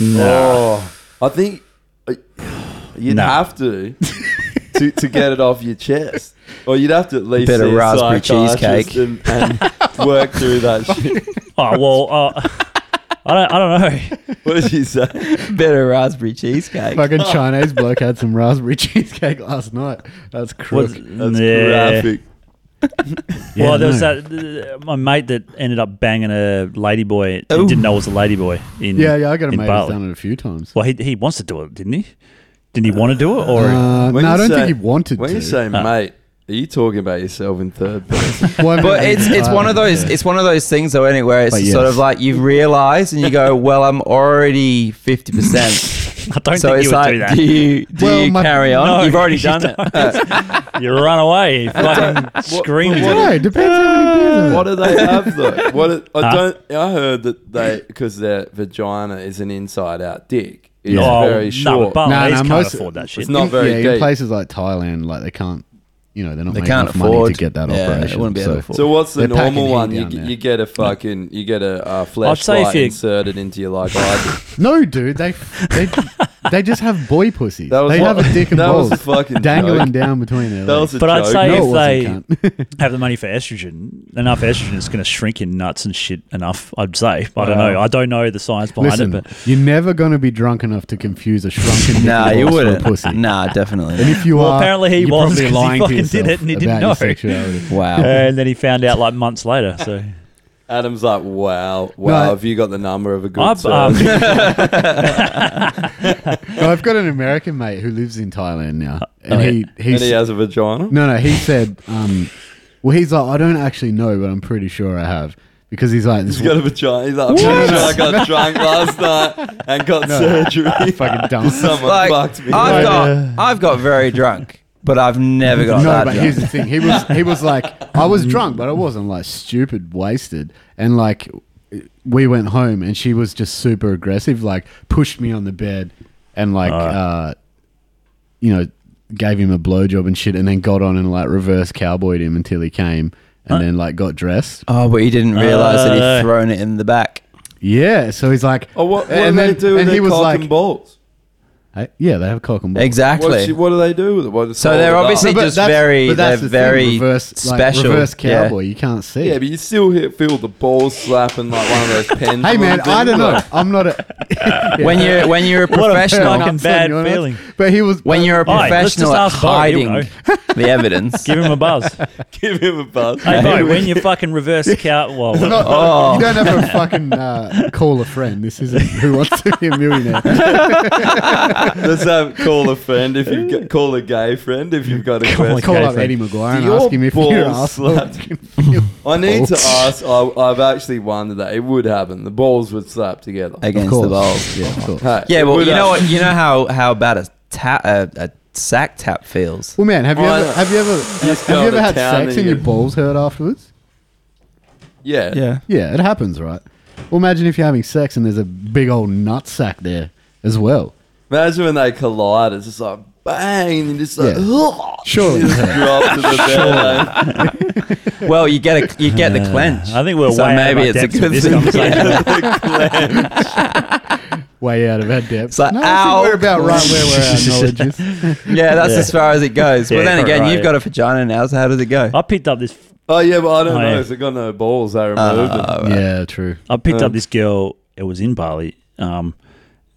[SPEAKER 1] Oh, I think uh, you'd
[SPEAKER 3] Nah.
[SPEAKER 1] have to, to to get it off your chest, or you'd have to at least
[SPEAKER 4] Bit of
[SPEAKER 1] see a
[SPEAKER 4] raspberry
[SPEAKER 1] psychiatrist and,
[SPEAKER 4] cheesecake.
[SPEAKER 1] and work through that shit.
[SPEAKER 3] Oh well, uh, I don't. I don't know.
[SPEAKER 1] What did you say?
[SPEAKER 4] Better raspberry cheesecake.
[SPEAKER 2] Fucking Chinese bloke had some raspberry cheesecake last night. That's crook.
[SPEAKER 3] What's-
[SPEAKER 1] That's
[SPEAKER 3] yeah.
[SPEAKER 1] graphic.
[SPEAKER 2] Yeah,
[SPEAKER 3] well, there was
[SPEAKER 2] no.
[SPEAKER 3] that th- my mate that ended up banging a ladyboy.
[SPEAKER 4] Ooh.
[SPEAKER 3] He didn't know it was a ladyboy. In
[SPEAKER 2] Yeah, yeah, I got a
[SPEAKER 3] in
[SPEAKER 2] mate who's
[SPEAKER 3] Bali.
[SPEAKER 2] done it a few times.
[SPEAKER 3] Well, he he wants to do it, didn't he? Didn't he want to do it, or
[SPEAKER 2] Uh,
[SPEAKER 1] When
[SPEAKER 2] no, I
[SPEAKER 1] you
[SPEAKER 2] don't
[SPEAKER 1] say-
[SPEAKER 2] think he wanted
[SPEAKER 1] When
[SPEAKER 2] to.
[SPEAKER 1] you say mate, are you talking about yourself in third person?
[SPEAKER 2] Why would
[SPEAKER 4] But
[SPEAKER 2] he
[SPEAKER 4] it's
[SPEAKER 2] be
[SPEAKER 4] it's one of
[SPEAKER 2] tired?
[SPEAKER 4] those
[SPEAKER 2] Yeah.
[SPEAKER 4] it's one of those things though, anyway. It's
[SPEAKER 2] But
[SPEAKER 4] sort
[SPEAKER 2] yes.
[SPEAKER 4] of like you realize and you go, well, I'm already fifty percent.
[SPEAKER 3] I don't
[SPEAKER 4] So
[SPEAKER 3] think you
[SPEAKER 4] it's
[SPEAKER 3] would do
[SPEAKER 4] like, do,
[SPEAKER 3] that.
[SPEAKER 4] you do
[SPEAKER 2] Well,
[SPEAKER 4] you
[SPEAKER 2] my-
[SPEAKER 4] carry on?
[SPEAKER 3] No,
[SPEAKER 4] You've already
[SPEAKER 3] you
[SPEAKER 4] done it.
[SPEAKER 3] You run away, you fucking scream.
[SPEAKER 1] what-
[SPEAKER 2] I don't know, it
[SPEAKER 3] at it.
[SPEAKER 2] depends how many beers.
[SPEAKER 1] what do they have though? What do- I
[SPEAKER 3] Huh?
[SPEAKER 1] don't. I heard that they because their vagina is an inside-out dick. It's
[SPEAKER 3] Oh,
[SPEAKER 1] very
[SPEAKER 3] No,
[SPEAKER 1] short.
[SPEAKER 3] but
[SPEAKER 2] Nah,
[SPEAKER 3] Balinese
[SPEAKER 2] nah,
[SPEAKER 3] can't
[SPEAKER 2] most-
[SPEAKER 3] afford that shit.
[SPEAKER 1] it's not very
[SPEAKER 2] yeah, in
[SPEAKER 1] deep.
[SPEAKER 2] places like Thailand, like they can't, you know, they're not
[SPEAKER 4] They
[SPEAKER 2] making
[SPEAKER 4] can't
[SPEAKER 2] enough
[SPEAKER 4] afford
[SPEAKER 2] money to get that
[SPEAKER 4] yeah,
[SPEAKER 2] operation.
[SPEAKER 4] It wouldn't be able
[SPEAKER 2] so.
[SPEAKER 4] to afford.
[SPEAKER 1] so what's the
[SPEAKER 2] They're packing
[SPEAKER 1] normal
[SPEAKER 2] heat
[SPEAKER 1] one? You,
[SPEAKER 2] down
[SPEAKER 1] g-
[SPEAKER 2] there.
[SPEAKER 1] you get a fucking you get a uh,
[SPEAKER 3] say if
[SPEAKER 1] flashlight
[SPEAKER 3] you-
[SPEAKER 1] inserted into your like I did.
[SPEAKER 2] No, dude, they they, they just have boy pussies.
[SPEAKER 1] That was
[SPEAKER 2] They
[SPEAKER 1] what-
[SPEAKER 2] have a dick and
[SPEAKER 1] that was
[SPEAKER 2] balls
[SPEAKER 1] a fucking
[SPEAKER 2] dangling
[SPEAKER 1] joke.
[SPEAKER 2] down between their
[SPEAKER 1] That
[SPEAKER 2] legs.
[SPEAKER 1] was a
[SPEAKER 3] But I'd
[SPEAKER 1] joke.
[SPEAKER 3] say
[SPEAKER 2] no, it
[SPEAKER 3] if
[SPEAKER 2] wasn't,
[SPEAKER 3] they have the money for estrogen, enough estrogen is going to shrink your nuts and shit enough. I'd say. I don't
[SPEAKER 4] Wow.
[SPEAKER 3] know. I don't know the science behind
[SPEAKER 2] Listen,
[SPEAKER 3] it, but
[SPEAKER 2] you're never gonna be drunk enough to confuse a shrunken dick
[SPEAKER 4] nah,
[SPEAKER 2] and
[SPEAKER 4] you
[SPEAKER 2] balls for a
[SPEAKER 4] wouldn't.
[SPEAKER 2] pussy.
[SPEAKER 4] Nah,
[SPEAKER 2] And
[SPEAKER 4] definitely.
[SPEAKER 2] if you
[SPEAKER 3] Well,
[SPEAKER 2] are,
[SPEAKER 3] apparently he
[SPEAKER 2] you're
[SPEAKER 3] was,
[SPEAKER 2] probably
[SPEAKER 3] 'cause he
[SPEAKER 2] lying to
[SPEAKER 3] fucking did
[SPEAKER 2] yourself
[SPEAKER 3] it and he didn't
[SPEAKER 2] about your
[SPEAKER 3] know.
[SPEAKER 2] sexuality.
[SPEAKER 4] Wow.
[SPEAKER 3] and then he found out like months later. So
[SPEAKER 1] Adam's like, wow, wow.
[SPEAKER 2] I-
[SPEAKER 1] have you got the number of a good?
[SPEAKER 3] I've,
[SPEAKER 1] serve?"
[SPEAKER 3] um,
[SPEAKER 2] Well, I've got an American mate who lives in Thailand now, and
[SPEAKER 3] yeah.
[SPEAKER 2] he
[SPEAKER 1] and
[SPEAKER 2] he's,
[SPEAKER 1] he has a vagina.
[SPEAKER 2] no no he said um, well he's like I don't actually know, but I'm pretty sure I have because he's like this
[SPEAKER 1] He's got a vagina. He's like, I'm pretty sure I got drunk last night and got
[SPEAKER 2] No.
[SPEAKER 1] surgery.
[SPEAKER 2] fucking dumb.
[SPEAKER 1] Someone
[SPEAKER 4] Like,
[SPEAKER 1] fucked me.
[SPEAKER 4] I've got I've got very drunk, but I've never got
[SPEAKER 2] No,
[SPEAKER 4] that
[SPEAKER 2] but
[SPEAKER 4] drunk.
[SPEAKER 2] here's the thing. He was he was like I was drunk, but I wasn't like stupid wasted. And like we went home, and she was just super aggressive. Like pushed me on the bed, and like uh, you know gave him a blowjob and shit, and then got on and like reverse cowboyed him until he came, and
[SPEAKER 3] Huh?
[SPEAKER 2] then like got dressed.
[SPEAKER 4] Oh, but he didn't realize that
[SPEAKER 3] Oh.
[SPEAKER 4] he'd thrown it in the back.
[SPEAKER 2] Yeah, so he's like,
[SPEAKER 1] Oh, what, what
[SPEAKER 2] And
[SPEAKER 1] do they
[SPEAKER 2] then-
[SPEAKER 1] do with
[SPEAKER 2] and he
[SPEAKER 1] their
[SPEAKER 2] was
[SPEAKER 1] cock
[SPEAKER 2] like-
[SPEAKER 1] and balls?
[SPEAKER 2] "Hey, yeah, they have cock and balls.
[SPEAKER 1] What,
[SPEAKER 4] Exactly.
[SPEAKER 1] what do they do with it? What, just
[SPEAKER 4] So
[SPEAKER 1] hold
[SPEAKER 4] they're
[SPEAKER 1] it up?
[SPEAKER 4] obviously-
[SPEAKER 2] but
[SPEAKER 4] just
[SPEAKER 2] that's-
[SPEAKER 4] very-
[SPEAKER 2] but that's the
[SPEAKER 4] they're
[SPEAKER 2] thing,
[SPEAKER 4] very
[SPEAKER 2] reverse, like,
[SPEAKER 4] special,
[SPEAKER 2] reverse
[SPEAKER 4] yeah.
[SPEAKER 2] cowboy. You can't see.
[SPEAKER 1] Yeah, but you still hear, feel the balls slapping like one of those pens.
[SPEAKER 2] hey man, I don't know. I'm not a Yeah.
[SPEAKER 4] When you're when you're a professional,
[SPEAKER 3] fucking
[SPEAKER 2] Upset,
[SPEAKER 3] bad
[SPEAKER 2] you know what I mean?
[SPEAKER 3] feeling.
[SPEAKER 2] But he was uh,
[SPEAKER 4] when you're a
[SPEAKER 3] Oi, let's just
[SPEAKER 4] professional at
[SPEAKER 3] ask Bo, he'll
[SPEAKER 4] hiding
[SPEAKER 3] know.
[SPEAKER 4] the evidence.
[SPEAKER 3] Give him a buzz.
[SPEAKER 1] Give him a buzz.
[SPEAKER 3] hey, bro, when you fucking reverse cow, well,
[SPEAKER 2] It's not-
[SPEAKER 4] Oh.
[SPEAKER 2] You don't have to fucking uh, call a friend. This isn't who wants to be a millionaire.
[SPEAKER 1] Let's have call a friend if you get, call a gay friend if you've got a
[SPEAKER 3] Call a
[SPEAKER 1] question.
[SPEAKER 2] Call
[SPEAKER 3] Okay,
[SPEAKER 2] up
[SPEAKER 3] friend.
[SPEAKER 2] Eddie McGuire and
[SPEAKER 1] Your
[SPEAKER 2] ask him if
[SPEAKER 1] balls
[SPEAKER 2] you're an asshole.
[SPEAKER 1] slapped. I need to ask. I, I've actually wondered that it would happen. The balls would slap together.
[SPEAKER 4] against the balls.
[SPEAKER 2] Yeah, of course.
[SPEAKER 1] Hey,
[SPEAKER 4] Yeah,
[SPEAKER 1] it
[SPEAKER 4] well,
[SPEAKER 1] would
[SPEAKER 4] you know
[SPEAKER 1] happen.
[SPEAKER 4] what? You know how how bad a ta a, a sack tap feels.
[SPEAKER 2] Well, man, have you
[SPEAKER 1] Well,
[SPEAKER 2] ever have you ever have you
[SPEAKER 1] go
[SPEAKER 2] ever
[SPEAKER 1] to
[SPEAKER 2] had
[SPEAKER 1] town
[SPEAKER 2] sex
[SPEAKER 1] and
[SPEAKER 2] and your
[SPEAKER 1] you-
[SPEAKER 2] balls hurt afterwards?
[SPEAKER 1] Yeah,
[SPEAKER 2] Yeah, it happens, right? Well, imagine if you're having sex and there's a big old nut sack there as well.
[SPEAKER 1] Imagine when they collide. It's just like bang, and just like
[SPEAKER 2] Yeah.
[SPEAKER 1] "Ugh,"
[SPEAKER 2] Surely
[SPEAKER 1] just
[SPEAKER 2] it hurts.
[SPEAKER 1] drop to the bed.
[SPEAKER 4] Well, you get a you get the
[SPEAKER 3] Uh,
[SPEAKER 4] clench.
[SPEAKER 3] I think we're
[SPEAKER 4] so
[SPEAKER 3] way out of
[SPEAKER 4] maybe
[SPEAKER 3] our
[SPEAKER 4] it's a
[SPEAKER 3] depths
[SPEAKER 4] good
[SPEAKER 3] with this
[SPEAKER 4] thing.
[SPEAKER 3] conversation.
[SPEAKER 2] Way out of our depth.
[SPEAKER 4] It's like,
[SPEAKER 2] no, I think
[SPEAKER 4] ow.
[SPEAKER 2] we're about right where we're at knowledge is.
[SPEAKER 4] Yeah, that's
[SPEAKER 3] Yeah.
[SPEAKER 4] as far as it goes.
[SPEAKER 3] Yeah,
[SPEAKER 4] but then
[SPEAKER 3] quite
[SPEAKER 4] again,
[SPEAKER 3] right,
[SPEAKER 4] you've
[SPEAKER 3] yeah.
[SPEAKER 4] got a vagina now, so how does it go?
[SPEAKER 3] I picked up this.
[SPEAKER 1] Oh yeah, but I don't
[SPEAKER 3] Oh,
[SPEAKER 1] know.
[SPEAKER 3] yeah.
[SPEAKER 1] If they got no balls, they removed
[SPEAKER 4] Uh,
[SPEAKER 1] them.
[SPEAKER 4] right.
[SPEAKER 2] Yeah, true.
[SPEAKER 3] I picked
[SPEAKER 1] Um,
[SPEAKER 3] up this girl. It was in Bali, um,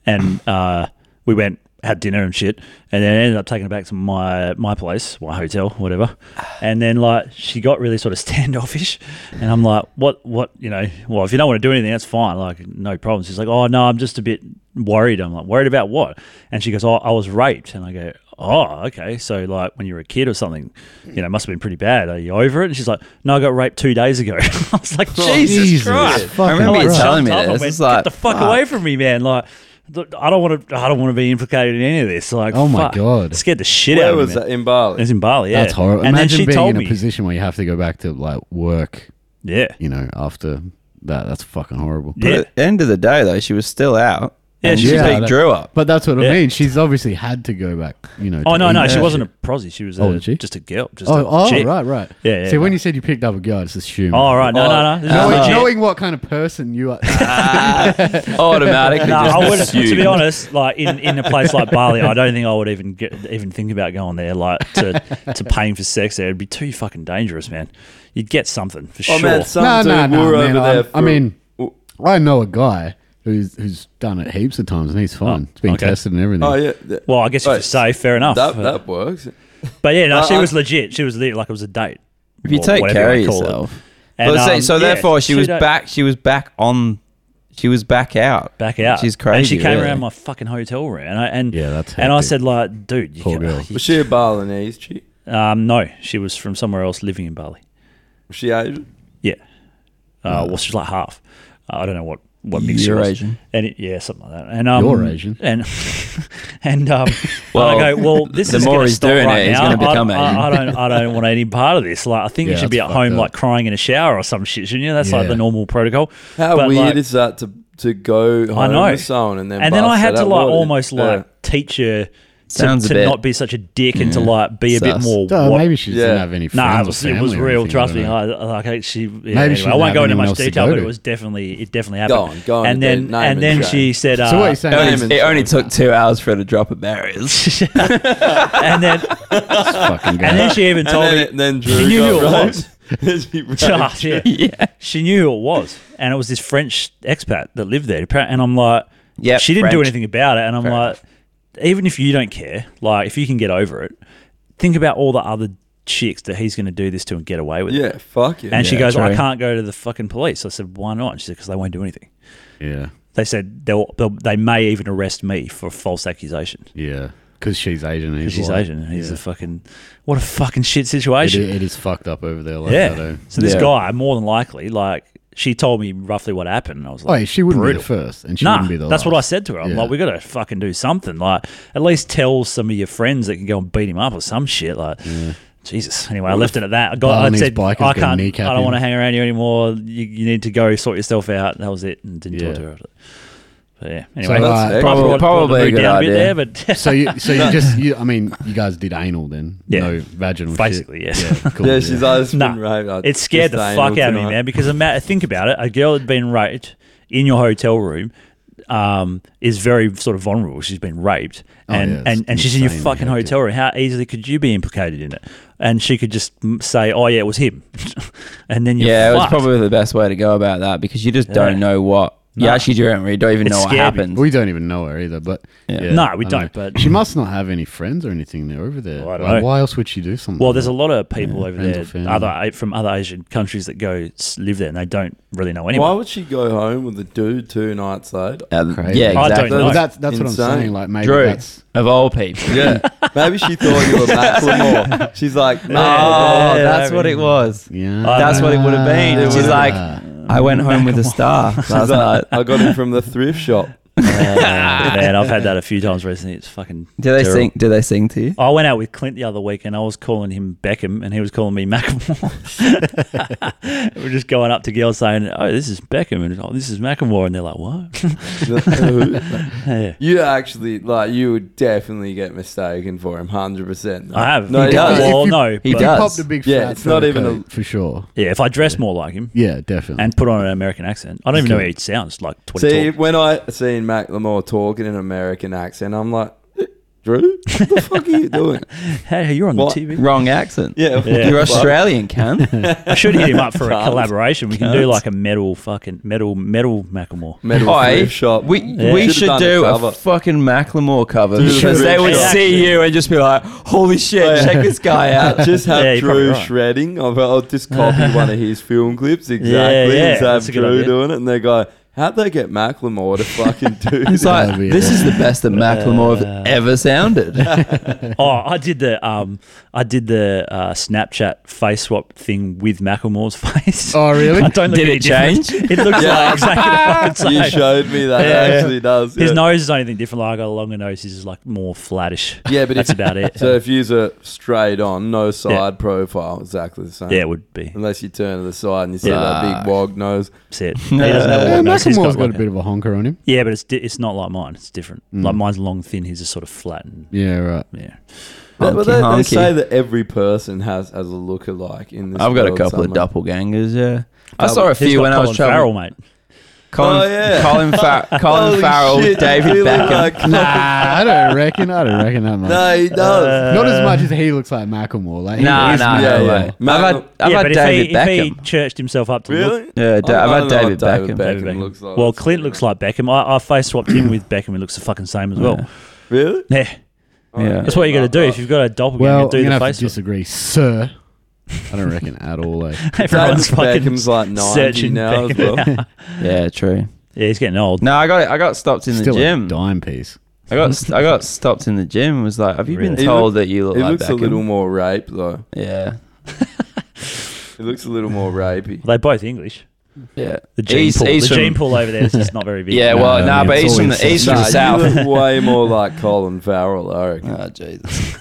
[SPEAKER 3] and uh, we went had dinner and shit, and then ended up taking her back to my my place, my hotel, whatever. And then like she got really sort of standoffish, and I'm like, what, what, you know? Well, if you don't want to do anything, that's fine. Like no problem. She's like, oh no, I'm just a bit worried. I'm like, worried about what? And she goes, oh, I was raped. And I go, oh, okay. So like when you were a kid or something, you know, it must have been pretty bad. Are you over it? And she's like, no, I got raped two days ago. I was like, Jesus, Christ.
[SPEAKER 4] I
[SPEAKER 2] fucking
[SPEAKER 4] remember you
[SPEAKER 2] Christ.
[SPEAKER 4] telling me
[SPEAKER 3] Jumped up
[SPEAKER 4] this.
[SPEAKER 3] and
[SPEAKER 4] It's
[SPEAKER 3] went,
[SPEAKER 4] like,
[SPEAKER 3] get the fuck away from me, man. Like, th- I don't want to. I don't want to be implicated in any of this. Like,
[SPEAKER 2] Oh my
[SPEAKER 3] fuck.
[SPEAKER 2] God.
[SPEAKER 3] It scared the shit out
[SPEAKER 1] Where
[SPEAKER 3] of
[SPEAKER 1] was
[SPEAKER 3] me. man.
[SPEAKER 1] that in
[SPEAKER 3] It
[SPEAKER 1] Bali?
[SPEAKER 3] was in Bali. Yeah,
[SPEAKER 2] That's horrible.
[SPEAKER 3] And then
[SPEAKER 2] Imagine
[SPEAKER 3] she
[SPEAKER 2] being
[SPEAKER 3] told
[SPEAKER 2] in a
[SPEAKER 3] me,
[SPEAKER 2] position where you have to go back to like work,
[SPEAKER 3] yeah,
[SPEAKER 2] you know, after that. That's fucking horrible.
[SPEAKER 4] But
[SPEAKER 3] yeah.
[SPEAKER 4] at the end of the day, though, she was still out.
[SPEAKER 3] Yeah,
[SPEAKER 4] and
[SPEAKER 3] she
[SPEAKER 4] she
[SPEAKER 3] was
[SPEAKER 4] picked
[SPEAKER 2] out.
[SPEAKER 4] Drew up.
[SPEAKER 2] But that's what I
[SPEAKER 3] Yeah.
[SPEAKER 2] mean. She's obviously had to go back, you know.
[SPEAKER 3] Oh
[SPEAKER 2] to
[SPEAKER 3] no, no,
[SPEAKER 2] eat
[SPEAKER 3] she
[SPEAKER 2] that
[SPEAKER 3] wasn't a
[SPEAKER 2] shit.
[SPEAKER 3] prosy. She was a,
[SPEAKER 2] Oh, was she?
[SPEAKER 3] just a girl. Just
[SPEAKER 2] Oh,
[SPEAKER 3] a
[SPEAKER 2] oh
[SPEAKER 3] chick.
[SPEAKER 2] right, right.
[SPEAKER 3] Yeah, yeah,
[SPEAKER 2] See, when
[SPEAKER 3] yeah.
[SPEAKER 2] you said you picked up a guy, it's assuming.
[SPEAKER 3] Oh right, no,
[SPEAKER 1] Oh,
[SPEAKER 3] no, no. This is
[SPEAKER 2] Knowing,
[SPEAKER 3] legit.
[SPEAKER 2] knowing what kind of person you are.
[SPEAKER 4] Automatically,
[SPEAKER 3] No,
[SPEAKER 4] just
[SPEAKER 3] I would.
[SPEAKER 4] assumed.
[SPEAKER 3] To be honest, like in, in a place like Bali, I don't think I would even get, even think about going there. Like to to paying for sex there, it'd be too fucking dangerous, man. You'd get something for
[SPEAKER 1] Oh
[SPEAKER 3] sure.
[SPEAKER 1] man, some
[SPEAKER 2] No,
[SPEAKER 1] dude
[SPEAKER 2] no, no,
[SPEAKER 1] were
[SPEAKER 2] man,
[SPEAKER 1] over
[SPEAKER 2] I'm-
[SPEAKER 1] there.
[SPEAKER 2] I mean-
[SPEAKER 1] for-
[SPEAKER 2] I know a guy who's who's done it heaps of times, and he's fine.
[SPEAKER 3] Oh,
[SPEAKER 2] it's been
[SPEAKER 3] okay.
[SPEAKER 2] tested and everything.
[SPEAKER 1] oh yeah, th-
[SPEAKER 3] well, I guess if
[SPEAKER 1] Right.
[SPEAKER 3] you say fair enough.
[SPEAKER 1] that
[SPEAKER 3] Uh,
[SPEAKER 1] that works.
[SPEAKER 3] But yeah, no,
[SPEAKER 1] Uh,
[SPEAKER 3] she
[SPEAKER 1] uh,
[SPEAKER 3] was legit. She was legit, like it was a date.
[SPEAKER 4] if you
[SPEAKER 3] or
[SPEAKER 4] take
[SPEAKER 3] whatever
[SPEAKER 4] care of
[SPEAKER 3] you wanna call it.
[SPEAKER 4] yourself.
[SPEAKER 3] And,
[SPEAKER 4] But so,
[SPEAKER 3] um,
[SPEAKER 4] so
[SPEAKER 3] yeah,
[SPEAKER 4] therefore, she was
[SPEAKER 3] da-
[SPEAKER 4] back. She was back on. She was back out.
[SPEAKER 3] back out.
[SPEAKER 4] She's crazy.
[SPEAKER 3] And she came
[SPEAKER 4] really.
[SPEAKER 3] around my fucking hotel room, and I, and
[SPEAKER 2] Yeah, that's
[SPEAKER 3] and I
[SPEAKER 2] hectic.
[SPEAKER 3] said like, dude, you
[SPEAKER 2] Poor
[SPEAKER 3] can,
[SPEAKER 2] girl.
[SPEAKER 1] Was she a Balinese chick?
[SPEAKER 3] um, no, she was from somewhere else, living in Bali.
[SPEAKER 1] Was she Asian?
[SPEAKER 3] Yeah, uh, well, she's like half. Uh, I don't know what what mix she was.
[SPEAKER 4] Eurasian.
[SPEAKER 3] and it, yeah, something like that. And um,
[SPEAKER 2] You're Asian.
[SPEAKER 3] and and um,
[SPEAKER 4] Well,
[SPEAKER 3] well, I go, well, this
[SPEAKER 4] the
[SPEAKER 3] is
[SPEAKER 4] more
[SPEAKER 3] going to
[SPEAKER 4] he's
[SPEAKER 3] stop
[SPEAKER 4] doing
[SPEAKER 3] right
[SPEAKER 4] it, he's
[SPEAKER 3] now.
[SPEAKER 4] gonna become
[SPEAKER 3] I, I, I
[SPEAKER 4] Asian.
[SPEAKER 3] don't, I don't want any part of this. Like, I think
[SPEAKER 2] Yeah,
[SPEAKER 3] you should be at
[SPEAKER 2] that's
[SPEAKER 3] home,
[SPEAKER 2] fucked
[SPEAKER 3] like
[SPEAKER 2] up.
[SPEAKER 3] crying in a shower or some shit, shouldn't you? That's like
[SPEAKER 2] Yeah.
[SPEAKER 3] the normal protocol.
[SPEAKER 1] How
[SPEAKER 3] But,
[SPEAKER 1] weird
[SPEAKER 3] like-
[SPEAKER 1] is that to to go home
[SPEAKER 3] know.
[SPEAKER 1] with someone and then
[SPEAKER 3] and then
[SPEAKER 1] bust
[SPEAKER 3] I had
[SPEAKER 1] that
[SPEAKER 3] to
[SPEAKER 1] out?
[SPEAKER 3] like
[SPEAKER 1] What-
[SPEAKER 3] almost
[SPEAKER 1] yeah.
[SPEAKER 3] like teach her to,
[SPEAKER 4] Sounds a
[SPEAKER 3] to
[SPEAKER 4] bit-
[SPEAKER 3] not be such a dick and to
[SPEAKER 4] yeah,
[SPEAKER 3] like be a bit
[SPEAKER 4] sus.
[SPEAKER 3] more.
[SPEAKER 2] Oh,
[SPEAKER 3] what-
[SPEAKER 2] maybe she just didn't
[SPEAKER 1] Yeah.
[SPEAKER 2] have any friends.
[SPEAKER 3] Nah,
[SPEAKER 2] No,
[SPEAKER 3] it was, it was real. Trust me. I, like I- she. Yeah,
[SPEAKER 2] Maybe
[SPEAKER 3] anyway,
[SPEAKER 2] she
[SPEAKER 3] I
[SPEAKER 2] didn't
[SPEAKER 3] won't
[SPEAKER 2] have
[SPEAKER 3] go into
[SPEAKER 2] anyone
[SPEAKER 3] much
[SPEAKER 2] else to
[SPEAKER 3] detail,
[SPEAKER 2] go
[SPEAKER 3] but
[SPEAKER 2] to.
[SPEAKER 3] it was definitely it definitely happened.
[SPEAKER 1] on, go on,
[SPEAKER 3] and then
[SPEAKER 1] dude. Name
[SPEAKER 3] and
[SPEAKER 1] and
[SPEAKER 3] then
[SPEAKER 1] shame.
[SPEAKER 3] she said. Uh,
[SPEAKER 2] So what are you saying?
[SPEAKER 4] It
[SPEAKER 1] Name
[SPEAKER 4] only-
[SPEAKER 1] and
[SPEAKER 4] it only
[SPEAKER 1] shame.
[SPEAKER 4] took two hours for her to drop her barriers.
[SPEAKER 3] and then
[SPEAKER 2] fucking
[SPEAKER 3] and then she even
[SPEAKER 1] And
[SPEAKER 3] told me.
[SPEAKER 1] then, then Drew
[SPEAKER 3] She
[SPEAKER 1] got
[SPEAKER 3] knew who it
[SPEAKER 1] raped.
[SPEAKER 3] was.
[SPEAKER 1] She raped
[SPEAKER 3] Ah,
[SPEAKER 1] Drew.
[SPEAKER 3] yeah. She knew who it was, and it was this French expat that lived there. Appar- And I'm like,
[SPEAKER 4] Yep,
[SPEAKER 3] she didn't do
[SPEAKER 4] French.
[SPEAKER 3] anything about it. And I'm
[SPEAKER 4] Fair
[SPEAKER 3] like, even if you don't care, like if you can get over it, think about all the other chicks that he's going to do this to and get away with. it.
[SPEAKER 1] Yeah, fuck it.
[SPEAKER 3] And she
[SPEAKER 4] Yeah,
[SPEAKER 3] goes, I
[SPEAKER 4] true.
[SPEAKER 3] can't go to the fucking police. I said, why not? And she said, because they won't do anything.
[SPEAKER 2] Yeah,
[SPEAKER 3] They said they'll, they'll they may even arrest me for false accusation.
[SPEAKER 2] yeah. Because she's Asian. and he's
[SPEAKER 3] Because she's
[SPEAKER 2] white.
[SPEAKER 3] Asian. He's
[SPEAKER 2] Yeah.
[SPEAKER 3] a fucking what a fucking shit
[SPEAKER 2] It,
[SPEAKER 3] situation.
[SPEAKER 2] i- it is fucked up over there. Like
[SPEAKER 3] yeah.
[SPEAKER 2] that, eh?
[SPEAKER 3] So this
[SPEAKER 4] Yeah.
[SPEAKER 3] guy, more than likely, like she told me roughly what happened. And I was
[SPEAKER 2] Oh,
[SPEAKER 3] like,
[SPEAKER 2] yeah, she wouldn't
[SPEAKER 3] brutal.
[SPEAKER 2] be the first, and she
[SPEAKER 3] Nah,
[SPEAKER 2] wouldn't be the
[SPEAKER 3] that's
[SPEAKER 2] last.
[SPEAKER 3] what I said to her. I'm
[SPEAKER 2] Yeah.
[SPEAKER 3] like, we got to fucking do something. Like, at least tell some of your friends that can go and beat him up or some shit. Like, Jesus. Anyway, I left it at that. I got. I
[SPEAKER 2] Balinese
[SPEAKER 3] said, I
[SPEAKER 2] biker's gonna
[SPEAKER 3] can't. I
[SPEAKER 2] kneecap
[SPEAKER 3] don't
[SPEAKER 2] him.
[SPEAKER 3] want to hang around you anymore. You, you need to go sort yourself out. That was it, and didn't
[SPEAKER 2] Yeah.
[SPEAKER 3] talk to her. But yeah. Anyway,
[SPEAKER 2] that's
[SPEAKER 3] I
[SPEAKER 2] excellent.
[SPEAKER 3] might
[SPEAKER 4] Probably-
[SPEAKER 3] put the
[SPEAKER 4] probably a
[SPEAKER 3] mood
[SPEAKER 4] good
[SPEAKER 3] down
[SPEAKER 4] idea.
[SPEAKER 3] A bit there, but
[SPEAKER 2] So you, so you just, you, I mean, you guys did anal then,
[SPEAKER 3] Yeah.
[SPEAKER 2] no vaginal, shit.
[SPEAKER 3] Basically, yes.
[SPEAKER 2] Yeah, cool,
[SPEAKER 1] yeah, she's always
[SPEAKER 3] Nah.
[SPEAKER 1] been raped. I
[SPEAKER 3] it scared
[SPEAKER 1] just
[SPEAKER 3] the
[SPEAKER 1] anal
[SPEAKER 3] fuck out of me,
[SPEAKER 1] tonight.
[SPEAKER 3] man. Because ima- think about it, a girl that's been raped in your hotel room um, is very sort of vulnerable. She's been raped,
[SPEAKER 2] Oh,
[SPEAKER 3] and
[SPEAKER 2] yeah, it's
[SPEAKER 3] and, and she's in your
[SPEAKER 2] insanely
[SPEAKER 3] fucking
[SPEAKER 2] hectic.
[SPEAKER 3] hotel room. How easily could you be implicated in it? And she could just m- say, "Oh yeah, it was him," and then you're
[SPEAKER 4] yeah, it was
[SPEAKER 3] fucked.
[SPEAKER 4] probably the best way to go about that because you just
[SPEAKER 3] Yeah.
[SPEAKER 4] don't know what. You
[SPEAKER 3] Nah.
[SPEAKER 4] actually don't, really don't even
[SPEAKER 3] It's
[SPEAKER 4] know what
[SPEAKER 3] scary.
[SPEAKER 4] happened.
[SPEAKER 2] We don't even know her either, but
[SPEAKER 4] Yeah.
[SPEAKER 3] No, we
[SPEAKER 2] I
[SPEAKER 3] don't,
[SPEAKER 2] know.
[SPEAKER 3] but-
[SPEAKER 2] she must not have any friends or anything there over there.
[SPEAKER 3] Well, I don't
[SPEAKER 2] Like,
[SPEAKER 3] know.
[SPEAKER 2] why else would she do something?
[SPEAKER 3] Well,
[SPEAKER 2] like
[SPEAKER 3] there's a
[SPEAKER 2] that?
[SPEAKER 3] lot of people over
[SPEAKER 2] friends or
[SPEAKER 3] there,
[SPEAKER 2] family.
[SPEAKER 3] other eh, from other Asian countries that go s- live there, and they don't really know
[SPEAKER 1] Why
[SPEAKER 3] anyone.
[SPEAKER 1] would she go home with a dude two nights later?
[SPEAKER 4] Um,
[SPEAKER 2] Crazy.
[SPEAKER 4] yeah,
[SPEAKER 2] I
[SPEAKER 3] don't
[SPEAKER 4] exactly.
[SPEAKER 3] know.
[SPEAKER 2] But that's that's what I'm
[SPEAKER 1] Insane.
[SPEAKER 2] saying. Like maybe
[SPEAKER 4] Drew,
[SPEAKER 2] that's
[SPEAKER 4] of all people.
[SPEAKER 1] Yeah, maybe she thought you were Macklemore. She's like, no,
[SPEAKER 4] Oh,
[SPEAKER 3] Yeah,
[SPEAKER 4] that's
[SPEAKER 3] I
[SPEAKER 4] what it
[SPEAKER 3] mean-
[SPEAKER 4] was.
[SPEAKER 2] yeah.
[SPEAKER 4] That's what it would have been.
[SPEAKER 1] It
[SPEAKER 4] She's
[SPEAKER 1] would've-
[SPEAKER 4] like, I went home with a star last
[SPEAKER 1] She's
[SPEAKER 4] night.
[SPEAKER 1] like, I got him from the thrift shop.
[SPEAKER 3] Uh, man, I've had that a few times recently. It's fucking.
[SPEAKER 4] Do they
[SPEAKER 3] terrible.
[SPEAKER 4] sing? Do they sing to you?
[SPEAKER 3] I went out with Clint the other week and I was calling him Beckham and he was calling me Macklemore. we are just going up to girls saying, oh, this is Beckham and oh, this is Macklemore. And they're like, what? Yeah.
[SPEAKER 1] you actually like you would definitely get mistaken for him, hundred percent.
[SPEAKER 3] I have.
[SPEAKER 1] No,
[SPEAKER 4] He
[SPEAKER 1] he
[SPEAKER 4] does.
[SPEAKER 1] does.
[SPEAKER 3] Well,
[SPEAKER 2] If you-
[SPEAKER 3] no.
[SPEAKER 4] he
[SPEAKER 3] but-
[SPEAKER 4] does.
[SPEAKER 2] popped a big
[SPEAKER 1] Yeah,
[SPEAKER 2] fat
[SPEAKER 1] it's not
[SPEAKER 2] fur
[SPEAKER 1] even a-
[SPEAKER 2] coat, for sure.
[SPEAKER 3] Yeah, if I dress more like him
[SPEAKER 2] Yeah, definitely.
[SPEAKER 3] and put on an American accent, I don't even know how he sounds like 20
[SPEAKER 1] See, when I seen Macklemore talking in an American accent, I'm like, Drew, what the fuck are you doing?
[SPEAKER 3] Hey, you're on
[SPEAKER 1] What?
[SPEAKER 3] the TV.
[SPEAKER 4] Wrong accent.
[SPEAKER 1] Yeah,
[SPEAKER 3] Yeah.
[SPEAKER 4] You're
[SPEAKER 1] Well,
[SPEAKER 4] Australian, can?
[SPEAKER 3] I should hit him up for a
[SPEAKER 1] Can't.
[SPEAKER 3] collaboration. We can do like a metal fucking metal, metal Macklemore.
[SPEAKER 1] Metal
[SPEAKER 4] Oi,
[SPEAKER 1] thrift shop.
[SPEAKER 4] We we
[SPEAKER 1] Should've
[SPEAKER 4] should
[SPEAKER 1] done
[SPEAKER 4] do
[SPEAKER 1] a
[SPEAKER 4] a
[SPEAKER 1] cover.
[SPEAKER 4] fucking Macklemore cover
[SPEAKER 1] Do the
[SPEAKER 4] because they
[SPEAKER 1] British
[SPEAKER 4] would
[SPEAKER 3] accent.
[SPEAKER 4] see you and just be like, "Holy
[SPEAKER 3] Oh,
[SPEAKER 4] shit, check this guy out."
[SPEAKER 1] just have
[SPEAKER 3] Yeah, you're probably
[SPEAKER 1] Drew
[SPEAKER 3] right.
[SPEAKER 1] shredding. I'll, I'll just copy one of his film clips exactly.
[SPEAKER 3] yeah,
[SPEAKER 1] and just
[SPEAKER 3] that's
[SPEAKER 1] have
[SPEAKER 3] a good
[SPEAKER 1] Drew
[SPEAKER 3] idea.
[SPEAKER 1] doing it, and they go, "How'd they get Macklemore to fucking do
[SPEAKER 4] It's
[SPEAKER 1] this?"
[SPEAKER 4] like
[SPEAKER 2] That'd be
[SPEAKER 4] this
[SPEAKER 2] awesome.
[SPEAKER 4] is the best that Macklemore
[SPEAKER 3] Uh,
[SPEAKER 4] have ever sounded.
[SPEAKER 3] Oh, I did the um, I did the uh, Snapchat face swap thing with Macklemore's face.
[SPEAKER 2] oh really?
[SPEAKER 3] I don't look
[SPEAKER 4] Did
[SPEAKER 3] any
[SPEAKER 4] it
[SPEAKER 3] different. It looks
[SPEAKER 1] Yeah.
[SPEAKER 3] like exactly the fucking same.
[SPEAKER 1] you showed me that.
[SPEAKER 3] Yeah,
[SPEAKER 1] it
[SPEAKER 3] yeah.
[SPEAKER 1] actually does.
[SPEAKER 3] His
[SPEAKER 1] yeah.
[SPEAKER 3] nose is anything different. Like I got a longer nose. His is like more flattish.
[SPEAKER 1] Yeah, but
[SPEAKER 3] That's
[SPEAKER 1] if,
[SPEAKER 3] about it.
[SPEAKER 1] so if you use a straight on, no side profile, exactly the same.
[SPEAKER 3] yeah, it would be.
[SPEAKER 1] Unless you turn to the side and you see
[SPEAKER 3] Yeah.
[SPEAKER 1] that big wog nose.
[SPEAKER 3] That's it. He doesn't have a
[SPEAKER 2] yeah,
[SPEAKER 3] long nose. He's
[SPEAKER 2] Macklemore's
[SPEAKER 3] got
[SPEAKER 2] got
[SPEAKER 3] like
[SPEAKER 2] a bit of a honker on him.
[SPEAKER 3] Yeah, but it's di- it's not like mine. It's different. Like mine's long, thin. His is sort of flat and
[SPEAKER 2] Yeah, right.
[SPEAKER 3] yeah.
[SPEAKER 1] But- but
[SPEAKER 4] Honky,
[SPEAKER 1] they, they
[SPEAKER 4] honky.
[SPEAKER 1] say that every person has has a lookalike in this.
[SPEAKER 4] I've got a
[SPEAKER 1] world
[SPEAKER 4] couple of
[SPEAKER 1] somewhere.
[SPEAKER 4] doppelgangers. Yeah, I
[SPEAKER 1] Double-
[SPEAKER 4] saw a
[SPEAKER 3] He's
[SPEAKER 4] few
[SPEAKER 3] got
[SPEAKER 4] when I
[SPEAKER 3] Colin
[SPEAKER 4] was traveling.
[SPEAKER 3] Farrell, mate.
[SPEAKER 4] Colin,
[SPEAKER 1] Oh, yeah.
[SPEAKER 4] Colin, Far-
[SPEAKER 1] Holy
[SPEAKER 4] Colin Farrell,
[SPEAKER 1] shit,
[SPEAKER 4] David
[SPEAKER 1] you really
[SPEAKER 4] Beckham.
[SPEAKER 1] like-
[SPEAKER 2] Nah, I don't reckon. I don't reckon that much.
[SPEAKER 1] no,
[SPEAKER 3] Uh,
[SPEAKER 1] he does.
[SPEAKER 2] Not as much as he looks like Macklemore. Like, he
[SPEAKER 4] Nah,
[SPEAKER 2] is
[SPEAKER 4] nah,
[SPEAKER 1] yeah,
[SPEAKER 4] no
[SPEAKER 1] yeah.
[SPEAKER 4] way.
[SPEAKER 1] Matt-
[SPEAKER 4] I've had, I've
[SPEAKER 3] yeah,
[SPEAKER 4] had
[SPEAKER 3] but
[SPEAKER 4] David
[SPEAKER 3] if, he, if he
[SPEAKER 4] Beckham.
[SPEAKER 3] churched himself up to look
[SPEAKER 1] really?
[SPEAKER 4] Yeah, Da-
[SPEAKER 1] I-
[SPEAKER 4] I've
[SPEAKER 1] I
[SPEAKER 4] had
[SPEAKER 1] don't know
[SPEAKER 4] David
[SPEAKER 1] what
[SPEAKER 4] Beckham.
[SPEAKER 1] David
[SPEAKER 3] David
[SPEAKER 1] Beckham
[SPEAKER 3] Beckham.
[SPEAKER 1] looks like.
[SPEAKER 3] Well, Clint looks like Beckham. I, I face swapped him with Beckham. He looks the fucking same as well.
[SPEAKER 1] Really?
[SPEAKER 3] Yeah,
[SPEAKER 4] Yeah.
[SPEAKER 3] that's what you got to do if you've got a doppelganger.
[SPEAKER 2] Well,
[SPEAKER 3] do
[SPEAKER 2] I'm
[SPEAKER 3] the
[SPEAKER 2] gonna have
[SPEAKER 3] face
[SPEAKER 2] to
[SPEAKER 3] swap.
[SPEAKER 2] disagree, sir. I don't reckon at all. Like,
[SPEAKER 1] David
[SPEAKER 3] Everyone's fucking
[SPEAKER 1] Beckham's like 90
[SPEAKER 3] searching
[SPEAKER 1] now as well.
[SPEAKER 3] Beckham.
[SPEAKER 4] yeah, true.
[SPEAKER 3] Yeah, he's getting old.
[SPEAKER 4] No, I got I got stopped in
[SPEAKER 2] still
[SPEAKER 4] the
[SPEAKER 2] a
[SPEAKER 4] gym.
[SPEAKER 2] dime piece.
[SPEAKER 4] I got I got stopped in the gym. and Was like, have you been
[SPEAKER 3] Really?
[SPEAKER 1] He
[SPEAKER 4] told that you look
[SPEAKER 1] He
[SPEAKER 4] like
[SPEAKER 1] looks
[SPEAKER 4] Beckham?
[SPEAKER 1] a little more rape though.
[SPEAKER 4] yeah,
[SPEAKER 1] He looks a little more rapey.
[SPEAKER 3] They're both English.
[SPEAKER 4] yeah.
[SPEAKER 3] The gene
[SPEAKER 4] He's-
[SPEAKER 3] pool,
[SPEAKER 4] he's
[SPEAKER 3] the
[SPEAKER 4] from-
[SPEAKER 3] gene pool over there is just not very big.
[SPEAKER 4] Yeah,
[SPEAKER 2] No,
[SPEAKER 4] well,
[SPEAKER 2] no,
[SPEAKER 4] nah,
[SPEAKER 2] it's
[SPEAKER 4] but he's from
[SPEAKER 2] always
[SPEAKER 4] the he's from
[SPEAKER 1] Nah,
[SPEAKER 4] the
[SPEAKER 1] you
[SPEAKER 4] south.
[SPEAKER 1] look way more like Colin Farrell, I reckon.
[SPEAKER 4] Oh Jesus!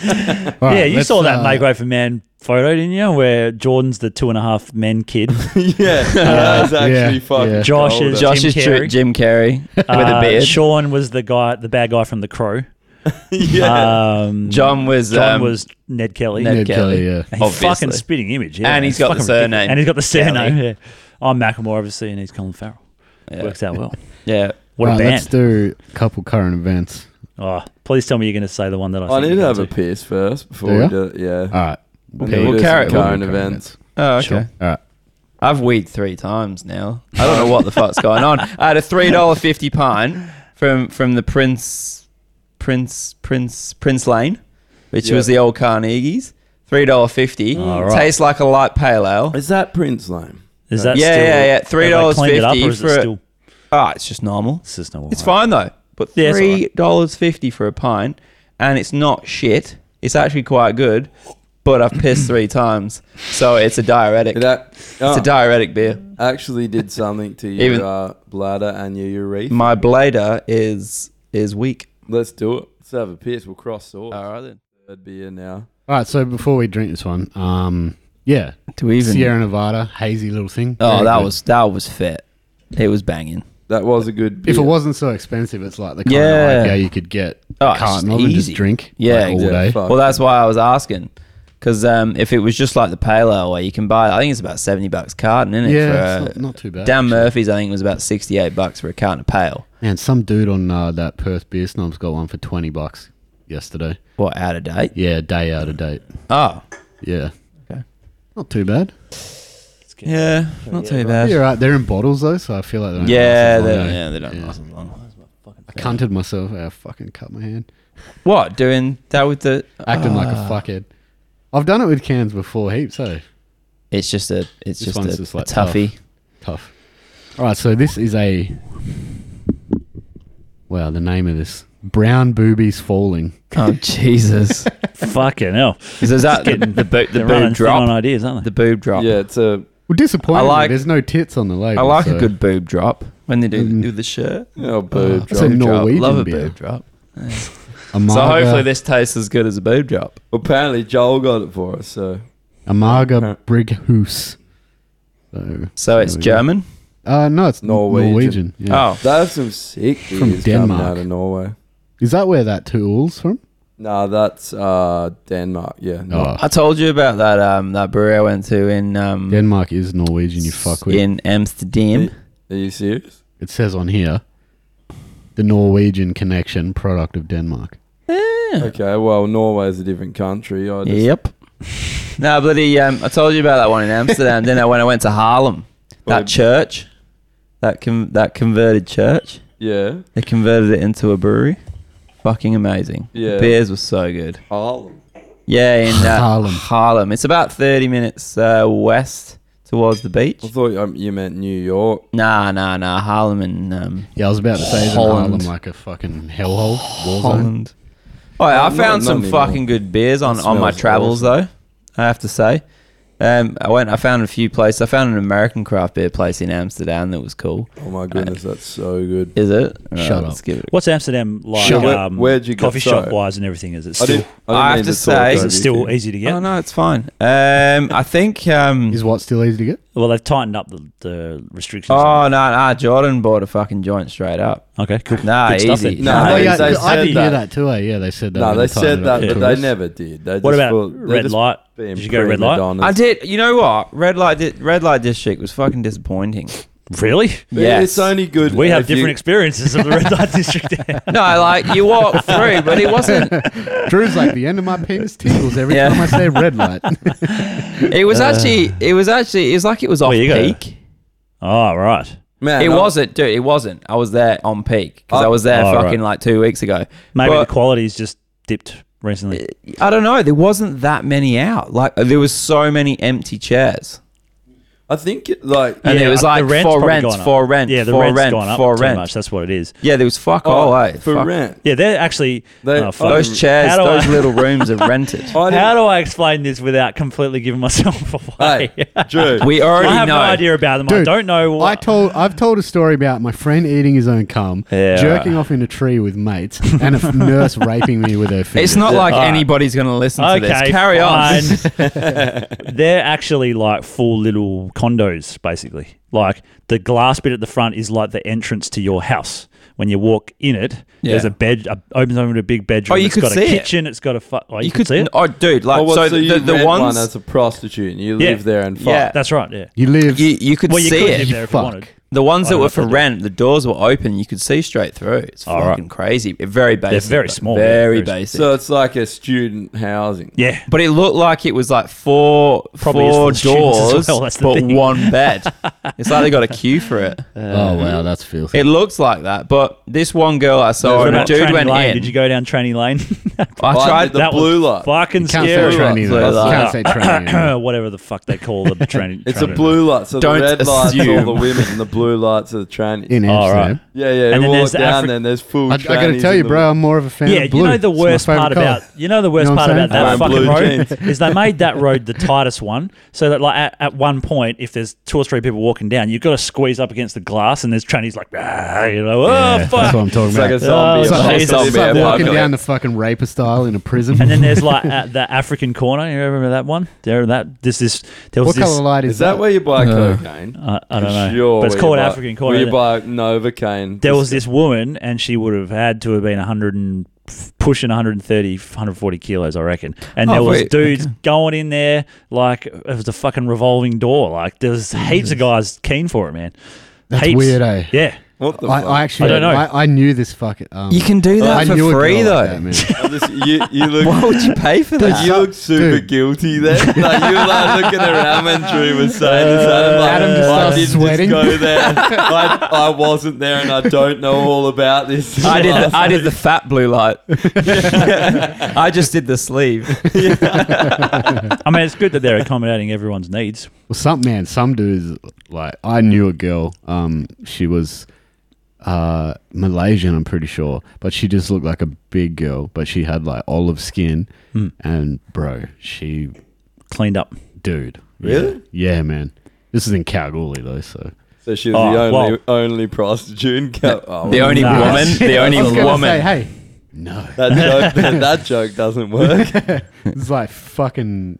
[SPEAKER 2] All
[SPEAKER 3] yeah,
[SPEAKER 2] right,
[SPEAKER 3] you
[SPEAKER 2] let's,
[SPEAKER 3] saw that
[SPEAKER 2] uh,
[SPEAKER 3] make way for man photo, didn't you? Where Jordan's the two and a half men kid.
[SPEAKER 1] yeah, that was actually
[SPEAKER 2] yeah,
[SPEAKER 1] fucking.
[SPEAKER 2] yeah.
[SPEAKER 3] Josh
[SPEAKER 1] golden.
[SPEAKER 3] is-
[SPEAKER 4] Josh
[SPEAKER 3] Jim
[SPEAKER 4] is true.
[SPEAKER 3] Carrey.
[SPEAKER 4] Jim Carrey with a
[SPEAKER 3] Uh,
[SPEAKER 4] beard.
[SPEAKER 3] Sean was the guy, the bad guy from The Crow.
[SPEAKER 1] yeah.
[SPEAKER 3] Um,
[SPEAKER 4] John was
[SPEAKER 3] John
[SPEAKER 4] um,
[SPEAKER 3] was Ned Kelly.
[SPEAKER 4] Ned
[SPEAKER 2] Ned Kelly,
[SPEAKER 4] Kelly.
[SPEAKER 2] yeah.
[SPEAKER 3] And he's
[SPEAKER 4] obviously.
[SPEAKER 3] fucking spitting image. Yeah,
[SPEAKER 4] And he's
[SPEAKER 3] It's
[SPEAKER 4] got the
[SPEAKER 3] fucking ridiculous.
[SPEAKER 4] surname,
[SPEAKER 3] And he's got the surname.
[SPEAKER 4] Kelly.
[SPEAKER 3] Yeah. I'm Macklemore, obviously, and he's Colin Farrell.
[SPEAKER 4] yeah.
[SPEAKER 3] Works out well.
[SPEAKER 4] yeah.
[SPEAKER 3] What
[SPEAKER 2] right,
[SPEAKER 3] a band!
[SPEAKER 2] Let's do a couple current events.
[SPEAKER 3] oh, please tell me you're going to say the one that I.
[SPEAKER 1] I
[SPEAKER 3] think
[SPEAKER 1] need to
[SPEAKER 3] you're
[SPEAKER 1] have
[SPEAKER 3] gonna
[SPEAKER 1] a piss first before
[SPEAKER 2] Do
[SPEAKER 1] we
[SPEAKER 2] ya?
[SPEAKER 1] do it. Yeah.
[SPEAKER 2] All right,
[SPEAKER 1] We'll
[SPEAKER 2] Pete,
[SPEAKER 1] do
[SPEAKER 4] we'll
[SPEAKER 1] some
[SPEAKER 4] carry-
[SPEAKER 1] current events.
[SPEAKER 4] Oh, okay.
[SPEAKER 3] Sure.
[SPEAKER 2] All right,
[SPEAKER 4] I've weed three times now. I don't know what the fuck's going on. I had a three dollar fifty pint from from the Prince Prince Prince Prince Lane, which
[SPEAKER 1] Yeah.
[SPEAKER 4] was the old Carnegie's. Three dollar fifty.
[SPEAKER 3] All right.
[SPEAKER 4] Tastes like a light pale ale.
[SPEAKER 1] Is that Prince name?
[SPEAKER 3] Is that
[SPEAKER 4] Yeah,
[SPEAKER 3] still,
[SPEAKER 4] yeah, yeah.
[SPEAKER 3] have they
[SPEAKER 4] $3.50
[SPEAKER 3] cleaned it up, or is
[SPEAKER 4] for
[SPEAKER 3] it
[SPEAKER 4] a-
[SPEAKER 3] still?
[SPEAKER 4] Ah, it's just normal.
[SPEAKER 3] It's just not.
[SPEAKER 4] It's fine though. But
[SPEAKER 3] Yeah, it's all
[SPEAKER 4] three dollars fifty for a pint, and it's not shit. It's actually quite good. But I've pissed three times, so it's a diuretic.
[SPEAKER 1] It ac- oh,
[SPEAKER 4] It's a diuretic beer.
[SPEAKER 1] actually did something to your
[SPEAKER 4] Even-
[SPEAKER 1] uh, bladder and your urethra.
[SPEAKER 4] My bladder is is weak.
[SPEAKER 1] Let's do it. Let's have a piss. We'll cross swords.
[SPEAKER 4] All right then.
[SPEAKER 1] Third beer now.
[SPEAKER 2] all right. So before we drink this one, um, yeah,
[SPEAKER 4] Do we even?
[SPEAKER 2] Sierra Nevada, hazy little thing.
[SPEAKER 4] Oh,
[SPEAKER 2] Very
[SPEAKER 4] that
[SPEAKER 2] good.
[SPEAKER 4] was that was fit. It was banging.
[SPEAKER 1] That was a good. Beer.
[SPEAKER 2] If it wasn't so expensive, it's like the kind
[SPEAKER 4] Yeah.
[SPEAKER 2] of IPA you could get
[SPEAKER 4] Oh,
[SPEAKER 2] a
[SPEAKER 4] it's
[SPEAKER 2] carton
[SPEAKER 4] just
[SPEAKER 2] of and just
[SPEAKER 4] easy.
[SPEAKER 2] drink
[SPEAKER 4] Yeah,
[SPEAKER 2] like, all
[SPEAKER 1] exactly.
[SPEAKER 2] day.
[SPEAKER 1] Fuck.
[SPEAKER 4] Well, that's why I was asking. Because um, if it was just like the pale ale where you can buy, I think it's about 70 bucks carton, isn't it?
[SPEAKER 2] Yeah,
[SPEAKER 4] for,
[SPEAKER 2] it's not, not too bad.
[SPEAKER 4] Dan
[SPEAKER 2] actually.
[SPEAKER 4] Murphy's, I think, was about 68 bucks for a carton of pale.
[SPEAKER 2] Man, some dude on uh, that Perth beer snobs got one for twenty bucks yesterday.
[SPEAKER 4] What, out of date?
[SPEAKER 2] Yeah, day out of date.
[SPEAKER 4] Oh.
[SPEAKER 2] Yeah.
[SPEAKER 4] Okay.
[SPEAKER 2] Not too bad.
[SPEAKER 4] Yeah, not too bad.
[SPEAKER 2] You're right. They're in bottles though, so I feel like they don't last
[SPEAKER 4] Yeah,
[SPEAKER 2] as
[SPEAKER 4] they,
[SPEAKER 2] long, eh?
[SPEAKER 4] yeah, they don't
[SPEAKER 2] Yeah.
[SPEAKER 4] last as long.
[SPEAKER 2] I cunted myself. I fucking cut my hand.
[SPEAKER 4] What, doing that with the.
[SPEAKER 2] Acting like a
[SPEAKER 4] Ah.
[SPEAKER 2] fuckhead. I've done it with cans before, heaps. eh? Hey,
[SPEAKER 4] It's just a, it's
[SPEAKER 2] This
[SPEAKER 4] just
[SPEAKER 2] one's
[SPEAKER 4] a,
[SPEAKER 2] just
[SPEAKER 4] a
[SPEAKER 2] like tough.
[SPEAKER 4] toughie.
[SPEAKER 2] tough. All right, so this is a. Wow, the name of this brown boobies falling.
[SPEAKER 4] Oh, Jesus.
[SPEAKER 3] Fucking hell.
[SPEAKER 4] So is that the,
[SPEAKER 3] getting-
[SPEAKER 4] the, boob, the
[SPEAKER 3] They're running
[SPEAKER 4] boob
[SPEAKER 3] thin on
[SPEAKER 4] drop?
[SPEAKER 3] ideas, aren't they?
[SPEAKER 4] The boob drop.
[SPEAKER 1] Yeah, it's a.
[SPEAKER 2] Well, disappointing.
[SPEAKER 4] I like-
[SPEAKER 2] There's no tits on the label.
[SPEAKER 4] I like
[SPEAKER 2] so-
[SPEAKER 4] a good boob drop when they do,
[SPEAKER 2] Mm.
[SPEAKER 4] do the shirt.
[SPEAKER 1] Oh, boob
[SPEAKER 4] Oh,
[SPEAKER 2] It's a
[SPEAKER 1] drop.
[SPEAKER 4] boob drop.
[SPEAKER 2] Norwegian
[SPEAKER 4] Love a
[SPEAKER 2] beer.
[SPEAKER 4] boob drop.
[SPEAKER 2] Amarga,
[SPEAKER 4] So hopefully this tastes as good as a boob drop.
[SPEAKER 1] Apparently Joel got it for us. So
[SPEAKER 2] Amarga Brighus. So,
[SPEAKER 4] So it's
[SPEAKER 2] There we go.
[SPEAKER 4] German.
[SPEAKER 2] uh, no, it's
[SPEAKER 1] Norwegian.
[SPEAKER 2] Norwegian. Norwegian yeah.
[SPEAKER 4] Oh,
[SPEAKER 1] that's some sick beers
[SPEAKER 2] From
[SPEAKER 1] coming
[SPEAKER 2] Denmark.
[SPEAKER 1] out of Norway.
[SPEAKER 2] Is that where that tool's from?
[SPEAKER 1] Nah, that's uh, Denmark. Yeah,
[SPEAKER 2] Oh,
[SPEAKER 4] I told you about that um that brewery I went to in um
[SPEAKER 2] Denmark is Norwegian, you fuckwit.
[SPEAKER 4] in Amsterdam.
[SPEAKER 1] Are you serious?
[SPEAKER 2] It says on here the Norwegian connection product of Denmark. Oh,
[SPEAKER 4] Yeah.
[SPEAKER 1] Okay, well, Norway's a different country. I just,
[SPEAKER 4] Yep. no, bloody um, I told you about that one in Amsterdam. then I, when I went to Harlem,
[SPEAKER 1] Well,
[SPEAKER 4] that church, that con- that converted church,
[SPEAKER 1] Yeah.
[SPEAKER 4] they converted it into a brewery. Fucking amazing. The
[SPEAKER 1] Yeah.
[SPEAKER 4] beers were so good.
[SPEAKER 1] Oh,
[SPEAKER 4] Yeah, in uh, Harlem.
[SPEAKER 2] Haarlem.
[SPEAKER 4] Harlem. It's about thirty minutes uh, west towards the beach.
[SPEAKER 1] I thought um, you meant New York.
[SPEAKER 4] Nah, nah, nah. Harlem and um,
[SPEAKER 2] Yeah, I was about to say isn't
[SPEAKER 4] Holland.
[SPEAKER 2] Harlem like a fucking hellhole war zone.
[SPEAKER 4] Holland. Oh, yeah, I
[SPEAKER 1] Not-
[SPEAKER 4] found
[SPEAKER 1] not
[SPEAKER 4] some
[SPEAKER 1] anymore.
[SPEAKER 4] fucking good beers on,
[SPEAKER 1] That
[SPEAKER 4] on my
[SPEAKER 1] smells
[SPEAKER 4] travels though. I have to say, um, I went. I found a few places. I found an American craft beer place in Amsterdam that was cool.
[SPEAKER 1] Oh my goodness, that's so good.
[SPEAKER 4] Is it?
[SPEAKER 2] Shut up.
[SPEAKER 4] Let's give it.
[SPEAKER 3] What's Amsterdam like?
[SPEAKER 2] Shut
[SPEAKER 1] up.
[SPEAKER 3] um,
[SPEAKER 1] Where'd you get
[SPEAKER 3] coffee shop
[SPEAKER 1] so?
[SPEAKER 3] wise and everything? Is it
[SPEAKER 1] I,
[SPEAKER 3] still,
[SPEAKER 1] didn't- I, didn't
[SPEAKER 4] I have
[SPEAKER 1] mean
[SPEAKER 4] to
[SPEAKER 1] talk
[SPEAKER 4] say-
[SPEAKER 1] over
[SPEAKER 3] is it still
[SPEAKER 1] you.
[SPEAKER 3] easy to get?
[SPEAKER 4] Oh no, it's fine. Um, I think. Um,
[SPEAKER 2] Is what still easy to get?
[SPEAKER 3] Well, they've tightened up the, the restrictions.
[SPEAKER 4] oh no, nah, Jordan bought a fucking joint straight up.
[SPEAKER 3] okay, cool.
[SPEAKER 4] Nah,
[SPEAKER 3] Good stuff
[SPEAKER 4] easy.
[SPEAKER 3] then.
[SPEAKER 1] No,
[SPEAKER 2] Oh,
[SPEAKER 1] Nah,
[SPEAKER 2] yeah,
[SPEAKER 1] they
[SPEAKER 2] I
[SPEAKER 1] said
[SPEAKER 2] did hear
[SPEAKER 1] that.
[SPEAKER 2] that too. Eh? Yeah, they said that.
[SPEAKER 1] No,
[SPEAKER 2] when
[SPEAKER 1] they
[SPEAKER 2] tied
[SPEAKER 1] said
[SPEAKER 2] it up
[SPEAKER 1] that, but
[SPEAKER 2] to
[SPEAKER 3] Yeah.
[SPEAKER 1] they
[SPEAKER 2] tourists.
[SPEAKER 1] never did. They
[SPEAKER 3] What
[SPEAKER 1] just
[SPEAKER 3] about
[SPEAKER 1] thought- they're
[SPEAKER 3] red
[SPEAKER 1] just
[SPEAKER 3] light?
[SPEAKER 1] being
[SPEAKER 3] Did you go red light?
[SPEAKER 1] prima donnas.
[SPEAKER 4] I did. You know what? Red light. Di- red light district was fucking disappointing.
[SPEAKER 3] Really?
[SPEAKER 1] But It's only good.
[SPEAKER 3] We have
[SPEAKER 1] if you-
[SPEAKER 3] different experiences of the red light district.
[SPEAKER 4] no, like you walk through, but it wasn't.
[SPEAKER 2] Drew's like the end of my penis tingles every
[SPEAKER 4] Yeah.
[SPEAKER 2] time I say red light.
[SPEAKER 4] It was actually. It was actually. It was like it was off
[SPEAKER 3] Uh. Where you go?
[SPEAKER 4] peak.
[SPEAKER 3] oh, right.
[SPEAKER 1] Man,
[SPEAKER 4] It
[SPEAKER 1] I-
[SPEAKER 4] wasn't, dude. It wasn't. I was there on peak because
[SPEAKER 1] Oh.
[SPEAKER 4] I was there
[SPEAKER 3] Oh,
[SPEAKER 4] fucking like two weeks ago.
[SPEAKER 3] Maybe
[SPEAKER 4] But- Uh,
[SPEAKER 3] the quality's just dipped recently.
[SPEAKER 4] I don't know. There wasn't that many out. Like there was so many empty chairs,
[SPEAKER 1] I think it, like
[SPEAKER 4] and
[SPEAKER 3] Yeah, uh,
[SPEAKER 4] it was
[SPEAKER 3] the
[SPEAKER 4] like
[SPEAKER 3] rent's
[SPEAKER 4] for
[SPEAKER 3] probably
[SPEAKER 4] rent,
[SPEAKER 3] gone up.
[SPEAKER 4] for rent,
[SPEAKER 3] Yeah, the
[SPEAKER 4] for
[SPEAKER 3] rent's
[SPEAKER 4] rent,
[SPEAKER 3] gone up
[SPEAKER 4] for
[SPEAKER 3] too
[SPEAKER 4] rent.
[SPEAKER 3] much. That's what it is.
[SPEAKER 4] Yeah, there was fuck all. eh?
[SPEAKER 1] Oh, for
[SPEAKER 4] Fuck.
[SPEAKER 1] rent.
[SPEAKER 3] Yeah, they're actually.
[SPEAKER 1] They-
[SPEAKER 3] oh, fuck.
[SPEAKER 4] Those chairs,
[SPEAKER 3] How do
[SPEAKER 4] those
[SPEAKER 3] I-
[SPEAKER 4] little rooms are rented.
[SPEAKER 1] I
[SPEAKER 3] How do I explain this without completely giving myself away?
[SPEAKER 1] didn't- Hey, Drew.
[SPEAKER 4] We already
[SPEAKER 3] I have
[SPEAKER 4] know.
[SPEAKER 3] no idea about them. I
[SPEAKER 2] Dude,
[SPEAKER 3] don't know
[SPEAKER 2] I
[SPEAKER 3] what.
[SPEAKER 2] told I've told a story about my friend eating his own cum,
[SPEAKER 3] Yeah.
[SPEAKER 2] jerking off in a tree with mates, and a nurse raping me with her fingers.
[SPEAKER 4] It's not like
[SPEAKER 3] Alright.
[SPEAKER 4] anybody's going to listen to
[SPEAKER 3] okay,
[SPEAKER 4] this. Carry on.
[SPEAKER 3] fine. they're actually like full little condos, basically. Like the glass bit at the front is like the entrance to your house. When you walk in it,
[SPEAKER 4] Yeah.
[SPEAKER 3] there's a bed, a, opens over to a big bedroom.
[SPEAKER 4] Oh, you
[SPEAKER 3] It's
[SPEAKER 4] could
[SPEAKER 3] got
[SPEAKER 4] see
[SPEAKER 3] a
[SPEAKER 4] it.
[SPEAKER 3] kitchen. It. has got a. Fu- oh, you, could, see it.
[SPEAKER 4] Oh, dude, like
[SPEAKER 1] Oh, what,
[SPEAKER 4] so,
[SPEAKER 1] so you
[SPEAKER 4] the, the
[SPEAKER 1] rent
[SPEAKER 4] ones
[SPEAKER 1] one as a prostitute and you
[SPEAKER 3] Yeah.
[SPEAKER 1] live there and fuck.
[SPEAKER 4] Yeah.
[SPEAKER 3] Oh, That's right. Yeah.
[SPEAKER 2] you live.
[SPEAKER 4] you, you could
[SPEAKER 3] Well, you
[SPEAKER 4] see
[SPEAKER 3] could
[SPEAKER 4] it.
[SPEAKER 3] live there if you
[SPEAKER 2] Fuck.
[SPEAKER 3] wanted.
[SPEAKER 4] The ones
[SPEAKER 3] I
[SPEAKER 4] that
[SPEAKER 3] don't know
[SPEAKER 4] were
[SPEAKER 3] if
[SPEAKER 4] for
[SPEAKER 3] they do.
[SPEAKER 4] rent, the doors were open. You could see straight through. It's
[SPEAKER 3] All right.
[SPEAKER 4] fucking crazy. Very basic.
[SPEAKER 3] very
[SPEAKER 4] but
[SPEAKER 3] small, yeah,
[SPEAKER 4] Very
[SPEAKER 3] very small.
[SPEAKER 4] basic.
[SPEAKER 1] So it's like a student housing.
[SPEAKER 3] Yeah.
[SPEAKER 4] but it looked like it was like four
[SPEAKER 3] Probably is
[SPEAKER 4] four
[SPEAKER 3] for the students as
[SPEAKER 4] doors,
[SPEAKER 3] well, that's the
[SPEAKER 4] but
[SPEAKER 3] thing.
[SPEAKER 4] one bed. it's like they got a queue for it.
[SPEAKER 2] oh wow, that's filthy.
[SPEAKER 4] It looks like that. But this one girl I saw,
[SPEAKER 1] What
[SPEAKER 4] and a
[SPEAKER 3] about
[SPEAKER 4] Oh, dude
[SPEAKER 3] Tranny
[SPEAKER 4] went
[SPEAKER 3] Lane?
[SPEAKER 4] in.
[SPEAKER 3] Did you go down Tranny Lane?
[SPEAKER 4] I
[SPEAKER 1] Oh,
[SPEAKER 4] tried.
[SPEAKER 1] did the
[SPEAKER 3] that
[SPEAKER 1] blue
[SPEAKER 3] was
[SPEAKER 1] light.
[SPEAKER 3] Fucking
[SPEAKER 2] You can't say
[SPEAKER 3] scary.
[SPEAKER 2] tranny though.
[SPEAKER 4] Blue
[SPEAKER 2] You can't
[SPEAKER 4] light.
[SPEAKER 2] say tranny.
[SPEAKER 3] Whatever the fuck they call the tranny.
[SPEAKER 1] It's
[SPEAKER 3] tranny.
[SPEAKER 1] a blue light, so
[SPEAKER 4] Don't
[SPEAKER 1] the red light's all
[SPEAKER 4] assume.
[SPEAKER 1] the women and the blue light's are the trannies.
[SPEAKER 2] in
[SPEAKER 3] All
[SPEAKER 2] Amsterdam.
[SPEAKER 3] right.
[SPEAKER 1] yeah, yeah.
[SPEAKER 3] And
[SPEAKER 1] And
[SPEAKER 3] then
[SPEAKER 1] walk
[SPEAKER 3] there's the
[SPEAKER 1] down
[SPEAKER 3] Afri-
[SPEAKER 1] and there's full.
[SPEAKER 2] I, I gotta
[SPEAKER 1] trannies
[SPEAKER 2] tell
[SPEAKER 1] in
[SPEAKER 2] you,
[SPEAKER 1] the-
[SPEAKER 2] bro, I'm more of a fan
[SPEAKER 3] Yeah,
[SPEAKER 2] of blue.
[SPEAKER 3] you know the
[SPEAKER 2] It's my
[SPEAKER 3] worst
[SPEAKER 2] favourite
[SPEAKER 3] part
[SPEAKER 2] colour.
[SPEAKER 3] about you know the worst
[SPEAKER 2] You know what
[SPEAKER 3] part
[SPEAKER 2] I'm
[SPEAKER 3] about
[SPEAKER 2] saying?
[SPEAKER 3] that
[SPEAKER 1] I'm
[SPEAKER 3] fucking
[SPEAKER 1] blue
[SPEAKER 3] road
[SPEAKER 1] jeans.
[SPEAKER 3] is they made that road the tightest one, so that like at, at one point, if there's two or three people walking down, you've got to squeeze up against the glass, and there's trannies like, ah, you know, oh
[SPEAKER 2] Yeah, That's what
[SPEAKER 3] fuck,
[SPEAKER 2] I'm talking
[SPEAKER 1] It's
[SPEAKER 2] about.
[SPEAKER 1] like a zombie.
[SPEAKER 2] it's
[SPEAKER 3] Oh,
[SPEAKER 1] apocalypse.
[SPEAKER 3] Jesus. It's
[SPEAKER 2] like
[SPEAKER 1] Zombie
[SPEAKER 2] walking
[SPEAKER 1] apocalypse.
[SPEAKER 2] down the fucking rapist style in a prison.
[SPEAKER 3] and then there's like at the African corner. You remember that one? There, that this this there
[SPEAKER 2] what
[SPEAKER 3] was this. uh,
[SPEAKER 2] color light is, Uh,
[SPEAKER 1] Is that where you buy cocaine?
[SPEAKER 3] I- I don't know,
[SPEAKER 1] Sure
[SPEAKER 3] but it's
[SPEAKER 1] we
[SPEAKER 3] called
[SPEAKER 1] buy-
[SPEAKER 3] African corn.
[SPEAKER 1] Will you buy Novocaine?
[SPEAKER 3] there was this woman, and she would have had to have been 100 and f- pushing 130, 140 kilos, I reckon. And
[SPEAKER 4] Oh,
[SPEAKER 3] there was
[SPEAKER 4] wait,
[SPEAKER 3] dudes going in there like it was a fucking revolving door. Like there's heaps of guys keen for it, man.
[SPEAKER 2] That's
[SPEAKER 3] heaps.
[SPEAKER 2] weird, eh?
[SPEAKER 3] Yeah,
[SPEAKER 1] What the
[SPEAKER 2] I,
[SPEAKER 1] fuck?
[SPEAKER 2] I actually,
[SPEAKER 3] I don't know.
[SPEAKER 2] I, I knew this fucking. Um,
[SPEAKER 4] You can do
[SPEAKER 2] I knew
[SPEAKER 4] that
[SPEAKER 2] a
[SPEAKER 4] for
[SPEAKER 2] girl
[SPEAKER 4] free
[SPEAKER 2] like
[SPEAKER 4] though.
[SPEAKER 2] that, man.
[SPEAKER 1] I just, you, you look.
[SPEAKER 4] Why would you pay for
[SPEAKER 1] Dude,
[SPEAKER 4] that?
[SPEAKER 1] you look super
[SPEAKER 2] Dude.
[SPEAKER 1] guilty then. Like you were like looking around when Drew was saying this. Adam, like,
[SPEAKER 2] Uh, Adam just
[SPEAKER 1] "Why
[SPEAKER 2] starts
[SPEAKER 1] didn't this
[SPEAKER 2] sweating."
[SPEAKER 1] go there. I, I wasn't there, and I don't know all about this.
[SPEAKER 4] I did. The, I did the fat blue light. I just did the sleeve.
[SPEAKER 3] I mean it's good that they're accommodating everyone's needs.
[SPEAKER 2] Well, some man, some dudes like I knew a girl. Um, she was uh Malaysian, I'm pretty sure, but she just looked like a big girl, but she had like olive skin,
[SPEAKER 4] Hmm.
[SPEAKER 3] Mm.
[SPEAKER 2] and bro, she
[SPEAKER 3] Cleaned up.
[SPEAKER 2] dude,
[SPEAKER 1] Really?
[SPEAKER 2] yeah, yeah, man. This is in Kalgoorlie though, so
[SPEAKER 1] So she was
[SPEAKER 3] Oh,
[SPEAKER 1] the only
[SPEAKER 3] well.
[SPEAKER 1] only prostitute. In Cal- oh,
[SPEAKER 4] The only
[SPEAKER 3] Nah.
[SPEAKER 4] woman. The
[SPEAKER 2] I
[SPEAKER 4] only
[SPEAKER 2] was gonna
[SPEAKER 4] woman.
[SPEAKER 2] Say, hey, no,
[SPEAKER 1] that joke. That, that joke doesn't work.
[SPEAKER 2] it's like fucking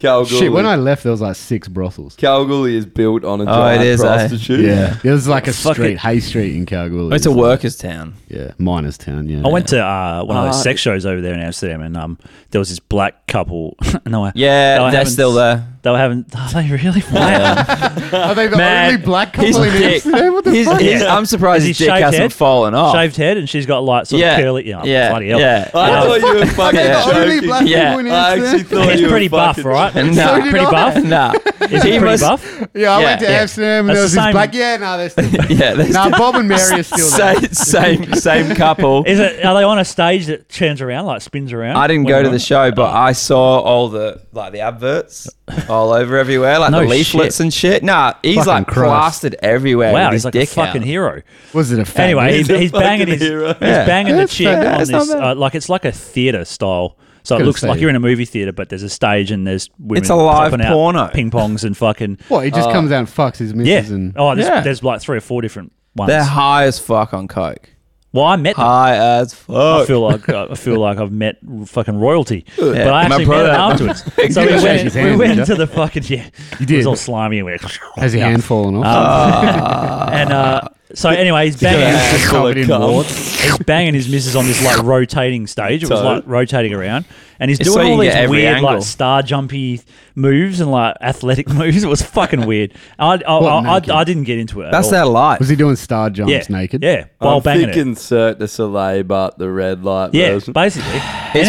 [SPEAKER 1] Calgary.
[SPEAKER 2] shit. When I left, there was like six brothels.
[SPEAKER 1] Calgary is built on a
[SPEAKER 4] Oh,
[SPEAKER 1] giant
[SPEAKER 4] it is, eh?
[SPEAKER 1] prostitute.
[SPEAKER 2] it was like a
[SPEAKER 3] Fuck
[SPEAKER 2] street,
[SPEAKER 3] it.
[SPEAKER 2] Hay Street in Kalgoorlie.
[SPEAKER 4] Oh, It's a
[SPEAKER 2] like-
[SPEAKER 4] workers' town.
[SPEAKER 2] yeah, miners town. Yeah,
[SPEAKER 3] I went to uh, one of
[SPEAKER 1] Ah.
[SPEAKER 3] those sex shows over there in Amsterdam, and um, there was this black couple. no, I-
[SPEAKER 4] Yeah,
[SPEAKER 3] No, I
[SPEAKER 4] they're
[SPEAKER 3] haven't
[SPEAKER 4] still there.
[SPEAKER 3] they were having. Are they really? Wow.
[SPEAKER 2] Are they the
[SPEAKER 3] Man,
[SPEAKER 2] only black
[SPEAKER 4] His
[SPEAKER 2] couple in
[SPEAKER 4] dick.
[SPEAKER 2] Amsterdam? What the
[SPEAKER 4] his-
[SPEAKER 2] fuck?
[SPEAKER 4] his-
[SPEAKER 3] Yeah.
[SPEAKER 4] I'm surprised
[SPEAKER 3] Is
[SPEAKER 4] his
[SPEAKER 3] he
[SPEAKER 4] dick
[SPEAKER 3] shaved
[SPEAKER 4] hasn't
[SPEAKER 3] head?
[SPEAKER 4] fallen off.
[SPEAKER 3] Shaved head, and she's got like sort
[SPEAKER 4] Oh. yeah.
[SPEAKER 3] of curly. Yeah,
[SPEAKER 4] yeah.
[SPEAKER 3] bloody hell.
[SPEAKER 4] Yeah.
[SPEAKER 1] I
[SPEAKER 4] Yeah.
[SPEAKER 1] thought you were fucking
[SPEAKER 4] Yeah.
[SPEAKER 2] the only
[SPEAKER 1] joking.
[SPEAKER 2] black people
[SPEAKER 4] Yeah.
[SPEAKER 2] in
[SPEAKER 1] I actually
[SPEAKER 2] Amsterdam?
[SPEAKER 1] thought
[SPEAKER 3] He's
[SPEAKER 1] you were
[SPEAKER 3] pretty buff,
[SPEAKER 1] fucking-
[SPEAKER 3] right?
[SPEAKER 4] And
[SPEAKER 2] So
[SPEAKER 4] nah.
[SPEAKER 2] did
[SPEAKER 3] pretty
[SPEAKER 2] I.
[SPEAKER 3] buff.
[SPEAKER 4] Nah.
[SPEAKER 3] Is he,
[SPEAKER 4] He
[SPEAKER 3] pretty
[SPEAKER 4] must-
[SPEAKER 3] buff?
[SPEAKER 2] Yeah, I went
[SPEAKER 4] Yeah.
[SPEAKER 2] to
[SPEAKER 4] Yeah.
[SPEAKER 2] Amsterdam and there
[SPEAKER 3] That's the
[SPEAKER 2] was this
[SPEAKER 3] same-
[SPEAKER 2] black. Yeah, no, they're still.
[SPEAKER 4] Yeah. they're
[SPEAKER 2] nah,
[SPEAKER 4] still-
[SPEAKER 2] Bob and Mary are still there.
[SPEAKER 4] same, same, same couple.
[SPEAKER 3] Is it? Are they on a stage that turns around, like spins around?
[SPEAKER 4] I didn't
[SPEAKER 3] when
[SPEAKER 4] go
[SPEAKER 3] they're
[SPEAKER 4] to
[SPEAKER 3] on
[SPEAKER 4] the
[SPEAKER 3] it?
[SPEAKER 4] show, but I saw all the like the adverts all over everywhere, like
[SPEAKER 3] No
[SPEAKER 4] the leaflets
[SPEAKER 3] shit.
[SPEAKER 4] and shit. Nah, he's
[SPEAKER 2] Fucking
[SPEAKER 4] like
[SPEAKER 2] Christ.
[SPEAKER 4] plastered everywhere.
[SPEAKER 3] Wow,
[SPEAKER 4] with
[SPEAKER 3] he's
[SPEAKER 4] his
[SPEAKER 3] like a
[SPEAKER 4] dick
[SPEAKER 3] fucking
[SPEAKER 4] out.
[SPEAKER 3] hero.
[SPEAKER 2] Was it a fat?
[SPEAKER 3] Anyway, he's,
[SPEAKER 1] a
[SPEAKER 3] he's banging
[SPEAKER 1] fucking
[SPEAKER 3] his
[SPEAKER 1] hero.
[SPEAKER 3] he's
[SPEAKER 4] Yeah.
[SPEAKER 3] banging the
[SPEAKER 2] That's
[SPEAKER 3] chick
[SPEAKER 2] fair.
[SPEAKER 3] on
[SPEAKER 4] That's not
[SPEAKER 3] this
[SPEAKER 4] bad.
[SPEAKER 3] uh, like it's like a theater style. So it
[SPEAKER 2] Gonna
[SPEAKER 3] looks
[SPEAKER 2] say.
[SPEAKER 3] like you're in a movie theater, but there's a stage and there's women.
[SPEAKER 4] It's a live
[SPEAKER 3] popping out
[SPEAKER 4] porno.
[SPEAKER 3] Ping pongs and fucking
[SPEAKER 2] what? He just comes out and fucks his
[SPEAKER 3] yeah.
[SPEAKER 2] missus and.
[SPEAKER 3] Oh, there's,
[SPEAKER 4] Yeah.
[SPEAKER 3] there's like three or four different ones.
[SPEAKER 4] They're high as fuck on coke.
[SPEAKER 3] well, I met. Them.
[SPEAKER 4] High as
[SPEAKER 3] I
[SPEAKER 4] fuck.
[SPEAKER 3] feel like uh, I feel like I've met fucking royalty, but
[SPEAKER 4] My
[SPEAKER 3] I actually met
[SPEAKER 4] brother-
[SPEAKER 3] him afterwards. So
[SPEAKER 2] You
[SPEAKER 3] we
[SPEAKER 2] shook his
[SPEAKER 3] went, we
[SPEAKER 2] hand, did
[SPEAKER 3] went
[SPEAKER 2] ya?
[SPEAKER 3] to the fucking yeah.
[SPEAKER 2] You
[SPEAKER 3] It was
[SPEAKER 2] did.
[SPEAKER 3] all slimy and we're
[SPEAKER 2] Has your hand fallen off?
[SPEAKER 3] Um,
[SPEAKER 4] Ah.
[SPEAKER 3] and uh, so anyway, he's banging.
[SPEAKER 1] Asshole
[SPEAKER 2] covered in
[SPEAKER 1] cum.
[SPEAKER 2] warts.
[SPEAKER 3] he's banging his missus on this like rotating stage. It was
[SPEAKER 1] So-
[SPEAKER 3] like rotating around, and he's
[SPEAKER 4] It's so
[SPEAKER 3] doing
[SPEAKER 4] you
[SPEAKER 3] all
[SPEAKER 4] can
[SPEAKER 3] these
[SPEAKER 4] get every
[SPEAKER 3] weird
[SPEAKER 4] angle.
[SPEAKER 3] like star jumpy moves and like athletic moves. It was fucking weird. I I,
[SPEAKER 2] What
[SPEAKER 3] I,
[SPEAKER 2] naked?
[SPEAKER 3] I, I didn't get into it. at
[SPEAKER 4] That's
[SPEAKER 3] all.
[SPEAKER 4] their life.
[SPEAKER 2] Was he doing star jumps
[SPEAKER 3] Yeah,
[SPEAKER 2] naked?
[SPEAKER 3] Yeah, while
[SPEAKER 1] I'm
[SPEAKER 3] banging it.
[SPEAKER 1] thinking Cirque du Soleil, but the red light
[SPEAKER 3] Yeah,
[SPEAKER 1] version.
[SPEAKER 3] basically.
[SPEAKER 4] It's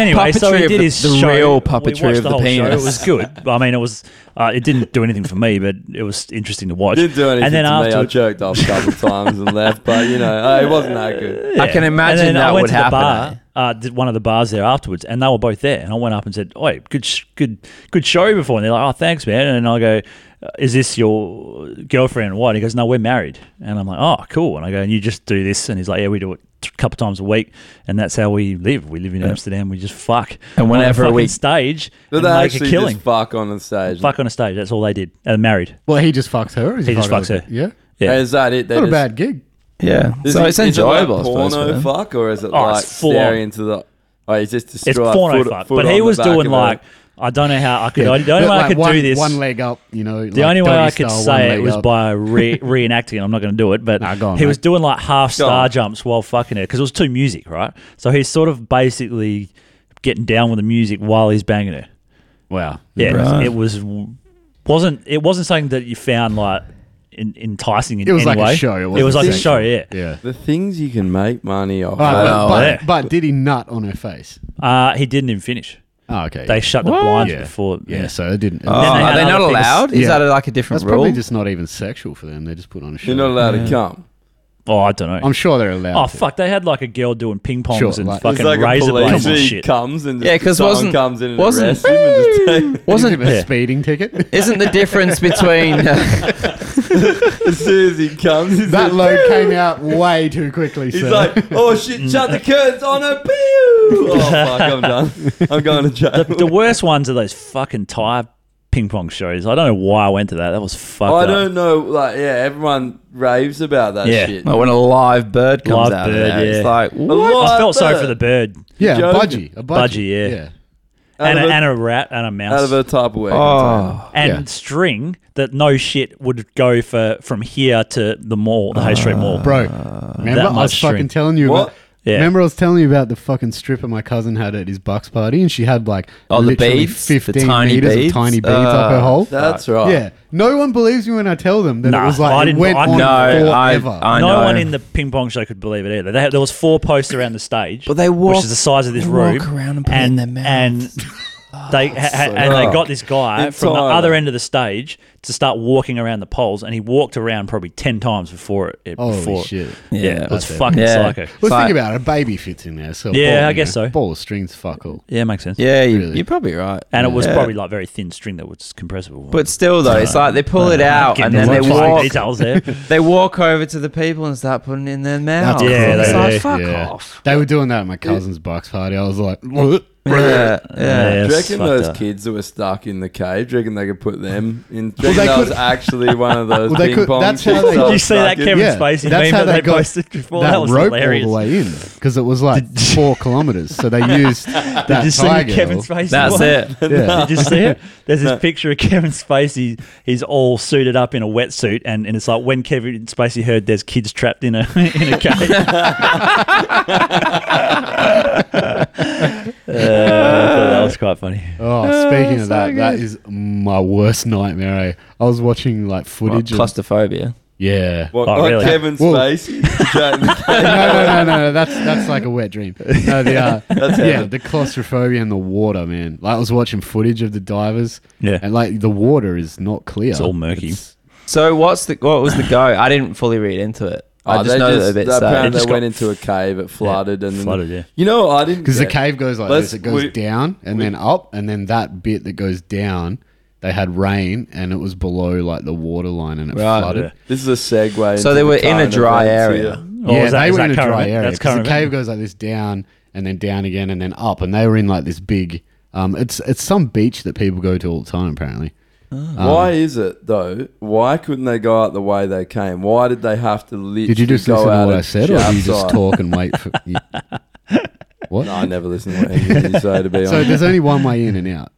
[SPEAKER 3] and anyway, so
[SPEAKER 4] puppetry
[SPEAKER 3] he
[SPEAKER 4] of
[SPEAKER 3] did
[SPEAKER 4] the-
[SPEAKER 3] his
[SPEAKER 4] the
[SPEAKER 3] show.
[SPEAKER 4] real
[SPEAKER 3] We
[SPEAKER 4] puppetry
[SPEAKER 3] watched
[SPEAKER 4] of the
[SPEAKER 3] whole show.
[SPEAKER 4] penis.
[SPEAKER 3] It was good. I mean, it was. Uh, it didn't do anything for me, but it was interesting to watch.
[SPEAKER 1] Didn't do anything
[SPEAKER 3] And then
[SPEAKER 1] to
[SPEAKER 3] after,
[SPEAKER 1] me. I jerked off a couple times and left, but you know, uh, it wasn't that good.
[SPEAKER 4] I can imagine
[SPEAKER 3] and then
[SPEAKER 4] that
[SPEAKER 3] I went
[SPEAKER 4] would
[SPEAKER 3] to
[SPEAKER 4] happen,
[SPEAKER 3] The
[SPEAKER 4] eh?
[SPEAKER 3] bar, uh, did one of the bars there afterwards, and they were both there. And I went up and said, "Oi, good, sh- good, good show before." And they're like, "Oh, thanks, man." And I go, "Uh, "Is this your girlfriend?" or What? And he goes, "No, we're married." And I'm like, "Oh, cool." And I go, "And you just do this?" And he's like, "Yeah, we do it." A couple times a week, and that's how we live. We live in Amsterdam. We just fuck.
[SPEAKER 4] And whenever
[SPEAKER 3] on a
[SPEAKER 4] we-
[SPEAKER 3] fucking stage,
[SPEAKER 1] But
[SPEAKER 3] and
[SPEAKER 1] they
[SPEAKER 3] make a
[SPEAKER 1] actually
[SPEAKER 3] killing.
[SPEAKER 1] just fuck on the stage.
[SPEAKER 3] Fuck on a stage. That's all they did. And married.
[SPEAKER 2] Well, he just fucks her. or is
[SPEAKER 3] He just
[SPEAKER 2] fucking-
[SPEAKER 3] fucks her.
[SPEAKER 2] Yeah.
[SPEAKER 3] Yeah.
[SPEAKER 1] Is that it? They
[SPEAKER 2] Not a
[SPEAKER 1] just-
[SPEAKER 2] bad gig.
[SPEAKER 4] yeah.
[SPEAKER 1] Is
[SPEAKER 4] so
[SPEAKER 1] it- is
[SPEAKER 4] it's
[SPEAKER 1] it like
[SPEAKER 4] enjoyable, I suppose. for
[SPEAKER 1] porno
[SPEAKER 4] them.
[SPEAKER 1] fuck, or is it
[SPEAKER 3] Oh,
[SPEAKER 1] like
[SPEAKER 3] it's full
[SPEAKER 1] staring
[SPEAKER 3] on.
[SPEAKER 1] into the? Oh, he's just
[SPEAKER 3] It's
[SPEAKER 1] destroyed.
[SPEAKER 3] porno
[SPEAKER 1] foot,
[SPEAKER 3] fuck.
[SPEAKER 1] foot
[SPEAKER 3] But
[SPEAKER 1] on
[SPEAKER 3] he
[SPEAKER 1] the
[SPEAKER 3] was
[SPEAKER 1] back of
[SPEAKER 3] doing
[SPEAKER 1] it.
[SPEAKER 3] like I don't know how I could.
[SPEAKER 2] Yeah.
[SPEAKER 3] I don't know
[SPEAKER 2] But
[SPEAKER 3] how I
[SPEAKER 2] like
[SPEAKER 3] could
[SPEAKER 2] one,
[SPEAKER 3] do this.
[SPEAKER 2] One leg up, you know.
[SPEAKER 3] The only way I could say it was by re- reenacting. I'm not going to do it, but
[SPEAKER 2] Nah, go on,
[SPEAKER 3] he was
[SPEAKER 2] mate.
[SPEAKER 3] doing like half
[SPEAKER 1] Go
[SPEAKER 3] star
[SPEAKER 1] on.
[SPEAKER 3] jumps while fucking her because it was to music, right? So he's sort of basically getting down with the music while he's banging her.
[SPEAKER 2] wow.
[SPEAKER 3] Yeah,
[SPEAKER 4] Right.
[SPEAKER 3] it was wasn't it wasn't something that you found like en- enticing in
[SPEAKER 2] It was
[SPEAKER 3] any
[SPEAKER 2] like a
[SPEAKER 3] way.
[SPEAKER 2] show, it
[SPEAKER 3] It
[SPEAKER 2] wasn't
[SPEAKER 3] was like a
[SPEAKER 2] sexual.
[SPEAKER 3] show. Yeah.
[SPEAKER 2] Yeah.
[SPEAKER 1] The things you can make money off.
[SPEAKER 2] Alright,
[SPEAKER 1] eh?
[SPEAKER 2] but,
[SPEAKER 4] Wow.
[SPEAKER 2] but,
[SPEAKER 3] Yeah.
[SPEAKER 2] but did he nut on her face?
[SPEAKER 3] Uh, he didn't even finish.
[SPEAKER 2] Oh, okay.
[SPEAKER 3] They shut the blinds
[SPEAKER 2] Yeah.
[SPEAKER 3] before.
[SPEAKER 2] yeah, so it didn't.
[SPEAKER 4] Oh,
[SPEAKER 3] they
[SPEAKER 4] are
[SPEAKER 3] had
[SPEAKER 4] they
[SPEAKER 3] other
[SPEAKER 4] not
[SPEAKER 3] things-
[SPEAKER 4] allowed? Is
[SPEAKER 2] Yeah.
[SPEAKER 4] that like a different
[SPEAKER 2] That's
[SPEAKER 4] rule?
[SPEAKER 2] probably just not even sexual for them. They just put on a show.
[SPEAKER 1] You're not allowed to come.
[SPEAKER 3] Oh, I don't know.
[SPEAKER 2] I'm sure they're allowed.
[SPEAKER 3] oh
[SPEAKER 2] to.
[SPEAKER 3] fuck! They had like a girl doing ping pongs
[SPEAKER 2] Sure,
[SPEAKER 3] and
[SPEAKER 2] like-
[SPEAKER 1] It's
[SPEAKER 3] fucking
[SPEAKER 1] like a
[SPEAKER 3] razor blades
[SPEAKER 1] police
[SPEAKER 3] and
[SPEAKER 1] he
[SPEAKER 3] shit.
[SPEAKER 1] comes and
[SPEAKER 4] Yeah,
[SPEAKER 1] just
[SPEAKER 4] 'cause
[SPEAKER 1] someone
[SPEAKER 4] wasn't-
[SPEAKER 1] comes in and
[SPEAKER 4] wasn't-
[SPEAKER 1] arrests him and just
[SPEAKER 2] Wasn't
[SPEAKER 4] Wasn't
[SPEAKER 2] it a
[SPEAKER 3] Yeah.
[SPEAKER 2] speeding ticket?
[SPEAKER 4] isn't the difference between uh,
[SPEAKER 1] take, as soon as he comes, he's
[SPEAKER 2] that
[SPEAKER 1] like,
[SPEAKER 2] load came out way too quickly.
[SPEAKER 1] He's
[SPEAKER 2] sir.
[SPEAKER 1] like, oh shit, shut the curtains on a pew. Oh fuck, I'm done. I'm going to jail.
[SPEAKER 3] the worst ones are those fucking Thai ping pong shows. I don't know why I went to that. That was fucked
[SPEAKER 1] I
[SPEAKER 3] up.
[SPEAKER 1] don't know. Like, yeah, everyone raves about that
[SPEAKER 3] Yeah.
[SPEAKER 1] shit.
[SPEAKER 4] like, when a live bird comes
[SPEAKER 3] Live
[SPEAKER 4] out? of
[SPEAKER 3] bird,
[SPEAKER 4] there, It's
[SPEAKER 3] yeah.
[SPEAKER 4] like
[SPEAKER 1] A
[SPEAKER 4] what?
[SPEAKER 1] lot
[SPEAKER 3] I felt sorry
[SPEAKER 1] of-
[SPEAKER 3] for the bird.
[SPEAKER 2] yeah, a
[SPEAKER 1] Joke.
[SPEAKER 2] budgie, a budgie,
[SPEAKER 3] Budgie, yeah.
[SPEAKER 1] Out
[SPEAKER 3] and,
[SPEAKER 1] of
[SPEAKER 3] a,
[SPEAKER 1] a-
[SPEAKER 3] and a rat and a mouse
[SPEAKER 1] out of a Tupperware container.
[SPEAKER 4] Oh,
[SPEAKER 3] and
[SPEAKER 2] Yeah.
[SPEAKER 3] string that no shit would go for from here to the mall, the Hay Street Mall.
[SPEAKER 2] Bro, remember I was
[SPEAKER 3] much
[SPEAKER 2] fucking
[SPEAKER 3] shrink.
[SPEAKER 2] telling you
[SPEAKER 1] What?
[SPEAKER 2] about.
[SPEAKER 3] Yeah.
[SPEAKER 2] Remember I was telling you about the fucking stripper my cousin had at his bucks party, and she had like
[SPEAKER 4] Oh, the
[SPEAKER 2] literally
[SPEAKER 4] beads? The
[SPEAKER 2] fifteen
[SPEAKER 4] tiny
[SPEAKER 2] meters
[SPEAKER 4] beads?
[SPEAKER 2] of tiny beads up her
[SPEAKER 4] Uh,
[SPEAKER 2] hole.
[SPEAKER 1] That's right.
[SPEAKER 2] Yeah, no one believes me when I tell them that
[SPEAKER 3] Nah,
[SPEAKER 2] it was like
[SPEAKER 3] I
[SPEAKER 2] it
[SPEAKER 3] didn't-
[SPEAKER 2] went
[SPEAKER 3] I
[SPEAKER 2] on
[SPEAKER 3] didn't-
[SPEAKER 4] No, I-
[SPEAKER 2] forever.
[SPEAKER 4] I
[SPEAKER 3] no
[SPEAKER 4] know.
[SPEAKER 3] one in the ping pong show could believe it either. They had, there was four posts around the stage,
[SPEAKER 4] But they walk-
[SPEAKER 3] which is the size of this
[SPEAKER 4] they
[SPEAKER 3] room,
[SPEAKER 4] walk around and put it in their mouths.
[SPEAKER 3] and they ha- ha- and they
[SPEAKER 1] rough.
[SPEAKER 3] got this guy
[SPEAKER 1] In
[SPEAKER 3] from the
[SPEAKER 1] Thailand.
[SPEAKER 3] other end of the stage to start walking around the poles, and he walked around probably ten times before it. it
[SPEAKER 2] Holy
[SPEAKER 3] before.
[SPEAKER 2] shit!
[SPEAKER 4] Yeah,
[SPEAKER 3] it was
[SPEAKER 2] that's it.
[SPEAKER 3] fucking
[SPEAKER 4] Yeah.
[SPEAKER 3] psycho.
[SPEAKER 2] Well,
[SPEAKER 4] Fi-
[SPEAKER 2] think about it. A baby fits in there, so a
[SPEAKER 3] Yeah,
[SPEAKER 2] ball,
[SPEAKER 3] I
[SPEAKER 2] you
[SPEAKER 3] guess
[SPEAKER 2] know,
[SPEAKER 3] so.
[SPEAKER 2] Ball of strings, fuck all.
[SPEAKER 3] Yeah, makes sense.
[SPEAKER 4] yeah, you,
[SPEAKER 2] Really?
[SPEAKER 4] you're probably right.
[SPEAKER 3] And it was
[SPEAKER 4] Yeah.
[SPEAKER 3] probably like very thin string that was compressible. Uh,
[SPEAKER 4] But still, though, it's like they pull it out and
[SPEAKER 3] Getting
[SPEAKER 4] then they
[SPEAKER 3] into lots of
[SPEAKER 4] walk.
[SPEAKER 3] details there.
[SPEAKER 4] They walk over to the people and start putting it in their mouth.
[SPEAKER 3] cool. Yeah,
[SPEAKER 4] it's
[SPEAKER 3] they
[SPEAKER 4] like
[SPEAKER 3] do.
[SPEAKER 4] fuck
[SPEAKER 2] Yeah.
[SPEAKER 4] off.
[SPEAKER 2] They were doing that at my cousin's box party. I was like, "What?"
[SPEAKER 4] Yeah, yeah.
[SPEAKER 1] Do
[SPEAKER 3] Yeah.
[SPEAKER 1] you
[SPEAKER 3] Yes,
[SPEAKER 1] reckon
[SPEAKER 3] fuck
[SPEAKER 1] those
[SPEAKER 3] that.
[SPEAKER 1] kids that were stuck in the cave, do you reckon they could put them in? Do you reckon
[SPEAKER 2] they
[SPEAKER 1] that
[SPEAKER 2] could-
[SPEAKER 1] was actually one of those
[SPEAKER 2] Well, they
[SPEAKER 1] ping
[SPEAKER 2] could-
[SPEAKER 1] pong
[SPEAKER 2] that's how
[SPEAKER 1] chicks
[SPEAKER 2] they-
[SPEAKER 1] that
[SPEAKER 3] Did
[SPEAKER 1] were
[SPEAKER 3] you see that
[SPEAKER 1] stuck in?
[SPEAKER 3] Kevin
[SPEAKER 2] Yeah,
[SPEAKER 3] Spacey
[SPEAKER 2] that's
[SPEAKER 3] meme
[SPEAKER 2] how
[SPEAKER 3] that
[SPEAKER 2] they
[SPEAKER 3] they
[SPEAKER 2] got
[SPEAKER 3] posted before? That,
[SPEAKER 2] that,
[SPEAKER 3] was
[SPEAKER 2] rope
[SPEAKER 3] hilarious.
[SPEAKER 2] all the way in because it was like four kilometers. So they used that
[SPEAKER 3] Did you see
[SPEAKER 2] tiger.
[SPEAKER 3] Kevin Spacey?
[SPEAKER 4] That's
[SPEAKER 3] one?
[SPEAKER 4] it.
[SPEAKER 2] Yeah.
[SPEAKER 3] Did you see it? There's this picture of Kevin Spacey. He's all suited up in a wetsuit, and, and it's like when Kevin Spacey heard there's kids trapped in a in a cage. Uh, I thought that was quite funny.
[SPEAKER 2] Oh, speaking of
[SPEAKER 4] so
[SPEAKER 2] that, that
[SPEAKER 4] good.
[SPEAKER 2] is my worst nightmare. eh? I was watching like footage. of,
[SPEAKER 4] Claustrophobia.
[SPEAKER 2] yeah.
[SPEAKER 1] What,
[SPEAKER 3] Oh,
[SPEAKER 1] like
[SPEAKER 3] really?
[SPEAKER 1] Kevin
[SPEAKER 2] Whoa.
[SPEAKER 1] Spacey? Jack McCain?
[SPEAKER 2] no, no, no, no, no. That's that's like a wet dream. No, the uh, yeah,
[SPEAKER 1] heaven.
[SPEAKER 2] the claustrophobia and the water, man. Like I was watching footage of the divers,
[SPEAKER 3] Yeah.
[SPEAKER 2] and like the water is not clear.
[SPEAKER 3] It's all murky.
[SPEAKER 2] It's-
[SPEAKER 4] So what's the what was the go? I didn't fully read into it. I
[SPEAKER 1] Oh,
[SPEAKER 4] just
[SPEAKER 1] they
[SPEAKER 4] know
[SPEAKER 1] just-
[SPEAKER 4] that a bit
[SPEAKER 1] they apparently
[SPEAKER 4] sad.
[SPEAKER 3] It just
[SPEAKER 1] they went
[SPEAKER 3] got-
[SPEAKER 1] into a cave, it flooded, and then
[SPEAKER 3] flooded, yeah.
[SPEAKER 1] You know, I didn't
[SPEAKER 2] Because the
[SPEAKER 1] get-
[SPEAKER 2] cave goes like
[SPEAKER 1] Let's-
[SPEAKER 2] this. It goes
[SPEAKER 1] we-
[SPEAKER 2] down and
[SPEAKER 1] we-
[SPEAKER 2] then up, and then that bit that goes down, they had rain and it was below like the water line and it
[SPEAKER 4] Right,
[SPEAKER 2] flooded.
[SPEAKER 3] yeah.
[SPEAKER 1] This is a segue.
[SPEAKER 4] So
[SPEAKER 1] into
[SPEAKER 4] they were
[SPEAKER 1] the
[SPEAKER 4] in a
[SPEAKER 1] current
[SPEAKER 4] dry
[SPEAKER 1] events
[SPEAKER 4] area.
[SPEAKER 1] here.
[SPEAKER 3] Oh,
[SPEAKER 2] yeah,
[SPEAKER 3] is that-
[SPEAKER 2] they
[SPEAKER 3] is
[SPEAKER 2] were
[SPEAKER 3] that
[SPEAKER 2] in a
[SPEAKER 3] current
[SPEAKER 2] dry
[SPEAKER 3] event?
[SPEAKER 2] area. 'cause
[SPEAKER 3] That's
[SPEAKER 2] the
[SPEAKER 3] current
[SPEAKER 2] cave
[SPEAKER 3] event.
[SPEAKER 2] goes like this down and then down again and then up, and they were in like this big. Um, it's it's some beach that people go to all the time apparently.
[SPEAKER 4] Ah.
[SPEAKER 1] Why is it though? Why couldn't they go out the way they came? Why did they have to literally
[SPEAKER 2] Did you just
[SPEAKER 1] go
[SPEAKER 2] listen to
[SPEAKER 1] out
[SPEAKER 2] what
[SPEAKER 1] and
[SPEAKER 2] I said, or did you just
[SPEAKER 1] outside?
[SPEAKER 2] talk and wait for? You... What?
[SPEAKER 1] No, I never listened to what anything you say. To be
[SPEAKER 2] so
[SPEAKER 1] honest,
[SPEAKER 2] there's only one way in and out.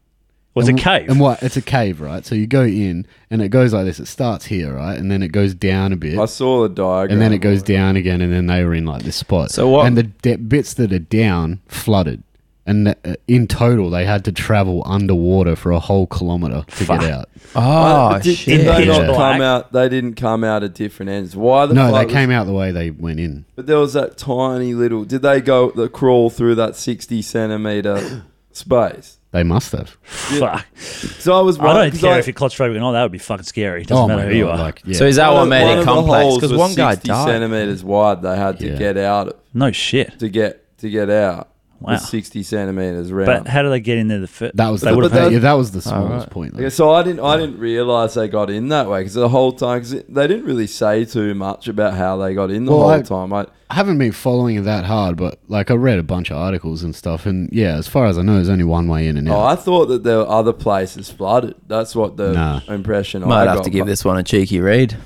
[SPEAKER 3] Was
[SPEAKER 2] and
[SPEAKER 3] a cave.
[SPEAKER 2] And what? It's a cave, right? So you go in, and it goes like this. It starts here, right, and then it goes down a bit.
[SPEAKER 1] I saw the diagram,
[SPEAKER 2] and then it goes down again, and then they were in like this spot.
[SPEAKER 4] So what-
[SPEAKER 2] And the de- bits that are down flooded, and th- uh, in total they had to travel underwater for a whole kilometer to
[SPEAKER 3] Fuck.
[SPEAKER 2] get out.
[SPEAKER 4] Oh,
[SPEAKER 1] did,
[SPEAKER 4] shit.
[SPEAKER 1] did they
[SPEAKER 2] Yeah.
[SPEAKER 1] not
[SPEAKER 3] Black.
[SPEAKER 1] come out? They didn't come out at different ends. Why the
[SPEAKER 2] No,
[SPEAKER 1] fuck
[SPEAKER 2] they
[SPEAKER 1] was-
[SPEAKER 2] came out the way they went in.
[SPEAKER 1] But there was that tiny little. Did they go the crawl through that sixty centimeter space?
[SPEAKER 2] They must have.
[SPEAKER 3] Fuck.
[SPEAKER 1] So I was.
[SPEAKER 3] I
[SPEAKER 1] wondering-
[SPEAKER 3] don't
[SPEAKER 1] 'cause
[SPEAKER 3] care if you're claustrophobic or not. That would be fucking scary. It doesn't matter who you are.
[SPEAKER 2] Oh Like, yeah.
[SPEAKER 4] So is that
[SPEAKER 1] one
[SPEAKER 4] what
[SPEAKER 1] of-
[SPEAKER 4] made
[SPEAKER 1] one
[SPEAKER 4] it
[SPEAKER 1] of the
[SPEAKER 4] complex?
[SPEAKER 1] holes
[SPEAKER 4] Because
[SPEAKER 1] was
[SPEAKER 4] one guy
[SPEAKER 1] 60
[SPEAKER 4] died.
[SPEAKER 1] centimeters wide. They had to
[SPEAKER 2] Yeah.
[SPEAKER 1] get out of,
[SPEAKER 3] No shit.
[SPEAKER 1] to get to get out.
[SPEAKER 3] Wow.
[SPEAKER 1] Was sixty centimeters round.
[SPEAKER 3] But how do they get in there? The fir-
[SPEAKER 2] that was
[SPEAKER 1] But-
[SPEAKER 2] the,
[SPEAKER 1] but
[SPEAKER 2] that,
[SPEAKER 1] that-
[SPEAKER 2] yeah, that was the smallest
[SPEAKER 4] Alright.
[SPEAKER 2] point. though.
[SPEAKER 1] Okay, so I didn't I didn't realize they got in that way because the whole time cause it- they didn't really say too much about how they got in the
[SPEAKER 2] Well,
[SPEAKER 1] whole
[SPEAKER 2] I-
[SPEAKER 1] time. I,
[SPEAKER 2] I haven't been following it that hard, but like I read a bunch of articles and stuff, and yeah, as far as I know, there's only one way in and out.
[SPEAKER 1] oh, I thought that there were other places flooded. That's what the
[SPEAKER 2] Nah.
[SPEAKER 1] impression I
[SPEAKER 4] Might
[SPEAKER 1] got.
[SPEAKER 4] have to give this one a cheeky read.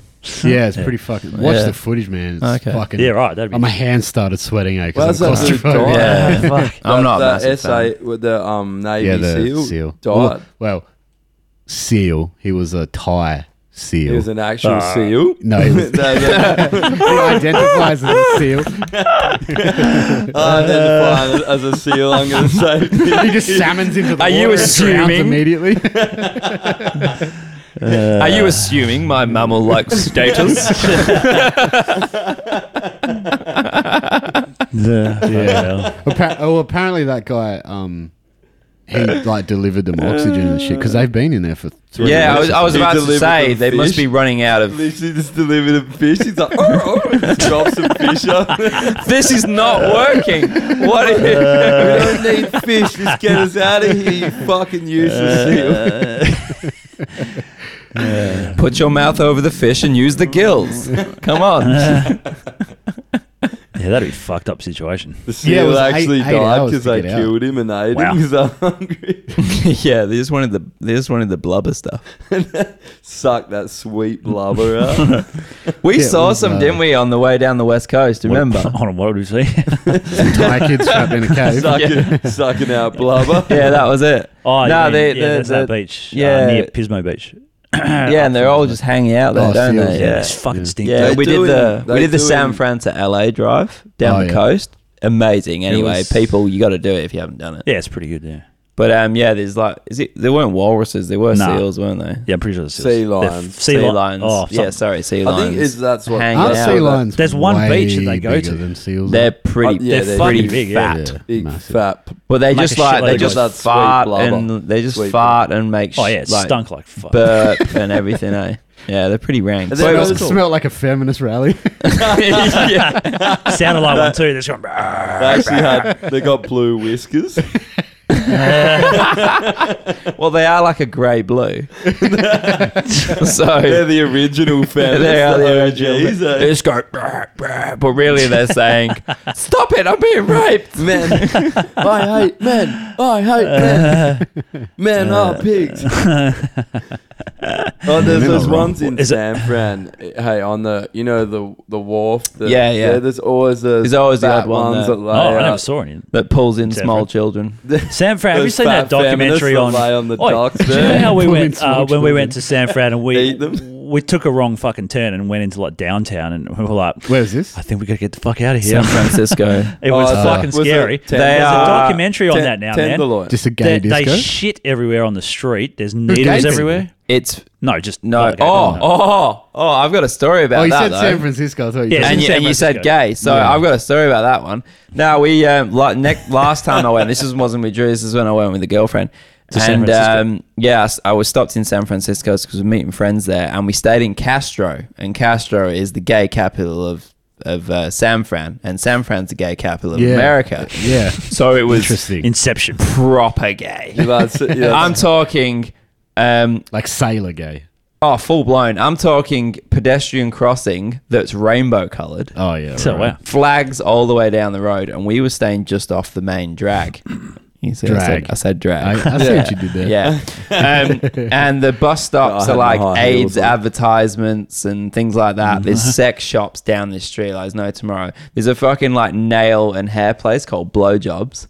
[SPEAKER 2] yeah, it's pretty fucking. Watch
[SPEAKER 4] Yeah.
[SPEAKER 2] the footage, man. It's
[SPEAKER 4] Okay.
[SPEAKER 2] fucking.
[SPEAKER 3] yeah, right. That'd be.
[SPEAKER 2] Oh, my hands started sweating. Eh, 'cause
[SPEAKER 1] Well, that's
[SPEAKER 2] I'm
[SPEAKER 1] that dude
[SPEAKER 2] claustrophobic.
[SPEAKER 1] died.
[SPEAKER 4] Yeah.
[SPEAKER 3] Fuck.
[SPEAKER 4] I'm
[SPEAKER 1] That-
[SPEAKER 4] not a
[SPEAKER 1] that
[SPEAKER 4] massive
[SPEAKER 1] SA
[SPEAKER 4] fan.
[SPEAKER 1] with the um Navy
[SPEAKER 2] yeah, the
[SPEAKER 1] SEAL,
[SPEAKER 2] seal.
[SPEAKER 1] died.
[SPEAKER 2] Well, well, seal. He was a Thai seal.
[SPEAKER 1] He was an actual
[SPEAKER 3] Ah.
[SPEAKER 1] SEAL.
[SPEAKER 2] no, he was-
[SPEAKER 1] They- they-
[SPEAKER 2] he identifies as a seal.
[SPEAKER 1] I identify as a SEAL. I'm going to say.
[SPEAKER 2] He just salmons into the water
[SPEAKER 4] Are you
[SPEAKER 2] and drowns
[SPEAKER 4] assuming-
[SPEAKER 2] immediately?
[SPEAKER 4] Are you assuming my mammal-like status?
[SPEAKER 3] yeah.
[SPEAKER 2] Appa- oh, apparently that guy, um, he like delivered them oxygen and shit because they've been in there for three.
[SPEAKER 4] yeah, I
[SPEAKER 2] weeks
[SPEAKER 4] was,
[SPEAKER 2] or
[SPEAKER 4] I was
[SPEAKER 1] He
[SPEAKER 4] about to
[SPEAKER 1] delivered
[SPEAKER 4] say
[SPEAKER 1] the
[SPEAKER 4] they must
[SPEAKER 1] fish.
[SPEAKER 4] be running out of.
[SPEAKER 1] Literally just delivered a fish. He's like, oh, oh, just drop some fish on.
[SPEAKER 4] This is not working. What? Are you,
[SPEAKER 1] we don't need fish. Just get us out of here, you fucking useless seal.
[SPEAKER 4] Put your mouth over the fish and use the gills. Come on.
[SPEAKER 3] yeah, Yeah, that'd be a fucked up situation.
[SPEAKER 1] The
[SPEAKER 2] Yeah, it
[SPEAKER 1] seal
[SPEAKER 2] was eight-
[SPEAKER 1] actually
[SPEAKER 2] eight
[SPEAKER 1] died
[SPEAKER 2] hours
[SPEAKER 1] because
[SPEAKER 2] to
[SPEAKER 1] they
[SPEAKER 2] get out.
[SPEAKER 1] killed him and they ate
[SPEAKER 3] Wow.
[SPEAKER 1] him because they're hungry.
[SPEAKER 4] yeah, they just wanted the they just wanted the blubber stuff.
[SPEAKER 1] Suck that sweet blubber out.
[SPEAKER 4] We
[SPEAKER 2] Yeah, it
[SPEAKER 4] saw
[SPEAKER 2] was,
[SPEAKER 4] some,
[SPEAKER 2] uh,
[SPEAKER 4] didn't we, on the way down the west coast? Remember?
[SPEAKER 3] Hold on, what would we see?
[SPEAKER 2] Thai kids trapped in a cave.
[SPEAKER 1] sucking, sucking out blubber.
[SPEAKER 4] yeah, that was it.
[SPEAKER 3] Oh,
[SPEAKER 4] No,
[SPEAKER 3] no,
[SPEAKER 4] they-
[SPEAKER 3] they, yeah,
[SPEAKER 4] they-
[SPEAKER 3] that's that
[SPEAKER 4] they-
[SPEAKER 3] beach.
[SPEAKER 4] yeah.
[SPEAKER 3] Yeah, near Pismo Beach.
[SPEAKER 4] Yeah, and they're all just hanging out there,
[SPEAKER 2] Oh,
[SPEAKER 4] don't
[SPEAKER 2] seals,
[SPEAKER 4] they?
[SPEAKER 3] Yeah,
[SPEAKER 4] Yeah.
[SPEAKER 3] it's fucking stinky.
[SPEAKER 4] Yeah,
[SPEAKER 1] They
[SPEAKER 4] we did
[SPEAKER 1] do
[SPEAKER 4] the
[SPEAKER 1] in-
[SPEAKER 4] we
[SPEAKER 1] they
[SPEAKER 4] did the
[SPEAKER 1] do
[SPEAKER 4] San
[SPEAKER 1] in-
[SPEAKER 4] Fran to LA drive down
[SPEAKER 2] Oh,
[SPEAKER 4] the
[SPEAKER 2] yeah.
[SPEAKER 4] coast. Amazing. Anyway,
[SPEAKER 1] was-
[SPEAKER 4] people, you got to do it if you haven't done it.
[SPEAKER 3] Yeah, it's pretty good. Yeah,
[SPEAKER 4] But um, yeah, there's like, is it? There weren't walruses. There were
[SPEAKER 3] Nah.
[SPEAKER 4] seals, weren't they?
[SPEAKER 3] yeah, I'm pretty sure it's
[SPEAKER 1] Sea
[SPEAKER 3] they're f-
[SPEAKER 1] lions.
[SPEAKER 3] Sea, li- Oh,
[SPEAKER 4] yeah,
[SPEAKER 3] yeah,
[SPEAKER 4] sorry, sea
[SPEAKER 1] I
[SPEAKER 4] lions.
[SPEAKER 1] think uh, is that's what.
[SPEAKER 4] Hang
[SPEAKER 2] Aren't
[SPEAKER 4] out.
[SPEAKER 2] sea
[SPEAKER 1] with that.
[SPEAKER 2] lions
[SPEAKER 3] There's one
[SPEAKER 2] way
[SPEAKER 3] beach that they go
[SPEAKER 2] bigger
[SPEAKER 3] to.
[SPEAKER 2] Than seals
[SPEAKER 4] They're pretty.
[SPEAKER 1] Uh, yeah,
[SPEAKER 4] they're
[SPEAKER 1] they're
[SPEAKER 4] pretty
[SPEAKER 3] fucking big, yeah.
[SPEAKER 4] fat.
[SPEAKER 1] Big
[SPEAKER 2] massive.
[SPEAKER 1] fat. p-
[SPEAKER 4] But they
[SPEAKER 3] Make
[SPEAKER 4] just
[SPEAKER 3] a
[SPEAKER 4] like
[SPEAKER 3] shitload
[SPEAKER 4] they
[SPEAKER 3] of
[SPEAKER 4] just
[SPEAKER 1] that sweet
[SPEAKER 4] fart
[SPEAKER 1] blubber.
[SPEAKER 4] and they just
[SPEAKER 1] Sweet
[SPEAKER 4] fart and make sh-
[SPEAKER 3] oh yeah, it
[SPEAKER 4] like
[SPEAKER 3] stunk like fuck.
[SPEAKER 4] burp and everything. Eh? Yeah, they're pretty rank.
[SPEAKER 1] And
[SPEAKER 4] So
[SPEAKER 1] then
[SPEAKER 4] it
[SPEAKER 1] I
[SPEAKER 2] Smell-
[SPEAKER 4] was-
[SPEAKER 1] was- cool.
[SPEAKER 2] smelled like a feminist rally.
[SPEAKER 4] yeah.
[SPEAKER 3] Sounded like one too. That's going.
[SPEAKER 1] They actually had. They got blue whiskers.
[SPEAKER 4] Well, they are like a grey blue. so
[SPEAKER 1] They're the original family.
[SPEAKER 4] They are the
[SPEAKER 1] OGs. eh?
[SPEAKER 4] They just go, "Brr, brr," but really they're saying, "Stop it! I'm being raped, man."
[SPEAKER 1] I hate men. I hate men. Men are pigs. oh, there's
[SPEAKER 2] Men
[SPEAKER 1] those
[SPEAKER 2] are wrong.
[SPEAKER 1] ones in
[SPEAKER 3] Is it-
[SPEAKER 1] San Fran. Hey, on the you know the the wharf. The,
[SPEAKER 4] Yeah, yeah.
[SPEAKER 1] There's always those.
[SPEAKER 4] There's always the
[SPEAKER 1] fat
[SPEAKER 4] odd one
[SPEAKER 1] ones
[SPEAKER 4] there.
[SPEAKER 1] that
[SPEAKER 3] Oh,
[SPEAKER 1] lay
[SPEAKER 3] I never
[SPEAKER 1] out.
[SPEAKER 3] saw any.
[SPEAKER 4] That pulls in
[SPEAKER 3] Different.
[SPEAKER 4] small children.
[SPEAKER 3] Sam Fran, have you
[SPEAKER 1] uh, Those
[SPEAKER 3] seen
[SPEAKER 1] fat
[SPEAKER 3] that
[SPEAKER 1] feminists
[SPEAKER 3] documentary
[SPEAKER 1] that
[SPEAKER 3] on?
[SPEAKER 1] lay on the
[SPEAKER 3] Oi,
[SPEAKER 1] docks
[SPEAKER 3] do you know
[SPEAKER 1] there?
[SPEAKER 3] how we
[SPEAKER 2] Pulling
[SPEAKER 3] went
[SPEAKER 2] small
[SPEAKER 3] uh, when we
[SPEAKER 2] children.
[SPEAKER 3] went to San Fran and we
[SPEAKER 1] Eat them?
[SPEAKER 3] we took a wrong fucking turn and went into like downtown and we were like,
[SPEAKER 2] Where's this?
[SPEAKER 3] I think we gotta get the fuck out of here.
[SPEAKER 4] San Francisco.
[SPEAKER 3] It was
[SPEAKER 1] Oh,
[SPEAKER 3] fucking
[SPEAKER 1] was it
[SPEAKER 3] scary.
[SPEAKER 1] ten-
[SPEAKER 4] They
[SPEAKER 3] There's
[SPEAKER 4] are-
[SPEAKER 3] a documentary on that now, man.
[SPEAKER 1] Tenderloin.
[SPEAKER 2] Just a
[SPEAKER 3] They,
[SPEAKER 2] gay
[SPEAKER 3] they
[SPEAKER 2] disco.
[SPEAKER 3] shit everywhere on the street. There's
[SPEAKER 2] gay
[SPEAKER 3] needles
[SPEAKER 2] people?
[SPEAKER 3] everywhere.
[SPEAKER 4] It's
[SPEAKER 3] No, just
[SPEAKER 4] no.
[SPEAKER 3] okay,
[SPEAKER 4] Oh,
[SPEAKER 3] no.
[SPEAKER 4] oh, oh! I've got a story about
[SPEAKER 2] oh, you
[SPEAKER 4] that
[SPEAKER 2] said
[SPEAKER 4] though.
[SPEAKER 2] San Francisco. I thought you
[SPEAKER 3] Yeah,
[SPEAKER 2] said-
[SPEAKER 4] and
[SPEAKER 3] in
[SPEAKER 4] you,
[SPEAKER 3] San
[SPEAKER 4] and you said
[SPEAKER 3] Francisco.
[SPEAKER 4] gay. So I've got a story about that one. Now we um, like next, last time I went. This is- wasn't with Drew. This is when I went with a girlfriend.
[SPEAKER 3] To San
[SPEAKER 4] and
[SPEAKER 3] Francisco.
[SPEAKER 4] um, yeah, I s- I was stopped in San Francisco because we were meeting friends there, and we stayed in Castro. And Castro is the gay capital of of uh, San Fran, and San Fran's the gay capital of
[SPEAKER 2] Yeah.
[SPEAKER 4] America.
[SPEAKER 2] yeah.
[SPEAKER 4] So it was
[SPEAKER 2] Interesting.
[SPEAKER 3] Inception.
[SPEAKER 4] proper gay.
[SPEAKER 1] That's it, yeah.
[SPEAKER 4] I'm talking. Um,
[SPEAKER 2] like sailor gay.
[SPEAKER 4] oh, full blown. I'm talking pedestrian crossing that's rainbow colored.
[SPEAKER 2] Oh yeah.
[SPEAKER 3] So
[SPEAKER 2] right.
[SPEAKER 3] wow.
[SPEAKER 4] flags all the way down the road, and we were staying just off the main drag. You see, I said,
[SPEAKER 2] Drag.
[SPEAKER 4] I said drag.
[SPEAKER 2] I, I see what you did there.
[SPEAKER 4] yeah, um, and the bus stops
[SPEAKER 1] No, I
[SPEAKER 4] are
[SPEAKER 1] had my
[SPEAKER 4] like
[SPEAKER 1] high heels
[SPEAKER 4] AIDS
[SPEAKER 1] on.
[SPEAKER 4] advertisements and things like that. There's sex shops down this street. Like, there's no tomorrow. There's a fucking like nail and hair place called Blowjobs.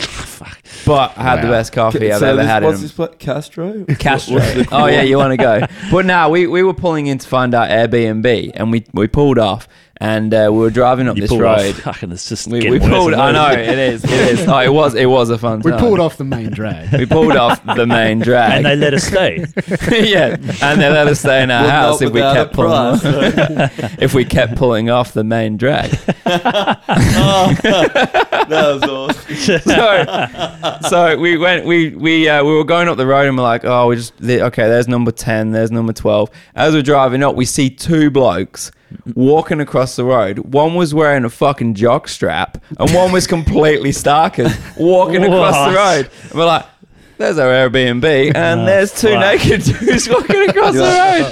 [SPEAKER 3] Fuck.
[SPEAKER 4] But I had the
[SPEAKER 2] Wow.
[SPEAKER 4] best coffee I've
[SPEAKER 1] so
[SPEAKER 4] ever
[SPEAKER 1] this,
[SPEAKER 4] had.
[SPEAKER 1] What's
[SPEAKER 4] in
[SPEAKER 1] this place? Castro.
[SPEAKER 4] Castro.
[SPEAKER 1] What's the
[SPEAKER 4] Oh yeah, you want to go? But now we, we were pulling in to find out Airbnb, and we we pulled off, and uh, we were driving up
[SPEAKER 3] You
[SPEAKER 4] this
[SPEAKER 3] pulled
[SPEAKER 4] road,
[SPEAKER 3] off. Fucking, it's just
[SPEAKER 4] we,
[SPEAKER 3] getting
[SPEAKER 4] we
[SPEAKER 3] worse
[SPEAKER 4] pulled.
[SPEAKER 3] and
[SPEAKER 4] I
[SPEAKER 3] worse.
[SPEAKER 4] know it is. It is. Oh, it was. It was a fun
[SPEAKER 2] We
[SPEAKER 4] time.
[SPEAKER 2] pulled off the main drag.
[SPEAKER 4] We pulled off the main drag.
[SPEAKER 3] And they let us stay.
[SPEAKER 4] yeah, and they let us stay in our
[SPEAKER 1] Well,
[SPEAKER 4] house
[SPEAKER 1] not
[SPEAKER 4] if we
[SPEAKER 1] without a
[SPEAKER 4] kept pulling.
[SPEAKER 1] price.
[SPEAKER 4] Off, if we kept pulling off the main drag.
[SPEAKER 1] that was awesome.
[SPEAKER 4] so, so we went. We we uh, we were going up the road and we're like, oh, we just the, okay. There's number ten. There's number twelve. As we're driving up, we see two blokes walking across the road. One was wearing a fucking jock strap and one was completely starkers walking across the
[SPEAKER 3] What?
[SPEAKER 4] road. And we're like. There's our Airbnb, and
[SPEAKER 3] Oh,
[SPEAKER 4] there's two
[SPEAKER 3] fuck.
[SPEAKER 4] naked dudes walking across the road.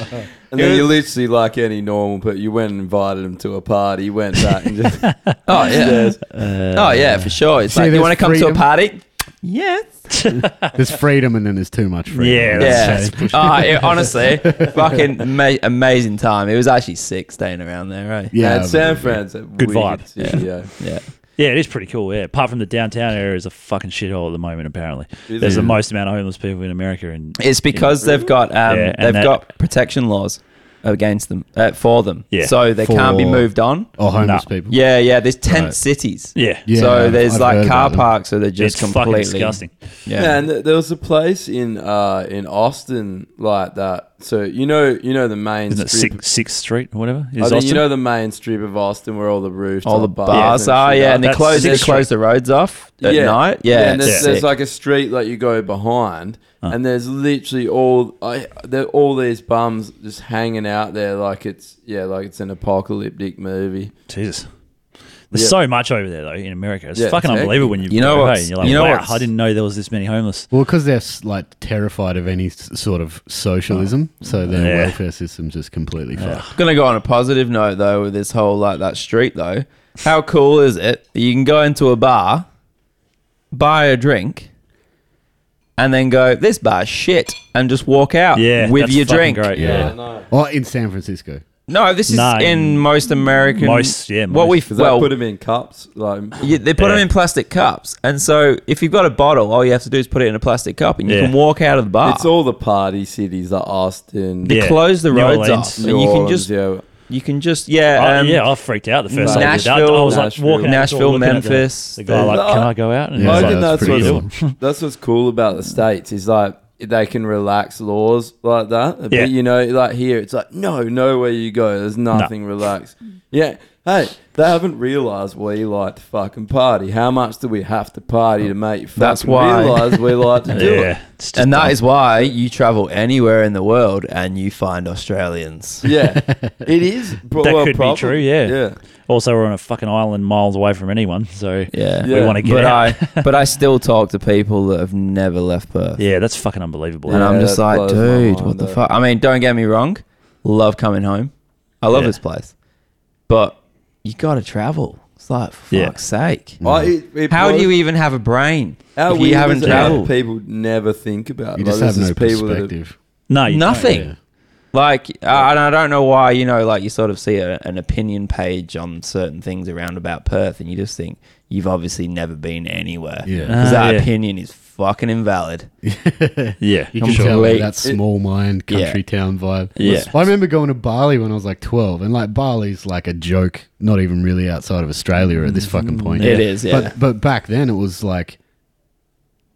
[SPEAKER 1] And then you literally, like any normal, but you went and invited him to a party, went back and just
[SPEAKER 4] Oh yeah, oh yeah, for sure. It's
[SPEAKER 2] See,
[SPEAKER 4] like, you
[SPEAKER 2] there's
[SPEAKER 4] want to come to a
[SPEAKER 2] freedom.
[SPEAKER 4] party? Yes.
[SPEAKER 2] There's freedom, and then there's too much freedom.
[SPEAKER 3] Yeah, that's
[SPEAKER 4] Yeah.
[SPEAKER 3] shame.
[SPEAKER 4] Oh, it- honestly, fucking ama- amazing time. It was actually sick staying around there, right?
[SPEAKER 2] Yeah,
[SPEAKER 1] Yeah,
[SPEAKER 2] but-
[SPEAKER 1] San Fran's a
[SPEAKER 3] Good
[SPEAKER 1] wicked
[SPEAKER 3] vibe.
[SPEAKER 1] City, yeah.
[SPEAKER 4] Yeah.
[SPEAKER 3] Yeah, it is pretty cool. Yeah, apart from the downtown area is a fucking shithole at the moment. Apparently,
[SPEAKER 1] Is
[SPEAKER 3] there's
[SPEAKER 1] it?
[SPEAKER 3] the most amount of homeless people in America, and
[SPEAKER 4] It's because they've got um,
[SPEAKER 3] Yeah, and
[SPEAKER 4] they've
[SPEAKER 3] that-
[SPEAKER 4] got protection laws against them uh, for them.
[SPEAKER 3] Yeah.
[SPEAKER 4] So they can't be
[SPEAKER 2] For-
[SPEAKER 4] moved on.
[SPEAKER 2] Or homeless
[SPEAKER 3] Nah.
[SPEAKER 2] people.
[SPEAKER 4] Yeah, yeah. There's tent
[SPEAKER 2] Right.
[SPEAKER 4] cities.
[SPEAKER 3] yeah,
[SPEAKER 2] Yeah,
[SPEAKER 4] so
[SPEAKER 2] I've-
[SPEAKER 4] there's
[SPEAKER 2] I've heard
[SPEAKER 4] like car
[SPEAKER 2] about them.
[SPEAKER 4] parks, so they're just
[SPEAKER 3] it's
[SPEAKER 4] completely
[SPEAKER 3] fucking disgusting.
[SPEAKER 4] Yeah.
[SPEAKER 1] Yeah, and th- there was a place in uh, in Austin like that. So you know, you know the main
[SPEAKER 3] Isn't it
[SPEAKER 1] strip.
[SPEAKER 3] Sixth, Sixth Street or whatever? Is
[SPEAKER 1] I think
[SPEAKER 3] Austin?
[SPEAKER 1] you know the main strip of Austin where all the roofs,
[SPEAKER 4] All the bars
[SPEAKER 1] and
[SPEAKER 4] are,
[SPEAKER 1] shit
[SPEAKER 4] yeah, and they
[SPEAKER 3] That's
[SPEAKER 4] close they
[SPEAKER 3] Sixth
[SPEAKER 4] close the roads off at night. Yeah,
[SPEAKER 1] and
[SPEAKER 4] it's
[SPEAKER 1] there's, there's
[SPEAKER 4] sick.
[SPEAKER 1] like a street that you go behind,
[SPEAKER 3] Huh.
[SPEAKER 1] and there's literally all I, there, all these bums just hanging out there like it's yeah, like it's an apocalyptic movie.
[SPEAKER 3] Jesus. There's
[SPEAKER 1] Yeah.
[SPEAKER 3] so much over there though in America. It's
[SPEAKER 1] Yeah,
[SPEAKER 3] fucking
[SPEAKER 1] it's
[SPEAKER 3] unbelievable when you
[SPEAKER 4] You know
[SPEAKER 3] go
[SPEAKER 4] what's-
[SPEAKER 3] hey, and you're like,
[SPEAKER 4] you know
[SPEAKER 3] wow,
[SPEAKER 4] what's-
[SPEAKER 3] I didn't know there was this many homeless.
[SPEAKER 2] Well, because they're s- like terrified of any s- sort of socialism, so their
[SPEAKER 3] Yeah.
[SPEAKER 2] welfare system's just completely fucked.
[SPEAKER 4] Gonna go on a positive note though with this whole like that street though. How cool is it that you can go into a bar, buy a drink, and then go, this bar's shit, and just walk out
[SPEAKER 3] Yeah,
[SPEAKER 4] Uh, with
[SPEAKER 3] that's
[SPEAKER 4] your
[SPEAKER 3] fucking
[SPEAKER 4] drink?
[SPEAKER 3] Great. Yeah.
[SPEAKER 1] I know.
[SPEAKER 2] Or in San Francisco.
[SPEAKER 4] No, this is
[SPEAKER 3] No.
[SPEAKER 4] in most American.
[SPEAKER 3] Most, yeah,
[SPEAKER 4] What
[SPEAKER 3] most.
[SPEAKER 4] we
[SPEAKER 1] 'Cause
[SPEAKER 4] well,
[SPEAKER 1] they put them in cups. Like,
[SPEAKER 4] Yeah, they put them
[SPEAKER 3] Yeah.
[SPEAKER 4] in plastic cups, and so if you've got a bottle, all you have to do is put it in a plastic cup, and you
[SPEAKER 3] Yeah.
[SPEAKER 4] can walk out of the bar.
[SPEAKER 1] it's all the party cities like Austin.
[SPEAKER 3] Yeah.
[SPEAKER 4] Close the
[SPEAKER 3] New
[SPEAKER 4] roads off,
[SPEAKER 3] Orleans.
[SPEAKER 4] and
[SPEAKER 1] New
[SPEAKER 4] you can
[SPEAKER 1] Orleans,
[SPEAKER 4] just
[SPEAKER 1] yeah.
[SPEAKER 4] you can just yeah
[SPEAKER 3] I,
[SPEAKER 4] um,
[SPEAKER 3] Oh, yeah, I freaked out the first time I did that.
[SPEAKER 4] Nashville-
[SPEAKER 3] I was like
[SPEAKER 1] Nashville.
[SPEAKER 3] walking out the door
[SPEAKER 4] Nashville,
[SPEAKER 3] looking at the-
[SPEAKER 4] Memphis, uh,
[SPEAKER 3] The, guy
[SPEAKER 4] the-
[SPEAKER 3] like, can I go out? And
[SPEAKER 2] Yeah,
[SPEAKER 3] he's
[SPEAKER 1] I reckon
[SPEAKER 2] so
[SPEAKER 3] like,
[SPEAKER 4] uh,
[SPEAKER 2] that's
[SPEAKER 1] that's,
[SPEAKER 2] pretty
[SPEAKER 1] what's, that's what's cool about the states is like they can relax laws like that.
[SPEAKER 3] Yeah.
[SPEAKER 1] But you know, like here, it's like no, nowhere you go, there's nothing relaxed. Yeah. Hey, they haven't realised we like to fucking party. How much do we have to party to make you
[SPEAKER 4] That's
[SPEAKER 1] fucking
[SPEAKER 4] why-
[SPEAKER 1] realise we like to do it?
[SPEAKER 3] yeah, it's just
[SPEAKER 4] and that
[SPEAKER 3] dumb.
[SPEAKER 4] is why you travel anywhere in the world and you find Australians.
[SPEAKER 1] Yeah, it is. Bro-
[SPEAKER 3] That
[SPEAKER 1] well,
[SPEAKER 3] could be
[SPEAKER 1] problem.
[SPEAKER 3] true, yeah.
[SPEAKER 1] yeah.
[SPEAKER 3] Also, we're on a fucking island miles away from anyone, so
[SPEAKER 4] Yeah,
[SPEAKER 1] Yeah.
[SPEAKER 3] we want to get
[SPEAKER 4] but
[SPEAKER 3] out.
[SPEAKER 4] I but I still talk to people that have never left Perth,
[SPEAKER 3] yeah, that's fucking unbelievable.
[SPEAKER 4] and I'm
[SPEAKER 1] Yeah,
[SPEAKER 4] just
[SPEAKER 1] that
[SPEAKER 4] like,
[SPEAKER 1] blows my
[SPEAKER 4] dude,
[SPEAKER 1] mind,
[SPEAKER 4] what the
[SPEAKER 1] though.
[SPEAKER 4] fuck? I mean, don't get me wrong, love coming home, I love
[SPEAKER 3] Yeah.
[SPEAKER 4] this place, but you got to travel. It's like, for
[SPEAKER 3] Yeah.
[SPEAKER 4] fuck's sake.
[SPEAKER 1] I- it- it
[SPEAKER 4] Mm. How do
[SPEAKER 1] blows-
[SPEAKER 4] you even have a brain
[SPEAKER 1] How
[SPEAKER 4] if
[SPEAKER 1] weird
[SPEAKER 4] you
[SPEAKER 1] is
[SPEAKER 4] haven't
[SPEAKER 1] it how
[SPEAKER 4] traveled?
[SPEAKER 1] People never think about.
[SPEAKER 2] You
[SPEAKER 1] it? Like,
[SPEAKER 2] just
[SPEAKER 1] this
[SPEAKER 2] have no
[SPEAKER 1] is people that have-
[SPEAKER 2] perspective.
[SPEAKER 3] no, you don't.
[SPEAKER 4] Nothing.
[SPEAKER 2] Yeah.
[SPEAKER 4] Like, I, and I don't know why, you know, like you sort of see a, an opinion page on certain things around about Perth and you just think you've obviously never been anywhere.
[SPEAKER 2] Yeah.
[SPEAKER 4] Because
[SPEAKER 3] Ah,
[SPEAKER 4] that
[SPEAKER 3] yeah.
[SPEAKER 4] opinion is fucking invalid.
[SPEAKER 3] Yeah,
[SPEAKER 2] You can tell
[SPEAKER 4] Complete-
[SPEAKER 2] that small mind country town vibe.
[SPEAKER 4] Yeah.
[SPEAKER 2] I remember going to Bali when I was like 12, and like Bali's like a joke, not even really outside of Australia at this fucking point.
[SPEAKER 4] It is, yeah.
[SPEAKER 2] But, but back then it was like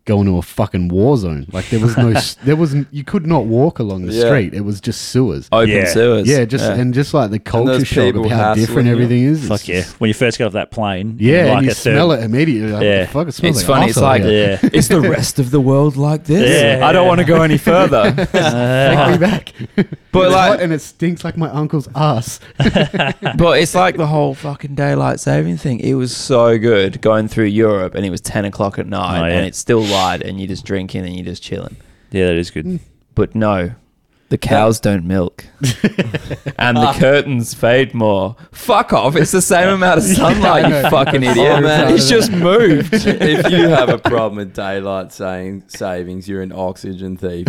[SPEAKER 2] going to a fucking war zone. Like there was no, s- there was, n- you could not walk along the
[SPEAKER 1] Yeah.
[SPEAKER 2] street. It was just sewers.
[SPEAKER 4] Open
[SPEAKER 3] Yeah.
[SPEAKER 4] sewers.
[SPEAKER 2] yeah, just, and just like the culture
[SPEAKER 1] there's
[SPEAKER 2] shock of
[SPEAKER 1] people
[SPEAKER 2] how
[SPEAKER 1] hassling
[SPEAKER 2] different
[SPEAKER 1] you.
[SPEAKER 2] everything is.
[SPEAKER 3] Fuck
[SPEAKER 2] It's
[SPEAKER 3] yeah.
[SPEAKER 2] just-
[SPEAKER 3] When you first get off that plane,
[SPEAKER 2] Yeah,
[SPEAKER 3] like
[SPEAKER 2] and you
[SPEAKER 3] a
[SPEAKER 2] smell
[SPEAKER 3] third-
[SPEAKER 2] it immediately. Like,
[SPEAKER 3] Yeah.
[SPEAKER 2] yeah. fuck, it smells
[SPEAKER 4] it's
[SPEAKER 2] like
[SPEAKER 4] funny. It's
[SPEAKER 2] arsehole
[SPEAKER 4] like,
[SPEAKER 2] here.
[SPEAKER 3] Yeah.
[SPEAKER 4] it's the rest of the world like this.
[SPEAKER 3] Yeah.
[SPEAKER 4] I don't want to go any further.
[SPEAKER 2] Take me back.
[SPEAKER 4] But
[SPEAKER 2] It's
[SPEAKER 4] like-
[SPEAKER 2] hot and it stinks like my uncle's ass.
[SPEAKER 4] but it's like the whole fucking daylight saving thing. It was so good going through Europe, and it was ten o'clock at night,
[SPEAKER 3] Oh, yeah.
[SPEAKER 4] and it's still light, and you're just drinking and you're just chilling.
[SPEAKER 3] Yeah, that is good.
[SPEAKER 4] But no, the cows don't milk, and
[SPEAKER 1] Ah.
[SPEAKER 4] the curtains fade more. Fuck off! It's the same amount of sunlight, you fucking idiot.
[SPEAKER 1] Oh, man.
[SPEAKER 4] It's just moved.
[SPEAKER 1] if you have a problem with daylight saying, savings, you're an oxygen thief.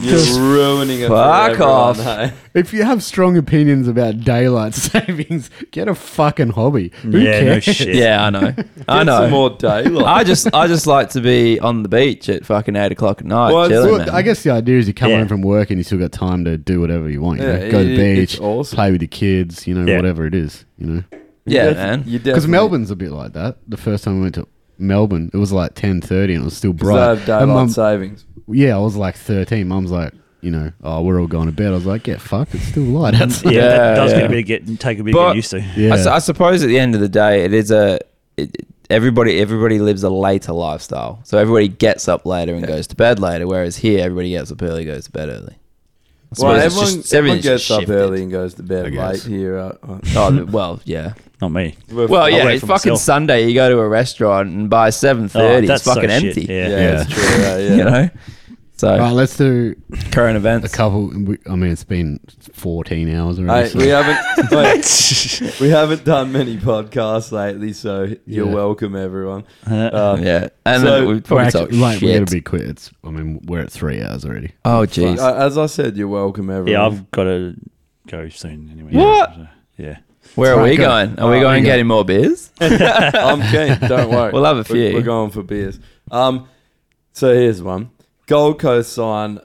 [SPEAKER 1] You're ruining it. for
[SPEAKER 4] fuck
[SPEAKER 1] everyone,
[SPEAKER 4] off.
[SPEAKER 1] eh?
[SPEAKER 2] If you have strong opinions about daylight savings, get a fucking hobby. Who
[SPEAKER 3] yeah, no
[SPEAKER 2] cares?
[SPEAKER 3] shit.
[SPEAKER 4] Yeah, I know. I
[SPEAKER 1] Get
[SPEAKER 4] know.
[SPEAKER 1] Some more daylight.
[SPEAKER 4] I just, I just like to be on the beach at fucking eight o'clock at night,
[SPEAKER 1] Well, it's-
[SPEAKER 4] chilling.
[SPEAKER 2] Well,
[SPEAKER 4] man.
[SPEAKER 2] I guess the idea is you come
[SPEAKER 3] Yeah.
[SPEAKER 2] home from work and you still got time to do whatever you want. You
[SPEAKER 1] Yeah,
[SPEAKER 2] know? Go to
[SPEAKER 1] it-
[SPEAKER 2] the
[SPEAKER 1] it- it's
[SPEAKER 2] beach,
[SPEAKER 1] awesome.
[SPEAKER 2] play with your kids, you know,
[SPEAKER 3] Yeah.
[SPEAKER 2] whatever it is, you know.
[SPEAKER 1] You
[SPEAKER 4] yeah,
[SPEAKER 1] def-
[SPEAKER 4] man.
[SPEAKER 1] you
[SPEAKER 2] Because
[SPEAKER 1] definitely-
[SPEAKER 2] Melbourne's a bit like that. The first time we went to Melbourne, it was like ten thirty and it was still
[SPEAKER 1] 'cause they
[SPEAKER 2] bright.
[SPEAKER 1] have
[SPEAKER 2] And
[SPEAKER 1] daylight
[SPEAKER 2] Mum-
[SPEAKER 1] savings.
[SPEAKER 2] yeah, I was like thirteen. Mum's like, you know, oh, we're all going to bed. I was like, yeah, fuck, it's still light outside.
[SPEAKER 3] Yeah,
[SPEAKER 4] Yeah,
[SPEAKER 3] that does
[SPEAKER 4] yeah.
[SPEAKER 3] get a bit get take a bit
[SPEAKER 4] But-
[SPEAKER 3] get used to.
[SPEAKER 2] Yeah.
[SPEAKER 4] I, su- I suppose at the end of the day, it is a it, everybody. Everybody lives a later lifestyle, so everybody gets up later and goes to bed later. Whereas here, everybody gets up early, goes to bed early. I
[SPEAKER 1] Well,
[SPEAKER 4] suppose it's
[SPEAKER 1] everyone,
[SPEAKER 4] just-
[SPEAKER 1] everyone
[SPEAKER 4] everything's
[SPEAKER 1] gets
[SPEAKER 4] just
[SPEAKER 1] up
[SPEAKER 4] shifted.
[SPEAKER 1] early and goes to bed late
[SPEAKER 2] guess.
[SPEAKER 1] here. uh, uh,
[SPEAKER 4] Oh th- well, yeah.
[SPEAKER 3] Not me.
[SPEAKER 1] we're-
[SPEAKER 4] Well, yeah.
[SPEAKER 3] wait
[SPEAKER 4] It's
[SPEAKER 3] for
[SPEAKER 4] fucking
[SPEAKER 3] myself.
[SPEAKER 4] Sunday. You go to a restaurant and by seven thirty, it's
[SPEAKER 3] Oh, that's so
[SPEAKER 4] fucking
[SPEAKER 3] shit,
[SPEAKER 4] empty.
[SPEAKER 1] yeah,
[SPEAKER 3] Yeah.
[SPEAKER 2] Yeah.
[SPEAKER 1] it's true. Yeah, yeah.
[SPEAKER 4] You know. So
[SPEAKER 2] All right, let's do
[SPEAKER 4] current
[SPEAKER 2] a
[SPEAKER 4] events.
[SPEAKER 2] couple. we- I mean, it's been 14 hours already.
[SPEAKER 1] Hey,
[SPEAKER 2] so-
[SPEAKER 1] we haven't wait, we haven't done many podcasts lately, so you're
[SPEAKER 2] Yeah.
[SPEAKER 1] welcome, everyone. Uh,
[SPEAKER 4] yeah, and
[SPEAKER 1] So-
[SPEAKER 4] then we
[SPEAKER 2] Well,
[SPEAKER 4] probably
[SPEAKER 2] actually,
[SPEAKER 4] talk
[SPEAKER 2] like, we
[SPEAKER 4] shit.
[SPEAKER 2] gotta be quick. It's, I mean, we're at three hours already.
[SPEAKER 4] oh jeez.
[SPEAKER 1] I- Uh, As I said, you're welcome, everyone.
[SPEAKER 3] Yeah, I've got to go soon anyway.
[SPEAKER 4] What?
[SPEAKER 3] So, yeah.
[SPEAKER 4] Where are
[SPEAKER 2] Right,
[SPEAKER 4] we
[SPEAKER 2] go.
[SPEAKER 4] going? Are we
[SPEAKER 1] Oh,
[SPEAKER 4] going
[SPEAKER 2] go.
[SPEAKER 4] getting more beers?
[SPEAKER 1] I'm keen. Don't worry.
[SPEAKER 4] We'll have a
[SPEAKER 1] We're,
[SPEAKER 4] few.
[SPEAKER 1] we're going for beers. Um, so here's one. Gold Coast sign.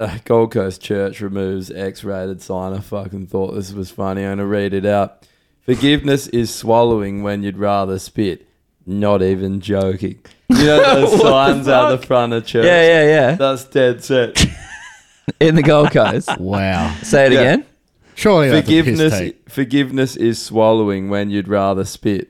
[SPEAKER 1] Uh, Gold Coast Church removes X-rated sign. I fucking thought this was funny. I'm gonna read it out. Forgiveness is swallowing when you'd rather spit. Not even joking. You know
[SPEAKER 4] What
[SPEAKER 1] those
[SPEAKER 4] the
[SPEAKER 1] signs out the front of church.
[SPEAKER 4] Yeah, yeah, yeah.
[SPEAKER 1] That's dead set.
[SPEAKER 4] In the Gold Coast.
[SPEAKER 2] Wow.
[SPEAKER 4] Say it
[SPEAKER 1] Yeah.
[SPEAKER 4] again.
[SPEAKER 2] Surely that's a piss
[SPEAKER 1] forgiveness.
[SPEAKER 2] take.
[SPEAKER 1] Forgiveness is swallowing when you'd rather spit.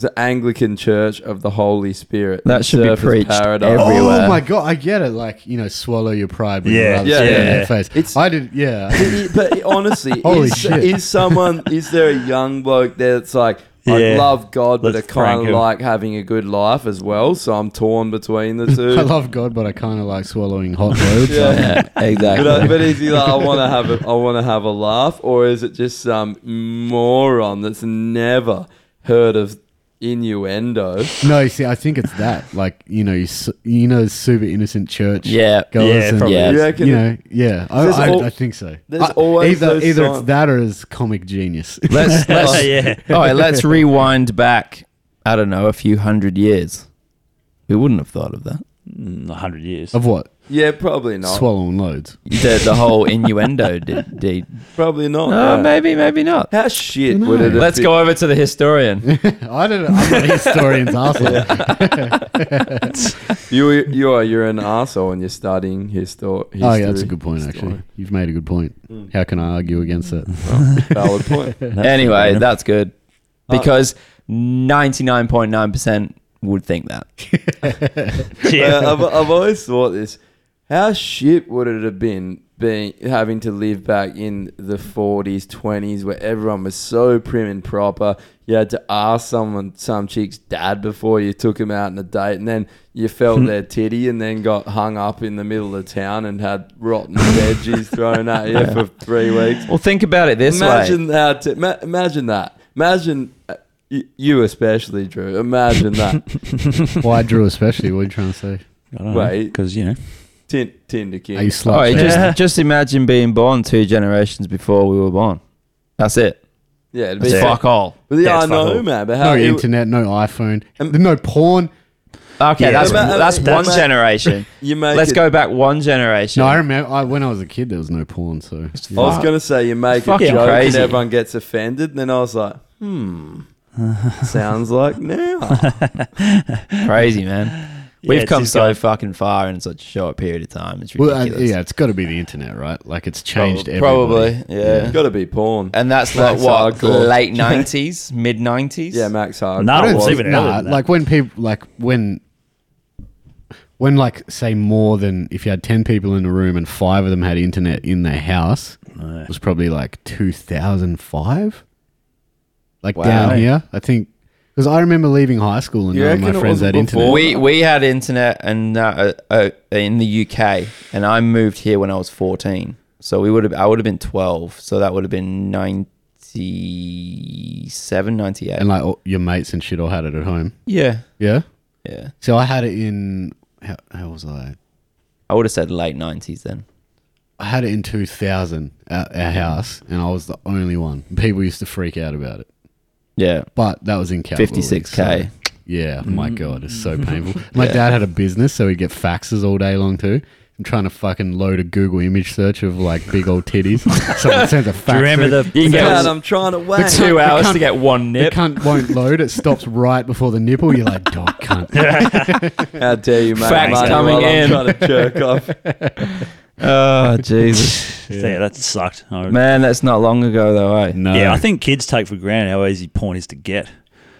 [SPEAKER 1] The Anglican Church of the Holy Spirit.
[SPEAKER 4] That should be
[SPEAKER 1] Surfers
[SPEAKER 4] preached
[SPEAKER 1] Paradise.
[SPEAKER 4] every- everywhere.
[SPEAKER 2] Oh my god, I get it. Like you know, swallow your pride. But
[SPEAKER 1] yeah,
[SPEAKER 2] yeah,
[SPEAKER 3] Yeah,
[SPEAKER 2] yeah,
[SPEAKER 1] yeah.
[SPEAKER 2] In your face.
[SPEAKER 1] It's-
[SPEAKER 2] I did. Yeah.
[SPEAKER 1] It- it- but honestly,
[SPEAKER 2] Holy
[SPEAKER 1] is,
[SPEAKER 2] shit.
[SPEAKER 1] is someone is there a young bloke there that's like I
[SPEAKER 3] Yeah.
[SPEAKER 1] love God, but
[SPEAKER 3] Let's
[SPEAKER 1] I kind
[SPEAKER 3] prank
[SPEAKER 1] of
[SPEAKER 3] him.
[SPEAKER 1] like having a good life as well. So I'm torn between the two.
[SPEAKER 2] I love God, but I kind of like swallowing hot loads.
[SPEAKER 1] Yeah.
[SPEAKER 4] Yeah, exactly.
[SPEAKER 1] but, uh, but is he like I want to have a I want to have a laugh, or is it just some moron that's never heard of innuendo.
[SPEAKER 2] No, you see, I think it's that. Like you know, you, s- you know, super innocent church.
[SPEAKER 4] Yeah.
[SPEAKER 2] goers
[SPEAKER 3] Yeah,
[SPEAKER 2] and,
[SPEAKER 3] probably.
[SPEAKER 4] Yeah.
[SPEAKER 1] You reckon-
[SPEAKER 2] You know, yeah. I,
[SPEAKER 1] There's
[SPEAKER 2] I,
[SPEAKER 1] al-
[SPEAKER 2] I think so.
[SPEAKER 1] there's
[SPEAKER 2] I-
[SPEAKER 1] always
[SPEAKER 2] either
[SPEAKER 1] those
[SPEAKER 2] either it's
[SPEAKER 1] signs.
[SPEAKER 2] that or it's comic genius.
[SPEAKER 4] Let's let's
[SPEAKER 3] yeah.
[SPEAKER 4] all right, let's rewind back. I don't know, a few hundred years. We wouldn't have thought of that.
[SPEAKER 3] Mm, a hundred years.
[SPEAKER 2] of what?
[SPEAKER 1] Yeah, probably not.
[SPEAKER 2] Swallowing loads.
[SPEAKER 4] The, the whole innuendo deed. De-
[SPEAKER 1] probably not.
[SPEAKER 4] no,
[SPEAKER 1] no.
[SPEAKER 4] maybe, maybe not.
[SPEAKER 1] How shit would it? have
[SPEAKER 4] Let's
[SPEAKER 1] been?
[SPEAKER 4] go over to the historian.
[SPEAKER 2] I don't know. I'm not a historian's asshole.
[SPEAKER 1] You you are you're an asshole and you're studying histo- history.
[SPEAKER 2] Oh yeah, that's a good point.
[SPEAKER 1] History.
[SPEAKER 2] Actually, you've made a good point. How can I argue against that?
[SPEAKER 1] Valid point.
[SPEAKER 4] anyway, that's good
[SPEAKER 1] Oh.
[SPEAKER 4] because ninety nine point nine percent would think that.
[SPEAKER 3] yeah.
[SPEAKER 1] Uh, I've, I've always thought this. How shit would it have been being having to live back in the 40s, 20s, where everyone was so prim and proper? You had to ask someone, some chick's dad, before you took him out on a date, and then you felt their titty, and then got hung up in the middle of town and had rotten veggies thrown at you for three weeks.
[SPEAKER 4] Well, think about it this way.
[SPEAKER 1] imagine that. ma- imagine that. Imagine uh, y- you, especially, Drew. Imagine that.
[SPEAKER 2] Why Drew especially? What are you trying to say?
[SPEAKER 1] wait.
[SPEAKER 3] because you know.
[SPEAKER 1] Tin- Tinder king.
[SPEAKER 2] Are you
[SPEAKER 4] All
[SPEAKER 2] slut?
[SPEAKER 4] right,
[SPEAKER 2] shaming?
[SPEAKER 3] Yeah.
[SPEAKER 4] Oh, just just imagine being born two generations before we were born. That's it.
[SPEAKER 1] Yeah, it'd be
[SPEAKER 4] It's Fuck all.
[SPEAKER 1] But yeah,
[SPEAKER 4] it's
[SPEAKER 1] I
[SPEAKER 4] fuck
[SPEAKER 1] know,
[SPEAKER 4] all.
[SPEAKER 1] man. But
[SPEAKER 2] no
[SPEAKER 1] how? you-
[SPEAKER 2] internet, no iPhone,
[SPEAKER 1] Uh, Um,
[SPEAKER 2] no porn.
[SPEAKER 4] Okay,
[SPEAKER 3] Yeah.
[SPEAKER 4] that's
[SPEAKER 1] But, uh,
[SPEAKER 4] that's
[SPEAKER 1] but-
[SPEAKER 4] one
[SPEAKER 1] but-
[SPEAKER 4] generation.
[SPEAKER 1] you make
[SPEAKER 4] Let's
[SPEAKER 1] it,
[SPEAKER 4] go back one generation.
[SPEAKER 2] No, I remember I, when I was a kid, there was no porn. So
[SPEAKER 1] I was gonna say you make a
[SPEAKER 4] Fucking
[SPEAKER 1] joke
[SPEAKER 4] crazy.
[SPEAKER 1] and everyone gets offended. And then I was like, hmm, sounds like now.
[SPEAKER 4] Crazy man. We've
[SPEAKER 3] Yeah, it's
[SPEAKER 4] come
[SPEAKER 3] just
[SPEAKER 4] so
[SPEAKER 3] going-
[SPEAKER 4] fucking far in such a short period of time. It's
[SPEAKER 2] well, uh,
[SPEAKER 4] ridiculous.
[SPEAKER 2] yeah, it's got to be the internet, right? Like it's changed.
[SPEAKER 4] Prob-
[SPEAKER 2] everybody.
[SPEAKER 4] probably, yeah.
[SPEAKER 1] Got to be porn.
[SPEAKER 4] And that's like
[SPEAKER 1] That's
[SPEAKER 4] what
[SPEAKER 1] hardcore.
[SPEAKER 4] late nineties, mid nineties.
[SPEAKER 1] yeah, Max Hard.
[SPEAKER 3] No, I don't
[SPEAKER 1] was-
[SPEAKER 3] see it. even earlier
[SPEAKER 2] nah,
[SPEAKER 3] than that.
[SPEAKER 2] like when people like when when like say more than if you had 10 people in a room and five of them had internet in their house it was probably like 2005 like
[SPEAKER 4] Wow.
[SPEAKER 2] down here i think because i remember leaving high school and
[SPEAKER 1] You
[SPEAKER 2] none of my
[SPEAKER 1] reckon it
[SPEAKER 2] friends
[SPEAKER 1] was
[SPEAKER 2] had
[SPEAKER 1] before?
[SPEAKER 2] internet
[SPEAKER 4] We we had internet and uh, uh, uh, in the UK, and I moved here when I was fourteen. So we would have I would have been twelve. So that would have been 97, 98.
[SPEAKER 2] and like all your mates and shit all had it at home
[SPEAKER 4] yeah,
[SPEAKER 2] yeah
[SPEAKER 4] yeah.
[SPEAKER 2] so i had it in how, how was i
[SPEAKER 4] I would have said late nineties then.
[SPEAKER 2] i had it in 2000 at our house and i was the only one people used to freak out about it
[SPEAKER 4] Yeah,
[SPEAKER 2] but that was in Kalgoorlie,
[SPEAKER 4] 56K.
[SPEAKER 2] so- Yeah,
[SPEAKER 1] Mm.
[SPEAKER 2] my god, it's so painful. My dad had a business, so he'd get faxes all day long too. I'm trying to fucking load a Google image search of like big old titties. Someone sends a fax.
[SPEAKER 3] Do you remember
[SPEAKER 2] through.
[SPEAKER 3] the?
[SPEAKER 4] you can
[SPEAKER 1] God,
[SPEAKER 4] get
[SPEAKER 1] I'm trying to
[SPEAKER 4] the
[SPEAKER 1] wait.
[SPEAKER 4] two
[SPEAKER 2] the
[SPEAKER 4] hours
[SPEAKER 2] cunt-
[SPEAKER 4] to get one
[SPEAKER 2] the
[SPEAKER 4] nip.
[SPEAKER 2] cunt won't load? It stops right before the nipple. You're like, dog cunt.
[SPEAKER 1] How dare you make
[SPEAKER 4] Facts
[SPEAKER 1] money
[SPEAKER 4] coming
[SPEAKER 1] while
[SPEAKER 4] in.
[SPEAKER 1] I'm trying to jerk off?
[SPEAKER 4] Oh Jesus,
[SPEAKER 3] Yeah, that sucked. I,
[SPEAKER 4] man, that's not long ago though. Eh?
[SPEAKER 2] No.
[SPEAKER 3] yeah, I think kids take for granted how easy porn is to get.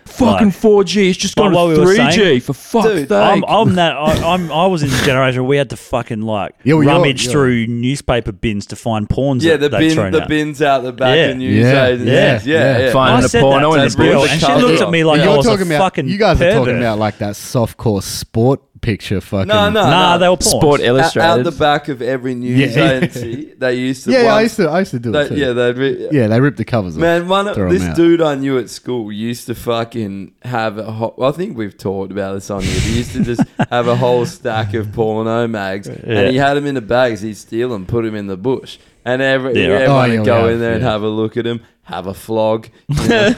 [SPEAKER 4] Fucking
[SPEAKER 3] Like-
[SPEAKER 4] four G. It's just
[SPEAKER 3] But
[SPEAKER 4] gone
[SPEAKER 3] what
[SPEAKER 4] to
[SPEAKER 3] we were
[SPEAKER 4] three G
[SPEAKER 3] saying-
[SPEAKER 4] for fuck's
[SPEAKER 1] Dude,
[SPEAKER 3] I'm,
[SPEAKER 4] sake.
[SPEAKER 3] I'm that. I, I'm. I was in the generation where we had to fucking like
[SPEAKER 2] Yeah, well, you're-
[SPEAKER 3] rummage
[SPEAKER 2] you're-
[SPEAKER 3] through newspaper bins to find porns.
[SPEAKER 1] Yeah,
[SPEAKER 3] that,
[SPEAKER 1] the
[SPEAKER 3] they'd thrown
[SPEAKER 1] bin, the
[SPEAKER 3] out.
[SPEAKER 1] bins out the back
[SPEAKER 3] Yeah.
[SPEAKER 1] of news
[SPEAKER 2] Yeah,
[SPEAKER 1] agencies.
[SPEAKER 2] yeah,
[SPEAKER 1] Yeah,
[SPEAKER 2] yeah.
[SPEAKER 1] yeah.
[SPEAKER 4] Finding
[SPEAKER 3] I
[SPEAKER 4] a
[SPEAKER 3] said
[SPEAKER 4] porno
[SPEAKER 3] that
[SPEAKER 4] in
[SPEAKER 3] to
[SPEAKER 4] the
[SPEAKER 3] this girl,
[SPEAKER 1] bush.
[SPEAKER 3] and she looked at me like I
[SPEAKER 2] you're
[SPEAKER 3] was
[SPEAKER 2] talking
[SPEAKER 3] a
[SPEAKER 2] about,
[SPEAKER 3] fucking.
[SPEAKER 2] You guys are talking
[SPEAKER 3] pervert.
[SPEAKER 2] about like that softcore sport picture fucking.
[SPEAKER 1] No, no,
[SPEAKER 3] Nah,
[SPEAKER 1] no.
[SPEAKER 3] they were porn.
[SPEAKER 4] Sport
[SPEAKER 1] Out,
[SPEAKER 4] Illustrated.
[SPEAKER 1] out the back of every news
[SPEAKER 2] Yeah.
[SPEAKER 1] agency, they used to.
[SPEAKER 2] Yeah, yeah, I
[SPEAKER 1] once-
[SPEAKER 2] used to. I used to do it.
[SPEAKER 1] They,
[SPEAKER 2] Too.
[SPEAKER 1] yeah, they'd re-
[SPEAKER 2] yeah, they ripped the covers off.
[SPEAKER 1] Man, one of,
[SPEAKER 2] Throw 'em
[SPEAKER 1] this
[SPEAKER 2] out.
[SPEAKER 1] dude I knew at school used to fucking have a whole. I think we've talked about this on here. He used to just have a whole stack of porno mags, and he had them in the bags. He'd steal them, put them in the bush, and every
[SPEAKER 3] Yeah, right.
[SPEAKER 1] everyone
[SPEAKER 2] Oh, yeah,
[SPEAKER 1] would go
[SPEAKER 2] we
[SPEAKER 1] in there and
[SPEAKER 2] have,
[SPEAKER 1] have
[SPEAKER 2] yeah.
[SPEAKER 1] a look at him, have a flog. you know.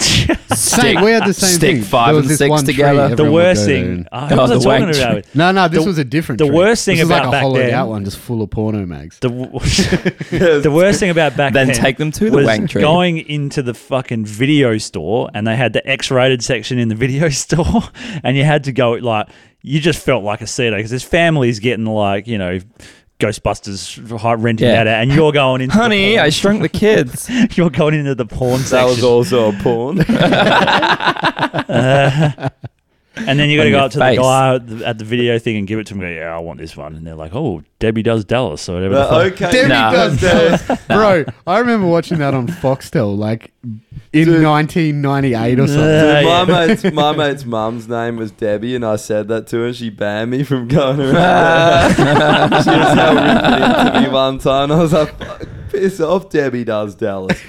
[SPEAKER 2] Same, we had the same
[SPEAKER 4] stick
[SPEAKER 2] thing.
[SPEAKER 4] five
[SPEAKER 2] There was
[SPEAKER 4] and
[SPEAKER 2] this
[SPEAKER 4] six
[SPEAKER 2] one tree
[SPEAKER 4] together. The
[SPEAKER 2] everyone
[SPEAKER 3] the
[SPEAKER 2] would
[SPEAKER 3] worst
[SPEAKER 2] go
[SPEAKER 3] thing.
[SPEAKER 2] there and-
[SPEAKER 3] Oh,
[SPEAKER 4] Oh,
[SPEAKER 3] who was I
[SPEAKER 4] the
[SPEAKER 3] talking
[SPEAKER 4] wank
[SPEAKER 3] about?
[SPEAKER 2] No, no, this
[SPEAKER 3] The-
[SPEAKER 2] was a different.
[SPEAKER 3] the
[SPEAKER 2] tree.
[SPEAKER 3] worst thing
[SPEAKER 2] this was
[SPEAKER 3] about
[SPEAKER 2] like a
[SPEAKER 3] back
[SPEAKER 2] hollowed
[SPEAKER 3] then-
[SPEAKER 2] out one, just full of porno mags.
[SPEAKER 3] The, w- the worst thing about back
[SPEAKER 4] Then
[SPEAKER 3] then,
[SPEAKER 4] take them to the
[SPEAKER 3] was
[SPEAKER 4] wank tree.
[SPEAKER 3] going into the fucking video store, and they had the X-rated section in the video store, and you had to go like you just felt like a CETA because there's families getting like you know Ghostbusters hi- renting
[SPEAKER 4] Yeah.
[SPEAKER 3] that out, and you're going into the
[SPEAKER 4] Honey, I
[SPEAKER 3] porn,
[SPEAKER 4] shrunk the kids.
[SPEAKER 3] you're going into the porn
[SPEAKER 1] that was
[SPEAKER 3] section,
[SPEAKER 1] also a porn.
[SPEAKER 3] and then you got to go
[SPEAKER 4] on your
[SPEAKER 3] up to
[SPEAKER 4] face.
[SPEAKER 3] the guy at the, at the video thing and give it to him. Go, yeah, I want this one, and they're like, oh, Debbie does Dallas or whatever. the fuck.
[SPEAKER 1] But Uh, okay,
[SPEAKER 2] Debbie
[SPEAKER 4] Nah.
[SPEAKER 2] does that. Bro, I remember watching that on Foxtel, like in 1998 or something.
[SPEAKER 3] Uh,
[SPEAKER 1] Dude,
[SPEAKER 3] yeah.
[SPEAKER 1] my mate's my mate's mum's name was Debbie, and I said that to her. and She banned me from going around. she was hell ripped into me one time. I was like, "Fuck, "Piss off, Debbie does Dallas,"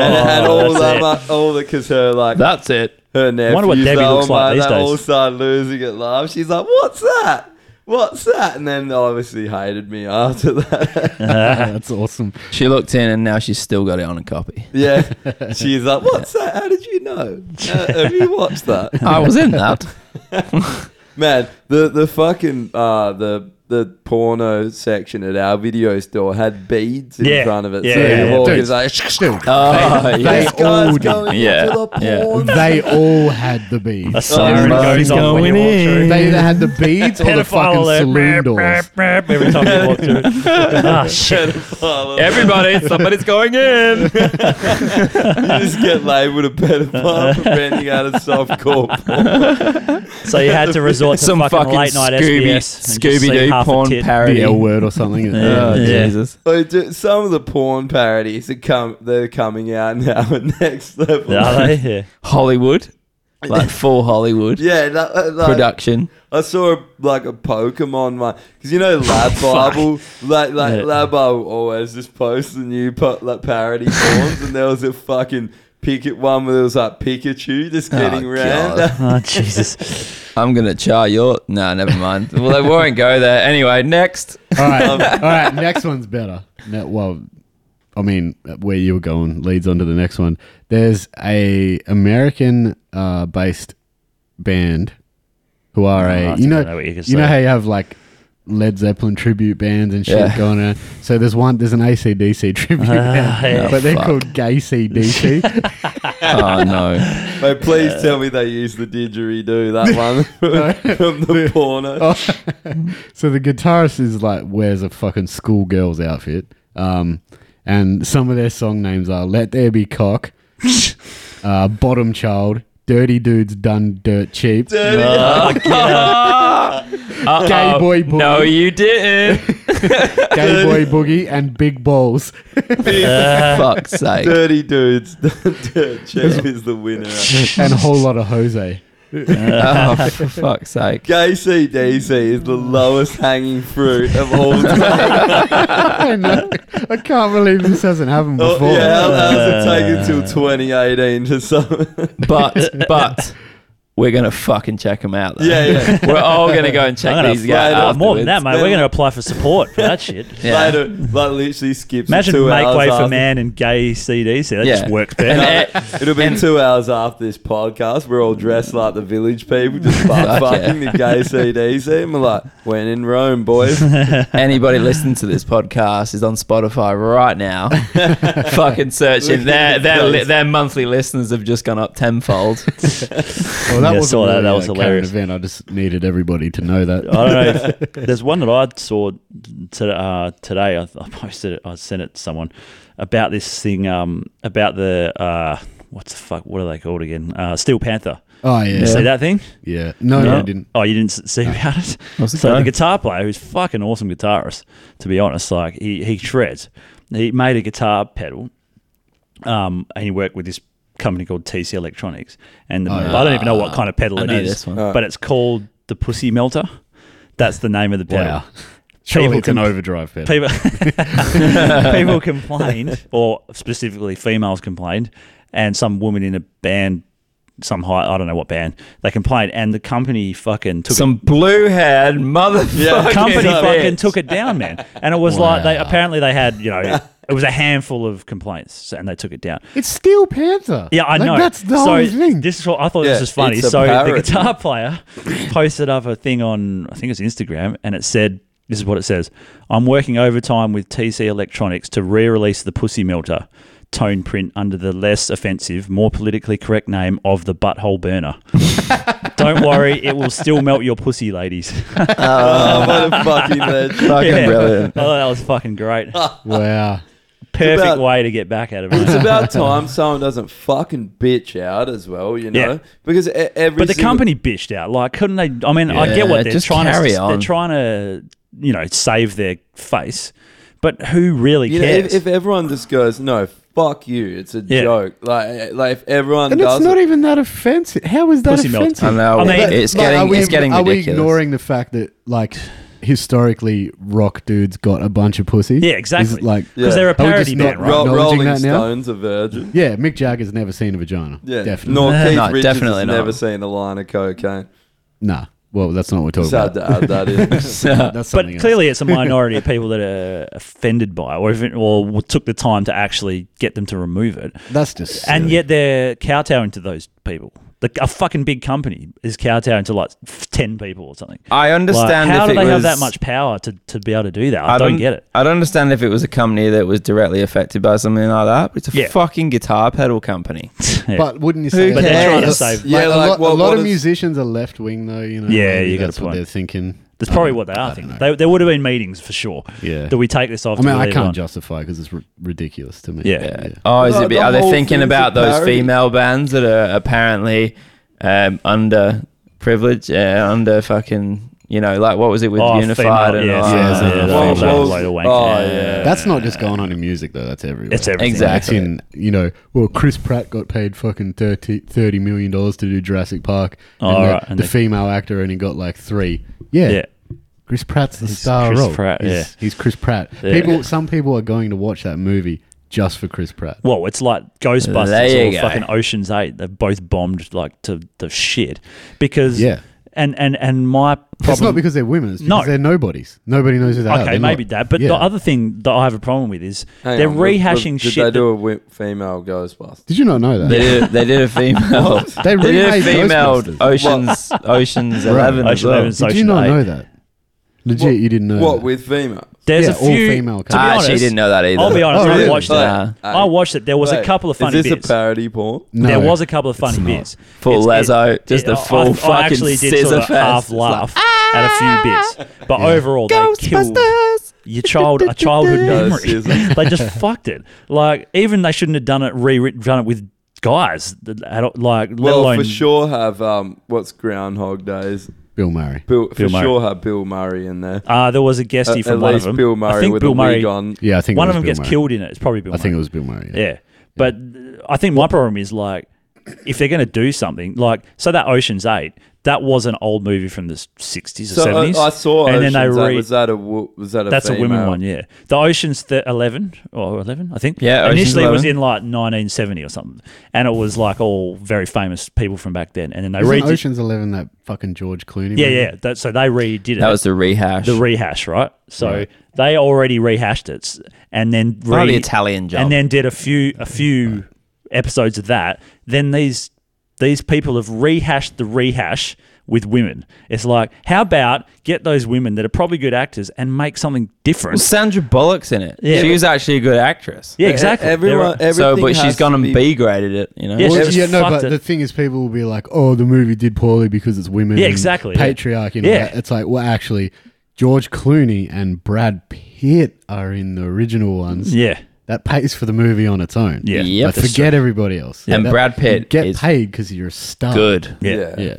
[SPEAKER 1] and, and all
[SPEAKER 3] that's
[SPEAKER 1] that,
[SPEAKER 3] it.
[SPEAKER 1] mu- all that, because her like
[SPEAKER 4] That's it.
[SPEAKER 1] her nephews.
[SPEAKER 3] wonder what Debbie
[SPEAKER 1] oh
[SPEAKER 3] looks like
[SPEAKER 1] my,
[SPEAKER 3] these
[SPEAKER 1] they all
[SPEAKER 3] days.
[SPEAKER 1] started losing it love. She's like, "What's that? What's that?" And then obviously hated me after that.
[SPEAKER 2] Oh, that's awesome.
[SPEAKER 4] She looked in and now she's still got it on a copy.
[SPEAKER 1] yeah, she's like, "What's that? How did you know? Uh, have you watched that?"
[SPEAKER 4] I was in that.
[SPEAKER 1] Man, the the fucking uh, the the porno section at our video store had beads in
[SPEAKER 3] Yeah.
[SPEAKER 1] front of it.
[SPEAKER 3] Yeah,
[SPEAKER 1] so
[SPEAKER 3] yeah,
[SPEAKER 1] you
[SPEAKER 3] yeah.
[SPEAKER 1] walk
[SPEAKER 2] Dude.
[SPEAKER 1] it's like,
[SPEAKER 2] Dude,
[SPEAKER 1] oh,
[SPEAKER 2] They-
[SPEAKER 1] yes,
[SPEAKER 2] they
[SPEAKER 1] guys,
[SPEAKER 2] all did.
[SPEAKER 1] going
[SPEAKER 4] Yeah,
[SPEAKER 1] into the
[SPEAKER 4] yeah.
[SPEAKER 1] porn.
[SPEAKER 2] they all had the beads.
[SPEAKER 3] A siren
[SPEAKER 1] right.
[SPEAKER 3] goes off when you walk
[SPEAKER 4] Going
[SPEAKER 3] through.
[SPEAKER 4] in.
[SPEAKER 2] They either had the beads or the fucking
[SPEAKER 3] alert.
[SPEAKER 2] saloon
[SPEAKER 3] Brap,
[SPEAKER 2] doors.
[SPEAKER 3] brap, brap, Every time you walk through. Ah, shit.
[SPEAKER 4] Everybody, somebody's going in.
[SPEAKER 1] you just get labelled a pedophile for renting out a soft core porn.
[SPEAKER 3] So you had to resort to
[SPEAKER 4] Some
[SPEAKER 3] fucking,
[SPEAKER 4] fucking
[SPEAKER 3] late night
[SPEAKER 4] Scooby-
[SPEAKER 3] SBS. and just see
[SPEAKER 4] Scooby-Doo
[SPEAKER 3] half a
[SPEAKER 4] porn
[SPEAKER 3] tit.
[SPEAKER 4] parody.
[SPEAKER 2] The L word or something.
[SPEAKER 4] Oh,
[SPEAKER 3] Yeah.
[SPEAKER 4] Jesus.
[SPEAKER 1] Oh, dude, Some of the porn parodies are come they're coming out now at next level.
[SPEAKER 3] Are they? Yeah.
[SPEAKER 4] Hollywood. Like full Hollywood
[SPEAKER 1] Yeah, that, that- like,
[SPEAKER 4] production.
[SPEAKER 1] I saw like a Pokemon one because you know Lab Bible, like like
[SPEAKER 3] Yeah.
[SPEAKER 1] Lab Bible always just posts the new po- like parody forms, and there was a fucking Pikachu one where there was like Pikachu just getting
[SPEAKER 4] Oh,
[SPEAKER 1] round.
[SPEAKER 4] God.
[SPEAKER 3] Oh, Jesus.
[SPEAKER 4] I'm going to char your. No, never mind. Well, they won't go there. Anyway, next.
[SPEAKER 2] All right,
[SPEAKER 3] Um,
[SPEAKER 2] all right. Next one's better. No, well, I mean, where you were going leads on to the next one. There's a American-based band who are
[SPEAKER 3] Oh, I
[SPEAKER 2] a you
[SPEAKER 3] don't
[SPEAKER 2] know,
[SPEAKER 3] know what you
[SPEAKER 2] you,
[SPEAKER 3] can
[SPEAKER 2] know
[SPEAKER 3] say.
[SPEAKER 2] how you have like Led Zeppelin tribute bands and shit
[SPEAKER 4] Yeah.
[SPEAKER 2] going on. So there's one. There's an ACDC tribute band,
[SPEAKER 3] yeah.
[SPEAKER 2] but they're
[SPEAKER 4] Fuck.
[SPEAKER 2] called Gay CDC.
[SPEAKER 4] Oh, no.
[SPEAKER 1] Mate, please tell me they use the didgeridoo that one from the porno.
[SPEAKER 2] Oh. so the guitarist is like wears a fucking schoolgirl's outfit. Um, and some of their song names are "Let There Be Cock," uh, "Bottom Child," "Dirty Dudes Done Dirt Cheap,"
[SPEAKER 1] Dirty.
[SPEAKER 2] Gay
[SPEAKER 3] Uh,
[SPEAKER 2] boy boogie.
[SPEAKER 4] No, you didn't.
[SPEAKER 2] "Gay Boy Boogie," and "Big Balls."
[SPEAKER 4] Fuck's sake.
[SPEAKER 1] Dirty dudes, dirt cheap is the winner.
[SPEAKER 2] and a whole lot of Jose.
[SPEAKER 4] Oh, for fuck's sake.
[SPEAKER 1] Gay CDC is the lowest hanging fruit of all time.
[SPEAKER 2] I know. I can't believe this hasn't happened
[SPEAKER 1] Oh,
[SPEAKER 2] before.
[SPEAKER 1] yeah, how how's it taken till 2018 to some?
[SPEAKER 4] But, but, we're going to fucking check them out. Though.
[SPEAKER 1] yeah, yeah.
[SPEAKER 4] We're all going to go and check
[SPEAKER 3] I'm going
[SPEAKER 4] these
[SPEAKER 3] to apply
[SPEAKER 4] guys out.
[SPEAKER 3] Uh, more than that,
[SPEAKER 1] afterwards.
[SPEAKER 3] mate. We're going to apply for support for that shit.
[SPEAKER 4] Yeah.
[SPEAKER 1] Later, like literally skips.
[SPEAKER 3] Imagine
[SPEAKER 1] two
[SPEAKER 3] Make
[SPEAKER 1] hours
[SPEAKER 3] Way for
[SPEAKER 1] after.
[SPEAKER 3] Man and Gay CDC. That just
[SPEAKER 4] Yeah.
[SPEAKER 3] works
[SPEAKER 4] And,
[SPEAKER 3] better.
[SPEAKER 4] eh,
[SPEAKER 1] It'll be two hours after this podcast. We're all dressed like the village people, just butt
[SPEAKER 4] Fuck yeah.
[SPEAKER 1] fucking the gay CDC. And we're like, when in Rome, boys. Oh,
[SPEAKER 4] anybody listening to this podcast is on Spotify right now, fucking searching. Their their li- their monthly listeners have just gone up tenfold.
[SPEAKER 2] Well, that
[SPEAKER 3] Yeah, I
[SPEAKER 2] wasn't
[SPEAKER 3] saw that.
[SPEAKER 2] really
[SPEAKER 3] That
[SPEAKER 2] a
[SPEAKER 3] was
[SPEAKER 2] current
[SPEAKER 3] hilarious.
[SPEAKER 2] Event. I just needed everybody to know that.
[SPEAKER 3] I don't know. If, there's one that I saw to, uh, today. I, I posted it. I sent it to someone about this thing. Um, about the uh, what's the fuck? What are they called again? Uh, Steel Panther.
[SPEAKER 2] Oh
[SPEAKER 3] You
[SPEAKER 2] yeah,
[SPEAKER 3] see that thing?
[SPEAKER 2] yeah. No, no, I didn't.
[SPEAKER 3] Oh, you didn't s- see about it.
[SPEAKER 4] What's it
[SPEAKER 3] so the
[SPEAKER 4] called?
[SPEAKER 3] guitar player, who's fucking awesome guitarist, to be honest, like he he shreds. He made a guitar pedal, um, and he worked with this company called TC Electronics, and
[SPEAKER 2] Oh,
[SPEAKER 3] the, I don't even know what kind of pedal
[SPEAKER 4] I
[SPEAKER 3] it is,
[SPEAKER 4] know this one.
[SPEAKER 3] but it's called the Pussy Melter. That's the name of the pedal.
[SPEAKER 2] Wow. Surely
[SPEAKER 3] People
[SPEAKER 2] it's an
[SPEAKER 3] can-
[SPEAKER 2] overdrive pedal.
[SPEAKER 3] people people complained, or specifically females complained, and some woman in a band, some high I don't know what band, they complained, and the company fucking took
[SPEAKER 4] Some blue haired motherfucker.
[SPEAKER 1] Yeah.
[SPEAKER 3] it, company
[SPEAKER 1] fucking
[SPEAKER 3] fucking took it down, man. And it was like they apparently they had you know it was a handful of complaints, and they took it down.
[SPEAKER 2] It's Steel Panther.
[SPEAKER 3] Yeah, I
[SPEAKER 2] Like,
[SPEAKER 3] know.
[SPEAKER 2] That's the
[SPEAKER 3] so
[SPEAKER 2] whole thing.
[SPEAKER 3] This is what I thought
[SPEAKER 1] Yeah,
[SPEAKER 3] this was funny.
[SPEAKER 1] it's a
[SPEAKER 3] So the
[SPEAKER 1] parody.
[SPEAKER 3] guitar player posted up a thing on I think it's Instagram, and it said, "This is what it says: I'm working overtime with TC Electronics to re-release the Pussy Melter tone print under the less offensive, more politically correct name of the Butthole Burner. Don't worry, it will still melt your pussy, ladies."
[SPEAKER 1] oh, what a fucking legend.
[SPEAKER 4] Fucking
[SPEAKER 3] Yeah.
[SPEAKER 4] brilliant.
[SPEAKER 3] Oh, that was fucking great.
[SPEAKER 2] wow.
[SPEAKER 3] Perfect
[SPEAKER 1] about-
[SPEAKER 3] way to get back out of
[SPEAKER 1] It's
[SPEAKER 3] it.
[SPEAKER 1] about time someone doesn't fucking bitch out as well, you know?
[SPEAKER 3] Yeah.
[SPEAKER 1] Because e- every
[SPEAKER 3] But the
[SPEAKER 1] single-
[SPEAKER 3] company bitched out. Like, couldn't they? I mean, I get
[SPEAKER 4] Yeah,
[SPEAKER 3] what they're
[SPEAKER 4] just
[SPEAKER 3] trying
[SPEAKER 4] carry
[SPEAKER 3] to. They're
[SPEAKER 4] on.
[SPEAKER 3] trying to, you know, save their face. But who really
[SPEAKER 1] You know,
[SPEAKER 3] cares?
[SPEAKER 1] if, if everyone just goes, no, fuck you, it's a
[SPEAKER 3] Yeah.
[SPEAKER 1] joke. Like, like if everyone
[SPEAKER 2] And
[SPEAKER 1] does
[SPEAKER 2] it's not
[SPEAKER 1] it,
[SPEAKER 2] even that offensive. How is that
[SPEAKER 3] Pussy melt.
[SPEAKER 2] offensive?
[SPEAKER 4] I know.
[SPEAKER 3] I mean-
[SPEAKER 4] it's
[SPEAKER 2] Like,
[SPEAKER 4] getting
[SPEAKER 2] are we,
[SPEAKER 4] it's getting
[SPEAKER 2] Are
[SPEAKER 4] ridiculous.
[SPEAKER 2] we ignoring the fact that like historically rock dudes got a bunch of pussy.
[SPEAKER 3] Yeah, exactly.
[SPEAKER 2] Is it like
[SPEAKER 1] Yeah.
[SPEAKER 3] because they're a
[SPEAKER 2] Are we
[SPEAKER 3] parody
[SPEAKER 2] just not
[SPEAKER 3] band, right?
[SPEAKER 1] Ro-
[SPEAKER 2] Acknowledging
[SPEAKER 1] Rolling
[SPEAKER 2] that now?
[SPEAKER 1] Stones are virgin.
[SPEAKER 2] yeah, Mick Jagger's never seen a vagina.
[SPEAKER 1] Yeah,
[SPEAKER 2] definitely.
[SPEAKER 1] Nor Keith
[SPEAKER 4] No,
[SPEAKER 1] Richards
[SPEAKER 4] definitely
[SPEAKER 1] has
[SPEAKER 4] not.
[SPEAKER 1] never seen a line of cocaine.
[SPEAKER 2] Nah. Well, that's not what we're talking
[SPEAKER 1] Sad
[SPEAKER 2] about.
[SPEAKER 1] to add that in.
[SPEAKER 2] That's something
[SPEAKER 3] But
[SPEAKER 2] else.
[SPEAKER 3] clearly, it's a minority of people that are offended by, it or even, or took the time to actually get them to remove it.
[SPEAKER 2] that's just silly.
[SPEAKER 3] And yet they're kowtowing to those people. The, a fucking big company is kowtowing to like f- 10 people or something.
[SPEAKER 4] I understand.
[SPEAKER 3] Like, how
[SPEAKER 4] if
[SPEAKER 3] do
[SPEAKER 4] it
[SPEAKER 3] they have
[SPEAKER 4] was-
[SPEAKER 3] that much power to, to be able to do that? I, don't, get it.
[SPEAKER 4] I don't understand if it was a company that was directly affected by something like that. But it's a
[SPEAKER 3] Yeah.
[SPEAKER 4] fucking guitar pedal company.
[SPEAKER 3] Yeah.
[SPEAKER 2] But wouldn't you say?
[SPEAKER 4] But they're trying to
[SPEAKER 2] Yes.
[SPEAKER 3] save-
[SPEAKER 1] Yeah,
[SPEAKER 2] a
[SPEAKER 1] like,
[SPEAKER 2] lot,
[SPEAKER 1] what-
[SPEAKER 2] a lot
[SPEAKER 1] what
[SPEAKER 2] of
[SPEAKER 1] is-
[SPEAKER 2] musicians are left wing, though. You know.
[SPEAKER 3] Yeah,
[SPEAKER 2] maybe
[SPEAKER 3] you got a
[SPEAKER 2] that's
[SPEAKER 3] point.
[SPEAKER 2] What they're thinking.
[SPEAKER 3] that's probably what they
[SPEAKER 2] I
[SPEAKER 3] are
[SPEAKER 2] don't
[SPEAKER 3] thinking.
[SPEAKER 2] know.
[SPEAKER 3] They, there would have been meetings for sure.
[SPEAKER 2] Yeah.
[SPEAKER 3] Do we take this off?
[SPEAKER 2] I
[SPEAKER 3] Do
[SPEAKER 2] mean,
[SPEAKER 3] we
[SPEAKER 2] I
[SPEAKER 3] leave it
[SPEAKER 2] can't
[SPEAKER 3] on?
[SPEAKER 2] justify because it's ri- ridiculous to me.
[SPEAKER 3] Yeah.
[SPEAKER 4] Oh, is
[SPEAKER 1] No,
[SPEAKER 4] it? Be,
[SPEAKER 1] the
[SPEAKER 4] are they
[SPEAKER 1] whole
[SPEAKER 4] thinking
[SPEAKER 1] thing's
[SPEAKER 4] about
[SPEAKER 1] a
[SPEAKER 4] those
[SPEAKER 1] parody.
[SPEAKER 4] female bands that are apparently um, under privilege, uh, under fucking, you know, like what was it with
[SPEAKER 3] Oh,
[SPEAKER 4] Unified
[SPEAKER 3] female,
[SPEAKER 4] and
[SPEAKER 3] yeah,
[SPEAKER 4] all
[SPEAKER 2] yeah,
[SPEAKER 4] that?
[SPEAKER 2] yeah, yeah,
[SPEAKER 4] Well,
[SPEAKER 2] female.
[SPEAKER 4] well,
[SPEAKER 3] Like a wank.
[SPEAKER 1] oh,
[SPEAKER 3] Yeah.
[SPEAKER 1] yeah.
[SPEAKER 2] That's not just going on in music though. That's everywhere.
[SPEAKER 3] Uh, It's everything.
[SPEAKER 4] Exactly.
[SPEAKER 2] That's in you know. Well, Chris Pratt got paid fucking 30, 30 million dollars to do Jurassic Park, and,
[SPEAKER 3] Oh,
[SPEAKER 2] the,
[SPEAKER 3] right, and
[SPEAKER 2] the
[SPEAKER 3] they-
[SPEAKER 2] female actor only got like three. Yeah,
[SPEAKER 3] Yeah.
[SPEAKER 2] Chris Pratt's the
[SPEAKER 3] He's
[SPEAKER 2] star
[SPEAKER 3] Chris
[SPEAKER 2] role.
[SPEAKER 3] Pratt,
[SPEAKER 2] he's,
[SPEAKER 3] yeah.
[SPEAKER 2] he's Chris Pratt.
[SPEAKER 3] Yeah.
[SPEAKER 2] People, some people are going to watch that movie just for Chris Pratt.
[SPEAKER 3] Well, it's like
[SPEAKER 4] There
[SPEAKER 3] Ghostbusters
[SPEAKER 4] you
[SPEAKER 3] or
[SPEAKER 4] go.
[SPEAKER 3] fucking Ocean's Eight. They've both bombed like to the shit because
[SPEAKER 2] Yeah.
[SPEAKER 3] And and and my problem.
[SPEAKER 2] It's not because they're women. It's
[SPEAKER 3] No.
[SPEAKER 2] because they're nobodies. Nobody knows who they are.
[SPEAKER 3] okay,
[SPEAKER 2] They're
[SPEAKER 3] maybe
[SPEAKER 2] not-
[SPEAKER 3] that. But
[SPEAKER 2] Yeah.
[SPEAKER 3] the other thing that I have a problem with is
[SPEAKER 1] Hang
[SPEAKER 3] they're
[SPEAKER 1] on, look, look,
[SPEAKER 3] rehashing
[SPEAKER 1] did
[SPEAKER 3] shit.
[SPEAKER 1] They do a wi- female Ghostbuster.
[SPEAKER 2] Did you not know that?
[SPEAKER 4] they, did a, they did a female.
[SPEAKER 2] They
[SPEAKER 4] They did a
[SPEAKER 2] remade
[SPEAKER 4] female
[SPEAKER 2] Ghostbusters.
[SPEAKER 4] Oceans, Oceans Eleven as
[SPEAKER 3] Ocean
[SPEAKER 4] well.
[SPEAKER 3] Eleven's-
[SPEAKER 2] Did you
[SPEAKER 3] Ocean
[SPEAKER 2] not
[SPEAKER 3] Eight.
[SPEAKER 2] know that? Legit,
[SPEAKER 1] What-
[SPEAKER 2] you didn't know.
[SPEAKER 1] What
[SPEAKER 2] that.
[SPEAKER 1] with female?
[SPEAKER 3] that- there's
[SPEAKER 2] Yeah,
[SPEAKER 3] a
[SPEAKER 2] all
[SPEAKER 3] few.
[SPEAKER 2] female
[SPEAKER 3] to be
[SPEAKER 4] Ah,
[SPEAKER 3] honest,
[SPEAKER 4] she didn't know that either.
[SPEAKER 3] I'll be honest.
[SPEAKER 1] Oh,
[SPEAKER 3] I
[SPEAKER 1] really?
[SPEAKER 3] watched
[SPEAKER 1] Nah.
[SPEAKER 3] that. I watched it. There was a
[SPEAKER 1] Wait,
[SPEAKER 3] couple of
[SPEAKER 1] Is
[SPEAKER 3] funny
[SPEAKER 1] this
[SPEAKER 3] bits.
[SPEAKER 1] a parody porn?
[SPEAKER 2] No.
[SPEAKER 3] there was a couple of funny
[SPEAKER 2] it's not.
[SPEAKER 3] bits.
[SPEAKER 4] Full
[SPEAKER 3] It's-
[SPEAKER 4] lasso, just a full
[SPEAKER 3] I, I
[SPEAKER 4] fucking
[SPEAKER 3] actually did
[SPEAKER 4] scissor
[SPEAKER 3] sort of
[SPEAKER 4] fest.
[SPEAKER 3] half
[SPEAKER 4] It's
[SPEAKER 3] laugh
[SPEAKER 2] "Ah,
[SPEAKER 3] at a few bits, but overall they killed your child a childhood
[SPEAKER 1] Yeah,
[SPEAKER 3] memory.
[SPEAKER 1] scissor.
[SPEAKER 3] they just fucked it. Like even they shouldn't have done it rewritten, done it with guys. The adult- Like let
[SPEAKER 1] Well,
[SPEAKER 3] alone
[SPEAKER 1] for sure have um, what's Groundhog Days?
[SPEAKER 2] Bill Murray.
[SPEAKER 1] Bill,
[SPEAKER 3] Bill
[SPEAKER 1] for
[SPEAKER 3] Murray.
[SPEAKER 1] sure have Bill Murray in there.
[SPEAKER 3] Uh, there was a guestie
[SPEAKER 1] at
[SPEAKER 3] from
[SPEAKER 1] at
[SPEAKER 3] one
[SPEAKER 1] least
[SPEAKER 3] of them.
[SPEAKER 1] Bill Murray
[SPEAKER 3] I think
[SPEAKER 1] with
[SPEAKER 3] Bill
[SPEAKER 1] a
[SPEAKER 3] Murray.
[SPEAKER 1] wig on.
[SPEAKER 2] Yeah, I think it
[SPEAKER 3] one
[SPEAKER 2] was
[SPEAKER 3] of them
[SPEAKER 2] Bill
[SPEAKER 3] gets
[SPEAKER 2] Murray.
[SPEAKER 3] killed in it. It's probably Bill.
[SPEAKER 2] I think
[SPEAKER 3] Murray.
[SPEAKER 2] it was Bill Murray. Yeah.
[SPEAKER 3] Yeah. But I think my problem is like if they're going to do something like so that Ocean's 8 that was an old movie from the 60s or
[SPEAKER 1] So uh,
[SPEAKER 3] 70s.
[SPEAKER 1] I, I saw.
[SPEAKER 3] and then they
[SPEAKER 1] Ocean's Eight.
[SPEAKER 3] re-
[SPEAKER 1] was that a wo- was that a
[SPEAKER 3] that's a women
[SPEAKER 1] female?
[SPEAKER 3] one, yeah. The Ocean's th- 11 or 11, I think.
[SPEAKER 4] Yeah, Ocean's
[SPEAKER 3] Initially it was
[SPEAKER 4] 11.
[SPEAKER 3] in like 1970 or something. And it was like all very famous people from back then. And then they
[SPEAKER 2] Isn't
[SPEAKER 3] redid
[SPEAKER 2] Ocean's Eleven that fucking George Clooney?
[SPEAKER 3] Yeah,
[SPEAKER 2] movie?
[SPEAKER 3] yeah. That, so they redid it.
[SPEAKER 4] That was the rehash.
[SPEAKER 3] the rehash, right? So
[SPEAKER 2] Right.
[SPEAKER 3] they already rehashed it s- and then
[SPEAKER 4] Not the
[SPEAKER 3] re-
[SPEAKER 4] Italian job.
[SPEAKER 3] and then did a few a few episodes of that. Then these these people have rehashed the rehash with women. It's like, how about get those women that are probably good actors and make something
[SPEAKER 4] Well,
[SPEAKER 3] different?
[SPEAKER 4] Sandra Bullock's in it.
[SPEAKER 3] Yeah.
[SPEAKER 4] She was actually a good actress.
[SPEAKER 3] Yeah, exactly.
[SPEAKER 1] E- Everyone,
[SPEAKER 3] They're-
[SPEAKER 4] So,
[SPEAKER 1] everything
[SPEAKER 4] but
[SPEAKER 1] has
[SPEAKER 4] she's
[SPEAKER 1] to
[SPEAKER 4] gone and
[SPEAKER 1] be-
[SPEAKER 4] B graded it. You know.
[SPEAKER 3] Yeah,
[SPEAKER 2] Well,
[SPEAKER 3] she
[SPEAKER 2] yeah,
[SPEAKER 3] just
[SPEAKER 2] no,
[SPEAKER 3] fucked
[SPEAKER 2] but
[SPEAKER 3] it.
[SPEAKER 2] the thing is, people will be like, "Oh, the movie did poorly because it's women."
[SPEAKER 3] Yeah,
[SPEAKER 2] and
[SPEAKER 3] exactly, yeah.
[SPEAKER 2] Patriarchy. And all
[SPEAKER 3] Yeah.
[SPEAKER 2] that. it's like, well, actually, George Clooney and Brad Pitt are in the original ones.
[SPEAKER 3] yeah.
[SPEAKER 2] that pays for the movie on its own.
[SPEAKER 3] Yeah.
[SPEAKER 4] Yep.
[SPEAKER 2] but
[SPEAKER 4] That's
[SPEAKER 2] forget everybody else.
[SPEAKER 4] And
[SPEAKER 2] That-
[SPEAKER 4] Brad Pitt
[SPEAKER 2] you get
[SPEAKER 4] is
[SPEAKER 2] paid because you're a star.
[SPEAKER 4] Good.
[SPEAKER 3] Yeah.
[SPEAKER 1] Yeah.
[SPEAKER 2] Yeah,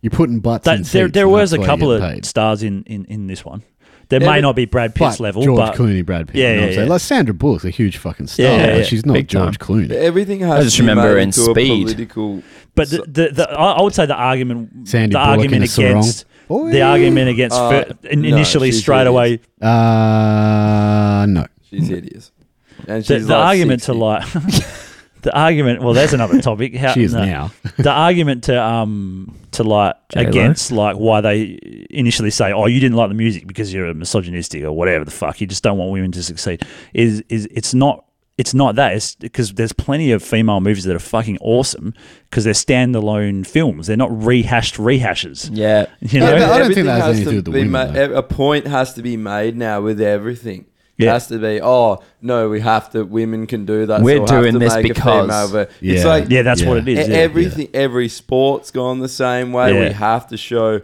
[SPEAKER 2] you're putting butts.
[SPEAKER 3] That,
[SPEAKER 2] in
[SPEAKER 3] there
[SPEAKER 2] seats,
[SPEAKER 3] there
[SPEAKER 2] and
[SPEAKER 3] was a
[SPEAKER 2] that's why you
[SPEAKER 3] couple of
[SPEAKER 2] get paid.
[SPEAKER 3] stars in, in, in this one. There
[SPEAKER 1] Yeah,
[SPEAKER 3] may
[SPEAKER 1] but-
[SPEAKER 3] not be Brad Pitt's
[SPEAKER 2] But
[SPEAKER 3] level,
[SPEAKER 2] George
[SPEAKER 3] but
[SPEAKER 2] Clooney, Brad Pitt.
[SPEAKER 3] Yeah,
[SPEAKER 2] you know
[SPEAKER 3] yeah,
[SPEAKER 2] what I'm saying?
[SPEAKER 3] yeah.
[SPEAKER 2] Like Sandra Bullock's a huge fucking star.
[SPEAKER 3] Yeah, yeah,
[SPEAKER 2] but
[SPEAKER 3] yeah.
[SPEAKER 2] she's not
[SPEAKER 4] Big
[SPEAKER 2] George Clooney.
[SPEAKER 1] Everything
[SPEAKER 4] I
[SPEAKER 1] has
[SPEAKER 4] just
[SPEAKER 1] to be
[SPEAKER 4] remember
[SPEAKER 1] made
[SPEAKER 4] in
[SPEAKER 1] into
[SPEAKER 4] Speed.
[SPEAKER 1] a political.
[SPEAKER 3] But the, the, the, I I would say the argument,
[SPEAKER 2] Sandy
[SPEAKER 3] the
[SPEAKER 2] Bullock in
[SPEAKER 3] argument
[SPEAKER 2] a sarong.
[SPEAKER 3] against,
[SPEAKER 2] Oi.
[SPEAKER 3] the argument against
[SPEAKER 1] Uh,
[SPEAKER 3] fir- in-
[SPEAKER 1] no,
[SPEAKER 3] initially
[SPEAKER 1] she's
[SPEAKER 3] straight away,
[SPEAKER 2] Uh, no.
[SPEAKER 1] She's hideous. And
[SPEAKER 3] Mm. the,
[SPEAKER 1] she's
[SPEAKER 3] the
[SPEAKER 1] like
[SPEAKER 3] argument
[SPEAKER 1] 60.
[SPEAKER 3] to like, the argument. Well, there's another topic. How,
[SPEAKER 2] She is
[SPEAKER 3] no.
[SPEAKER 2] now.
[SPEAKER 3] the argument to um to like
[SPEAKER 4] J-Lo?
[SPEAKER 3] against like why they initially say oh you didn't like the music because you're misogynistic or whatever the fuck you just don't want women to succeed is is it's not it's not that it's because there's plenty of female movies that are fucking awesome because they're standalone films they're not rehashed rehashes
[SPEAKER 4] Yeah.
[SPEAKER 3] you
[SPEAKER 2] Yeah, but
[SPEAKER 3] know
[SPEAKER 2] I don't think
[SPEAKER 1] Everything
[SPEAKER 2] that has
[SPEAKER 1] has
[SPEAKER 2] anything to do with the
[SPEAKER 1] be
[SPEAKER 2] women,
[SPEAKER 1] ma-
[SPEAKER 2] though.
[SPEAKER 1] A point has to be made now with everything. It
[SPEAKER 3] Yeah.
[SPEAKER 1] has to be. Oh no, we have to. Women can do that.
[SPEAKER 4] We're
[SPEAKER 1] so we'll have
[SPEAKER 4] doing
[SPEAKER 1] to
[SPEAKER 4] this
[SPEAKER 1] make a
[SPEAKER 4] because-
[SPEAKER 1] female ver-
[SPEAKER 2] Yeah.
[SPEAKER 1] It's like
[SPEAKER 3] yeah that's what it
[SPEAKER 1] e-
[SPEAKER 3] is yeah.
[SPEAKER 1] everything. Every sport's gone the same way.
[SPEAKER 3] Yeah.
[SPEAKER 1] We have to show.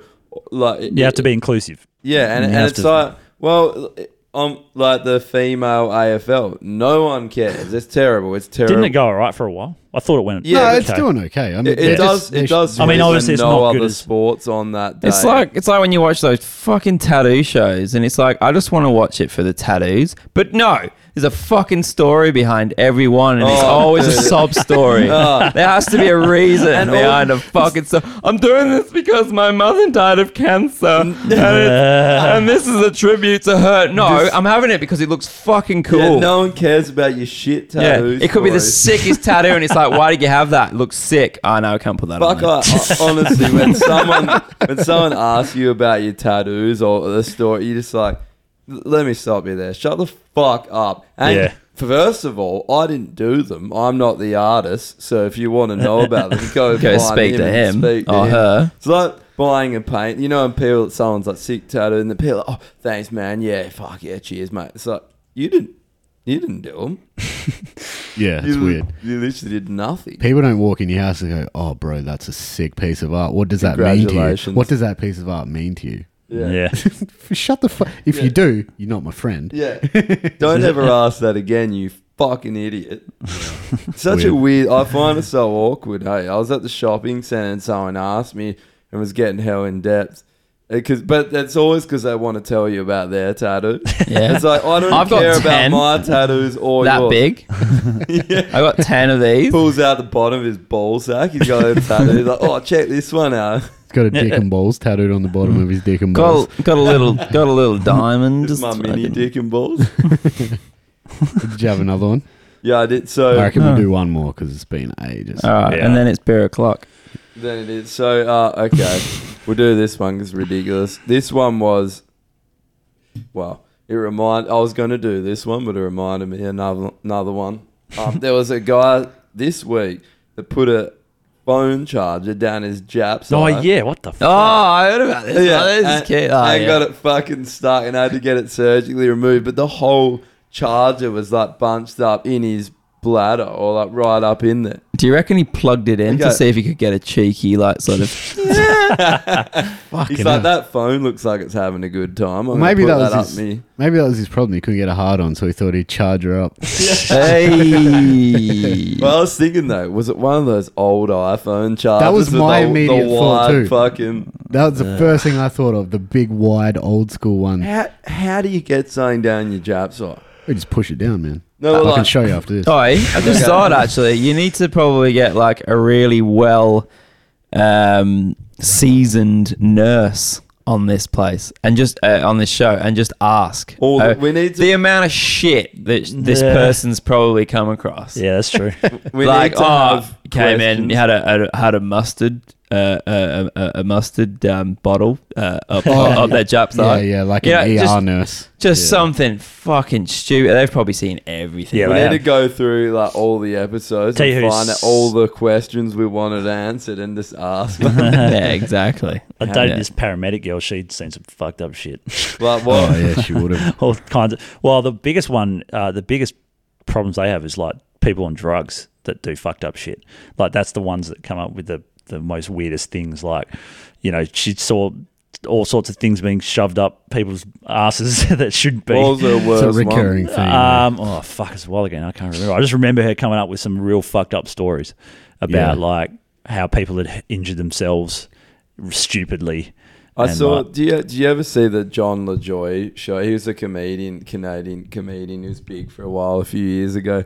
[SPEAKER 1] Like
[SPEAKER 3] you have to be inclusive
[SPEAKER 1] Yeah, and,
[SPEAKER 3] You
[SPEAKER 1] and
[SPEAKER 3] have
[SPEAKER 1] it's
[SPEAKER 3] to-
[SPEAKER 1] like well, um, like the female AFL. No one cares. It's terrible. It's terrible.
[SPEAKER 3] didn't it go all right for a while I thought it went.
[SPEAKER 1] Yeah,
[SPEAKER 2] no,
[SPEAKER 1] okay.
[SPEAKER 2] it's doing okay. I mean,
[SPEAKER 1] It, it
[SPEAKER 2] they're
[SPEAKER 1] does.
[SPEAKER 2] just- they
[SPEAKER 1] It does.
[SPEAKER 2] should-
[SPEAKER 3] I mean,
[SPEAKER 1] swing
[SPEAKER 3] obviously
[SPEAKER 1] and
[SPEAKER 3] it's
[SPEAKER 1] no
[SPEAKER 3] not
[SPEAKER 1] other
[SPEAKER 3] good as-
[SPEAKER 1] sports on that day.
[SPEAKER 4] It's like it's like when you watch those fucking tattoo shows, and it's like I just want to watch it for the tattoos, but no, there's a fucking story behind every one, and it's
[SPEAKER 1] Oh,
[SPEAKER 4] always a
[SPEAKER 1] dude.
[SPEAKER 4] sob story.
[SPEAKER 1] Oh.
[SPEAKER 4] There has to be a reason
[SPEAKER 1] And all-
[SPEAKER 4] behind a fucking story. I'm doing this because my mother died of cancer, and, it's- and this is a tribute to her. No, I'm having it because it looks fucking cool.
[SPEAKER 1] Yeah, no one cares about your shit
[SPEAKER 4] Yeah,
[SPEAKER 1] tattoos.
[SPEAKER 4] it could be the
[SPEAKER 1] stories.
[SPEAKER 4] sickest tattoo, and it's like, why did you have that? It looks sick. I know I can't put that on.
[SPEAKER 1] Fuck I,
[SPEAKER 4] there.
[SPEAKER 1] I- honestly, when someone when someone asks you about your tattoos or the story, you just like, let me stop you there. Shut the fuck up. And
[SPEAKER 3] Yeah.
[SPEAKER 1] first of all, I didn't do them. I'm not the artist. So if you want to know about them, go
[SPEAKER 4] Go
[SPEAKER 1] find
[SPEAKER 4] speak to
[SPEAKER 1] and
[SPEAKER 4] him or her.
[SPEAKER 1] It's like buying a paint. You know, when people someone's like sick tattoo, and the people, like, oh, thanks, man. Yeah, fuck yeah, cheers, mate. It's like you didn't. You didn't do them.
[SPEAKER 2] yeah, it's
[SPEAKER 1] you,
[SPEAKER 2] weird.
[SPEAKER 1] You literally did nothing.
[SPEAKER 2] People don't walk in your house and go, "Oh, bro, that's a sick piece of art." What does that mean to you?
[SPEAKER 1] Congratulations.
[SPEAKER 2] What does that piece of art mean to you?
[SPEAKER 3] Yeah. Oh,
[SPEAKER 2] Shut the fuck. If
[SPEAKER 1] Yeah.
[SPEAKER 2] you do, you're not my friend.
[SPEAKER 1] Yeah. Don't ever ask that again, you fucking idiot. Such a weird. I find it so awkward. Hey, I was at the shopping center and someone asked me and was getting hell in depth. Uh, 'cause- but that's always because they want to tell you about their tattoo.
[SPEAKER 4] Yeah.
[SPEAKER 1] It's like I don't
[SPEAKER 4] I've got
[SPEAKER 1] care about
[SPEAKER 4] 10.
[SPEAKER 1] my tattoos or
[SPEAKER 4] that
[SPEAKER 1] yours.
[SPEAKER 4] big. I got ten of these.
[SPEAKER 1] Pulls out the bottom of his ball sack. He's got a tattoo. He's like, oh, check this one out.
[SPEAKER 2] He's got a dick and balls tattooed on the bottom of his dick and balls.
[SPEAKER 4] Got a, got a little got a little diamond.
[SPEAKER 1] This is
[SPEAKER 4] Just
[SPEAKER 1] my mini
[SPEAKER 4] fucking-
[SPEAKER 1] dick and balls.
[SPEAKER 2] Did you have another one?
[SPEAKER 1] yeah, I did. So
[SPEAKER 2] I reckon
[SPEAKER 4] No.
[SPEAKER 2] we do one more because it's been ages.
[SPEAKER 4] All right,
[SPEAKER 3] Yeah.
[SPEAKER 4] and then it's bare o'clock.
[SPEAKER 1] Then it is. So, uh, okay. we'll do this one 'cause it's ridiculous. This one was, well, it remind. I was going to do this one, but it reminded me another another one. Um, there was a guy this week that put a phone charger down his Jap's
[SPEAKER 3] Oh
[SPEAKER 1] eye.
[SPEAKER 3] yeah. What the?
[SPEAKER 4] Oh,
[SPEAKER 3] Fuck?
[SPEAKER 4] I heard about this.
[SPEAKER 1] Yeah,
[SPEAKER 4] oh, this
[SPEAKER 1] and,
[SPEAKER 4] is cute. Oh,
[SPEAKER 1] and
[SPEAKER 4] yeah.
[SPEAKER 1] got it fucking stuck and had to get it surgically removed. But the whole charger was like bunched up in his bladder or like right up in there.
[SPEAKER 4] Do you reckon he plugged it in
[SPEAKER 1] Okay.
[SPEAKER 4] to see if he could get a cheeky, like, sort of?
[SPEAKER 2] Fucking
[SPEAKER 1] He's like,
[SPEAKER 2] hell.
[SPEAKER 1] that phone looks like it's having a good time. I'm
[SPEAKER 2] Maybe
[SPEAKER 1] gonna
[SPEAKER 2] that
[SPEAKER 1] put
[SPEAKER 2] was
[SPEAKER 1] that up
[SPEAKER 2] his.
[SPEAKER 1] me.
[SPEAKER 2] Maybe that was his problem. He couldn't get a hard on, so he thought he'd charge her up.
[SPEAKER 4] hey,
[SPEAKER 1] Well, I was thinking though, was it one of those old iPhone chargers?
[SPEAKER 2] was
[SPEAKER 1] with
[SPEAKER 2] my
[SPEAKER 1] the,
[SPEAKER 2] immediate
[SPEAKER 1] the
[SPEAKER 2] thought,
[SPEAKER 1] wide
[SPEAKER 2] too.
[SPEAKER 1] Fucking
[SPEAKER 2] That was the first thing I thought of. The big, wide, old school one.
[SPEAKER 1] how, how do you get something down your Japs eye?
[SPEAKER 2] We just push it down, man.
[SPEAKER 1] No,
[SPEAKER 2] I
[SPEAKER 1] well,
[SPEAKER 2] can
[SPEAKER 1] like-
[SPEAKER 2] show you after this.
[SPEAKER 4] Oi, I just thought actually, you need to probably get like a really well um, seasoned nurse on this place and just uh, on this show and just ask
[SPEAKER 1] All
[SPEAKER 4] uh,
[SPEAKER 1] the- we need to-
[SPEAKER 4] the amount of shit that sh- this
[SPEAKER 3] Yeah.
[SPEAKER 4] person's probably come across.
[SPEAKER 3] Yeah, that's true.
[SPEAKER 1] We
[SPEAKER 4] like,
[SPEAKER 1] need to
[SPEAKER 4] oh,
[SPEAKER 1] have
[SPEAKER 4] came in,
[SPEAKER 1] questions.
[SPEAKER 4] had a, a had a mustard, uh, a, a, a mustard um, bottle uh, up,
[SPEAKER 2] Oh,
[SPEAKER 4] up their jap's
[SPEAKER 2] yeah,
[SPEAKER 4] eye.
[SPEAKER 2] yeah, like
[SPEAKER 4] Yeah,
[SPEAKER 2] an ER
[SPEAKER 4] just-
[SPEAKER 2] nurse.
[SPEAKER 4] Just
[SPEAKER 2] Yeah.
[SPEAKER 4] something fucking stupid. They've probably seen everything.
[SPEAKER 3] Yeah,
[SPEAKER 1] We
[SPEAKER 3] they
[SPEAKER 1] need
[SPEAKER 3] have.
[SPEAKER 1] to go through like all the episodes
[SPEAKER 3] Tell you
[SPEAKER 1] and
[SPEAKER 3] who's-
[SPEAKER 1] find out all the questions we wanted answered and just ask. like,
[SPEAKER 4] yeah, exactly.
[SPEAKER 3] I dated
[SPEAKER 4] Yeah.
[SPEAKER 3] this paramedic girl. She'd seen some fucked up shit.
[SPEAKER 1] what?
[SPEAKER 2] Oh yeah, she would have.
[SPEAKER 3] all kinds of well the biggest one uh, the biggest problems they have is like people on drugs that do fucked up shit like that's the ones that come up with the the most weirdest things like you know she saw all sorts of things being shoved up people's asses that should be
[SPEAKER 1] What was the
[SPEAKER 2] It's
[SPEAKER 1] worst
[SPEAKER 2] a
[SPEAKER 1] one?
[SPEAKER 2] recurring thing.
[SPEAKER 3] um, oh fuck, it's a while again. I can't remember. I just remember her coming up with some real fucked up stories about
[SPEAKER 2] Yeah.
[SPEAKER 3] like how people had injured themselves stupidly.
[SPEAKER 1] I
[SPEAKER 3] and,
[SPEAKER 1] saw.
[SPEAKER 3] like-
[SPEAKER 1] Do you do you ever see the John LaJoy show? He was a comedian, Canadian comedian who was big for a while a few years ago,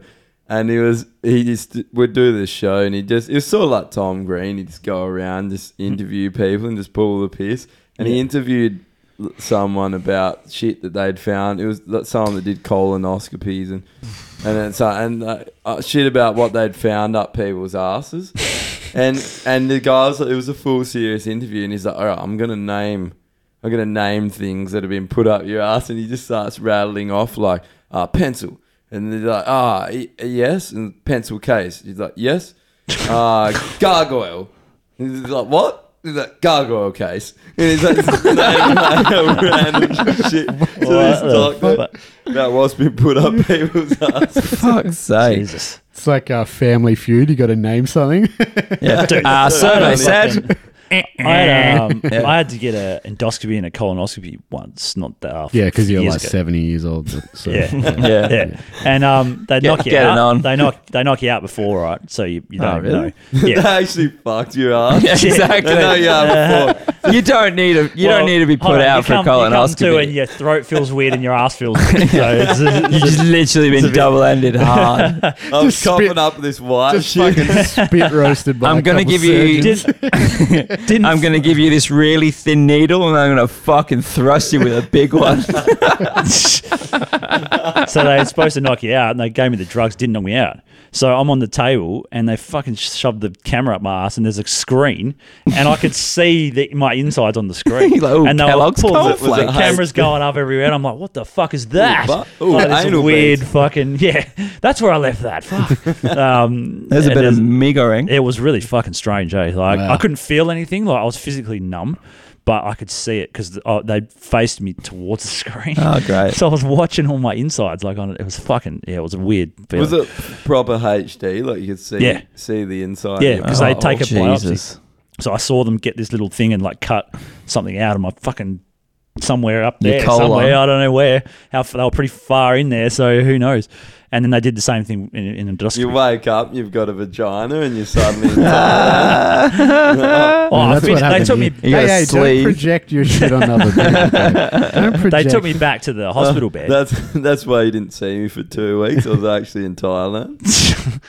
[SPEAKER 1] and he was he just would do this show and he just it was sort of like Tom Green. He'd just go around, just interview people and just pull the piss. And he
[SPEAKER 3] Hmm. Yeah.
[SPEAKER 1] interviewed l- someone about shit that they'd found. It was like someone that did colonoscopies and and then so and uh, uh, shit about what they'd found up people's asses. And and the guy was like, it was a full serious interview, and he's like, all right, I'm gonna name, I'm gonna name things that have been put up your ass, and he just starts rattling off like, uh, pencil, and they're like, ah, y- yes, and pencil case. He's like, yes, uh, gargoyle. And he's like, what? He's like, gargoyle case. And he's like, just naming, like a random shit. So
[SPEAKER 3] What
[SPEAKER 1] he's
[SPEAKER 3] the
[SPEAKER 1] talking
[SPEAKER 3] fuck?
[SPEAKER 1] about what's been put up people's ass.
[SPEAKER 4] Fuck's sake.
[SPEAKER 3] Jesus.
[SPEAKER 2] It's like a family feud. You got to name something.
[SPEAKER 4] Yeah.
[SPEAKER 3] Dude.
[SPEAKER 4] Uh, survey
[SPEAKER 1] Yeah.
[SPEAKER 4] said.
[SPEAKER 3] I had, um, I had to get an endoscopy and a colonoscopy once, not that. Uh,
[SPEAKER 2] Yeah, because you're
[SPEAKER 3] years
[SPEAKER 2] like
[SPEAKER 3] ago.
[SPEAKER 2] 70 years old. So,
[SPEAKER 3] Yeah.
[SPEAKER 4] Yeah.
[SPEAKER 3] Yeah, and um, they knock you
[SPEAKER 4] get it
[SPEAKER 3] out.
[SPEAKER 4] on.
[SPEAKER 3] They knock they knock you out before, right? So you, you
[SPEAKER 4] Oh,
[SPEAKER 3] don't
[SPEAKER 4] really?
[SPEAKER 3] know.
[SPEAKER 1] that
[SPEAKER 3] Yeah,
[SPEAKER 1] actually fucked you up.
[SPEAKER 4] Yeah,
[SPEAKER 1] I know you
[SPEAKER 4] exactly.
[SPEAKER 1] are before.
[SPEAKER 4] you don't need a you
[SPEAKER 3] Well,
[SPEAKER 4] don't need to be
[SPEAKER 3] hold
[SPEAKER 4] put
[SPEAKER 3] on,
[SPEAKER 4] out
[SPEAKER 3] you
[SPEAKER 4] for a
[SPEAKER 3] come- you come to
[SPEAKER 4] colonoscopy.
[SPEAKER 3] and your throat feels weird and your ass feels. Weird, so it's, it's,
[SPEAKER 4] You've just literally been double ended hard.
[SPEAKER 1] I'm
[SPEAKER 2] Just spit-
[SPEAKER 1] coughing up this white
[SPEAKER 2] Just
[SPEAKER 1] shit.
[SPEAKER 2] fucking spit roasted by
[SPEAKER 4] I'm
[SPEAKER 2] a
[SPEAKER 4] gonna
[SPEAKER 2] couple
[SPEAKER 4] give you-
[SPEAKER 2] surgeons.
[SPEAKER 3] didn't, didn't
[SPEAKER 4] I'm gonna give you this really thin needle and I'm gonna fucking thrust you with a big one.
[SPEAKER 3] so they were supposed to knock you out, and they gave me the drugs, didn't knock me out. So I'm on the table, and they fucking shoved the camera up my ass, and there's a screen, and I could see the, my insides on the screen.
[SPEAKER 4] You're like, "Ooh,
[SPEAKER 3] and they
[SPEAKER 4] Kellogg's
[SPEAKER 3] pulling-
[SPEAKER 1] cornflakes."
[SPEAKER 3] the cameras going up everywhere, and I'm like, what the fuck is that?
[SPEAKER 1] bu- ooh,
[SPEAKER 3] Like, this
[SPEAKER 1] anal
[SPEAKER 3] weird
[SPEAKER 1] beads.
[SPEAKER 3] fucking yeah. That's where I left that. Fuck. Um,
[SPEAKER 4] There's a
[SPEAKER 3] it
[SPEAKER 4] bit of
[SPEAKER 3] is-
[SPEAKER 4] migoring.
[SPEAKER 3] It was really fucking strange, eh? Like
[SPEAKER 2] Wow.
[SPEAKER 3] I couldn't feel anything. Like I was physically numb, but I could see it because uh, they faced me towards the screen.
[SPEAKER 4] Oh great.
[SPEAKER 3] So I was watching all my insides, like on it. It was fucking, yeah, it was a weird. Feeling.
[SPEAKER 1] Was it proper HD? Like you could see
[SPEAKER 3] Yeah.
[SPEAKER 1] see the inside.
[SPEAKER 3] Yeah, 'cause they
[SPEAKER 4] Oh,
[SPEAKER 3] take a biopsy.
[SPEAKER 4] Jesus.
[SPEAKER 3] So I saw them get this little thing and like cut something out of my fucking somewhere up
[SPEAKER 4] Your
[SPEAKER 3] there,
[SPEAKER 4] colon.
[SPEAKER 3] somewhere I don't know where. How f- they were pretty far in there, so who knows? And then they did the same thing in, in endoscopy.
[SPEAKER 1] You wake up, you've got a vagina, and you're suddenly. inside
[SPEAKER 3] oh, I
[SPEAKER 2] that's what
[SPEAKER 3] finished- they
[SPEAKER 2] happened
[SPEAKER 3] took me.
[SPEAKER 2] here.
[SPEAKER 4] You got
[SPEAKER 2] hey,
[SPEAKER 4] a
[SPEAKER 2] hey,
[SPEAKER 4] sleeve.
[SPEAKER 2] don't project your shit on other people. okay? Don't
[SPEAKER 3] They
[SPEAKER 2] project.
[SPEAKER 3] took me back to the hospital bed.
[SPEAKER 1] That's that's why you didn't see me for two weeks. I was actually in Thailand.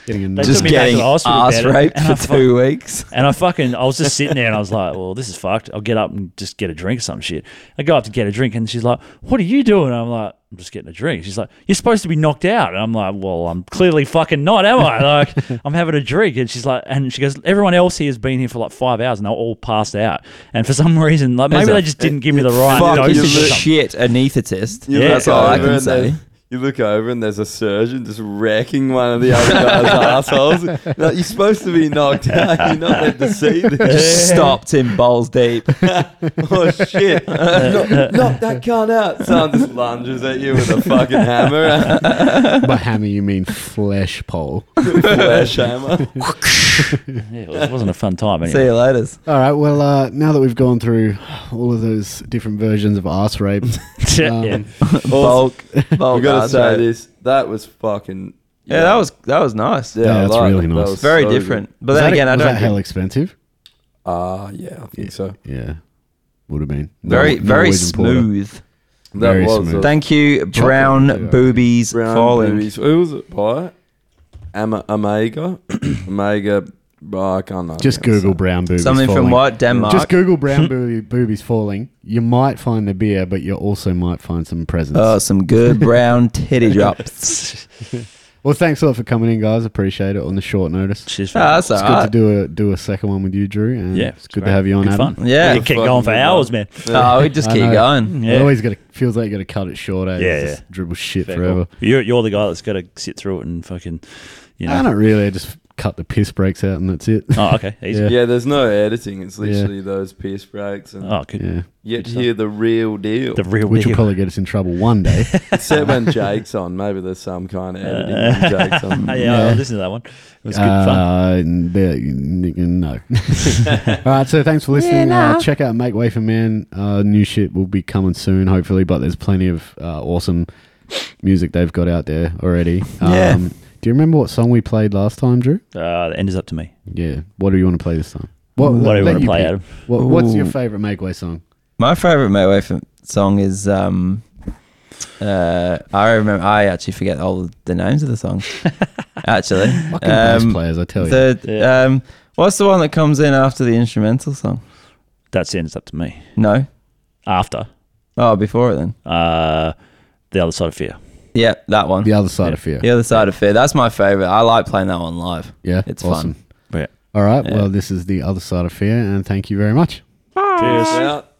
[SPEAKER 2] Getting
[SPEAKER 3] They
[SPEAKER 2] annoyed.
[SPEAKER 3] took
[SPEAKER 4] Just
[SPEAKER 3] me back to
[SPEAKER 4] getting
[SPEAKER 3] the hospital
[SPEAKER 4] ass
[SPEAKER 3] bed and-
[SPEAKER 4] raped
[SPEAKER 3] and
[SPEAKER 4] for
[SPEAKER 3] I fuck-
[SPEAKER 4] two weeks.
[SPEAKER 3] And I fucking, I was just sitting there and I was like, well, this is fucked. I'll get up and just get a drink or some shit. I go up to get a drink and she's like, what are you doing? I'm like, I'm just getting a drink. She's like, you're supposed to be knocked out. And I'm like, well, I'm clearly fucking not, am I? Like, I'm having a drink. And she's like, and she goes, everyone else here has been here for like five hours and they're all passed out. And for some reason, like, maybe
[SPEAKER 4] There's a-
[SPEAKER 3] they just didn't give me the right
[SPEAKER 4] Fuck
[SPEAKER 3] dosage
[SPEAKER 4] you
[SPEAKER 3] or something.
[SPEAKER 4] shit anaesthetist.
[SPEAKER 1] You
[SPEAKER 3] Yeah.
[SPEAKER 1] look
[SPEAKER 4] That's all I
[SPEAKER 1] over
[SPEAKER 4] can
[SPEAKER 1] and
[SPEAKER 4] say.
[SPEAKER 1] there's- You look over and there's a surgeon just wrecking one of the other guy's assholes. Like, you're supposed to be knocked out. You're not meant to see this.
[SPEAKER 4] Stopped him balls deep.
[SPEAKER 1] oh shit! knock, knock that cunt out. Someone just lunges at you with a fucking hammer,
[SPEAKER 2] By hammer, you mean flesh pole.
[SPEAKER 1] flesh hammer.
[SPEAKER 3] Yeah, it wasn't a fun time
[SPEAKER 4] See
[SPEAKER 3] anyway.
[SPEAKER 4] you later.
[SPEAKER 2] All right. Well, uh, now that we've gone through all of those different versions of arse rape, uh,
[SPEAKER 3] Yeah.
[SPEAKER 2] um,
[SPEAKER 4] Bulk. Bulk.
[SPEAKER 1] We gotta
[SPEAKER 4] ass
[SPEAKER 1] say
[SPEAKER 4] rape.
[SPEAKER 1] this. That was fucking.
[SPEAKER 4] Yeah, that was that was nice.
[SPEAKER 1] I
[SPEAKER 2] that's
[SPEAKER 1] liked
[SPEAKER 2] really
[SPEAKER 1] it. That
[SPEAKER 2] nice.
[SPEAKER 1] was
[SPEAKER 4] Very
[SPEAKER 1] so good.
[SPEAKER 4] different. But
[SPEAKER 2] was
[SPEAKER 4] then
[SPEAKER 2] that-
[SPEAKER 4] again, I
[SPEAKER 2] was
[SPEAKER 4] don't.
[SPEAKER 2] that hell expensive.
[SPEAKER 1] Ah, yeah, I think so.
[SPEAKER 2] Yeah, would have been
[SPEAKER 4] very
[SPEAKER 2] Nor-
[SPEAKER 4] very
[SPEAKER 2] Norwegian porter.
[SPEAKER 4] smooth.
[SPEAKER 1] That
[SPEAKER 2] Very
[SPEAKER 1] was
[SPEAKER 2] smooth.
[SPEAKER 1] a
[SPEAKER 4] Thank you, brown
[SPEAKER 2] too, I think.
[SPEAKER 4] boobies
[SPEAKER 1] brown
[SPEAKER 4] falling.
[SPEAKER 1] boobies. Who was it by? Ama- Omega, Omega. Oh, I can't know.
[SPEAKER 2] Just Google brown boobies.
[SPEAKER 4] Something
[SPEAKER 2] falling.
[SPEAKER 4] from what Denmark?
[SPEAKER 2] Just Google brown booby, boobies falling. You might find the beer, but you also might find some presents.
[SPEAKER 4] oh, some good brown titty drops.
[SPEAKER 2] well, thanks a lot for coming in, guys. Appreciate it on the short notice. It's
[SPEAKER 3] She's
[SPEAKER 4] Oh, that's
[SPEAKER 2] good
[SPEAKER 4] all
[SPEAKER 2] to
[SPEAKER 4] right.
[SPEAKER 2] do a do a second one with you, Drew. And
[SPEAKER 3] Yeah,
[SPEAKER 2] it's good to
[SPEAKER 3] great.
[SPEAKER 2] have you on.
[SPEAKER 3] Good
[SPEAKER 2] Adam.
[SPEAKER 3] fun.
[SPEAKER 4] Yeah.
[SPEAKER 3] We could keep going for
[SPEAKER 1] Fucking
[SPEAKER 3] hours,
[SPEAKER 1] good
[SPEAKER 3] man.
[SPEAKER 4] Oh, we just
[SPEAKER 2] I
[SPEAKER 4] keep
[SPEAKER 2] know.
[SPEAKER 4] going.
[SPEAKER 2] I
[SPEAKER 3] Yeah.
[SPEAKER 2] always got to feels like you got to cut it short. Eh?
[SPEAKER 3] Yeah,
[SPEAKER 2] Just
[SPEAKER 3] yeah.
[SPEAKER 2] dribble shit
[SPEAKER 3] Fair
[SPEAKER 2] forever.
[SPEAKER 3] You're, you're the guy that's got to sit through it and fucking, you
[SPEAKER 2] I
[SPEAKER 3] know.
[SPEAKER 2] don't Ah, really. I just cut the piss breaks out, and that's it.
[SPEAKER 3] Oh, okay. Easy.
[SPEAKER 2] Yeah.
[SPEAKER 1] Yeah, there's no editing. It's literally those piece breaks, and
[SPEAKER 3] Oh, good.
[SPEAKER 2] Yeah,
[SPEAKER 1] yet
[SPEAKER 3] good
[SPEAKER 1] to hear the real deal.
[SPEAKER 3] The real
[SPEAKER 2] which will
[SPEAKER 3] deal.
[SPEAKER 2] probably get us in trouble one day.
[SPEAKER 1] Except when Jake's on, maybe there's some kind of editing when Jake's on.
[SPEAKER 3] yeah,
[SPEAKER 2] Yeah.
[SPEAKER 3] I listened to that one. It was good fun.
[SPEAKER 2] Uh, n- there- n- n- no. All right, so thanks for listening. uh, check out Make Way for Man. Uh, new shit will be coming soon, hopefully, but there's plenty of uh, awesome music they've got out there already. Um,
[SPEAKER 4] Yeah.
[SPEAKER 2] Do you remember what song we played last time, Drew?
[SPEAKER 3] Uh, the end is up to me.
[SPEAKER 2] Yeah. What do you want to play this time? What,
[SPEAKER 3] What do you
[SPEAKER 2] let
[SPEAKER 3] want to play,
[SPEAKER 2] pick.
[SPEAKER 3] Adam?
[SPEAKER 2] What, what's your
[SPEAKER 4] Ooh.
[SPEAKER 2] favorite Make Way song?
[SPEAKER 4] My favorite Mayweather f- song is. um uh, I remember. I actually forget all the names of the songs. actually,
[SPEAKER 2] Fucking bass
[SPEAKER 4] Um,
[SPEAKER 2] players, I tell you.
[SPEAKER 4] the
[SPEAKER 3] Yeah.
[SPEAKER 4] um, what's the one that comes in after the instrumental song?
[SPEAKER 3] That's the end is up to me.
[SPEAKER 4] No,
[SPEAKER 3] After
[SPEAKER 4] oh, before it then.
[SPEAKER 3] uh, the other side of fear.
[SPEAKER 4] Yeah, that one.
[SPEAKER 2] The other side of fear.
[SPEAKER 4] The other side of fear. That's my favorite. I like playing that one live.
[SPEAKER 2] Yeah,
[SPEAKER 4] It's
[SPEAKER 2] awesome.
[SPEAKER 4] fun.
[SPEAKER 3] Yeah.
[SPEAKER 2] All right,
[SPEAKER 4] Yeah.
[SPEAKER 2] well, this is the other side of fear, and thank you very much.
[SPEAKER 3] Cheers.
[SPEAKER 1] Out.